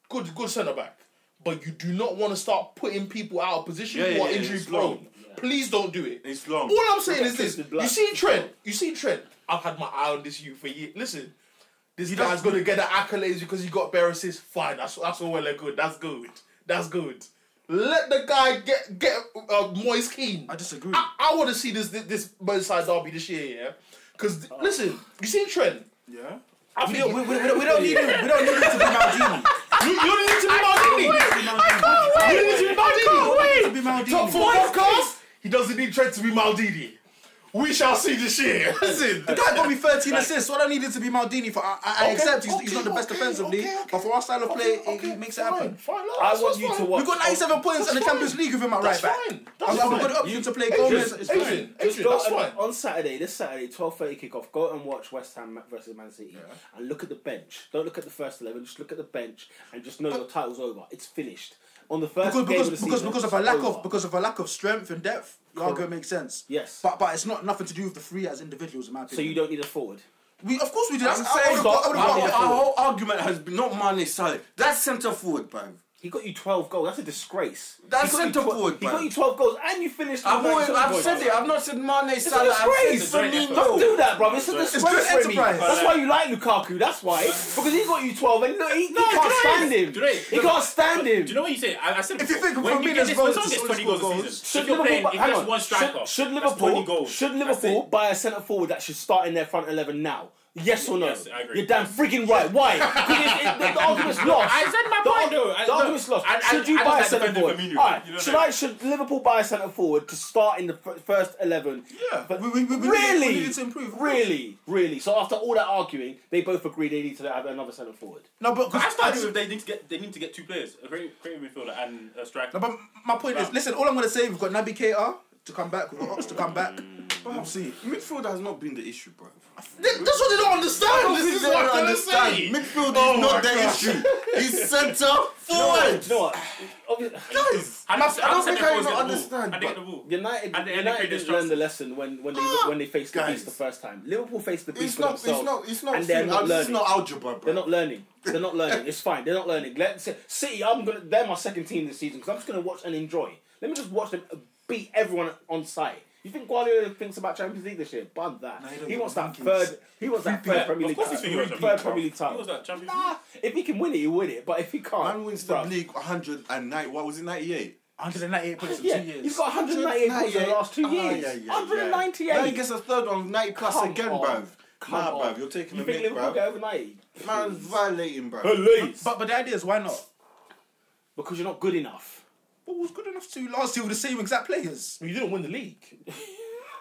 Speaker 6: good, good centre back, but you do not want to start putting people out of position
Speaker 8: Yeah,
Speaker 6: who are
Speaker 8: yeah, yeah,
Speaker 6: injury
Speaker 8: it's
Speaker 6: prone. Please don't do it.
Speaker 8: It's long.
Speaker 6: All I'm saying is this:
Speaker 1: Twisted blood.
Speaker 6: you see Trent, you see Trent. I've had my eye on this youth for years. Listen, this guy's gonna get the accolades because he got bare assists. Fine, that's that's all well and good. That's good. That's good. Let the guy get get uh, Moise Keane.
Speaker 7: I disagree.
Speaker 6: I, I want to see this this, this Merseyside derby this year, yeah. Because listen, you see Trent.
Speaker 7: Yeah?
Speaker 6: I
Speaker 7: We
Speaker 6: think
Speaker 7: don't, we, we, we don't- we don't need him. We don't need him to be Maldini.
Speaker 6: you, you don't need to be Maldini. You don't need to be Maldini.
Speaker 7: To be Maldini.
Speaker 6: Top four podcast. He doesn't need Trent to be Maldini. We shall see this year. Listen,
Speaker 7: The guy got me 13 assists. All I needed to be Maldini for. I, I, I
Speaker 6: Okay,
Speaker 7: accept he's, he's
Speaker 6: okay,
Speaker 7: not the best
Speaker 6: okay,
Speaker 7: defensively,
Speaker 6: okay, okay.
Speaker 7: but for our style of play, it- it, makes it happen.
Speaker 1: I want you to watch.
Speaker 7: We got 97 points in the
Speaker 6: That's
Speaker 7: Champions
Speaker 6: fine.
Speaker 7: League with him at
Speaker 6: That's
Speaker 7: right back.
Speaker 6: fine. That's
Speaker 7: I've- I've
Speaker 6: fine.
Speaker 7: got the option to play Gomez.
Speaker 6: Adrian,
Speaker 7: It's fine.
Speaker 6: Adrian,
Speaker 1: Just
Speaker 6: Adrian,
Speaker 1: go
Speaker 6: that's
Speaker 1: on,
Speaker 6: fine.
Speaker 1: on Saturday, this Saturday, twelve thirty kickoff. Go and watch West Ham versus Man City, and look at the bench. Don't look at the first eleven. Just look at the bench, and just know your title's over. It's finished on the first
Speaker 7: Because
Speaker 1: game
Speaker 7: because
Speaker 1: of the
Speaker 7: because,
Speaker 1: season,
Speaker 7: because of
Speaker 1: it's
Speaker 7: a lack
Speaker 1: over.
Speaker 7: of because of a lack of strength and depth, your argument makes sense.
Speaker 1: Yes.
Speaker 7: but but it's not nothing to do with the three as individuals, in my opinion.
Speaker 1: so you don't need a forward.
Speaker 7: We of course we do.
Speaker 2: I'm
Speaker 7: That's- I
Speaker 2: saying,
Speaker 7: would've
Speaker 2: our,
Speaker 7: got- I would've
Speaker 1: I'm
Speaker 7: got-
Speaker 1: not-
Speaker 2: our whole argument has been not Mane Salah. That's centre forward, bro.
Speaker 1: He got you twelve goals. That's a disgrace.
Speaker 2: That's
Speaker 1: He got you
Speaker 2: centre
Speaker 1: twe-
Speaker 2: forward,
Speaker 1: He
Speaker 2: man.
Speaker 1: got you twelve goals, and you finished.
Speaker 2: I've,
Speaker 1: with
Speaker 2: always,
Speaker 1: 97
Speaker 2: I've
Speaker 1: points.
Speaker 2: said it. I've not said Mane
Speaker 1: It's a
Speaker 2: Salah. I've
Speaker 1: disgrace.
Speaker 2: said
Speaker 1: Don't
Speaker 2: Firmino.
Speaker 1: do that, bro. It's a disgrace
Speaker 7: good
Speaker 1: for me.
Speaker 7: enterprise.
Speaker 1: That's why you like Lukaku. That's why, because he got you twelve, and look, he, he can't stand him.
Speaker 9: Do they-
Speaker 1: He can't stand him.
Speaker 9: Do you know what you say? I, I said
Speaker 7: If you
Speaker 9: before,
Speaker 7: think
Speaker 9: when
Speaker 7: Firmino's
Speaker 9: you get this,
Speaker 7: goals
Speaker 9: as long as
Speaker 7: is
Speaker 9: it's
Speaker 7: only
Speaker 9: 20
Speaker 7: scored
Speaker 9: goals a
Speaker 7: goals.
Speaker 9: season. if you're playing, if
Speaker 1: hang
Speaker 9: there's
Speaker 1: on.
Speaker 9: one
Speaker 1: Should-
Speaker 9: striker,
Speaker 1: should,
Speaker 9: that's
Speaker 1: Liverpool
Speaker 9: 20 goals.
Speaker 1: should
Speaker 9: That's
Speaker 1: Liverpool
Speaker 9: it.
Speaker 1: buy a centre forward that should start in their front eleven now? Yes or no?
Speaker 9: Yes, I agree.
Speaker 1: You're damn freaking right. Why? 'Cause it- it- the, the argument's lost.
Speaker 9: I said my
Speaker 1: the,
Speaker 9: point,
Speaker 1: arg-
Speaker 9: though. I-
Speaker 1: the
Speaker 9: look,
Speaker 1: argument's lost.
Speaker 9: I- I-
Speaker 1: should you
Speaker 9: I
Speaker 1: buy a
Speaker 9: just like
Speaker 1: centre
Speaker 9: defending
Speaker 1: forward?
Speaker 9: Firmino.
Speaker 1: All right.
Speaker 9: You know
Speaker 1: should
Speaker 9: that.
Speaker 1: I? Should Liverpool buy a centre forward to start in the fir- first eleven?
Speaker 7: Yeah,
Speaker 1: But
Speaker 7: we- we- we- we
Speaker 1: really,
Speaker 7: needed to improve, of course.
Speaker 1: Really, really. So after all that arguing, they both agree they need to have another centre forward.
Speaker 7: No, but
Speaker 9: I started
Speaker 7: because
Speaker 9: with they need to get they need to get two players, a great creative midfielder and a striker.
Speaker 7: No, but my point is, listen. All I'm gonna say, we've got Naby Keita to come back. We've got Ox to come back. We'll see.
Speaker 2: Midfield has not been the issue, bro.
Speaker 6: Th- That's what they don't understand. This is
Speaker 2: They
Speaker 6: what I'm
Speaker 2: don't
Speaker 6: trying to
Speaker 2: understand.
Speaker 6: say.
Speaker 2: Midfield is not the issue. It's centre forward.
Speaker 1: You know what? Obvi-
Speaker 2: Guys,
Speaker 9: And
Speaker 2: I
Speaker 9: said-
Speaker 2: don't
Speaker 9: said
Speaker 2: think
Speaker 9: the
Speaker 2: I
Speaker 9: boys
Speaker 2: even
Speaker 9: get the ball.
Speaker 2: understand,
Speaker 9: And they get
Speaker 2: but-
Speaker 9: the ball.
Speaker 1: United,
Speaker 9: And they- and they
Speaker 1: United
Speaker 9: played
Speaker 1: didn't
Speaker 9: instructions.
Speaker 1: learn the lesson when, when they when they faced the
Speaker 2: Ah, Guys.
Speaker 1: beast the first time. Liverpool faced the beast
Speaker 2: it's
Speaker 1: for
Speaker 2: not. It's
Speaker 1: themselves,
Speaker 2: not. It's not.
Speaker 1: and they're
Speaker 2: thing-
Speaker 1: not
Speaker 2: It's
Speaker 1: learning.
Speaker 2: not algebra, bro.
Speaker 1: They're not learning. They're not learning. It's fine. They're not learning. Let City. I'm gonna. They're my second team this season because I'm just gonna watch and enjoy. Let me just watch them uh, beat everyone on site. You think Guardiola thinks about Champions League this year? Bun that.
Speaker 7: No, he don't
Speaker 1: he wants that
Speaker 7: think it's-
Speaker 1: third. He wants that third Premier
Speaker 9: Of
Speaker 1: League
Speaker 9: course he's
Speaker 1: title.
Speaker 9: thinking about the
Speaker 1: Third
Speaker 9: Champions
Speaker 1: Premier
Speaker 9: League.
Speaker 1: League
Speaker 9: He was
Speaker 1: title.
Speaker 9: that Champions League.
Speaker 1: Nah, if he can win it, he'll win it. But if he can't,
Speaker 2: Man wins the
Speaker 1: bruv.
Speaker 2: league 109. What was it? 98.
Speaker 7: 198 points in
Speaker 1: Yeah,
Speaker 7: two years.
Speaker 1: he's got 198 points in the last two
Speaker 2: Ah,
Speaker 1: years.
Speaker 2: yeah, yeah, yeah.
Speaker 1: 198.
Speaker 2: Now he gets a third one, 90 plus
Speaker 1: Come
Speaker 2: again,
Speaker 1: on.
Speaker 2: bruv.
Speaker 1: Come
Speaker 2: Nah,
Speaker 1: on.
Speaker 2: bruv, you're taking
Speaker 1: You
Speaker 2: a
Speaker 1: think
Speaker 2: mick,
Speaker 1: Liverpool get
Speaker 2: bruv.
Speaker 1: over 90?
Speaker 2: Man's violating, bruv.
Speaker 1: Please.
Speaker 7: But but the idea is, why not?
Speaker 1: Because you're not good enough.
Speaker 7: but was good enough to last year with the same exact players.
Speaker 6: You didn't win the league.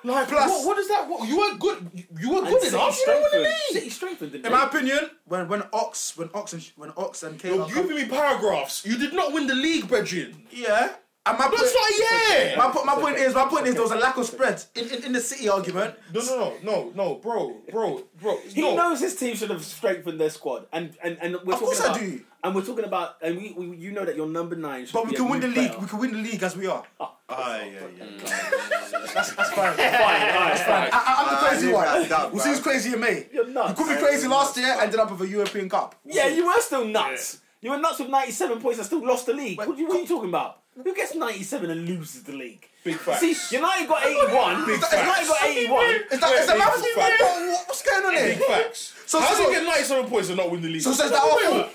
Speaker 7: Like, plus,
Speaker 6: What, what is that? What, you weren't good. you- You weren't good enough. You didn't win the
Speaker 1: strengthened.
Speaker 6: league.
Speaker 1: City strengthened, didn't
Speaker 7: in
Speaker 1: they?
Speaker 7: my opinion, when when Ox, when Ox and when Ox and Kane,
Speaker 6: You're
Speaker 7: are come-
Speaker 6: giving me paragraphs. You did not win the league, Bredrin.
Speaker 7: yeah, and my
Speaker 6: That's not a year.
Speaker 7: My, po- my point is, my point is, there was a lack of spread in, in, in the City argument.
Speaker 6: No, no, no, no, no, bro, bro, bro.
Speaker 1: He
Speaker 6: no.
Speaker 1: knows his team should have strengthened their squad, and and and we're
Speaker 7: Of
Speaker 1: talking
Speaker 7: course I
Speaker 1: about,
Speaker 7: do.
Speaker 1: and we're talking about, and we, we you know that your number nine. Should
Speaker 7: But we Oh,
Speaker 1: be a
Speaker 7: can win the
Speaker 1: new
Speaker 7: league.
Speaker 1: player.
Speaker 7: We can win the league as we are.
Speaker 2: Ah, yeah, yeah.
Speaker 7: That's, that's fine.
Speaker 1: Alright, alright.
Speaker 7: I, I, I'm the
Speaker 2: Ah,
Speaker 7: crazy
Speaker 2: leave that
Speaker 7: one.
Speaker 2: down,
Speaker 7: we'll see who's
Speaker 2: bro.
Speaker 7: crazy in May.
Speaker 1: You're nuts.
Speaker 7: You could be crazy last year, ended up with a European Cup.
Speaker 1: Yeah, you were still nuts. You were nuts with 97 points and still lost the league. What, you- what are you talking about? Who gets 97 and loses the league? Big
Speaker 6: facts.
Speaker 1: See, United got 81. United got 81.
Speaker 7: Is that, is that
Speaker 6: Big
Speaker 7: maths?
Speaker 6: fact.
Speaker 7: What- What's going on
Speaker 6: Big
Speaker 7: here?
Speaker 6: facts.
Speaker 7: So-
Speaker 6: How do
Speaker 7: so-
Speaker 6: you get 97 points and not win the league?
Speaker 7: So says that our fault.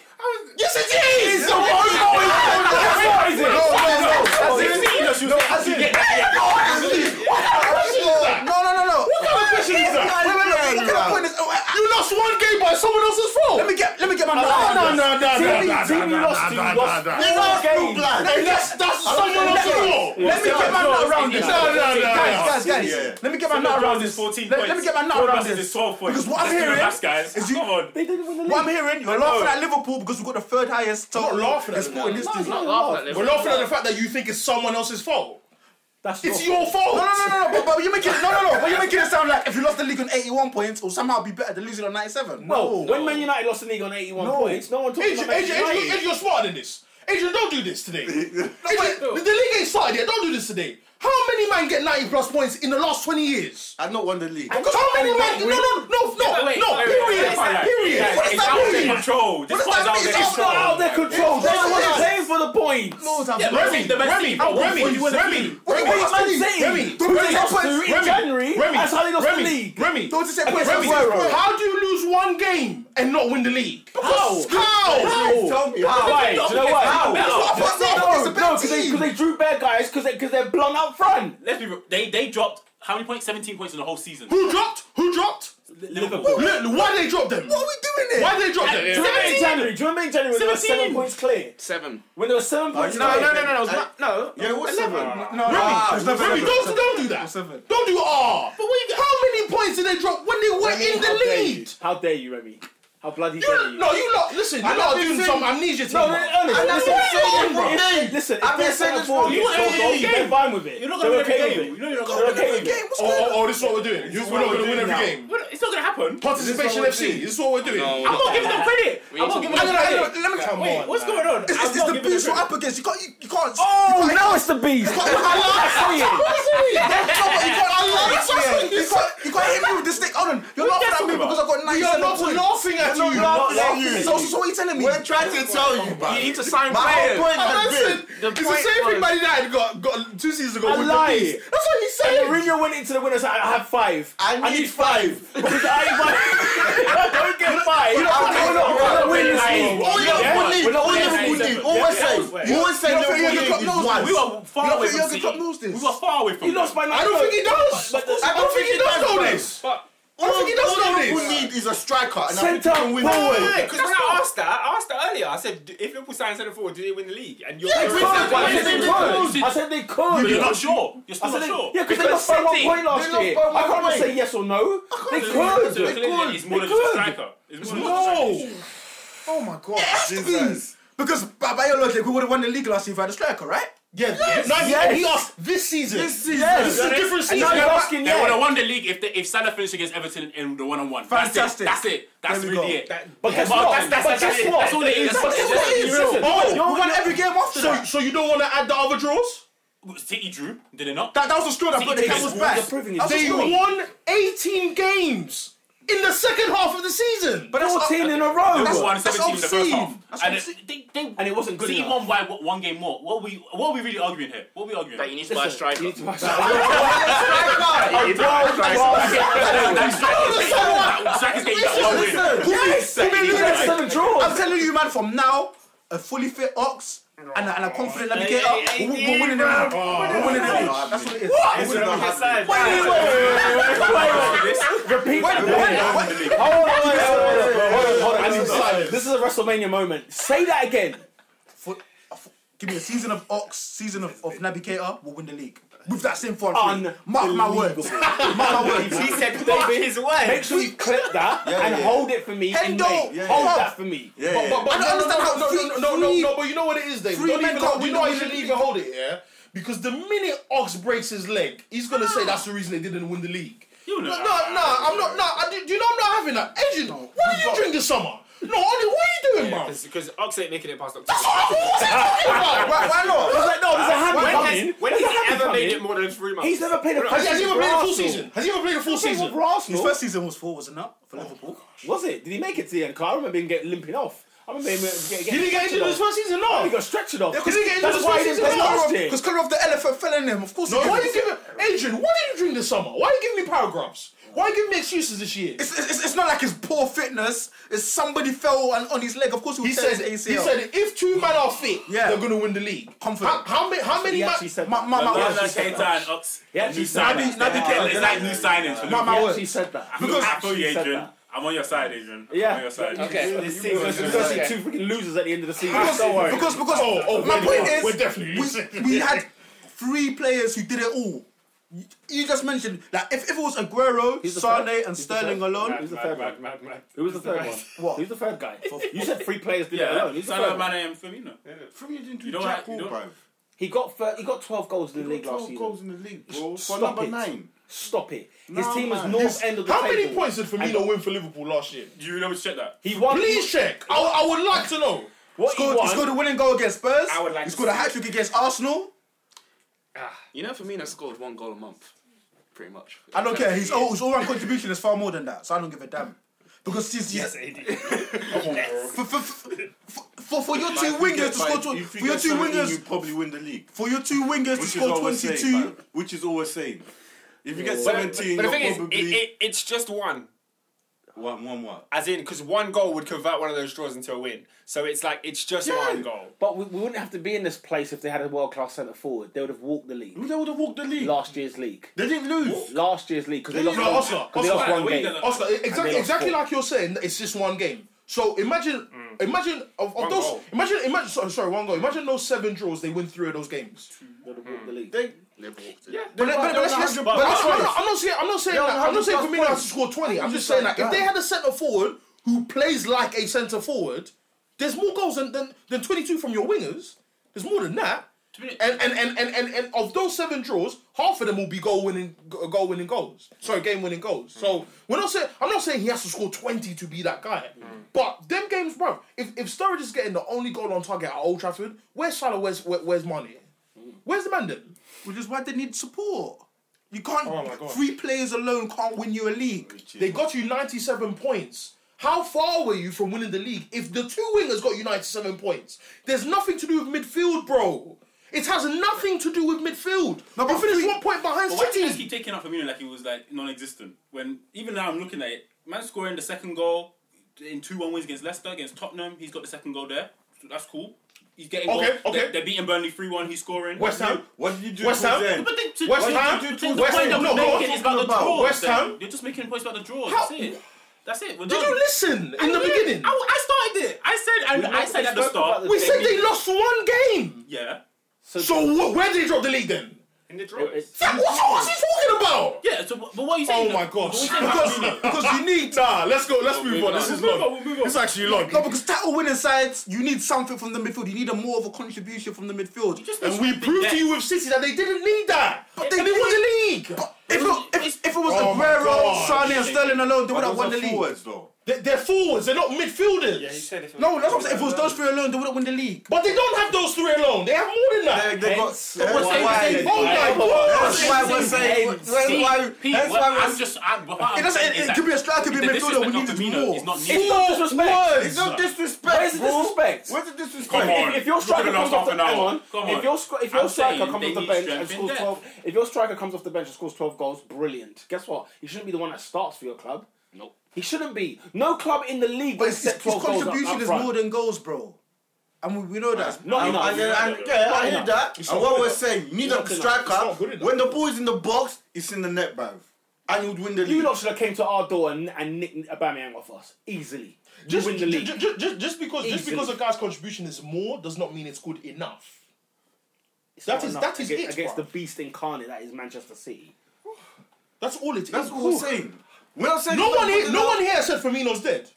Speaker 6: Yes, it is. No, no, no,
Speaker 1: What is it?
Speaker 7: No, no, no.
Speaker 6: As you get that,
Speaker 7: No, no, no, no.
Speaker 6: what kind of question is that?
Speaker 7: Wait, wait, wait. What kind of point is? oh, I-
Speaker 6: You lost one game by someone else's fault.
Speaker 7: Let me get. Let me get my.
Speaker 6: No, no,
Speaker 7: numbers.
Speaker 6: no, no, no,
Speaker 1: Team you-
Speaker 6: no,
Speaker 1: team you
Speaker 6: no,
Speaker 1: lost
Speaker 6: no,
Speaker 1: to,
Speaker 6: no,
Speaker 1: you
Speaker 6: no,
Speaker 1: lost
Speaker 6: no.
Speaker 1: four games.
Speaker 6: Hey, that's that's someone else's fault.
Speaker 7: Let me get my nut around this.
Speaker 6: No, no, no,
Speaker 7: Guys, guys,
Speaker 2: Yeah.
Speaker 7: guys. Let me get my nut around
Speaker 9: is
Speaker 7: this.
Speaker 9: 14
Speaker 7: Let
Speaker 9: points.
Speaker 7: let me get my nut
Speaker 9: Four
Speaker 7: around
Speaker 9: buses
Speaker 7: this.
Speaker 9: is 12 points.
Speaker 7: Because what I'm
Speaker 9: Let's do the
Speaker 7: hearing
Speaker 9: maths, guys.
Speaker 7: is you-
Speaker 9: Come on.
Speaker 1: They didn't win the league.
Speaker 7: What I'm hearing, you're laughing at Liverpool because we've got the third highest total.
Speaker 6: not laughing at
Speaker 7: that's put in
Speaker 6: them.
Speaker 7: this team.
Speaker 4: Not laughing at
Speaker 6: We're laughing at the fact that you think it's someone else's fault.
Speaker 1: That's
Speaker 6: It's
Speaker 1: your
Speaker 6: your fault.
Speaker 7: No, no, no, no, but, but you're making no, no, no. But you're making it sound like if you lost the league on 81 points, it'll somehow be better than losing on 97.
Speaker 1: no, when Man United lost the league on 81 points, no one talked about
Speaker 6: Adrian,
Speaker 1: Man
Speaker 6: Adrian, Adrian,
Speaker 1: United.
Speaker 6: Adrian, you're smarter than this. Adrian, don't do this today. Adrian, the, the league ain't started yet. Don't do this today. How many men get 90 plus points in the last 20 years?
Speaker 2: I've not won the league.
Speaker 6: Because how many men? No, no, no, no,
Speaker 9: wait,
Speaker 6: no.
Speaker 9: wait, wait,
Speaker 6: Period.
Speaker 9: wait, wait, wait, wait.
Speaker 6: Period.
Speaker 9: Guys,
Speaker 6: What is
Speaker 9: it's
Speaker 6: that
Speaker 9: out of
Speaker 6: period?
Speaker 9: control. This
Speaker 6: What does
Speaker 9: one's
Speaker 6: that
Speaker 9: out
Speaker 6: mean?
Speaker 9: of
Speaker 6: It's
Speaker 1: It's not out
Speaker 9: control.
Speaker 1: of their control. They're the ones
Speaker 6: Yes.
Speaker 1: paying for the points.
Speaker 9: Yeah, but Remy, the best team.
Speaker 6: Remy, Remy,
Speaker 9: Remy, Remy,
Speaker 6: Remy,
Speaker 7: What do you
Speaker 1: Wait,
Speaker 7: want
Speaker 1: Man
Speaker 7: us to
Speaker 1: City,
Speaker 7: do?
Speaker 6: Remy,
Speaker 1: who they
Speaker 6: Remy,
Speaker 1: lost to
Speaker 6: Remy,
Speaker 1: in January,
Speaker 6: Remy,
Speaker 1: that's how they lost the
Speaker 6: Remy,
Speaker 1: league.
Speaker 6: Remy,
Speaker 7: Don't you say points
Speaker 6: Remy,
Speaker 7: as well.
Speaker 6: how do you lose one game and not win the league?
Speaker 1: How?
Speaker 6: How?
Speaker 2: Tell me how.
Speaker 1: Why? Do you know why?
Speaker 9: How?
Speaker 1: That's what I'm
Speaker 7: That's
Speaker 1: saying.
Speaker 7: not- it's a
Speaker 1: No,
Speaker 7: bad
Speaker 1: no, because they,
Speaker 7: team.
Speaker 1: 'cause they drew bad guys because they, 'cause they're blunt out front.
Speaker 9: Let's be real. They they dropped how many points? 17 points in the whole season.
Speaker 6: Who dropped? Who dropped?
Speaker 9: Liverpool.
Speaker 6: Look, Why did they drop them?
Speaker 7: What are we doing here?
Speaker 6: Why did they drop
Speaker 9: Yeah,
Speaker 1: Do you
Speaker 6: them?
Speaker 1: remember in January? Do you remember in January when they were seven
Speaker 9: 17?
Speaker 1: points clear?
Speaker 4: Seven.
Speaker 1: When they were seven points
Speaker 2: no,
Speaker 1: clear?
Speaker 2: no, no, no.
Speaker 5: it was not- no.
Speaker 2: Yeah, what's seven?
Speaker 7: No, no,
Speaker 6: Remy,
Speaker 7: there's no
Speaker 6: Remy,
Speaker 7: seven.
Speaker 6: don't, don't do that.
Speaker 7: Seven.
Speaker 6: Don't do R. But what you how many points did they drop when they were in
Speaker 1: how
Speaker 6: the
Speaker 1: dare you?
Speaker 6: lead?
Speaker 1: How dare you, Remy? How bloody dare you?
Speaker 6: You, no, you lot, listen, you lot are doing some amnesia team.
Speaker 1: No, no,
Speaker 6: bro.
Speaker 1: Ernest, listen,
Speaker 6: And that's what I'm saying, bro.
Speaker 1: listen, listen, if
Speaker 2: I've been saying
Speaker 1: they're seven
Speaker 2: this
Speaker 1: four,
Speaker 2: for
Speaker 1: you're
Speaker 9: years.
Speaker 1: they're fine with it.
Speaker 9: You're not
Speaker 1: They're
Speaker 9: gonna win
Speaker 1: okay
Speaker 9: every
Speaker 1: with it.
Speaker 9: game. You know you're not
Speaker 1: They're
Speaker 9: gonna win
Speaker 1: okay
Speaker 9: every
Speaker 1: with
Speaker 9: game.
Speaker 1: it.
Speaker 7: What's
Speaker 6: Oh,
Speaker 7: going
Speaker 6: oh, oh, this is what we're doing. You, we're not going to win
Speaker 1: now.
Speaker 6: every game.
Speaker 9: Well, It's not gonna happen.
Speaker 2: This
Speaker 6: Participation
Speaker 2: is what
Speaker 6: FC,
Speaker 2: we're
Speaker 6: this is what we're doing.
Speaker 4: No,
Speaker 9: I'm not giving them credit. I'm not giving them
Speaker 7: on?
Speaker 9: credit.
Speaker 7: Let me come
Speaker 9: Wait, what's going on?
Speaker 7: oh. It's,
Speaker 9: I'm
Speaker 7: it's, it's the
Speaker 9: not giving them
Speaker 7: beast you're
Speaker 9: credit.
Speaker 7: up against. You can't. You, you can't.
Speaker 1: Oh,
Speaker 7: you
Speaker 1: now it's the beast.
Speaker 7: can't, you can't, you can't,
Speaker 1: That's it.
Speaker 7: No, but you can't unlock
Speaker 6: That's what I'm saying.
Speaker 7: You can't, you can't hit me with the stick. Hold on. You're laughing at me because I've got
Speaker 6: We are
Speaker 7: 97
Speaker 6: not
Speaker 7: points.
Speaker 6: laughing at
Speaker 2: We're
Speaker 6: you.
Speaker 2: not
Speaker 1: laughing at
Speaker 2: you.
Speaker 7: So, so, so what are you telling me?
Speaker 2: We're trying to tell you, man.
Speaker 4: You need to sign
Speaker 2: My whole
Speaker 4: players.
Speaker 2: point
Speaker 6: And
Speaker 2: has been-
Speaker 6: listen, it's the same thing Man United got, got two seasons ago
Speaker 1: I
Speaker 6: with
Speaker 1: lied.
Speaker 6: the Beast. That's what he's
Speaker 1: And
Speaker 6: saying.
Speaker 1: Mourinho went into the winners. I I have five.
Speaker 2: I need
Speaker 1: five. Because I ain't five. I don't get five. We're
Speaker 2: I'll
Speaker 1: not-
Speaker 2: tell you
Speaker 1: we're
Speaker 2: what,
Speaker 1: not- we're not winning this
Speaker 9: I-
Speaker 1: league.
Speaker 2: All Liverpool need, all Liverpool
Speaker 9: yeah,
Speaker 2: need,
Speaker 9: yeah.
Speaker 2: always
Speaker 9: Yeah,
Speaker 2: say,
Speaker 9: yeah.
Speaker 2: you always say
Speaker 7: You don't think
Speaker 2: Liverpool
Speaker 7: Jurgen Klopp
Speaker 2: need
Speaker 7: knows
Speaker 2: is once.
Speaker 9: We were
Speaker 7: You
Speaker 9: far
Speaker 7: don't
Speaker 9: away
Speaker 7: think
Speaker 9: from
Speaker 7: Jurgen
Speaker 9: City.
Speaker 7: Klopp knows this?
Speaker 9: We were far away from
Speaker 1: He lost by nine
Speaker 6: I don't think he
Speaker 1: points.
Speaker 6: does.
Speaker 1: But the-
Speaker 6: I don't think he does know this.
Speaker 5: But
Speaker 6: I don't think he does
Speaker 2: All
Speaker 6: know
Speaker 2: Liverpool
Speaker 6: this.
Speaker 2: need is a striker. and I think
Speaker 1: Centre
Speaker 2: we can win
Speaker 1: forward.
Speaker 2: the league.
Speaker 1: Yeah,
Speaker 5: because when I asked that, I asked that earlier. I said, "Do- if Liverpool sign centre forward, do they win the league? And you're
Speaker 1: They could. I said
Speaker 9: They
Speaker 1: they
Speaker 9: could.
Speaker 1: could. I said they could.
Speaker 9: You're not sure.
Speaker 1: I
Speaker 9: You're
Speaker 1: said
Speaker 9: still not
Speaker 1: they,
Speaker 9: sure.
Speaker 1: yeah, because they lost by one point last
Speaker 2: lost
Speaker 1: year.
Speaker 2: by
Speaker 1: I
Speaker 2: one
Speaker 1: can't just
Speaker 2: point.
Speaker 1: say yes or no. They
Speaker 9: It's
Speaker 1: could.
Speaker 9: clearly- it's more
Speaker 1: They
Speaker 9: than just a
Speaker 1: could.
Speaker 9: striker. It's more than just a
Speaker 6: No.
Speaker 9: striker.
Speaker 7: Oh my god.
Speaker 2: Jesus.
Speaker 7: Because by, by your logic, we would have won the league last year if I had a striker, right?
Speaker 6: Yeah, no, he-
Speaker 1: Yes.
Speaker 6: he asked this season. This season.
Speaker 1: Yes.
Speaker 6: This is a different
Speaker 1: And now
Speaker 6: season.
Speaker 1: you're asking,
Speaker 9: They would have
Speaker 1: yeah.
Speaker 9: won the league if they, if Salah finished against Everton in the one on one.
Speaker 7: Fantastic.
Speaker 9: That's it. That's, it. that's
Speaker 7: There we
Speaker 9: really
Speaker 7: go.
Speaker 9: it.
Speaker 1: But guess
Speaker 9: But
Speaker 1: what?
Speaker 9: that's- that's-
Speaker 1: But
Speaker 9: that's-
Speaker 1: guess what?
Speaker 9: that's all it is.
Speaker 1: That's all it is. Listen,
Speaker 6: Oh,
Speaker 1: you're-
Speaker 7: We won every game after
Speaker 6: So,
Speaker 7: that.
Speaker 6: so you don't want to add the other draws?
Speaker 9: City drew, did it not?
Speaker 7: that. That was the straw that put the
Speaker 9: You're
Speaker 7: cat was
Speaker 1: you're
Speaker 7: back.
Speaker 1: proving it.
Speaker 7: That's the
Speaker 6: They
Speaker 7: straw.
Speaker 6: won 18 games in the second half of the season.
Speaker 7: But that's-
Speaker 1: 14 in a
Speaker 9: They
Speaker 1: row.
Speaker 7: That's-
Speaker 9: won
Speaker 7: that's
Speaker 9: 17 in the first
Speaker 7: obscene.
Speaker 9: half.
Speaker 7: That's
Speaker 9: and,
Speaker 7: obscene.
Speaker 9: it, they, they,
Speaker 1: And it wasn't good
Speaker 9: City
Speaker 1: enough.
Speaker 9: won by what, one game more. What are we what are we really arguing here? What are we arguing?
Speaker 4: That you need to buy a striker.
Speaker 1: You need to buy-
Speaker 9: Strikers getting that one win.
Speaker 1: Yes,
Speaker 7: Who
Speaker 1: you
Speaker 7: made you
Speaker 1: got
Speaker 7: this?
Speaker 1: seven draws.
Speaker 7: I'm telling you, man, from now, a fully fit ox and a, and a confident navigator, we're, we're winning them. all. We're winning them. all. That's what it is. What?
Speaker 2: It's not happening.
Speaker 1: Repeat that. Hold on, hold on, hold on. This is a WrestleMania moment. Say that again.
Speaker 7: Give me a season of Ox, season of, of Navigator, we'll win the league. With that same front three. Mark my words. Mark my words.
Speaker 3: He said, "Mark his way."
Speaker 1: Make sure you clip that
Speaker 2: Yeah,
Speaker 1: and
Speaker 2: yeah.
Speaker 1: hold it for me. in
Speaker 7: Hendo,
Speaker 1: May.
Speaker 7: yeah,
Speaker 1: hold
Speaker 7: yeah.
Speaker 1: that for me.
Speaker 2: Yeah, yeah.
Speaker 6: But, but
Speaker 7: I don't
Speaker 6: no,
Speaker 7: understand
Speaker 6: no,
Speaker 7: how
Speaker 6: no,
Speaker 7: free-
Speaker 6: no, no, no,
Speaker 7: free-
Speaker 6: no, but you know what it is, Dave.
Speaker 7: free
Speaker 6: Don't
Speaker 7: men
Speaker 6: even,
Speaker 7: can't
Speaker 6: hold- you
Speaker 7: win
Speaker 6: know
Speaker 7: the
Speaker 6: I shouldn't
Speaker 7: league.
Speaker 6: even hold it, yeah? Because the minute Ox breaks his leg, he's gonna say that's the reason they didn't win the league.
Speaker 9: You know
Speaker 6: no, no,
Speaker 9: that.
Speaker 6: no, I'm not. No, I, do, do you know I'm not having that? Agent, what did you drink this summer? No, Ollie, what are you doing, man?
Speaker 3: Because Ox ain't making it past October.
Speaker 6: That's what I'm always talking about.
Speaker 7: Why, why not?
Speaker 1: I was like, no, there's Oh, a hand
Speaker 3: When
Speaker 1: coming.
Speaker 3: has, when has
Speaker 1: There's a
Speaker 3: he
Speaker 1: hand
Speaker 3: ever made
Speaker 1: coming.
Speaker 3: it more than three months?
Speaker 1: He's never played a
Speaker 3: Bro,
Speaker 1: full
Speaker 6: Has he- has he
Speaker 1: season for
Speaker 6: ever played a full
Speaker 1: Arsenal.
Speaker 6: season? Has he ever played a full
Speaker 1: He played
Speaker 6: season?
Speaker 1: for
Speaker 7: His
Speaker 1: Arsenal.
Speaker 7: first season was four, was it not? For Liverpool.
Speaker 1: Was it? Did he make it to the end? 'Cause I remember him get, limping off. I remember him uh, getting.
Speaker 6: He didn't get injured in his first season,
Speaker 1: Oh, he
Speaker 6: no.
Speaker 1: got stretched off.
Speaker 6: He didn't get injured in
Speaker 1: That's
Speaker 6: his
Speaker 1: why
Speaker 6: first
Speaker 1: he didn't play
Speaker 6: season, no.
Speaker 1: last year.
Speaker 7: Because colour of the elephant fell in him. Of course
Speaker 6: No,
Speaker 7: he
Speaker 6: why are
Speaker 7: did.
Speaker 6: you giving Adrian? Why did you drink this summer? Why are you giving me paragraphs? Why are you giving me excuses this year?
Speaker 7: It's, it's, it's not like his poor fitness. It's somebody fell on, on his leg. Of course he,
Speaker 6: He
Speaker 7: would tear
Speaker 6: said,
Speaker 7: his
Speaker 6: he
Speaker 7: ACL.
Speaker 6: said, if two men are fit,
Speaker 7: Yeah.
Speaker 6: they're going to win the league.
Speaker 7: Confident.
Speaker 6: How, how many? How many?
Speaker 1: He
Speaker 6: ma-
Speaker 1: actually said
Speaker 7: my,
Speaker 1: that.
Speaker 7: my, my,
Speaker 9: But
Speaker 7: words.
Speaker 9: that's Keita and Ox.
Speaker 1: Yeah,
Speaker 9: New
Speaker 1: he's-
Speaker 7: Nabi-
Speaker 9: signings.
Speaker 7: Nabi
Speaker 9: Yeah,
Speaker 7: Keita.
Speaker 9: It's like new signings. for
Speaker 1: He
Speaker 7: My-
Speaker 9: Liverpool.
Speaker 7: my
Speaker 1: actually
Speaker 7: words.
Speaker 1: said that.
Speaker 9: Look, I feel you,
Speaker 1: He said
Speaker 9: Adrian.
Speaker 1: that.
Speaker 9: I'm on your side, Adrian. I'm
Speaker 1: Yeah.
Speaker 9: on your side.
Speaker 4: Okay.
Speaker 3: This season was-
Speaker 1: Because We're going to see two freaking losers at the end of the season.
Speaker 7: Because,
Speaker 1: Don't worry.
Speaker 7: because, because
Speaker 6: Oh,
Speaker 7: my point is, we're definitely we, we had three players who did it all. You- You just mentioned that if, if it was Aguero,
Speaker 1: He's the
Speaker 7: Sane,
Speaker 1: third.
Speaker 7: and
Speaker 1: He's the
Speaker 7: Sterling
Speaker 1: third.
Speaker 7: alone,
Speaker 1: Who's the third
Speaker 3: mad,
Speaker 1: one?
Speaker 3: mad, mad.
Speaker 1: Who was the third one?
Speaker 7: What?
Speaker 1: Who's the third guy? You said three players did it
Speaker 9: Yeah,
Speaker 1: alone. Who's
Speaker 9: it's
Speaker 1: the third
Speaker 9: not
Speaker 1: one?
Speaker 9: Mane and Firmino.
Speaker 2: From you didn't do
Speaker 9: You don't
Speaker 2: jack
Speaker 9: like- you
Speaker 2: all,
Speaker 9: don't-
Speaker 2: bro.
Speaker 1: He got thir- he got twelve goals in the league last
Speaker 2: 12
Speaker 1: season.
Speaker 2: goals in the league, bro. For
Speaker 1: Stop
Speaker 2: number
Speaker 1: it.
Speaker 2: nine.
Speaker 1: Stop it. His
Speaker 2: No,
Speaker 1: team was
Speaker 2: man.
Speaker 1: north end of the
Speaker 6: How
Speaker 1: table.
Speaker 6: many points did Firmino win for Liverpool last year?
Speaker 9: Do you know to check that?
Speaker 1: He won.
Speaker 6: Please check. I, I would like to know.
Speaker 1: What
Speaker 7: scored,
Speaker 1: he
Speaker 7: he
Speaker 1: won.
Speaker 7: scored a winning goal against Spurs.
Speaker 3: I would like
Speaker 7: he
Speaker 3: to
Speaker 7: scored a
Speaker 3: see
Speaker 7: hat trick against Arsenal.
Speaker 4: You know, Firmino scored one goal a month, pretty much.
Speaker 7: I don't care. His, all- his all-round contribution is far more than that, so I don't give a damn. Because he's, he's, for, for, for, for, for your two wingers to score tw-
Speaker 2: If
Speaker 7: for
Speaker 2: you
Speaker 7: your
Speaker 2: get
Speaker 7: two
Speaker 2: something in,
Speaker 7: wingers
Speaker 2: you probably win the league.
Speaker 7: for your two wingers to
Speaker 2: Which is
Speaker 7: score
Speaker 2: always
Speaker 7: twenty
Speaker 2: saying,
Speaker 7: two.
Speaker 2: man. Which is always saying. If you get 17,
Speaker 3: But the
Speaker 2: you're
Speaker 3: thing is, it,
Speaker 2: probably
Speaker 3: it, it's just one.
Speaker 2: one, one, one.
Speaker 3: As in, because one goal would convert one of those draws into a win. So it's like, it's just one goal.
Speaker 1: But we, we wouldn't have to be in this place if they had a world class centre forward. They would have walked the league.
Speaker 2: They would have walked the league.
Speaker 1: Last year's league.
Speaker 2: They didn't lose.
Speaker 1: Last year's league because they,
Speaker 6: No,
Speaker 1: lost one-
Speaker 6: Oscar,
Speaker 1: 'cause they
Speaker 6: Oscar,
Speaker 1: lost one
Speaker 9: what are you
Speaker 1: game.
Speaker 9: gonna-
Speaker 6: Oscar,
Speaker 1: they
Speaker 6: exactly,
Speaker 1: lost
Speaker 6: exactly
Speaker 1: four. Mm.
Speaker 6: like you're saying, it's just one game. So imagine, imagine of, of those,
Speaker 3: goal.
Speaker 6: imagine, imagine. Sorry, sorry, one goal. Imagine those seven draws. They win three of those games.
Speaker 1: They would have walked the league.
Speaker 2: They,
Speaker 3: Yeah.
Speaker 6: But, but, but, let's, let's, but let's- I'm, not, I'm not saying I'm not saying that, I'm not saying Firmino has to score twenty. I'm just saying that if they had a centre forward who plays like a centre forward, there's more goals than, than, than twenty two from your wingers. There's more than that. And and, and, and, and and of those seven draws, half of them will be goal winning goal winning goals. Sorry, game winning goals. So we're not saying I'm not saying he has to score twenty to be that guy. But them games, bro. If if Sturridge is getting the only goal on target at Old Trafford, where's Salah? Where's where, where's Mane? Where's the man then?
Speaker 7: which is why they need support. You can't.
Speaker 9: Oh
Speaker 6: my God.
Speaker 7: Three players alone can't win you a league.
Speaker 6: They got you 97 points. How far were you from winning the league if the two wingers got you 97 points? There's nothing to do with midfield, bro. It has nothing to do with midfield. No, but finished one point behind
Speaker 9: But why do you guys
Speaker 6: City.
Speaker 9: keep taking out Firmino like he was like non-existent? When even now I'm looking at it, man scoring the second goal in two one wins against Leicester, against Tottenham, he's got the second goal there. So that's cool. He's getting
Speaker 6: Okay,
Speaker 9: goals.
Speaker 6: okay.
Speaker 9: They're, they're beating Burnley three one. He's scoring.
Speaker 6: West Ham.
Speaker 2: what did you do
Speaker 6: West Ham?
Speaker 2: to them?
Speaker 9: But then to,
Speaker 6: West
Speaker 9: to-
Speaker 6: Ham?
Speaker 9: to- to- to the
Speaker 6: West
Speaker 9: point
Speaker 6: Ham?
Speaker 9: that
Speaker 6: No,
Speaker 9: we're
Speaker 6: no, what
Speaker 9: making
Speaker 6: I'm
Speaker 9: is about the
Speaker 6: talking about.
Speaker 9: draws.
Speaker 6: West
Speaker 9: then.
Speaker 6: Ham?
Speaker 9: You're just making points about the draws.
Speaker 6: How-
Speaker 9: That's it. That's it. We're
Speaker 6: Did
Speaker 9: done.
Speaker 6: you listen in the
Speaker 9: Yeah.
Speaker 6: beginning?
Speaker 9: I, I started it. I said, and
Speaker 1: We
Speaker 9: I said at the
Speaker 1: spoke about
Speaker 9: start.
Speaker 1: the-
Speaker 6: We said they lost one game.
Speaker 9: Yeah.
Speaker 6: So wh- where did they drop the league then?
Speaker 3: In the draw.
Speaker 1: It's-
Speaker 6: Like, What what's he talking about?
Speaker 9: Yeah. So, but what are you saying?
Speaker 6: Oh my gosh!
Speaker 9: But we
Speaker 6: Because
Speaker 9: said-
Speaker 6: because you need nah. Let's go. Let's move on. This is long. It's actually long.
Speaker 7: No, because title winning sides, you need something from the midfield. You need a more of a contribution from the midfield.
Speaker 9: just
Speaker 6: And we proved to you with City that they didn't need that. But they, they won the league.
Speaker 7: if, it, if, if it was
Speaker 6: Oh my
Speaker 7: Aguero,
Speaker 6: God.
Speaker 7: Sane, and Sterling alone, they would
Speaker 2: But
Speaker 7: have won the
Speaker 2: those are
Speaker 7: league.
Speaker 2: forwards, though.
Speaker 6: They- They're forwards. They're not midfielders.
Speaker 3: Yeah, he said if it
Speaker 7: No, that's what I'm saying. If it was those three alone, they would have won the league.
Speaker 6: But they don't have those three alone. They have more than
Speaker 2: They,
Speaker 6: that.
Speaker 2: they got.
Speaker 1: Hence
Speaker 2: that's
Speaker 1: why-
Speaker 2: why-
Speaker 1: hence
Speaker 6: Oh my God.
Speaker 2: That's why we're saying. That's why.
Speaker 9: Pete,
Speaker 2: That's
Speaker 9: well,
Speaker 2: why
Speaker 9: I'm
Speaker 2: we're.
Speaker 9: just. I'm, what I'm
Speaker 7: It, doesn't,
Speaker 9: saying
Speaker 7: it,
Speaker 9: is
Speaker 7: it
Speaker 9: that
Speaker 7: could be a striker, it could be a
Speaker 9: the
Speaker 7: midfielder. We
Speaker 9: disrespect of
Speaker 7: needed
Speaker 9: Firmino
Speaker 7: more.
Speaker 9: is not
Speaker 1: It's
Speaker 9: needed.
Speaker 1: not disrespect.
Speaker 2: It's not
Speaker 1: Where's
Speaker 2: disrespect,
Speaker 1: the
Speaker 2: bro.
Speaker 1: disrespect?
Speaker 2: Where's the
Speaker 9: Come on.
Speaker 2: disrespect?
Speaker 1: If, if your
Speaker 9: Look at the
Speaker 1: striker
Speaker 9: last
Speaker 1: comes off
Speaker 9: half
Speaker 1: the
Speaker 9: an hour.
Speaker 1: hang on,
Speaker 9: Come
Speaker 1: if
Speaker 9: on.
Speaker 1: your scr- if your
Speaker 9: I'm
Speaker 1: striker
Speaker 9: saying
Speaker 1: comes
Speaker 9: they
Speaker 1: off the
Speaker 9: need
Speaker 1: bench and
Speaker 9: strength in
Speaker 1: scores
Speaker 9: depth.
Speaker 1: twelve, if your striker comes off the bench and scores twelve goals, brilliant. Guess what? He shouldn't be the one that starts for your club.
Speaker 4: Nope.
Speaker 1: He shouldn't be. No club in the league
Speaker 7: But
Speaker 1: will
Speaker 7: his, his
Speaker 1: accept twelve goals up,
Speaker 7: contribution
Speaker 1: up
Speaker 7: is
Speaker 1: front.
Speaker 7: more than goals, bro. And we, we know that.
Speaker 1: Not
Speaker 2: And,
Speaker 1: enough.
Speaker 2: and, then- and, yeah, I hear that. And what we're saying, you need a
Speaker 1: It's not
Speaker 2: striker.
Speaker 6: good enough.
Speaker 2: When the ball is in the box, it's in the net, bro. And you'd win the league.
Speaker 1: you lot should have came to our door and, and nicked Aubameyang off us easily. You
Speaker 6: Just,
Speaker 1: win the
Speaker 6: ju-
Speaker 1: league.
Speaker 6: ju- ju- ju- just because just
Speaker 1: Easily.
Speaker 6: because a guy's contribution is more does not mean it's good enough.
Speaker 1: It's
Speaker 6: That
Speaker 1: not
Speaker 6: is-
Speaker 1: enough
Speaker 6: that is
Speaker 1: against,
Speaker 6: it,
Speaker 1: against
Speaker 6: bro.
Speaker 1: the beast incarnate that is Manchester City.
Speaker 6: That's all it is.
Speaker 2: That's all we're saying. We're not saying
Speaker 6: No
Speaker 2: he's not
Speaker 6: one,
Speaker 2: good
Speaker 6: here, no
Speaker 2: enough.
Speaker 6: one here said Firmino's dead.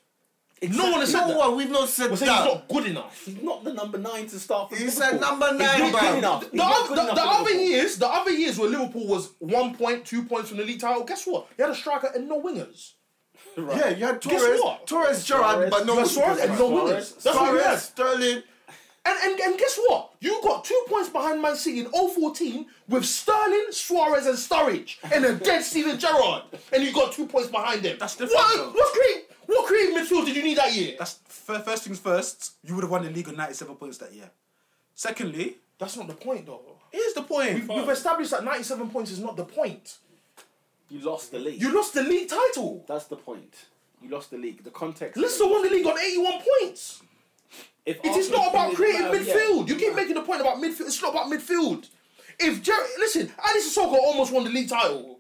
Speaker 6: No one has said
Speaker 2: No
Speaker 6: that.
Speaker 2: one. We've not said
Speaker 6: We're
Speaker 2: that.
Speaker 6: saying he's not good enough.
Speaker 1: He's not the number nine to start for
Speaker 2: He
Speaker 1: Liverpool.
Speaker 2: said number nine,
Speaker 1: not good
Speaker 2: bro.
Speaker 1: enough. He's
Speaker 6: The,
Speaker 1: not
Speaker 6: oth-
Speaker 1: good
Speaker 6: the,
Speaker 1: enough
Speaker 6: the
Speaker 1: for
Speaker 6: other
Speaker 1: Liverpool.
Speaker 6: years, the other years where Liverpool was one point, two points from the league title. Guess what? He had a striker and no wingers.
Speaker 2: Yeah, you had
Speaker 6: Guess
Speaker 2: Torres,
Speaker 6: what?
Speaker 2: Torres, Gerrard, but no
Speaker 6: You had Suarez and no wingers. That's what we
Speaker 2: Suarez,
Speaker 6: had.
Speaker 2: Sterling.
Speaker 6: And, and and guess what? You got two points behind Man City in 014 with Sterling, Suarez, and Sturridge, and a dead Steven Gerrard, and you got two points behind them.
Speaker 7: That's different,
Speaker 6: What
Speaker 7: though.
Speaker 6: what create what creative midfield did you need that year?
Speaker 7: That's f- first things first. You would have won the league on ninety-seven points that year. Secondly,
Speaker 6: That's not the point, though.
Speaker 7: here's the point.
Speaker 6: We've, we've established that 97 points is not the point.
Speaker 1: You lost the league.
Speaker 6: You lost the league title.
Speaker 1: That's the point. You lost the league. The context.
Speaker 6: Leicester won the league on 81 points.
Speaker 1: If
Speaker 6: It is
Speaker 1: Arsenal
Speaker 6: not
Speaker 1: finish-
Speaker 6: about creating
Speaker 1: Yeah.
Speaker 6: midfield. You keep making the point about midfield. It's not about midfield. If Jerry, listen, Alisson Sissoko almost won the league title.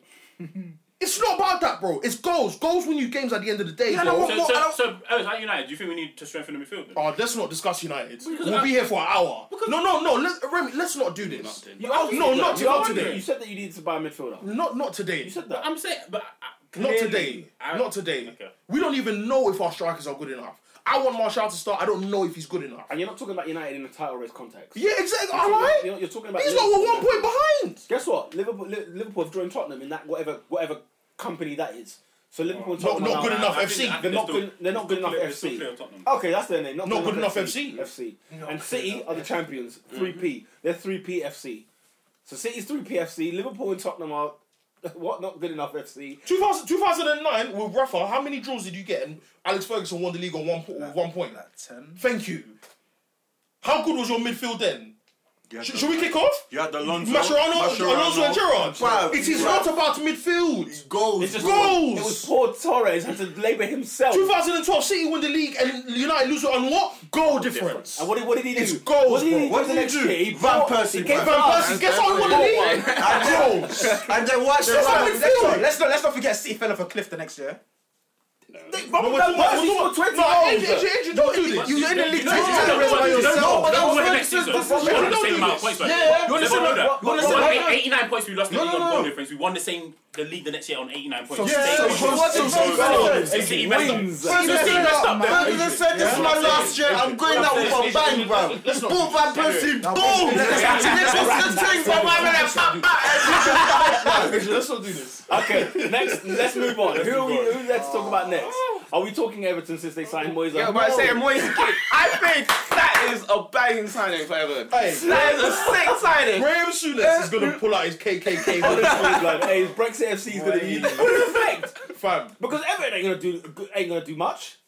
Speaker 6: it's not about that, bro. It's goals. Goals win you games at the end of the day,
Speaker 7: Yeah, I
Speaker 6: bro.
Speaker 7: know.
Speaker 9: So,
Speaker 7: Well, I
Speaker 9: so,
Speaker 7: don't-
Speaker 9: so Ellis, at United, do you think we need to strengthen the midfield? Then?
Speaker 6: Oh, let's not discuss United. we'll be here for an hour. No, no, no. Let, Remy, let's not do this.
Speaker 9: Nothing.
Speaker 6: No, no, not,
Speaker 1: You,
Speaker 6: not
Speaker 1: said- you
Speaker 6: today.
Speaker 1: said that you needed to buy a midfielder.
Speaker 6: Not not today.
Speaker 1: You said that.
Speaker 9: I'm saying, but uh,
Speaker 6: Not
Speaker 9: clearly-
Speaker 6: today.
Speaker 9: I-
Speaker 6: Not today.
Speaker 9: Okay.
Speaker 6: We don't even know if our strikers are good enough. I want Martial to start. I don't know if he's good enough.
Speaker 1: and you're not talking about United in the title race context.
Speaker 6: Yeah, exactly.
Speaker 1: You're
Speaker 6: All
Speaker 1: talking-
Speaker 6: right.
Speaker 1: You're, you're talking about.
Speaker 6: He's not
Speaker 1: Liverpool.
Speaker 6: one point behind.
Speaker 1: Guess what? Liverpool, Li- Liverpool have joined Tottenham in that whatever whatever company that is. So Liverpool, and
Speaker 6: Not,
Speaker 1: Tottenham are
Speaker 6: not good
Speaker 1: now-
Speaker 6: enough
Speaker 9: I
Speaker 6: FC.
Speaker 9: think- I think
Speaker 1: They're not
Speaker 9: It's
Speaker 1: good. They're not good enough
Speaker 9: clear- it's still
Speaker 1: FC.
Speaker 9: clear of Tottenham.
Speaker 1: Okay, that's their name. Not,
Speaker 6: Not
Speaker 1: good,
Speaker 6: good
Speaker 1: enough,
Speaker 6: enough
Speaker 1: FC.
Speaker 6: FC.
Speaker 1: FC. and City are the champions. 3P. They're 3P FC. So City's 3P FC. Liverpool and Tottenham are what? Not good enough FC.
Speaker 6: 2000, 2009 with Rafa, how many draws did you get? And Alex Ferguson won the league on one, po- with one point.
Speaker 7: like ten.
Speaker 6: Thank you. How good was your midfield then?
Speaker 2: You had
Speaker 6: Sh-
Speaker 2: the-
Speaker 6: should we kick off?
Speaker 2: You had the Alonso,
Speaker 6: Mascherano, Alonso, and Gerrard.
Speaker 2: Bruv,
Speaker 6: it is
Speaker 2: bruv.
Speaker 6: not about midfield.
Speaker 2: Goals.
Speaker 6: It's just
Speaker 2: bro.
Speaker 6: goals.
Speaker 1: It was poor Torres had to labour himself.
Speaker 6: 2012 City win the league and United lose it on what goal difference?
Speaker 1: And what did, what did he do?
Speaker 6: It's goals,
Speaker 1: what did
Speaker 6: bro.
Speaker 1: he do?
Speaker 2: What
Speaker 1: the
Speaker 2: did he
Speaker 1: next
Speaker 2: do?
Speaker 1: year? He
Speaker 2: Van
Speaker 1: brought-
Speaker 2: Persie,
Speaker 1: He gave
Speaker 2: bro.
Speaker 1: Van
Speaker 6: Van
Speaker 1: Persie.
Speaker 6: Persie, guess how he won the league?
Speaker 2: And
Speaker 6: Goals.
Speaker 2: then, and then watch the
Speaker 6: That's
Speaker 2: run.
Speaker 6: not midfield.
Speaker 7: Let's not let's not forget City fell off a cliff the next year.
Speaker 6: But we're talking about- we're talking about- No, Adrian, Adrian, Adrian, don't do this.
Speaker 7: You in the league
Speaker 9: You know, you know,
Speaker 7: title by
Speaker 9: you know, you
Speaker 7: yourself.
Speaker 2: No, but that
Speaker 9: No,
Speaker 2: was
Speaker 9: we're
Speaker 2: not
Speaker 9: next season.
Speaker 2: That's not-
Speaker 9: We're on the
Speaker 2: don't
Speaker 9: same
Speaker 2: do
Speaker 9: amount of
Speaker 2: this.
Speaker 9: points, man.
Speaker 2: Yeah, yeah.
Speaker 9: You understand
Speaker 2: But-
Speaker 9: that?
Speaker 2: but- but-
Speaker 9: We're
Speaker 2: but-
Speaker 9: on 89 points we lost the
Speaker 2: No,
Speaker 9: league
Speaker 2: no,
Speaker 9: on
Speaker 2: no.
Speaker 9: goal difference. We won the same the league the next year on 89 points.
Speaker 2: Yeah, so
Speaker 9: Same
Speaker 2: so-
Speaker 9: goal.
Speaker 2: so- so-
Speaker 9: So
Speaker 2: so-
Speaker 9: City messed up.
Speaker 1: wins.
Speaker 9: So City messed up there.
Speaker 2: Ferguson said this is my last year. I'm going out with a bang, bro. Boom, Van Persie, boom. This was the thing, bro. I'm gonna pop back.
Speaker 6: Let's not do this.
Speaker 1: Okay, next, let's move on. Who are we, who let's talk about next? Are we talking Everton since they signed Moyes?
Speaker 4: Yeah, but I say Moyes kid. I think that is a banging signing for Everton.
Speaker 6: Hey,
Speaker 4: That is a sick signing.
Speaker 6: Graham Souness is gonna pull out his KKK.
Speaker 1: like, hey, Brexit FC is going to be perfect
Speaker 6: Fam,
Speaker 1: because Everton ain't going to do ain't going to do much.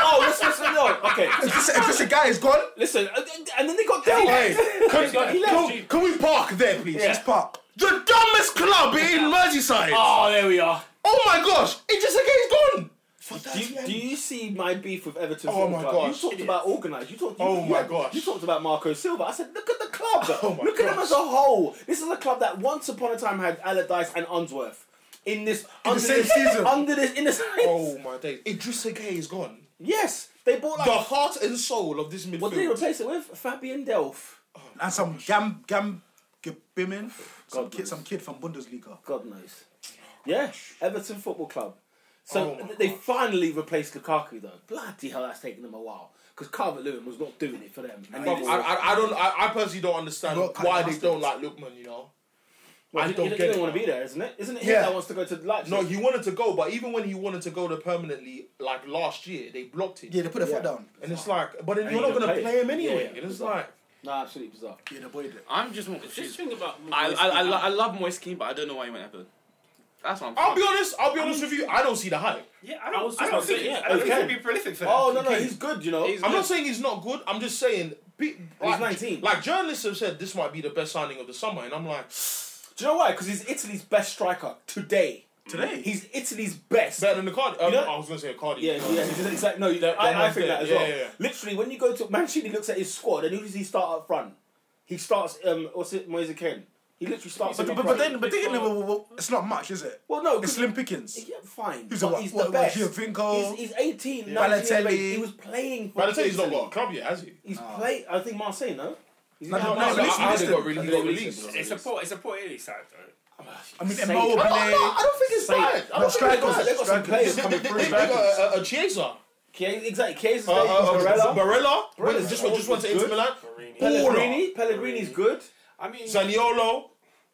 Speaker 1: oh, listen, listen, no, okay,
Speaker 7: If this- if this guy is gone,
Speaker 1: listen, and- and then they got dealt.
Speaker 6: Hey,
Speaker 1: Can, he left.
Speaker 6: can, can we park there, please?
Speaker 1: Yeah.
Speaker 7: it's Park.
Speaker 6: The dumbest club in Merseyside.
Speaker 1: Oh, there we are.
Speaker 6: Oh my gosh, it just again is gone.
Speaker 1: Do you, do you see my beef with Everton?
Speaker 6: Oh
Speaker 1: Football
Speaker 6: my
Speaker 1: Club?
Speaker 6: gosh.
Speaker 1: You talked about organised. You talked. You,
Speaker 6: Oh my
Speaker 1: you-
Speaker 6: gosh.
Speaker 1: You talked about Marco Silva. I said, look at the club.
Speaker 6: Oh my
Speaker 1: look at them
Speaker 6: gosh.
Speaker 1: as a whole. This is a club that once upon a time had Allardyce and Unsworth in this in
Speaker 6: same season.
Speaker 1: Under this in the same.
Speaker 6: Oh my days, Ah. Idris Gay is gone.
Speaker 1: Yes, they bought like.
Speaker 6: The heart and soul of this midfield.
Speaker 1: what did they replace it with? Fabian Delph.
Speaker 7: and some gam gam Gabimmin, some
Speaker 1: God
Speaker 7: kid,
Speaker 1: knows.
Speaker 7: some kid from Bundesliga.
Speaker 1: God knows. Yeah, Everton Football Club. So
Speaker 6: Oh my
Speaker 1: they finally replaced Lukaku though. Bloody hell, that's taken them a while because Calvert Lewin was not doing it for them. And
Speaker 6: Bro, I, I, I don't. I, I personally don't understand
Speaker 7: Well, cut
Speaker 6: why
Speaker 7: the
Speaker 6: they don't like Lookman. You know.
Speaker 1: Well,
Speaker 6: I
Speaker 1: he-
Speaker 6: don't
Speaker 1: he
Speaker 6: get
Speaker 1: didn't
Speaker 6: it,
Speaker 1: want to
Speaker 6: man.
Speaker 1: be there, isn't it? Isn't it him
Speaker 6: Yeah.
Speaker 1: that wants to go to Leipzig?
Speaker 6: No, he wanted to go, but even when he wanted to go there permanently, like last year, they blocked him.
Speaker 7: Yeah, they put their foot
Speaker 1: Yeah.
Speaker 7: down.
Speaker 6: And it's like, but then
Speaker 1: And
Speaker 6: you're
Speaker 1: he
Speaker 6: not gonna
Speaker 1: don't play.
Speaker 6: play, him anyway.
Speaker 1: Yeah, yeah.
Speaker 6: and it's like,
Speaker 1: Nah, absolutely bizarre.
Speaker 7: Yeah, they avoided it.
Speaker 4: I'm just more
Speaker 9: This
Speaker 4: confused.
Speaker 9: thing about
Speaker 4: I, I, I, lo- I love Moyes Keane, but I don't know why he went Everton. That's what I'm.
Speaker 6: I'll be honest. I'll be honest with you. I don't see the hype.
Speaker 3: Yeah, I don't,
Speaker 9: I was
Speaker 3: I don't
Speaker 9: just gonna
Speaker 3: think
Speaker 9: say,
Speaker 3: it-
Speaker 9: yeah,
Speaker 3: I don't think
Speaker 6: okay.
Speaker 3: it'd be prolific for them.
Speaker 1: Oh no, no, he's good. You know,
Speaker 4: He's
Speaker 6: I'm
Speaker 4: good.
Speaker 6: not saying he's not good. I'm just saying. Pe- like,
Speaker 1: 19.
Speaker 6: Like journalists have said, this might be the best signing of the summer, and I'm like,
Speaker 1: do you know why? Because he's Italy's best striker today.
Speaker 7: Today?
Speaker 1: He's Italy's best.
Speaker 6: better than the card.
Speaker 1: You know-
Speaker 6: I was gonna say a card.
Speaker 1: yeah, yeah, exactly. No, you-
Speaker 6: That- that
Speaker 1: I, I
Speaker 6: man's
Speaker 1: think
Speaker 6: dead.
Speaker 1: that as
Speaker 6: Yeah,
Speaker 1: well.
Speaker 6: yeah, yeah.
Speaker 1: Literally, when you go to Mancini, looks at his squad, and who does he start up front? He starts. Um, what's it? Moise Kean. He literally starts.
Speaker 7: But,
Speaker 1: him
Speaker 7: but,
Speaker 1: up
Speaker 7: but
Speaker 1: front.
Speaker 7: then, but then, well, well, well, it's not much, is it?
Speaker 1: well, no,
Speaker 7: It's
Speaker 1: 'cause-
Speaker 7: slim pickings.
Speaker 1: Yeah, fine.
Speaker 7: He's
Speaker 1: but
Speaker 7: a what-
Speaker 1: he's the
Speaker 7: what- what,
Speaker 1: best.
Speaker 7: Giovinco?
Speaker 1: he's, he's 18,
Speaker 7: Yeah.
Speaker 1: 19 years of age.
Speaker 7: Balotelli.
Speaker 1: He was playing. For
Speaker 6: But I tell you, he's not
Speaker 1: Italy.
Speaker 6: got a club yet, has he?
Speaker 1: He's played. I think Marseille. No. He's
Speaker 7: Ah. No,
Speaker 1: not-
Speaker 7: no,
Speaker 1: no,
Speaker 7: listen,
Speaker 1: I- I-
Speaker 7: listen.
Speaker 1: they got released- they got released.
Speaker 3: It's a poor, it's a poor Italy side though.
Speaker 7: I mean,
Speaker 1: Sake.
Speaker 7: Immobile.
Speaker 6: No, I don't think it's
Speaker 1: Say-
Speaker 6: bad. I
Speaker 7: No,
Speaker 6: don't think
Speaker 7: strikers,
Speaker 6: it's
Speaker 1: They
Speaker 6: bad.
Speaker 1: got some players
Speaker 6: They-
Speaker 1: coming
Speaker 6: they-
Speaker 1: through.
Speaker 6: they- they got a- a- a Chiesa.
Speaker 1: Chiesa- Exactly, Chiesa's
Speaker 7: Oh,
Speaker 6: Uh, uh, uh,
Speaker 1: there, Barella.
Speaker 6: Barella.
Speaker 1: Barella's
Speaker 6: Just went- just went to
Speaker 1: good.
Speaker 6: Inter Milan.
Speaker 1: Pellegrini, Pellegrini's good.
Speaker 3: I mean,
Speaker 6: Zaniolo.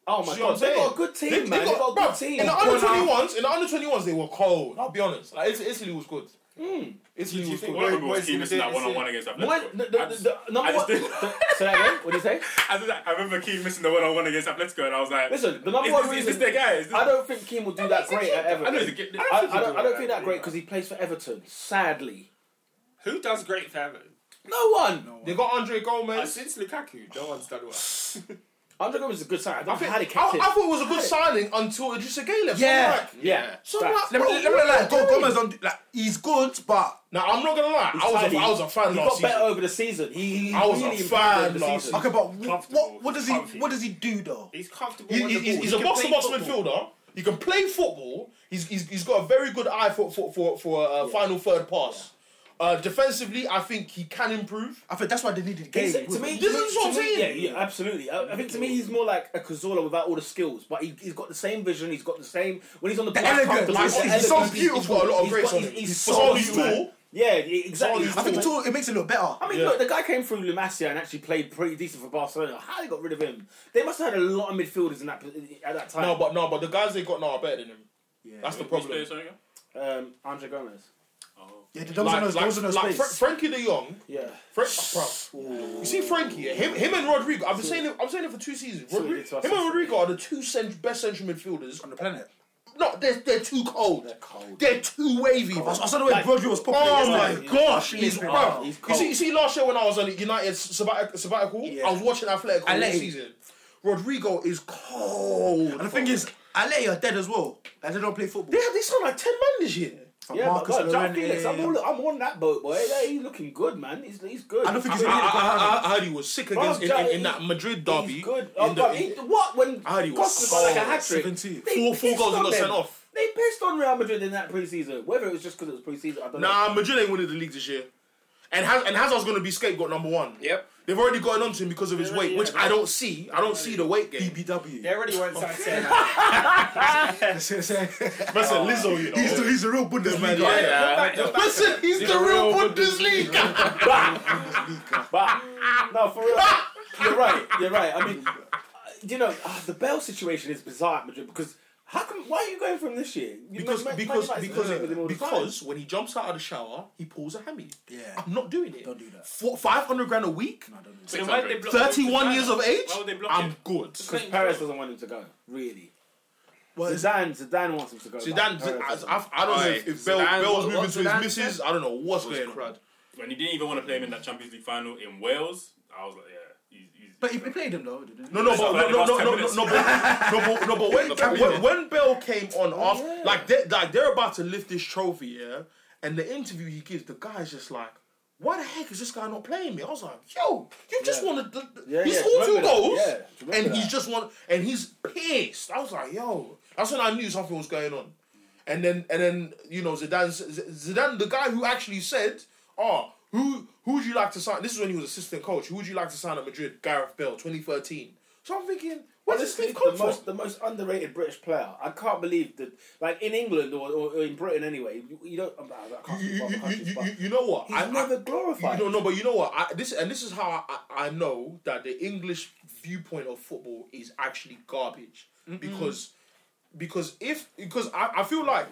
Speaker 1: Oh my
Speaker 6: See what
Speaker 1: god,
Speaker 6: I'm
Speaker 1: they
Speaker 6: saying?
Speaker 1: got a good team,
Speaker 6: They-
Speaker 1: man.
Speaker 6: they
Speaker 1: They got, a good
Speaker 6: bruv,
Speaker 1: team.
Speaker 6: In the under
Speaker 1: Corner.
Speaker 6: twenty ones, in the under twenty ones, they were cold. I'll be honest. Like Italy, Italy was good.
Speaker 1: Hmm.
Speaker 6: Italy was good.
Speaker 9: One of
Speaker 3: Moyes
Speaker 9: the team
Speaker 3: gonna
Speaker 9: is
Speaker 3: do
Speaker 9: now
Speaker 3: this
Speaker 9: one on one
Speaker 3: year?
Speaker 9: against
Speaker 1: Moyes-
Speaker 9: Atletico.
Speaker 1: the, the,
Speaker 9: I
Speaker 1: the,
Speaker 9: just-
Speaker 1: the, number
Speaker 9: I just
Speaker 1: one,
Speaker 9: did-
Speaker 1: the- say that again. What do you say?
Speaker 9: I was like- I remember Keane missing the one on one against Atletico, and I was like,
Speaker 1: Listen, the
Speaker 9: is
Speaker 1: number one
Speaker 9: this, is
Speaker 1: reason
Speaker 9: this their guy? Is this,
Speaker 1: I don't think Keane will do that great at
Speaker 9: I know he's a
Speaker 1: Everton.
Speaker 9: kid.
Speaker 1: I,
Speaker 9: I-
Speaker 1: I don't, I don't think that great because he plays for Everton. Sadly,
Speaker 3: who does great for Everton?
Speaker 1: no one.
Speaker 6: They got Andre
Speaker 3: Uh,
Speaker 6: Gomez.
Speaker 3: since Lukaku, no one's done well.
Speaker 1: Andre Gomes is a good sign. I don't know how they
Speaker 6: I,
Speaker 1: kept
Speaker 6: I
Speaker 1: him.
Speaker 6: thought it was a good signing until Idrissa Gay left. So I'm
Speaker 1: Yeah,
Speaker 6: like-
Speaker 1: yeah.
Speaker 6: So I'm
Speaker 1: Facts.
Speaker 6: like,
Speaker 7: Let me,
Speaker 6: bro,
Speaker 7: let me
Speaker 6: what are
Speaker 7: like,
Speaker 6: you
Speaker 7: Go,
Speaker 6: doing?
Speaker 7: Gomez, on, like, he's good, but
Speaker 6: Now I'm not gonna lie, I was a, I was a fan
Speaker 1: He
Speaker 6: last
Speaker 1: got better
Speaker 6: season.
Speaker 1: over the season. He, he
Speaker 6: I was
Speaker 1: really
Speaker 6: a
Speaker 1: improved
Speaker 6: fan
Speaker 1: over the
Speaker 6: last
Speaker 1: season.
Speaker 7: okay, but wh-
Speaker 9: Comfortable.
Speaker 7: what, what does he
Speaker 9: Comfy.
Speaker 7: what does he do though?
Speaker 3: He's comfortable.
Speaker 6: He-
Speaker 3: on
Speaker 6: he-
Speaker 3: the
Speaker 6: he's,
Speaker 3: ball.
Speaker 6: he's
Speaker 3: He
Speaker 6: a
Speaker 3: can
Speaker 6: box to
Speaker 3: play
Speaker 6: box
Speaker 3: football.
Speaker 6: midfielder. He can play football. He's, he's, he's got a very good eye for for for, for a final third pass. Uh, defensively, I think he can improve.
Speaker 7: I think that's why they needed Gay.
Speaker 1: He's, to me,
Speaker 6: This
Speaker 1: to me-
Speaker 6: is what I'm
Speaker 1: to me-
Speaker 6: saying.
Speaker 1: Yeah, yeah, absolutely. I, I think to me, he's more like a Cazorla without all the skills, but he, he's got the same vision. He's got the same when he's on the,
Speaker 7: The
Speaker 1: pitch, can't
Speaker 7: elegance.
Speaker 1: deny-
Speaker 7: He's-
Speaker 1: the
Speaker 7: he's
Speaker 1: elegance.
Speaker 7: so
Speaker 6: He's got a lot of grace on him.
Speaker 1: He's, he's
Speaker 6: But
Speaker 1: so
Speaker 6: he's
Speaker 1: man.
Speaker 6: tall.
Speaker 1: Yeah, e- exactly.
Speaker 7: I think it's all, it makes it a little better.
Speaker 1: I mean,
Speaker 6: Yeah.
Speaker 1: look, the guy came through Lumacia and actually played pretty decent for Barcelona. How they got rid of him? They must have had a lot of midfielders in that at that time.
Speaker 6: No, but no, but the guys they got now are better than him.
Speaker 7: yeah,
Speaker 6: That's the
Speaker 9: Which
Speaker 6: problem.
Speaker 9: player, sorry, again?
Speaker 1: um, Andre Gomez.
Speaker 7: yeah, there was
Speaker 6: Like-
Speaker 7: no, there
Speaker 6: like-
Speaker 7: was no
Speaker 6: like
Speaker 7: space.
Speaker 6: Fra- Frankie De Jong,
Speaker 1: Yeah,
Speaker 6: Frank, bro. You see Frankie, yeah, him, him and Rodrigo. I've been saying it. I'm saying it for two seasons.
Speaker 1: what he
Speaker 6: Rodri-
Speaker 1: did to us
Speaker 6: him
Speaker 1: last
Speaker 6: and Rodrigo are the two cent- best central midfielders.
Speaker 7: on the planet.
Speaker 6: No, they're they're too cold. They're,
Speaker 7: cold.
Speaker 6: too wavy.
Speaker 7: I
Speaker 6: bro.
Speaker 7: saw the way Brodry was popular.
Speaker 6: Oh
Speaker 7: yesterday.
Speaker 6: my gosh, he's,
Speaker 1: He's
Speaker 6: bro.
Speaker 1: cold. He's
Speaker 6: you see,
Speaker 1: cold.
Speaker 6: you see, last year when I was on United sabbatical, sabbatical
Speaker 7: Yeah.
Speaker 6: I was watching Athletic all
Speaker 7: Atletico.
Speaker 6: season. Rodrigo is cold.
Speaker 7: And the thing is, Ale are dead as well. Like they don't play football.
Speaker 6: they, they sound like ten man this year.
Speaker 7: From
Speaker 1: yeah,
Speaker 7: Marcus
Speaker 1: but look, João
Speaker 7: Llorente.
Speaker 1: Felix, I'm, all, I'm on that boat, boy. Yeah, he's looking good, man. He's, he's good.
Speaker 7: I don't think
Speaker 6: I,
Speaker 7: he's really
Speaker 6: I, I, I heard he was sick
Speaker 1: Bro,
Speaker 6: against in, in, in
Speaker 1: Joe,
Speaker 6: that Madrid
Speaker 1: he's
Speaker 6: derby.
Speaker 1: good.
Speaker 6: in
Speaker 1: Oh,
Speaker 6: the-
Speaker 1: God, he, what when
Speaker 6: I heard he was
Speaker 1: Costa got like a
Speaker 6: cold.
Speaker 1: hat trick?
Speaker 7: 17.
Speaker 1: They
Speaker 6: Four- four
Speaker 1: pissed
Speaker 6: goals he
Speaker 1: on
Speaker 6: got
Speaker 1: them.
Speaker 6: sent off.
Speaker 1: They pissed on Real Madrid in that preseason. Whether it was just because it was preseason, I don't know.
Speaker 6: Nah, Madrid ain't winning the league this year. And Haz- and Hazard's going to be scapegoat number one.
Speaker 4: Yep.
Speaker 6: They've already gotten onto him because of his weight, which I don't see. I don't see the weight game.
Speaker 7: BBW.
Speaker 3: They already weren't signed saying that.
Speaker 6: Listen, Lizzo, you know.
Speaker 7: He's the, he's the real Bundesliga. man.
Speaker 6: Yeah,
Speaker 3: Listen,
Speaker 6: Listen, he's, the real Bundesliga.
Speaker 1: But no, for real, you're right. You're right. I mean, uh, you know, uh, the Bell situation is bizarre at Madrid because how come? Why are you going for him this year? You
Speaker 6: because
Speaker 1: Man- Man
Speaker 6: because
Speaker 1: United's been with him all
Speaker 6: because
Speaker 1: the time.
Speaker 6: because when he jumps out of the shower, he pulls a hammy.
Speaker 7: Yeah.
Speaker 6: I'm not doing it.
Speaker 7: Don't do that.
Speaker 6: Four, Five hundred grand a week.
Speaker 7: I don't know.
Speaker 9: Then why did they block-
Speaker 6: Thirty-one years of age.
Speaker 9: Why would they block
Speaker 6: I'm
Speaker 9: him?
Speaker 6: good.
Speaker 1: because Perez doesn't want him to go. Really,
Speaker 7: Well, it's-
Speaker 1: Zidane Zidane wants him to go.
Speaker 6: Zidane,
Speaker 1: but Perez
Speaker 6: I,
Speaker 1: doesn't.
Speaker 6: I, I don't know
Speaker 4: Aye.
Speaker 6: if, if Bell,
Speaker 4: Zidane-
Speaker 6: Bell's
Speaker 4: what-
Speaker 6: moving
Speaker 4: what
Speaker 6: to his
Speaker 4: Zidane
Speaker 6: missus.
Speaker 4: said?
Speaker 6: I don't know what's
Speaker 4: was
Speaker 6: going on.
Speaker 4: crud.
Speaker 9: When he didn't even want to play him in that Champions League final in Wales, I was like, yeah. He's, he's,
Speaker 7: But he played him though, didn't he?
Speaker 6: No, no,
Speaker 9: It's
Speaker 6: but
Speaker 9: not
Speaker 6: no,
Speaker 9: like
Speaker 6: no,
Speaker 9: the
Speaker 6: no,
Speaker 9: last
Speaker 6: no, no,
Speaker 9: 10
Speaker 6: no, but, no, but, no, but when,
Speaker 9: Not
Speaker 6: when, when Bell came on after, like, they, like they're about to lift this trophy, yeah, and the interview he gives, the guy's just like, why the heck is this guy not playing me? I was like, yo, you just
Speaker 1: Yeah.
Speaker 6: wanted, the, the,
Speaker 1: Yeah,
Speaker 6: he
Speaker 1: yeah,
Speaker 6: scored two
Speaker 1: remember that,
Speaker 6: goals,
Speaker 1: yeah, remember
Speaker 6: and he's
Speaker 1: that.
Speaker 6: just one, and he's pissed. I was like, yo, that's when I knew something was going on. And then, and then, you know, Zidane, Z- Zidane, the guy who actually said, "Oh, who who would you like to sign?" This is when he was assistant coach. Who would you like to sign at Madrid? Gareth Bale, 2013. So I'm thinking, where does
Speaker 1: Honestly,
Speaker 6: this come
Speaker 1: the
Speaker 6: from?
Speaker 1: most the most underrated British player. I can't believe that, like in England or, or, or in Britain anyway. You, you don't. I can't
Speaker 6: You,
Speaker 1: speak
Speaker 6: you,
Speaker 1: for other
Speaker 6: you,
Speaker 1: countries,
Speaker 6: you,
Speaker 1: but
Speaker 6: you- you know what?
Speaker 1: he's never glorified.
Speaker 6: You don't know, but you know what? I, this and this is how I, I know that the English viewpoint of football is actually garbage because because if because I, I feel like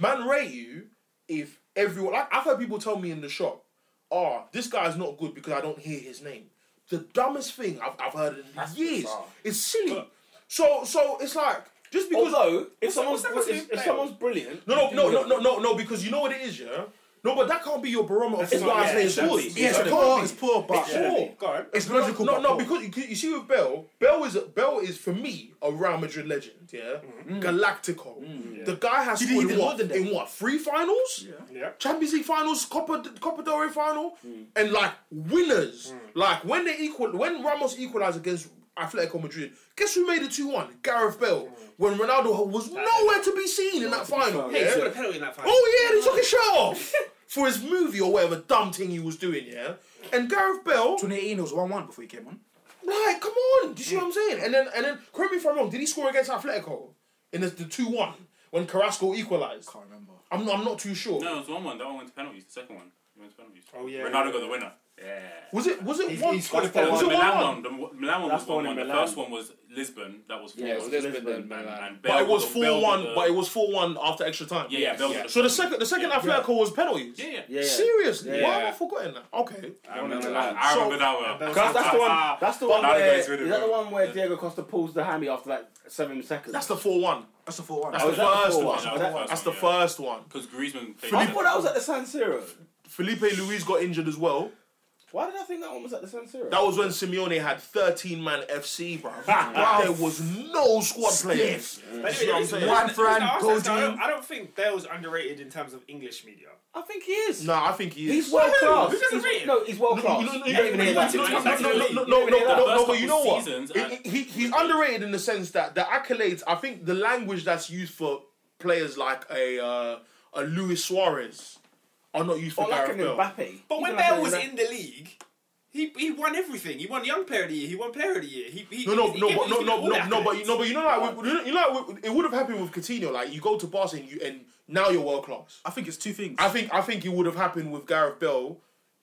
Speaker 6: man rate you if everyone like I've heard people tell me in the shop, oh this guy's not good because I don't hear his name. The dumbest thing I've, I've heard in years. It's silly. So so it's like just because
Speaker 1: Although, if
Speaker 6: what's
Speaker 1: someone's
Speaker 6: that with
Speaker 1: if, if
Speaker 6: Bale?
Speaker 1: someone's brilliant,
Speaker 6: No, no, no, no, no, no, no, because you know what it is, yeah? No, but that can't be your barometer of
Speaker 3: not-
Speaker 6: why
Speaker 3: yeah,
Speaker 6: playing
Speaker 3: it
Speaker 6: scores.
Speaker 3: shouldn't be.
Speaker 7: Yeah, it's poor, it's poor, but
Speaker 6: It's poor.
Speaker 3: Go on.
Speaker 7: it's
Speaker 6: No,
Speaker 7: logical.
Speaker 6: no,
Speaker 7: but
Speaker 6: no,
Speaker 7: poor.
Speaker 6: because you, you see with Bell, Bell is Bell is for me a Real Madrid legend, yeah, Galactico. Mm. The guy has
Speaker 7: He did- he
Speaker 6: scored in
Speaker 7: did more
Speaker 6: what,
Speaker 7: than that.
Speaker 6: in what three finals,
Speaker 3: Yeah.
Speaker 6: Champions League finals, Copa Copa del Rey final, and like winners. Like when they equal, when Ramos equalized against Atletico Madrid, guess who made it two one? Gareth Bell. When Ronaldo was nowhere Mm. to be seen in that final,
Speaker 3: He
Speaker 6: yeah?
Speaker 3: took a penalty in that final.
Speaker 6: Oh yeah, and he took his shirt off for his movie or whatever dumb thing he was doing. Yeah, and Gareth Bell.
Speaker 7: 2018 it was one one before he came on.
Speaker 6: Like, come on, do you see what I'm saying? And then, and then, correct me if I'm wrong. Did he score against Atletico in the two one when Carrasco equalised?
Speaker 7: can't remember.
Speaker 6: I'm not, I'm not too sure.
Speaker 9: No, it was one one. That one went to penalties. The second one went to penalties.
Speaker 3: Oh, yeah,
Speaker 9: Ronaldo
Speaker 3: yeah.
Speaker 9: got the winner. Yeah.
Speaker 6: Was it was it
Speaker 1: He's-
Speaker 6: one?
Speaker 1: he's got a
Speaker 9: That was
Speaker 6: was
Speaker 9: the
Speaker 6: it one
Speaker 9: Milan
Speaker 6: one?
Speaker 9: one. The Mo- Milan one
Speaker 1: That's
Speaker 9: was
Speaker 1: the one
Speaker 9: one
Speaker 1: in
Speaker 9: one. The
Speaker 1: Milan.
Speaker 9: first one was Lisbon. That was four
Speaker 4: Yeah, it was Lisbon,
Speaker 1: Lisbon,
Speaker 4: then
Speaker 1: Milan.
Speaker 4: Milan.
Speaker 9: Bale
Speaker 6: But it was
Speaker 9: got the- Bale
Speaker 6: four
Speaker 9: got
Speaker 6: one.
Speaker 9: the-
Speaker 6: But it was four one after extra time.
Speaker 9: Yeah, yeah. Bale
Speaker 1: Yeah.
Speaker 9: got
Speaker 6: So the second the second Atletico was penalties.
Speaker 9: Yeah, yeah.
Speaker 1: Yeah, yeah.
Speaker 6: Seriously,
Speaker 1: Yeah.
Speaker 6: why have I forgotten that? Okay.
Speaker 9: I remember
Speaker 1: Milan.
Speaker 9: that. I
Speaker 6: So-
Speaker 9: remember that well.
Speaker 1: That's, that's the one. That's the one
Speaker 9: Ronaldo
Speaker 1: where. Is
Speaker 9: goes with it,
Speaker 1: that the
Speaker 9: bro.
Speaker 1: one where Diego Costa pulls the hammy after like seven seconds?
Speaker 6: That's the four one.
Speaker 7: That's the four one.
Speaker 6: That's
Speaker 1: Oh,
Speaker 6: the
Speaker 1: is that the
Speaker 6: first
Speaker 1: four
Speaker 6: one.
Speaker 1: one?
Speaker 9: That was
Speaker 1: That-
Speaker 6: That's the
Speaker 9: one, yeah.
Speaker 6: first one.
Speaker 9: Because Griezmann. played
Speaker 1: I
Speaker 9: that.
Speaker 1: thought that was at the San Siro.
Speaker 6: Felipe Luis got injured as well.
Speaker 1: Why did I think that one was at the San Siro?
Speaker 6: That was when Simeone had 13 man FC, bro. there was no squad players.
Speaker 3: But
Speaker 6: You see what I'm saying?
Speaker 3: listen, listen,
Speaker 7: Juan Fran,
Speaker 3: I'll say this, I don't,
Speaker 7: Godin.
Speaker 3: I don't think Bale's underrated in terms of English media.
Speaker 1: I think he is.
Speaker 6: No, I think he is.
Speaker 1: He's world class.
Speaker 3: Who doesn't
Speaker 1: He's-
Speaker 3: rate him?
Speaker 1: No, he's world class.
Speaker 6: No, no, no,
Speaker 1: You don't even hear that.
Speaker 6: no, no, no, no, no, no, no, no, no, but you know what?
Speaker 1: uh,
Speaker 6: He- he- he's underrated in the sense that the accolades. I think the language that's used for players like a uh, a Luis Suarez are not used for
Speaker 1: Or like an
Speaker 6: Gareth Bale.
Speaker 1: Mbappe.
Speaker 3: But when
Speaker 1: Even like
Speaker 3: Bale
Speaker 1: a-
Speaker 3: was in the league, he he won everything. He won Young Player of the Year. He won Player of the Year. He, he
Speaker 6: No, no,
Speaker 3: he- he
Speaker 6: no,
Speaker 3: gave-
Speaker 6: but
Speaker 3: he
Speaker 6: no,
Speaker 3: gave
Speaker 6: no,
Speaker 3: all
Speaker 6: no,
Speaker 3: that
Speaker 6: no,
Speaker 3: to
Speaker 6: but
Speaker 3: it.
Speaker 6: you know, but you know, like, with- you know, you know, like, with- it would have happened with Coutinho. Like, you go to Barca and you and now you're world class.
Speaker 7: I think it's two things.
Speaker 6: I think I think it would have happened with Gareth Bale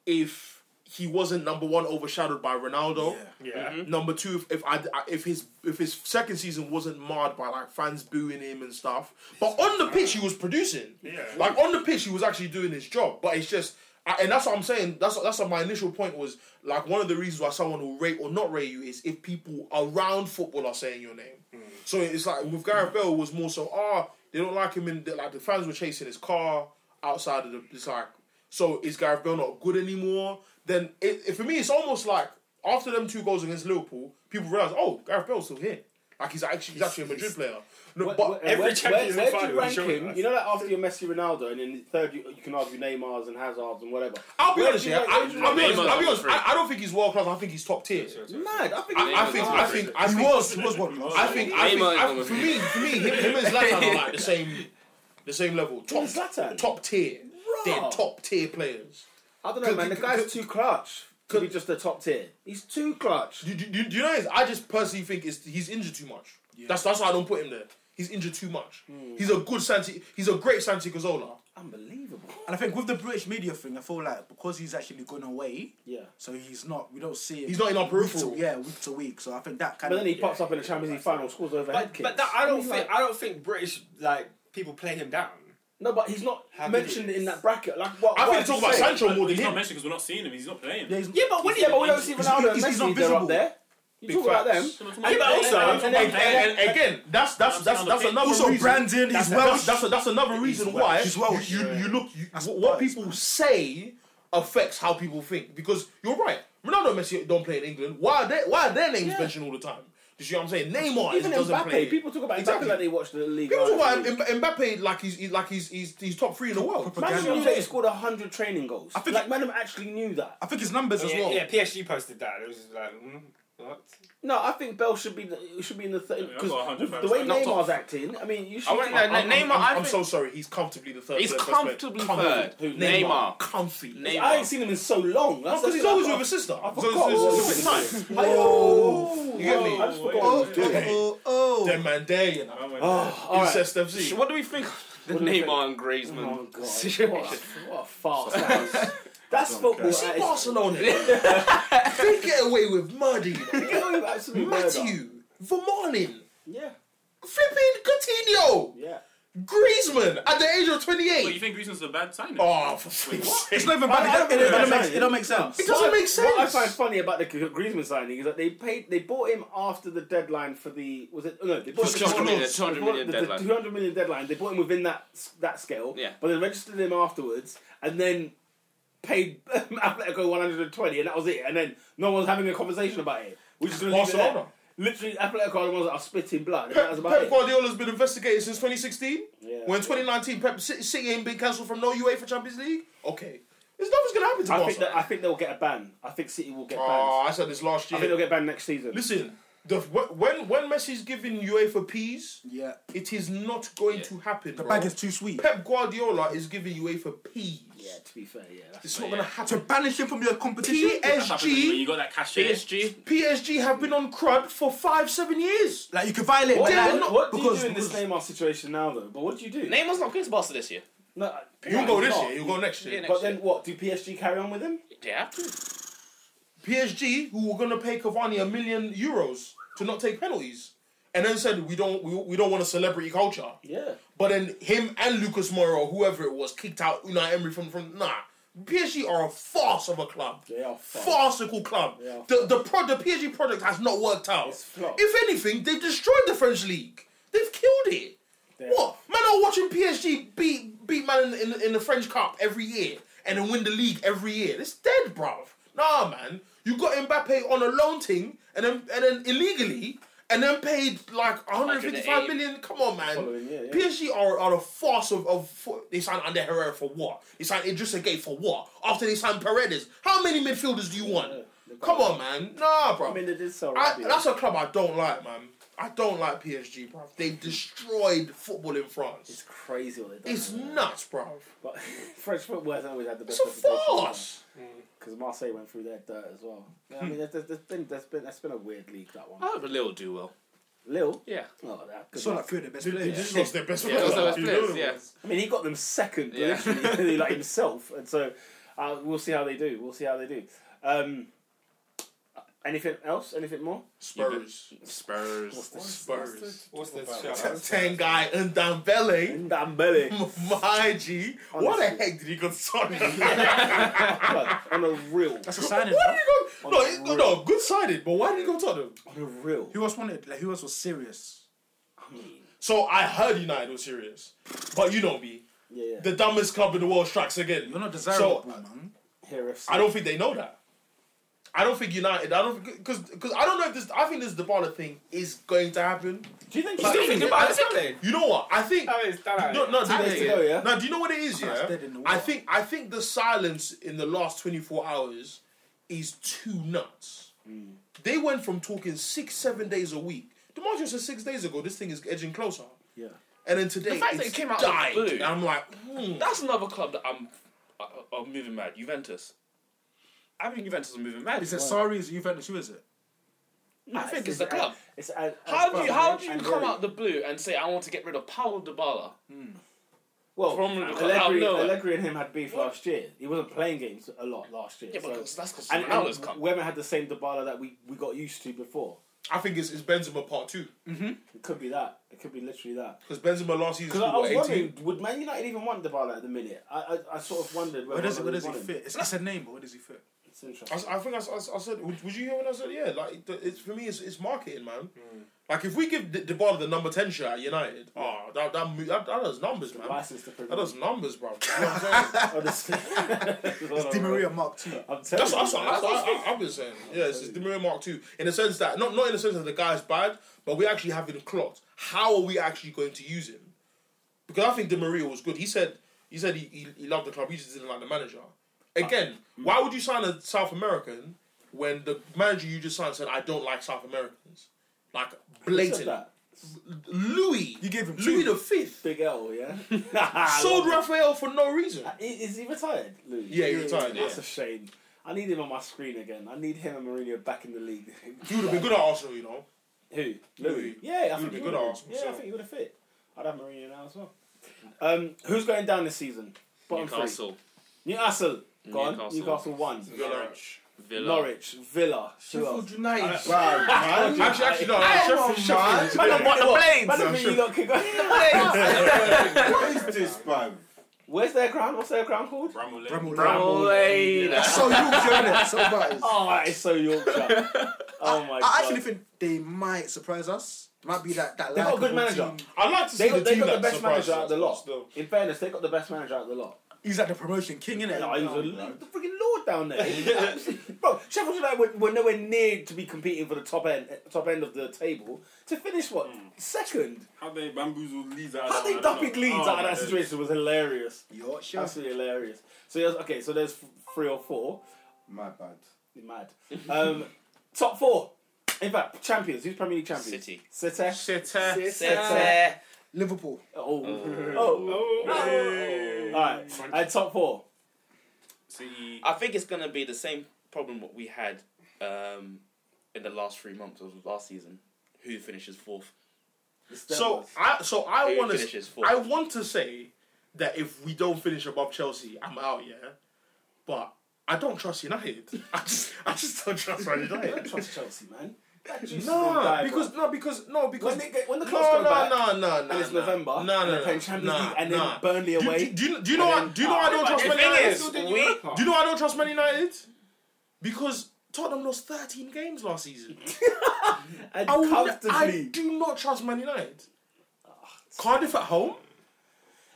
Speaker 6: if he wasn't number one overshadowed by Ronaldo.
Speaker 3: Yeah.
Speaker 6: Number two, if, if I if his if his second season wasn't marred by like fans booing him and stuff, but on the pitch he was producing.
Speaker 3: Yeah.
Speaker 6: Like on the pitch he was actually doing his job. But it's just, I, and that's what I'm saying. That's that's what my initial point was. Like one of the reasons why someone will rate or not rate you is if people around football are saying your name. So it's like with Gareth Bale it was more so ah they don't like him and like the fans were chasing his car outside of the it's like so is Gareth Bale not good anymore? Then it, it- for me it's almost like after them two goals against Liverpool people realize oh Gareth Bale's still here like he's actually he's actually a Madrid player. No,
Speaker 1: Where-
Speaker 6: but
Speaker 1: where-
Speaker 3: every
Speaker 1: where-
Speaker 3: Champions
Speaker 1: where,
Speaker 3: League
Speaker 1: where do you
Speaker 3: final,
Speaker 1: rank
Speaker 3: surely.
Speaker 1: him? You know, like after your Messi, Ronaldo, and then third you, you can argue Neymar's and Hazard's and whatever.
Speaker 6: I'll be
Speaker 1: Where
Speaker 6: honest
Speaker 1: do
Speaker 6: yeah
Speaker 1: you
Speaker 6: I,
Speaker 1: rank-
Speaker 6: I'll
Speaker 1: where do
Speaker 6: be
Speaker 1: you rank
Speaker 6: honest I'll be
Speaker 1: him?
Speaker 6: honest I, I don't think he's world class I think he's top tier.
Speaker 1: Mad. I think.
Speaker 6: I, I think I think I
Speaker 7: he
Speaker 6: think
Speaker 7: was, he was one.
Speaker 6: I think, I think,
Speaker 4: Neymar is
Speaker 6: I,
Speaker 4: number
Speaker 6: for
Speaker 4: three.
Speaker 6: me, for me, him, him and Zlatan are like the same, the same level. Top,
Speaker 1: and Zlatan?
Speaker 6: top tier. They're
Speaker 1: Bruh.
Speaker 6: top tier players.
Speaker 1: I don't know, man. The guy's too clutch. Could be just the top tier. He's too clutch.
Speaker 6: Do, do, do, do you know? Is I just personally think is he's injured too much. That's that's why I don't put him there. He's injured too much. He's a good Santi. He's a great Santi Cazorla.
Speaker 1: Unbelievable.
Speaker 7: And I think with the British media thing, I feel like because he's actually gone away,
Speaker 1: Yeah.
Speaker 7: so he's not. We don't see him.
Speaker 6: He's not in our
Speaker 7: week to-
Speaker 6: peripheral.
Speaker 7: yeah, week to week. So I think that kind
Speaker 1: But then he
Speaker 7: of.
Speaker 1: pops up in the Champions League final, scores over head
Speaker 3: But,
Speaker 1: kicks.
Speaker 3: but that, I don't
Speaker 1: mean,
Speaker 3: think
Speaker 1: like-
Speaker 3: I don't think British like people play him down.
Speaker 1: no, but he's not
Speaker 3: How did
Speaker 1: mentioned
Speaker 3: he-
Speaker 1: in that bracket. Like what?
Speaker 6: I
Speaker 1: what
Speaker 6: think
Speaker 1: you
Speaker 6: talk about
Speaker 1: say.
Speaker 6: Sancho more than
Speaker 9: He's not
Speaker 6: him.
Speaker 9: mentioned because we're not seeing him. He's not playing.
Speaker 7: Yeah, he's,
Speaker 3: Yeah, but when
Speaker 1: Yeah, but we don't see
Speaker 7: He's-
Speaker 1: Ronaldo and
Speaker 7: he's- he's not
Speaker 1: Messi. They're up
Speaker 7: visible.
Speaker 1: there. You talk about them.
Speaker 3: Yeah, but also-
Speaker 1: and, and, and,
Speaker 6: And, and again, that's that's that's that's another
Speaker 7: also
Speaker 6: reason.
Speaker 7: Brandon.
Speaker 6: that's,
Speaker 7: He's
Speaker 6: that's,
Speaker 7: Welsh.
Speaker 6: that's, that's another reason why
Speaker 7: He's Welsh.
Speaker 6: You, you, you look you,
Speaker 7: That's
Speaker 6: what what
Speaker 7: biased,
Speaker 6: people say affects how people think because you're right. Ronaldo and Messi don't play in England. Why are they, why are their names
Speaker 1: Yeah.
Speaker 6: mentioned all the time? Do you see what I'm saying? Neymar
Speaker 1: Even
Speaker 6: is, doesn't play.
Speaker 1: Mbappe, people talk about
Speaker 6: Exactly.
Speaker 1: Mbappe like they watch the league.
Speaker 6: People talk about
Speaker 1: Right.
Speaker 6: Mb- Mbappe like he's, he's like he's, he's he's top three in the world.
Speaker 7: Propaganda.
Speaker 1: Imagine knew that he scored hundred training goals. I
Speaker 7: think-
Speaker 1: think like Madam actually knew that.
Speaker 7: I think his numbers as
Speaker 3: Yeah,
Speaker 7: well.
Speaker 3: yeah, PSG posted that. It was just like mm, what?
Speaker 1: No, I think Bell should be the, should be in the third
Speaker 9: Yeah, I've
Speaker 1: because
Speaker 9: got 100
Speaker 1: the way
Speaker 9: pounds.
Speaker 4: Not top.
Speaker 1: Neymar's acting. I mean, you should.
Speaker 4: I went there.
Speaker 6: I'm, I'm,
Speaker 4: Neymar.
Speaker 6: I'm,
Speaker 4: I
Speaker 6: I'm
Speaker 4: think-
Speaker 6: so sorry. He's comfortably the third.
Speaker 4: He's
Speaker 6: third best player.
Speaker 4: comfortably third.
Speaker 6: Comfortably.
Speaker 4: Who? Neymar.
Speaker 6: Comfy.
Speaker 4: Neymar.
Speaker 1: I ain't seen him in so long. That's-
Speaker 6: Because he's
Speaker 1: that's-
Speaker 6: always
Speaker 1: I-
Speaker 6: with his sister.
Speaker 1: I
Speaker 6: So
Speaker 1: forgot.
Speaker 6: it's- it's- it's
Speaker 1: Whoa.
Speaker 6: nice.
Speaker 1: Whoa.
Speaker 6: You get me?
Speaker 1: I just forgot.
Speaker 7: Oh,
Speaker 1: what he was doing.
Speaker 7: oh, oh,
Speaker 6: Them man there, you know.
Speaker 1: Oh, all right.
Speaker 6: Incest FC.
Speaker 4: What do we think? of The
Speaker 1: What do we
Speaker 4: Neymar and Griezmann
Speaker 1: Oh god.
Speaker 4: situation.
Speaker 1: What a, what a farce. that is. That's football.
Speaker 6: See
Speaker 1: at its-
Speaker 6: Barcelona. they get away with murder. you know.
Speaker 1: They go with absolute murder.
Speaker 6: Matthew, Vermaelen,
Speaker 1: Yeah.
Speaker 6: flipping Coutinho,
Speaker 1: Yeah.
Speaker 6: Griezmann at the age of
Speaker 9: But you
Speaker 6: 28.
Speaker 9: think Griezmann's a bad signing?
Speaker 6: Oh, for fuck's sake.
Speaker 7: It's not even
Speaker 1: I don't
Speaker 7: bad. It,
Speaker 1: think
Speaker 7: it,
Speaker 1: that's
Speaker 7: don't make,
Speaker 1: right.
Speaker 7: it don't make sense.
Speaker 6: It doesn't make
Speaker 1: What I
Speaker 6: sense.
Speaker 1: find funny about the Griezmann signing is that they paid, they bought him after the deadline for the was it oh, no they bought
Speaker 4: The
Speaker 1: him
Speaker 4: 200
Speaker 1: They
Speaker 4: million,
Speaker 1: bought
Speaker 4: 200 million
Speaker 1: the,
Speaker 4: deadline.
Speaker 1: The 200 million deadline. They bought him within that that scale.
Speaker 4: Yeah.
Speaker 1: But they registered him afterwards and then paid Atletico 120 and that was it. And then no one's having a conversation about it. We're just going to leave it there.
Speaker 6: Barcelona.
Speaker 1: Literally, Atletico are the ones that are spitting blood. And that was
Speaker 6: Pep,
Speaker 1: about
Speaker 6: Pep
Speaker 1: it.
Speaker 6: Guardiola's been investigated since 2016.
Speaker 1: Yeah.
Speaker 6: When 2019, Pep City, City ain't been cancelled from no UA for Champions League. Okay, there's nothing's gonna happen to
Speaker 1: I think,
Speaker 6: Barcelona.
Speaker 1: that, I think they'll get a ban. I think City will get banned.
Speaker 6: oh, I said this last
Speaker 1: I think
Speaker 6: year.
Speaker 1: they'll get banned next season.
Speaker 6: Listen, The, when when Messi's giving UEFA peas,
Speaker 7: Yeah.
Speaker 6: it is not going
Speaker 4: Yeah.
Speaker 6: to happen.
Speaker 7: The
Speaker 6: bro.
Speaker 7: bag is too sweet.
Speaker 6: Pep Guardiola is giving UEFA peas.
Speaker 1: Yeah, to be fair, yeah. That's
Speaker 6: It's not gonna
Speaker 7: To
Speaker 6: happen.
Speaker 7: banish him from your competition?
Speaker 9: When
Speaker 6: PSG,
Speaker 9: you got that cachet.
Speaker 4: PSG.
Speaker 6: PSG have been on crud for five, seven years.
Speaker 7: Like, you can violate
Speaker 1: what,
Speaker 7: my
Speaker 6: yeah,
Speaker 1: what-
Speaker 7: line
Speaker 6: no,
Speaker 1: what do you
Speaker 7: because-
Speaker 1: do in this
Speaker 7: because-
Speaker 1: Neymar situation now, though? But what do you do?
Speaker 4: Neymar's not going to Barca this year.
Speaker 1: no, I-
Speaker 6: You'll go this
Speaker 1: not.
Speaker 6: year. You'll go next year.
Speaker 4: Yeah,
Speaker 1: But
Speaker 4: next
Speaker 1: then
Speaker 4: year.
Speaker 1: what? Do PSG carry on with him?
Speaker 4: They have to.
Speaker 6: PSG, who were gonna pay Cavani a million euros to not take penalties, and then said we don't we, we don't want a celebrity culture.
Speaker 1: Yeah.
Speaker 6: But then him and Lucas Moura, or whoever it was, kicked out Unai Emery from from nah. PSG are a farce of a club.
Speaker 1: They are farce.
Speaker 6: farcical club.
Speaker 1: They are
Speaker 6: The the pro, the PSG product has not worked out.
Speaker 1: It's flop.
Speaker 6: If anything, they've destroyed the French league. They've killed it.
Speaker 1: They-
Speaker 6: What man are watching PSG beat beat man in, in, in the French Cup every year and then win the league every year? It's dead, bruv. Nah, man, you got Mbappe on a loan thing and then and then illegally and then paid like 155
Speaker 4: 108.
Speaker 6: million. Come on, man.
Speaker 1: Following year, yeah.
Speaker 6: PSG are, are a farce of, of fo- they signed Under Herrera for what? They signed Idrissa Gay for what? After they signed Paredes, how many midfielders do you want?
Speaker 1: Yeah, they've got
Speaker 6: Come on, man. Nah, bro.
Speaker 1: I mean, they did sell
Speaker 6: I,
Speaker 1: Rabiot.
Speaker 6: that's a club I don't like, man. I don't like PSG, bro. They've destroyed football in
Speaker 1: It's
Speaker 6: France.
Speaker 1: crazy what they've done.
Speaker 6: It's
Speaker 1: man.
Speaker 6: nuts, bro.
Speaker 1: But French football has always had the best.
Speaker 6: It's a farce. Hmm.
Speaker 1: Because Marseille went through their dirt as well. I mean, there's, there's, there's been there's been that's been a weird league that one.
Speaker 4: I hope Lille do well.
Speaker 1: Lille.
Speaker 4: Yeah.
Speaker 1: Oh, that good
Speaker 7: It's not
Speaker 1: luck.
Speaker 7: like three of the best players.
Speaker 6: This was their best
Speaker 4: Yeah, those
Speaker 6: player.
Speaker 4: are best players. Yeah.
Speaker 1: I mean, he got them second,
Speaker 4: Yeah.
Speaker 1: literally, like himself. And so uh, we'll see how they do. We'll see how they do. Um, anything else? Anything more?
Speaker 6: Spurs.
Speaker 9: Spurs.
Speaker 6: Spurs.
Speaker 3: What's the
Speaker 6: Ten guy and Dambele.
Speaker 1: Dambele.
Speaker 6: My G. What the heck did he go sorry?
Speaker 1: on a real.
Speaker 7: That's a signing.
Speaker 6: Why
Speaker 7: bro.
Speaker 6: did he go? No, it, no, no, good sided, but why did he go Tottenham?
Speaker 1: On a real.
Speaker 7: Who else wanted? Like, who else was serious?
Speaker 6: So I heard United was serious, but you know me,
Speaker 1: Yeah, yeah.
Speaker 6: the dumbest club in the world strikes again.
Speaker 7: You're not desirable,
Speaker 6: So,
Speaker 7: man.
Speaker 1: Here FC.
Speaker 6: I don't think they know that. I don't think United. I don't because because I don't know if this. I think this Dybala thing is going to happen.
Speaker 1: Do you think
Speaker 6: But-
Speaker 1: he's
Speaker 6: thinking
Speaker 3: about it.
Speaker 6: You know what? I think.
Speaker 5: Uh,
Speaker 6: No, no, do
Speaker 1: two
Speaker 6: you-
Speaker 1: days to go? Yeah.
Speaker 6: Now, do you know what it is?
Speaker 7: That's
Speaker 6: Yeah,
Speaker 7: dead in the
Speaker 6: I
Speaker 7: water.
Speaker 6: think I think the silence in the last twenty four hours is too nuts.
Speaker 7: Mm.
Speaker 6: They went from talking six, seven days a week. DiMaggio said six days ago this thing is edging closer,
Speaker 1: Yeah.
Speaker 6: and then today
Speaker 4: The fact that
Speaker 6: it's
Speaker 4: it came out of the
Speaker 6: died.
Speaker 4: blue.
Speaker 6: And I'm like, hmm.
Speaker 4: That's another club that I'm. I, I- I'm moving mad. Juventus. I think Juventus are moving mad.
Speaker 7: Is it sorry? Is it Juventus? Who is it?
Speaker 1: Nah,
Speaker 4: I think it's the club.
Speaker 1: It's, a-
Speaker 4: How
Speaker 1: it's
Speaker 4: do you
Speaker 1: a-
Speaker 4: how do you
Speaker 1: and
Speaker 4: come
Speaker 1: Yeri.
Speaker 4: out the blue and say I want to get rid of Paulo Dybala?
Speaker 1: Well,
Speaker 4: from the club? Out of
Speaker 1: Allegri,
Speaker 4: nowhere.
Speaker 1: Allegri and him had beef last year. He wasn't playing games a lot last year.
Speaker 4: Yeah, but
Speaker 1: so-
Speaker 4: that's because
Speaker 1: and,
Speaker 4: Ronaldo's
Speaker 1: and
Speaker 4: come.
Speaker 1: we haven't had the same Dybala that we, we got used to before.
Speaker 6: I think it's, it's Benzema part two
Speaker 1: It could be that. It could be literally that.
Speaker 6: because Benzema last season
Speaker 1: Because I, I
Speaker 6: scored
Speaker 1: was
Speaker 6: what, 18.
Speaker 1: wondering, would Man United even want Dybala at the minute? I I, I sort of wondered
Speaker 7: Where
Speaker 1: whether
Speaker 7: does,
Speaker 1: they
Speaker 7: where does he
Speaker 1: would want him.
Speaker 7: fit? It's, it's a name, but where does he fit?
Speaker 1: It's
Speaker 6: I,
Speaker 1: interesting.
Speaker 6: s- I think I, s- I s- I said, would, would you hear when I said, yeah, like, the- it's for me, it's, it's marketing, man. Like, if we give D- Dybala the number 10 shirt at United, oh, that, that, mo- that, that does numbers, man. That
Speaker 1: License to
Speaker 6: does
Speaker 1: prison.
Speaker 6: numbers, bro. You know what I'm saying?
Speaker 1: Honestly.
Speaker 7: It's Di Maria Mark II.
Speaker 1: I'm telling
Speaker 6: that's,
Speaker 1: you.
Speaker 6: that's, what- that's what I, have been saying. Yeah, it's, it's Di Maria Mark II. In the sense that, not, not in the sense that the guy's bad, but we actually have him clocked. How are we actually going to use him? Because I think Di Maria was good. He said he said he, he, he loved the club, he just didn't like the manager. Again, why would you sign a South American when the manager you just signed said, I don't like South Americans? Like,
Speaker 1: Who said
Speaker 6: blatant.
Speaker 1: that?
Speaker 6: Louis.
Speaker 7: You gave him two.
Speaker 6: Louis the Fifth.
Speaker 1: Big L, yeah?
Speaker 6: Sold Raphael for no reason.
Speaker 1: Is is he retired, Louis?
Speaker 6: Yeah, he retired,
Speaker 1: That's
Speaker 6: yeah.
Speaker 1: a shame. I need him on my screen again. I need him and Mourinho back in the league.
Speaker 6: He would have been good at Arsenal, you know.
Speaker 1: Who?
Speaker 6: Louis.
Speaker 1: Yeah, I
Speaker 6: He
Speaker 1: think
Speaker 6: would've
Speaker 1: he
Speaker 6: been
Speaker 1: would
Speaker 6: good at
Speaker 1: have.
Speaker 6: Arsenal,
Speaker 1: Yeah, I
Speaker 6: so.
Speaker 1: think he would have fit. I'd have Mourinho now as well. Um, who's going down this season? Bottom three.
Speaker 4: Newcastle,
Speaker 1: Newcastle. Go on.
Speaker 4: Newcastle.
Speaker 1: Newcastle one.
Speaker 6: Norwich.
Speaker 4: Villa.
Speaker 1: Norwich. Villa. Who else?
Speaker 6: United.
Speaker 1: Told you.
Speaker 6: Actually, actually, no. Sheffield, Sheffield.
Speaker 1: Man, I'm
Speaker 6: What?
Speaker 1: Man, I'm really not kick-
Speaker 2: what is this, man?
Speaker 1: Where's their crown? What's their crown called?
Speaker 9: Bramall
Speaker 7: Bramall
Speaker 9: Lane.
Speaker 1: Bramall Lane.
Speaker 7: That's so Yorkshire, innit? So that is.
Speaker 1: Oh, that is so Yorkshire. oh my god.
Speaker 7: I actually think they might surprise us. It might be that that.
Speaker 1: They've got a
Speaker 7: Liverpool
Speaker 1: good manager.
Speaker 7: team.
Speaker 6: I'd like to see
Speaker 1: They
Speaker 6: the
Speaker 1: got, they
Speaker 6: team
Speaker 1: got the
Speaker 6: that
Speaker 1: best
Speaker 6: surprises
Speaker 1: manager out of the
Speaker 6: us,
Speaker 1: lot.
Speaker 6: though.
Speaker 1: In fairness, they got the best manager out of the lot.
Speaker 7: He's like the promotion king, innit?
Speaker 1: No, he was a, the freaking lord down there. He was absolutely- Bro, Sheffield United were, were nowhere near to be competing for the top end, top end of the table to finish what second.
Speaker 8: Hmm. How they bamboozled Leeds out
Speaker 1: How
Speaker 8: of
Speaker 1: they
Speaker 8: that, I don't
Speaker 1: dumped
Speaker 8: know.
Speaker 1: Leeds
Speaker 8: Oh,
Speaker 1: out
Speaker 8: my
Speaker 1: of that
Speaker 8: days.
Speaker 1: situation was hilarious.
Speaker 7: Yorkshire.
Speaker 1: Absolutely hilarious. So yes, okay, so there's f- three or four.
Speaker 2: My bad.
Speaker 1: Mad. Um, top four. In fact, champions. Who's Premier League champions?
Speaker 4: City.
Speaker 1: City.
Speaker 5: City.
Speaker 1: City.
Speaker 7: Liverpool.
Speaker 1: Oh. Oh. All right. And top four.
Speaker 9: City.
Speaker 4: I think it's gonna be the same problem what we had um, in the last three months of last season. Who finishes fourth?
Speaker 6: So I so I
Speaker 4: Who
Speaker 6: want to
Speaker 4: finishes fourth?
Speaker 6: I want to say that if we don't finish above Chelsea, I'm out. Yeah, but I don't trust United. I just I just don't trust Man
Speaker 1: I don't
Speaker 6: United.
Speaker 1: trust Chelsea, man. That juice is
Speaker 6: no,
Speaker 1: gonna die,
Speaker 6: because
Speaker 1: bro.
Speaker 6: no, because no, because
Speaker 1: when, they get, when the clubs
Speaker 6: no,
Speaker 1: go
Speaker 6: no,
Speaker 1: back
Speaker 6: no, no, no,
Speaker 1: and it's
Speaker 6: no.
Speaker 1: November,
Speaker 6: No, no,
Speaker 1: and
Speaker 6: no,
Speaker 1: they're playing Champions
Speaker 6: no,
Speaker 1: League and
Speaker 6: no.
Speaker 1: then Burnley
Speaker 6: Do-
Speaker 1: away.
Speaker 6: Do, do, you- do you know? Why, do you know? why I don't trust Man United.
Speaker 4: we
Speaker 6: Do you know? why I don't trust Man United because Tottenham lost 13 games last season.
Speaker 1: and
Speaker 6: I, would- I
Speaker 1: comfortably.
Speaker 6: do not trust Man United. Cardiff at home?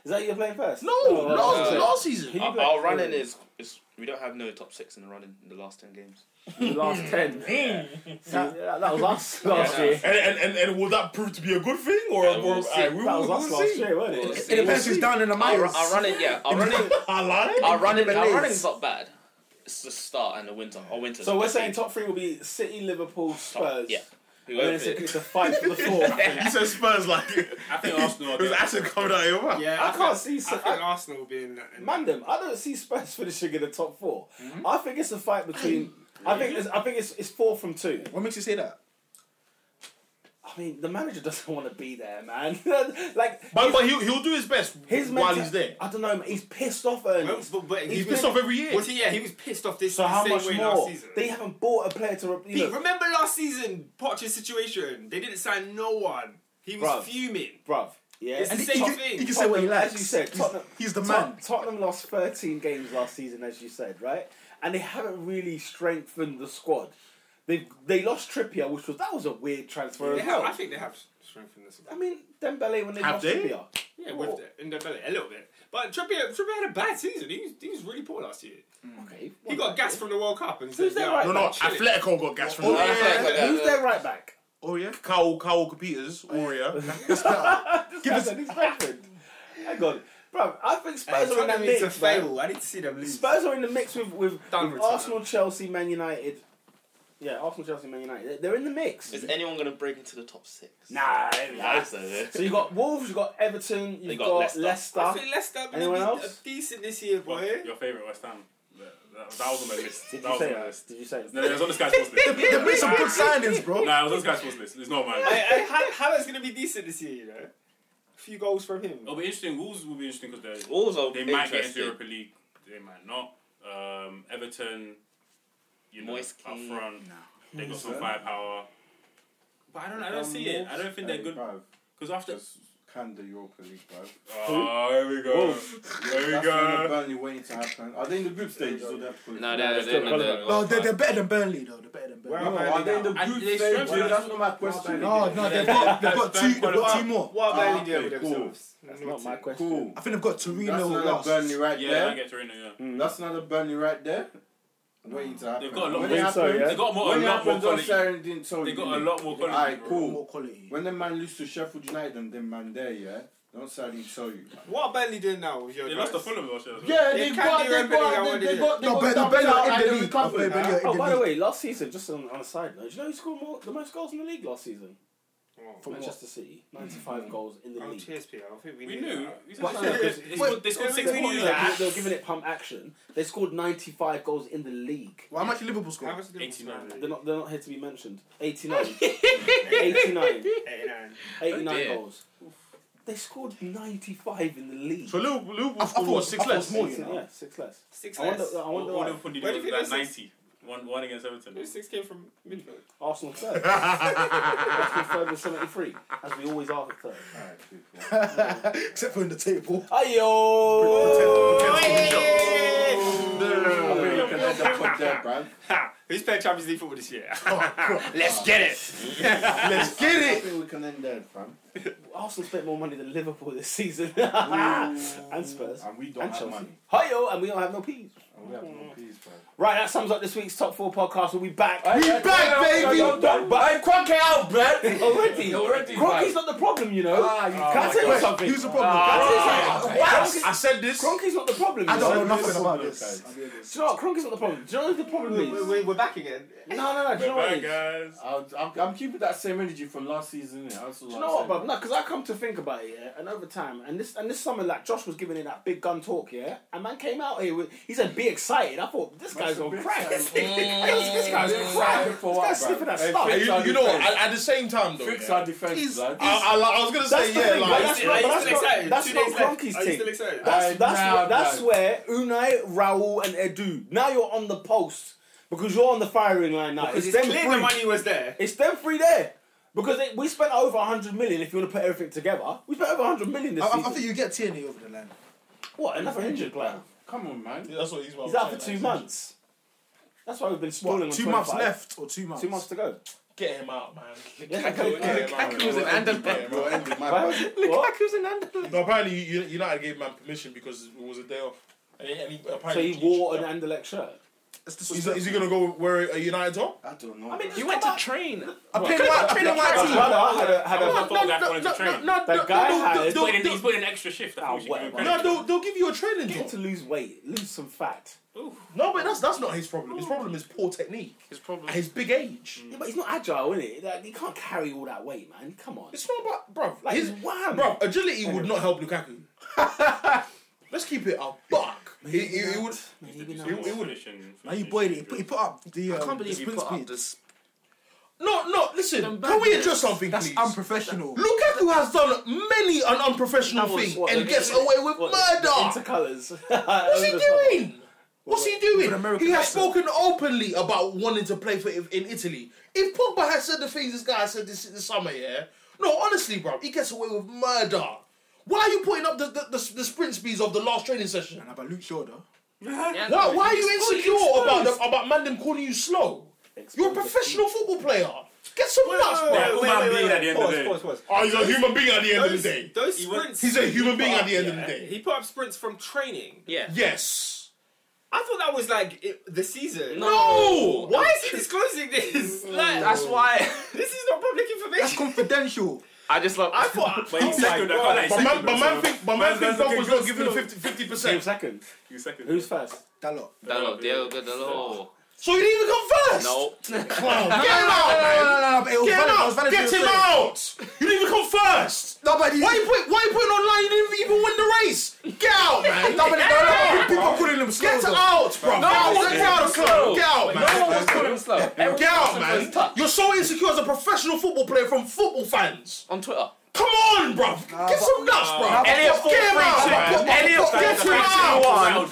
Speaker 1: Is that you're playing first?
Speaker 6: No,
Speaker 1: Oh,
Speaker 6: last,
Speaker 1: okay.
Speaker 6: last season.
Speaker 1: Who you
Speaker 4: Our,
Speaker 1: playing?
Speaker 4: our running is, is we don't have no top six in the running in the last ten games.
Speaker 1: The last ten. See, that, that was us last
Speaker 4: Yeah.
Speaker 1: year.
Speaker 6: And, and, and, and will that prove to be a good thing or
Speaker 4: Yeah, we'll
Speaker 6: or-
Speaker 4: see.
Speaker 6: aye, we
Speaker 1: That was
Speaker 6: will-
Speaker 1: us
Speaker 6: we'll
Speaker 1: last
Speaker 6: see.
Speaker 1: year, wasn't
Speaker 4: We'll
Speaker 1: it?
Speaker 4: see.
Speaker 7: It depends who's down in the
Speaker 4: Our,
Speaker 7: minors.
Speaker 4: our running, yeah, our running,
Speaker 6: I lied.
Speaker 4: our running, our
Speaker 7: Belize.
Speaker 4: running's not bad. It's the start and the winter. Our winter.
Speaker 1: So we're saying top three will be City, Liverpool, Spurs.
Speaker 4: yeah.
Speaker 1: And then
Speaker 4: Whoever
Speaker 1: it's
Speaker 4: it
Speaker 1: a,
Speaker 4: is.
Speaker 1: it's a fight for the fourth.
Speaker 6: You said Spurs like
Speaker 9: I think Arsenal. Are
Speaker 6: it was
Speaker 9: getting-
Speaker 6: acid coming out of your mouth.
Speaker 1: I
Speaker 5: Yeah,
Speaker 1: can't
Speaker 5: think-
Speaker 1: see.
Speaker 5: I
Speaker 1: City.
Speaker 5: think Arsenal being that. in-
Speaker 1: Man, them, I don't see Spurs finishing in the top 4
Speaker 6: Mm-hmm.
Speaker 1: I think it's a fight between. I think it's, I think it's it's four from two.
Speaker 7: What makes you say that?
Speaker 1: I mean, the manager doesn't want to be there, man. like
Speaker 6: But, but he'll, he'll do his best
Speaker 1: his
Speaker 6: while
Speaker 1: menta-
Speaker 6: he's there.
Speaker 1: I don't know. man, He's pissed off, Ernest.
Speaker 5: But, but
Speaker 6: He's
Speaker 5: he's
Speaker 6: pissed off every year.
Speaker 5: Was he? Yeah, he was pissed off this
Speaker 1: So how
Speaker 5: same
Speaker 1: much
Speaker 5: way last
Speaker 1: more?
Speaker 5: season.
Speaker 1: They haven't bought a player to. re-
Speaker 5: Pete,
Speaker 1: You know,
Speaker 5: remember last season, Potter's situation. They didn't sign no one. He was
Speaker 1: Bruv.
Speaker 5: fuming.
Speaker 1: bruv. Yeah.
Speaker 5: It's the same
Speaker 1: Tot-
Speaker 5: thing.
Speaker 7: He can say what he
Speaker 1: Tottenham,
Speaker 7: likes.
Speaker 1: As you said,
Speaker 7: He's-
Speaker 1: Tottenham,
Speaker 7: he's the
Speaker 1: Tot-
Speaker 7: man.
Speaker 1: Tottenham lost 13 games last season, as you said, right? And they haven't really strengthened the squad. They they lost Trippier, which was that was a weird transfer
Speaker 5: They
Speaker 1: as
Speaker 5: have,
Speaker 1: well.
Speaker 5: I think they have strengthened this.
Speaker 1: I mean, Dembele when they
Speaker 6: Have
Speaker 1: lost
Speaker 6: they?
Speaker 1: Trippier.
Speaker 5: Yeah, with the, in their belly a little bit. But Trippier, Trippier had a bad season. He was, he was really poor last year.
Speaker 1: Okay.
Speaker 5: He got gas from the World Cup and
Speaker 1: Who's
Speaker 5: said,
Speaker 1: their
Speaker 5: "Yeah,
Speaker 1: right
Speaker 6: No,
Speaker 5: I'm
Speaker 6: no,
Speaker 5: chilling."
Speaker 6: Atletico got gas from
Speaker 4: Oh,
Speaker 6: that.
Speaker 4: yeah.
Speaker 1: Who's their right back?
Speaker 7: Oh yeah.
Speaker 6: Kyle, Kyle Walker Peters, Oria.
Speaker 1: Give us an expected. Hang on. Bro, I think
Speaker 5: Hey,
Speaker 1: Spurs are in the
Speaker 5: Tottenham needs to
Speaker 1: mix. man.
Speaker 5: fail. I need to see them lose.
Speaker 1: Spurs are in the mix with, with, with
Speaker 5: Done with
Speaker 1: Arsenal, Chelsea, Man United. Yeah, Arsenal, Chelsea, Man United. They're- They're in the mix.
Speaker 4: Is anyone gonna break into the top six?
Speaker 9: Ah,
Speaker 1: Nah. there we go.
Speaker 4: That's a-
Speaker 1: So you got Wolves, you got Everton, you've
Speaker 4: got
Speaker 1: got,
Speaker 4: Leicester.
Speaker 1: Leicester.
Speaker 5: I think Leicester have been
Speaker 1: Anyone
Speaker 5: a-
Speaker 1: else?
Speaker 5: decent this year,
Speaker 9: Well,
Speaker 5: boy.
Speaker 9: Your favourite West Ham. That, that, that was on my list.
Speaker 1: Did
Speaker 9: that
Speaker 1: you
Speaker 9: was
Speaker 1: say
Speaker 9: on my
Speaker 1: that?
Speaker 9: list.
Speaker 1: Did you say
Speaker 9: No, it was on the Sky Sports list.
Speaker 7: They've made some good signings, bro.
Speaker 9: Nah, it was on the Sky Sports list. It's not mine.
Speaker 5: Hey, hey, Hall- Haaland's going to be decent this year, you know. A few goals from him.
Speaker 9: It'll be interesting. Wolves will be interesting because they
Speaker 4: Wolves are
Speaker 9: they might get
Speaker 4: interesting.
Speaker 9: into Europa League. They might not. Um, Everton, you know,
Speaker 4: Moise
Speaker 9: up
Speaker 4: Kean.
Speaker 9: front, they got some firepower. But I don't, I don't see it. I don't think they're good because after.
Speaker 8: Just can the Europa League, bro.
Speaker 9: Oh, here we go. Here
Speaker 8: That's
Speaker 9: we
Speaker 8: when the
Speaker 9: go.
Speaker 8: Burnley waiting to happen. Are they in the group stage? Or they have to
Speaker 4: No, they're,
Speaker 1: still
Speaker 4: they're, they're,
Speaker 1: qualified.
Speaker 7: No, they're, they're better than Burnley though. They're better than Burnley.
Speaker 8: No, are they in the
Speaker 9: I-
Speaker 8: group
Speaker 9: they
Speaker 8: stage?
Speaker 9: strengthened
Speaker 8: Well,
Speaker 9: us.
Speaker 8: that's not my question.
Speaker 7: No, no, they've got they've got two they've got two more.
Speaker 5: What
Speaker 8: Ah,
Speaker 5: are Burnley doing with
Speaker 8: okay, cool.
Speaker 5: themselves?
Speaker 1: That's not my question.
Speaker 8: Cool.
Speaker 7: I think they've got
Speaker 8: That's
Speaker 7: Torino
Speaker 8: another
Speaker 7: last.
Speaker 8: Burnley right
Speaker 9: Yeah, I
Speaker 8: there.
Speaker 9: get Torino. Yeah,
Speaker 8: That's another Burnley right there. Waiting to happen.
Speaker 9: They've got a lot
Speaker 8: When
Speaker 9: more-
Speaker 8: it
Speaker 1: Think so,
Speaker 8: happens-
Speaker 1: yeah?
Speaker 9: they got more, a
Speaker 8: When it
Speaker 9: lot more
Speaker 8: happens on
Speaker 9: quality.
Speaker 8: Saturday, didn't tell
Speaker 9: They
Speaker 8: you,
Speaker 9: got a
Speaker 8: didn't
Speaker 9: lot more quality.
Speaker 8: Alright,
Speaker 9: bro.
Speaker 8: cool.
Speaker 7: More quality.
Speaker 8: When the man lose to Sheffield United and them man there, yeah, don't sadly tell you. man.
Speaker 5: What are Burnley doing now with your
Speaker 9: They lost to
Speaker 5: guys?
Speaker 9: Fulham last year. as well.
Speaker 8: Yeah,
Speaker 5: They
Speaker 8: they
Speaker 5: can't
Speaker 8: got,
Speaker 5: do
Speaker 8: they
Speaker 5: Europa League, I
Speaker 8: got,
Speaker 5: want
Speaker 8: they, they
Speaker 5: to do
Speaker 8: got, they
Speaker 7: No,
Speaker 8: got,
Speaker 7: but the
Speaker 8: dumped
Speaker 7: Burnley
Speaker 8: out
Speaker 7: are
Speaker 8: and
Speaker 7: in the
Speaker 8: they
Speaker 7: league. I play
Speaker 8: recovered.
Speaker 7: Burnley are in
Speaker 1: Oh, by the
Speaker 7: the league.
Speaker 1: way, last season, just on, on a side note, do you know who scored more, the most goals in the league last season?
Speaker 5: Oh,
Speaker 1: From Manchester City. 95 goals in the
Speaker 5: oh,
Speaker 1: league.
Speaker 5: cheers, Peter. I think we,
Speaker 9: We
Speaker 5: need
Speaker 9: knew.
Speaker 5: that.
Speaker 9: We
Speaker 1: What?
Speaker 9: said- they scored- they scored- They scored
Speaker 5: Wait,
Speaker 9: six
Speaker 1: They
Speaker 5: wait,
Speaker 1: were
Speaker 9: more
Speaker 5: wait,
Speaker 9: than
Speaker 5: wait.
Speaker 9: that.
Speaker 1: they were giving it pump action. They scored 95 goals in the league.
Speaker 7: Well, how much did
Speaker 5: How
Speaker 7: Liverpool score?
Speaker 5: much did they
Speaker 9: 89.
Speaker 5: score?
Speaker 1: They're not, they're not here to be mentioned. 89. 89.
Speaker 8: Oh,
Speaker 5: 89.
Speaker 1: 89
Speaker 4: dear.
Speaker 1: goals. They scored 95 in the league.
Speaker 6: So Liverpool, Liverpool
Speaker 7: I thought it
Speaker 6: scored
Speaker 7: was
Speaker 6: six
Speaker 7: six less.
Speaker 6: less.
Speaker 7: More, you
Speaker 1: Six-
Speaker 7: know.
Speaker 1: Yeah, six less.
Speaker 5: Six
Speaker 1: I wonder,
Speaker 5: less.
Speaker 1: I
Speaker 9: All
Speaker 1: wonder
Speaker 9: all
Speaker 1: why.
Speaker 9: of them did
Speaker 5: Where do
Speaker 9: was
Speaker 5: you think
Speaker 9: like
Speaker 5: they six-
Speaker 9: 90. One, one against Everton.
Speaker 5: Those six came from midfield.
Speaker 1: Arsenal third. Arsenal third with 73, as we always are for third.
Speaker 8: Alright, cool.
Speaker 7: Except for in the table.
Speaker 8: I think you can end up on there, bruv.
Speaker 5: Ha! Who's playing Champions League football this year?
Speaker 7: Oh, God.
Speaker 5: Let's get it.
Speaker 7: Let's get
Speaker 8: I
Speaker 7: it.
Speaker 8: think we can end there, fam.
Speaker 1: I Arsenal spent more money than Liverpool this season. and Spurs.
Speaker 8: And we don't
Speaker 1: And
Speaker 8: have
Speaker 1: Chelsea.
Speaker 8: money.
Speaker 1: Hiyo, and we don't have no peas.
Speaker 8: And we have no peas, bro.
Speaker 1: Right, that sums up this week's top four podcast. We'll be back.
Speaker 8: Hey,
Speaker 6: back, baby!
Speaker 1: Hey, Cronkey out, Brad. Already.
Speaker 9: Already,
Speaker 1: Cronkey's not the problem, you know.
Speaker 8: Ah, you
Speaker 1: Can I
Speaker 7: Oh
Speaker 8: can't
Speaker 1: tell you
Speaker 6: Wait,
Speaker 1: something?
Speaker 6: Who's the problem?
Speaker 1: Ah,
Speaker 6: Wow.
Speaker 1: okay.
Speaker 6: I- I said this.
Speaker 1: Cronkey's not the problem.
Speaker 6: I
Speaker 1: you
Speaker 6: don't
Speaker 1: know?
Speaker 6: know nothing
Speaker 8: Listen,
Speaker 6: about
Speaker 8: look,
Speaker 6: this.
Speaker 8: guys,
Speaker 1: Do you know what? Cronkey's not the problem. Do you know what the problem is?
Speaker 3: We- we- We're back again.
Speaker 1: No, no, no. Do you know what?
Speaker 9: Bye,
Speaker 1: it is?
Speaker 9: guys.
Speaker 8: I'll- I'm, I'm keeping that same energy from last season. innit? That's all
Speaker 1: Do you
Speaker 8: I'm
Speaker 1: know what,
Speaker 8: saying.
Speaker 1: bruv? No, because I come to think about it, yeah, and over time, and this and this summer, like Josh was giving in that big gun talk, yeah, and man came out here with he said, "Be excited." I thought this guy's on
Speaker 8: be
Speaker 1: crack. this
Speaker 8: excited.
Speaker 1: guy's
Speaker 8: Be
Speaker 1: on crack.
Speaker 8: excited
Speaker 1: This
Speaker 8: for what,
Speaker 1: guy's
Speaker 8: bruv?
Speaker 1: sniffing that
Speaker 8: Hey,
Speaker 1: stuff.
Speaker 8: fix
Speaker 6: Uh, You,
Speaker 8: our
Speaker 6: you know,
Speaker 8: defense.
Speaker 6: at, at the same time though,
Speaker 8: Fix
Speaker 6: yeah,
Speaker 8: our defense,
Speaker 6: he's-
Speaker 8: blood.
Speaker 9: Ah,
Speaker 6: I, I, I was gonna say
Speaker 1: the
Speaker 6: yeah,
Speaker 1: thing,
Speaker 6: like
Speaker 1: but that's not, but that's not, that's not Kroenke's
Speaker 3: Are you Oh, still
Speaker 1: thing.
Speaker 3: excited?
Speaker 1: That's,
Speaker 8: Aye,
Speaker 1: that's,
Speaker 8: nah,
Speaker 1: where- that's
Speaker 8: blood.
Speaker 1: where Unai, Raul, and Edu. Now you're on the post because you're on the firing line now.
Speaker 3: Because
Speaker 1: It's
Speaker 3: it's
Speaker 1: them
Speaker 3: clear the
Speaker 1: three.
Speaker 3: money was there.
Speaker 1: It's them three there. Because they, we spent over 100 million if you want to put everything together. We spent over 100 million this
Speaker 7: I, I
Speaker 1: season.
Speaker 7: think you get Tierney over the line.
Speaker 1: What, another injured player?
Speaker 9: ah.
Speaker 8: Come on, man.
Speaker 6: that's what he's.
Speaker 1: He's out for two months. That's why we've been stalling on
Speaker 7: What, two months
Speaker 1: 25.
Speaker 7: left or two months?
Speaker 1: Two months to go.
Speaker 6: Get him out, man.
Speaker 1: Yeah, okay.
Speaker 6: Lukaku was
Speaker 8: You're ending my
Speaker 1: Why-
Speaker 8: budget.
Speaker 1: what?
Speaker 6: No, apparently U- U- United gave man permission because it was a day off. And he, and he,
Speaker 1: So
Speaker 6: apparently
Speaker 1: he wore an Anderlecht shirt.
Speaker 7: It's the
Speaker 6: Is, is he gonna go wear a United top?
Speaker 8: I don't know.
Speaker 1: I mean,
Speaker 8: bro.
Speaker 1: just come out.
Speaker 4: train.
Speaker 7: I played my, I played my
Speaker 1: My
Speaker 7: team.
Speaker 1: brother had a, had
Speaker 9: I'm
Speaker 1: a
Speaker 9: not- that wanted to train.
Speaker 1: That guy had-
Speaker 6: they'll-
Speaker 1: He's
Speaker 9: He's putting,
Speaker 6: they'll-
Speaker 9: he's putting an extra shift. I
Speaker 1: Ah,
Speaker 9: thought we should give him
Speaker 1: whatever.
Speaker 6: No,
Speaker 9: credit.
Speaker 6: they'll, theyll give you a training
Speaker 1: Get him
Speaker 6: job.
Speaker 1: to lose weight, lose some fat.
Speaker 6: No, but that's that's not his problem. His problem is poor technique. His problem. His big age.
Speaker 1: Yeah, but he's not agile, is it? Like, he can't carry all that weight, man. Come on.
Speaker 6: It's not about bro.
Speaker 1: Like,
Speaker 6: his
Speaker 1: he's wham.
Speaker 6: bro agility would not help Lukaku. Let's keep it a buck. He, he, he would.
Speaker 1: Maybe not.
Speaker 9: He would- he would have.
Speaker 7: Now you boyed it. He put- He put up the. Um, the sprint speed.
Speaker 4: this.
Speaker 6: No, no. Listen, can we address something,
Speaker 7: That's
Speaker 6: please?
Speaker 7: unprofessional.
Speaker 6: Lukaku has done many an unprofessional
Speaker 1: That was
Speaker 6: thing
Speaker 1: what,
Speaker 6: and
Speaker 1: the-
Speaker 6: gets away with
Speaker 1: What,
Speaker 6: murder.
Speaker 1: Intercolors.
Speaker 6: What's he doing? What's he
Speaker 7: With
Speaker 6: doing?
Speaker 7: American
Speaker 6: He has
Speaker 7: accent.
Speaker 6: spoken openly about wanting to play for in Italy. If Pogba had said the things this guy said this, this summer, yeah, no, honestly, bro, he gets away with murder. Why are you putting up the the, the, the sprint speeds of the last training session?
Speaker 7: And about Luke Shaw though.
Speaker 6: Why, why are you insecure about the, about Mandem calling you slow? You're a professional football player. Get some nuts, bro.
Speaker 9: wait, wait, wait, wait. Pause,
Speaker 3: Pause,
Speaker 9: pause,
Speaker 3: pause.
Speaker 6: Oh, he's a human being at the end of
Speaker 3: Those,
Speaker 6: the day.
Speaker 3: those
Speaker 9: He went-
Speaker 3: sprints.
Speaker 6: He's a human
Speaker 3: he put
Speaker 6: being
Speaker 3: up,
Speaker 6: at the end of the
Speaker 3: yeah,
Speaker 6: day.
Speaker 3: He put up sprints from training.
Speaker 4: Yeah.
Speaker 6: Yes.
Speaker 3: I thought that was like it, the season.
Speaker 6: No.
Speaker 3: Why is he disclosing this? Like,
Speaker 4: That's why
Speaker 3: this is not public
Speaker 7: That's
Speaker 3: information. Oh
Speaker 7: confidential.
Speaker 4: I just love.
Speaker 3: I thought.
Speaker 9: But he's second. I can't lie, he's
Speaker 6: But man,
Speaker 9: second,
Speaker 6: but
Speaker 9: bro,
Speaker 6: man,
Speaker 9: so-
Speaker 6: think, but man,
Speaker 9: Man's-
Speaker 6: think
Speaker 9: man's looking
Speaker 6: Dumfries
Speaker 9: good
Speaker 6: not giving
Speaker 9: still.
Speaker 6: 50
Speaker 1: Same
Speaker 6: percent.
Speaker 1: second.
Speaker 9: He's second.
Speaker 1: Who's first?
Speaker 7: That lot.
Speaker 4: Dalo, Diogo Dalo.
Speaker 6: So he didn't even come first.
Speaker 4: No.
Speaker 6: Clown. Get him
Speaker 7: No, no,
Speaker 6: out,
Speaker 7: no, no,
Speaker 6: man.
Speaker 7: no, no, no, but it was
Speaker 6: Get him
Speaker 7: valid, it was
Speaker 6: out.
Speaker 7: valid
Speaker 6: Get
Speaker 7: for
Speaker 6: him
Speaker 7: your
Speaker 6: out.
Speaker 7: sake.
Speaker 6: You didn't even come first.
Speaker 7: No, but he-
Speaker 6: Why you put? Why you putting online? You didn't even win the race. Get out, man.
Speaker 7: No, but no, no, people are calling him slow.
Speaker 6: Get
Speaker 7: though.
Speaker 6: out, bro.
Speaker 4: No,
Speaker 6: Get
Speaker 4: no,
Speaker 6: out,
Speaker 4: no,
Speaker 6: get out of the club. Get out, man.
Speaker 4: No one was calling him slow.
Speaker 6: Get out, man. You're so insecure as a professional football player from football fans.
Speaker 4: On Twitter.
Speaker 6: Come on, bro. Get some nuts, bro.
Speaker 4: Elliot
Speaker 6: Get him out, bro.
Speaker 4: Elliot
Speaker 6: Get him out.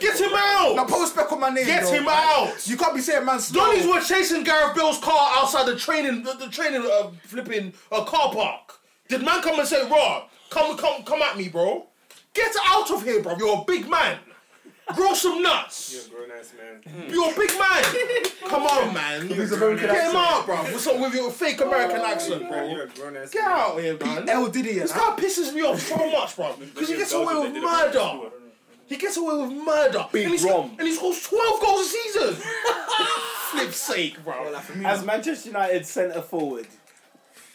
Speaker 6: Get him
Speaker 7: Now
Speaker 6: out.
Speaker 7: put respect on my name.
Speaker 6: Get
Speaker 7: though.
Speaker 6: him out.
Speaker 7: You can't be saying man's slow.
Speaker 6: Donnies were chasing Gareth Bale's car outside the training, the, the training uh, flipping uh, car park. Did man come and say, "Raw, come, come, come at me, bro? Get out of here, bro. You're a big man. Grow some nuts. Mm.
Speaker 3: Grown ass man.
Speaker 6: You're a big man. come on, man. Get him out, bro. With, some, with your fake
Speaker 7: Oh,
Speaker 6: American accent,
Speaker 3: You're
Speaker 6: bro.
Speaker 3: a grown ass.
Speaker 6: Get out of here, man.
Speaker 7: El Diddy.
Speaker 6: This guy pisses me off so much, bro, because he gets away with murder. He gets away with murder.
Speaker 1: Big
Speaker 6: and, he sc-
Speaker 1: Rom.
Speaker 6: and he scores 12 goals a season. Flip's sake, bro.
Speaker 1: As Manchester United centre forward.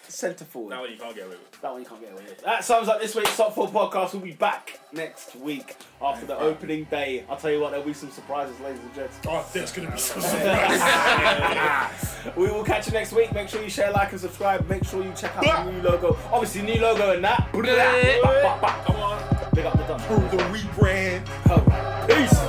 Speaker 1: Centre forward.
Speaker 9: That one you can't get away with.
Speaker 1: That one you can't get away with. That sums up this week's Top 4 podcast. We'll be back next week after the opening day. I'll tell you what, there'll be some surprises, ladies and gents.
Speaker 6: Oh, that's gonna be so
Speaker 1: We will catch you next week. Make sure you share, like, and subscribe. Make sure you check out the new logo. Obviously, new logo and that. Blah, blah, blah. Big up the done.
Speaker 6: the rebrand.
Speaker 1: All right. Peace.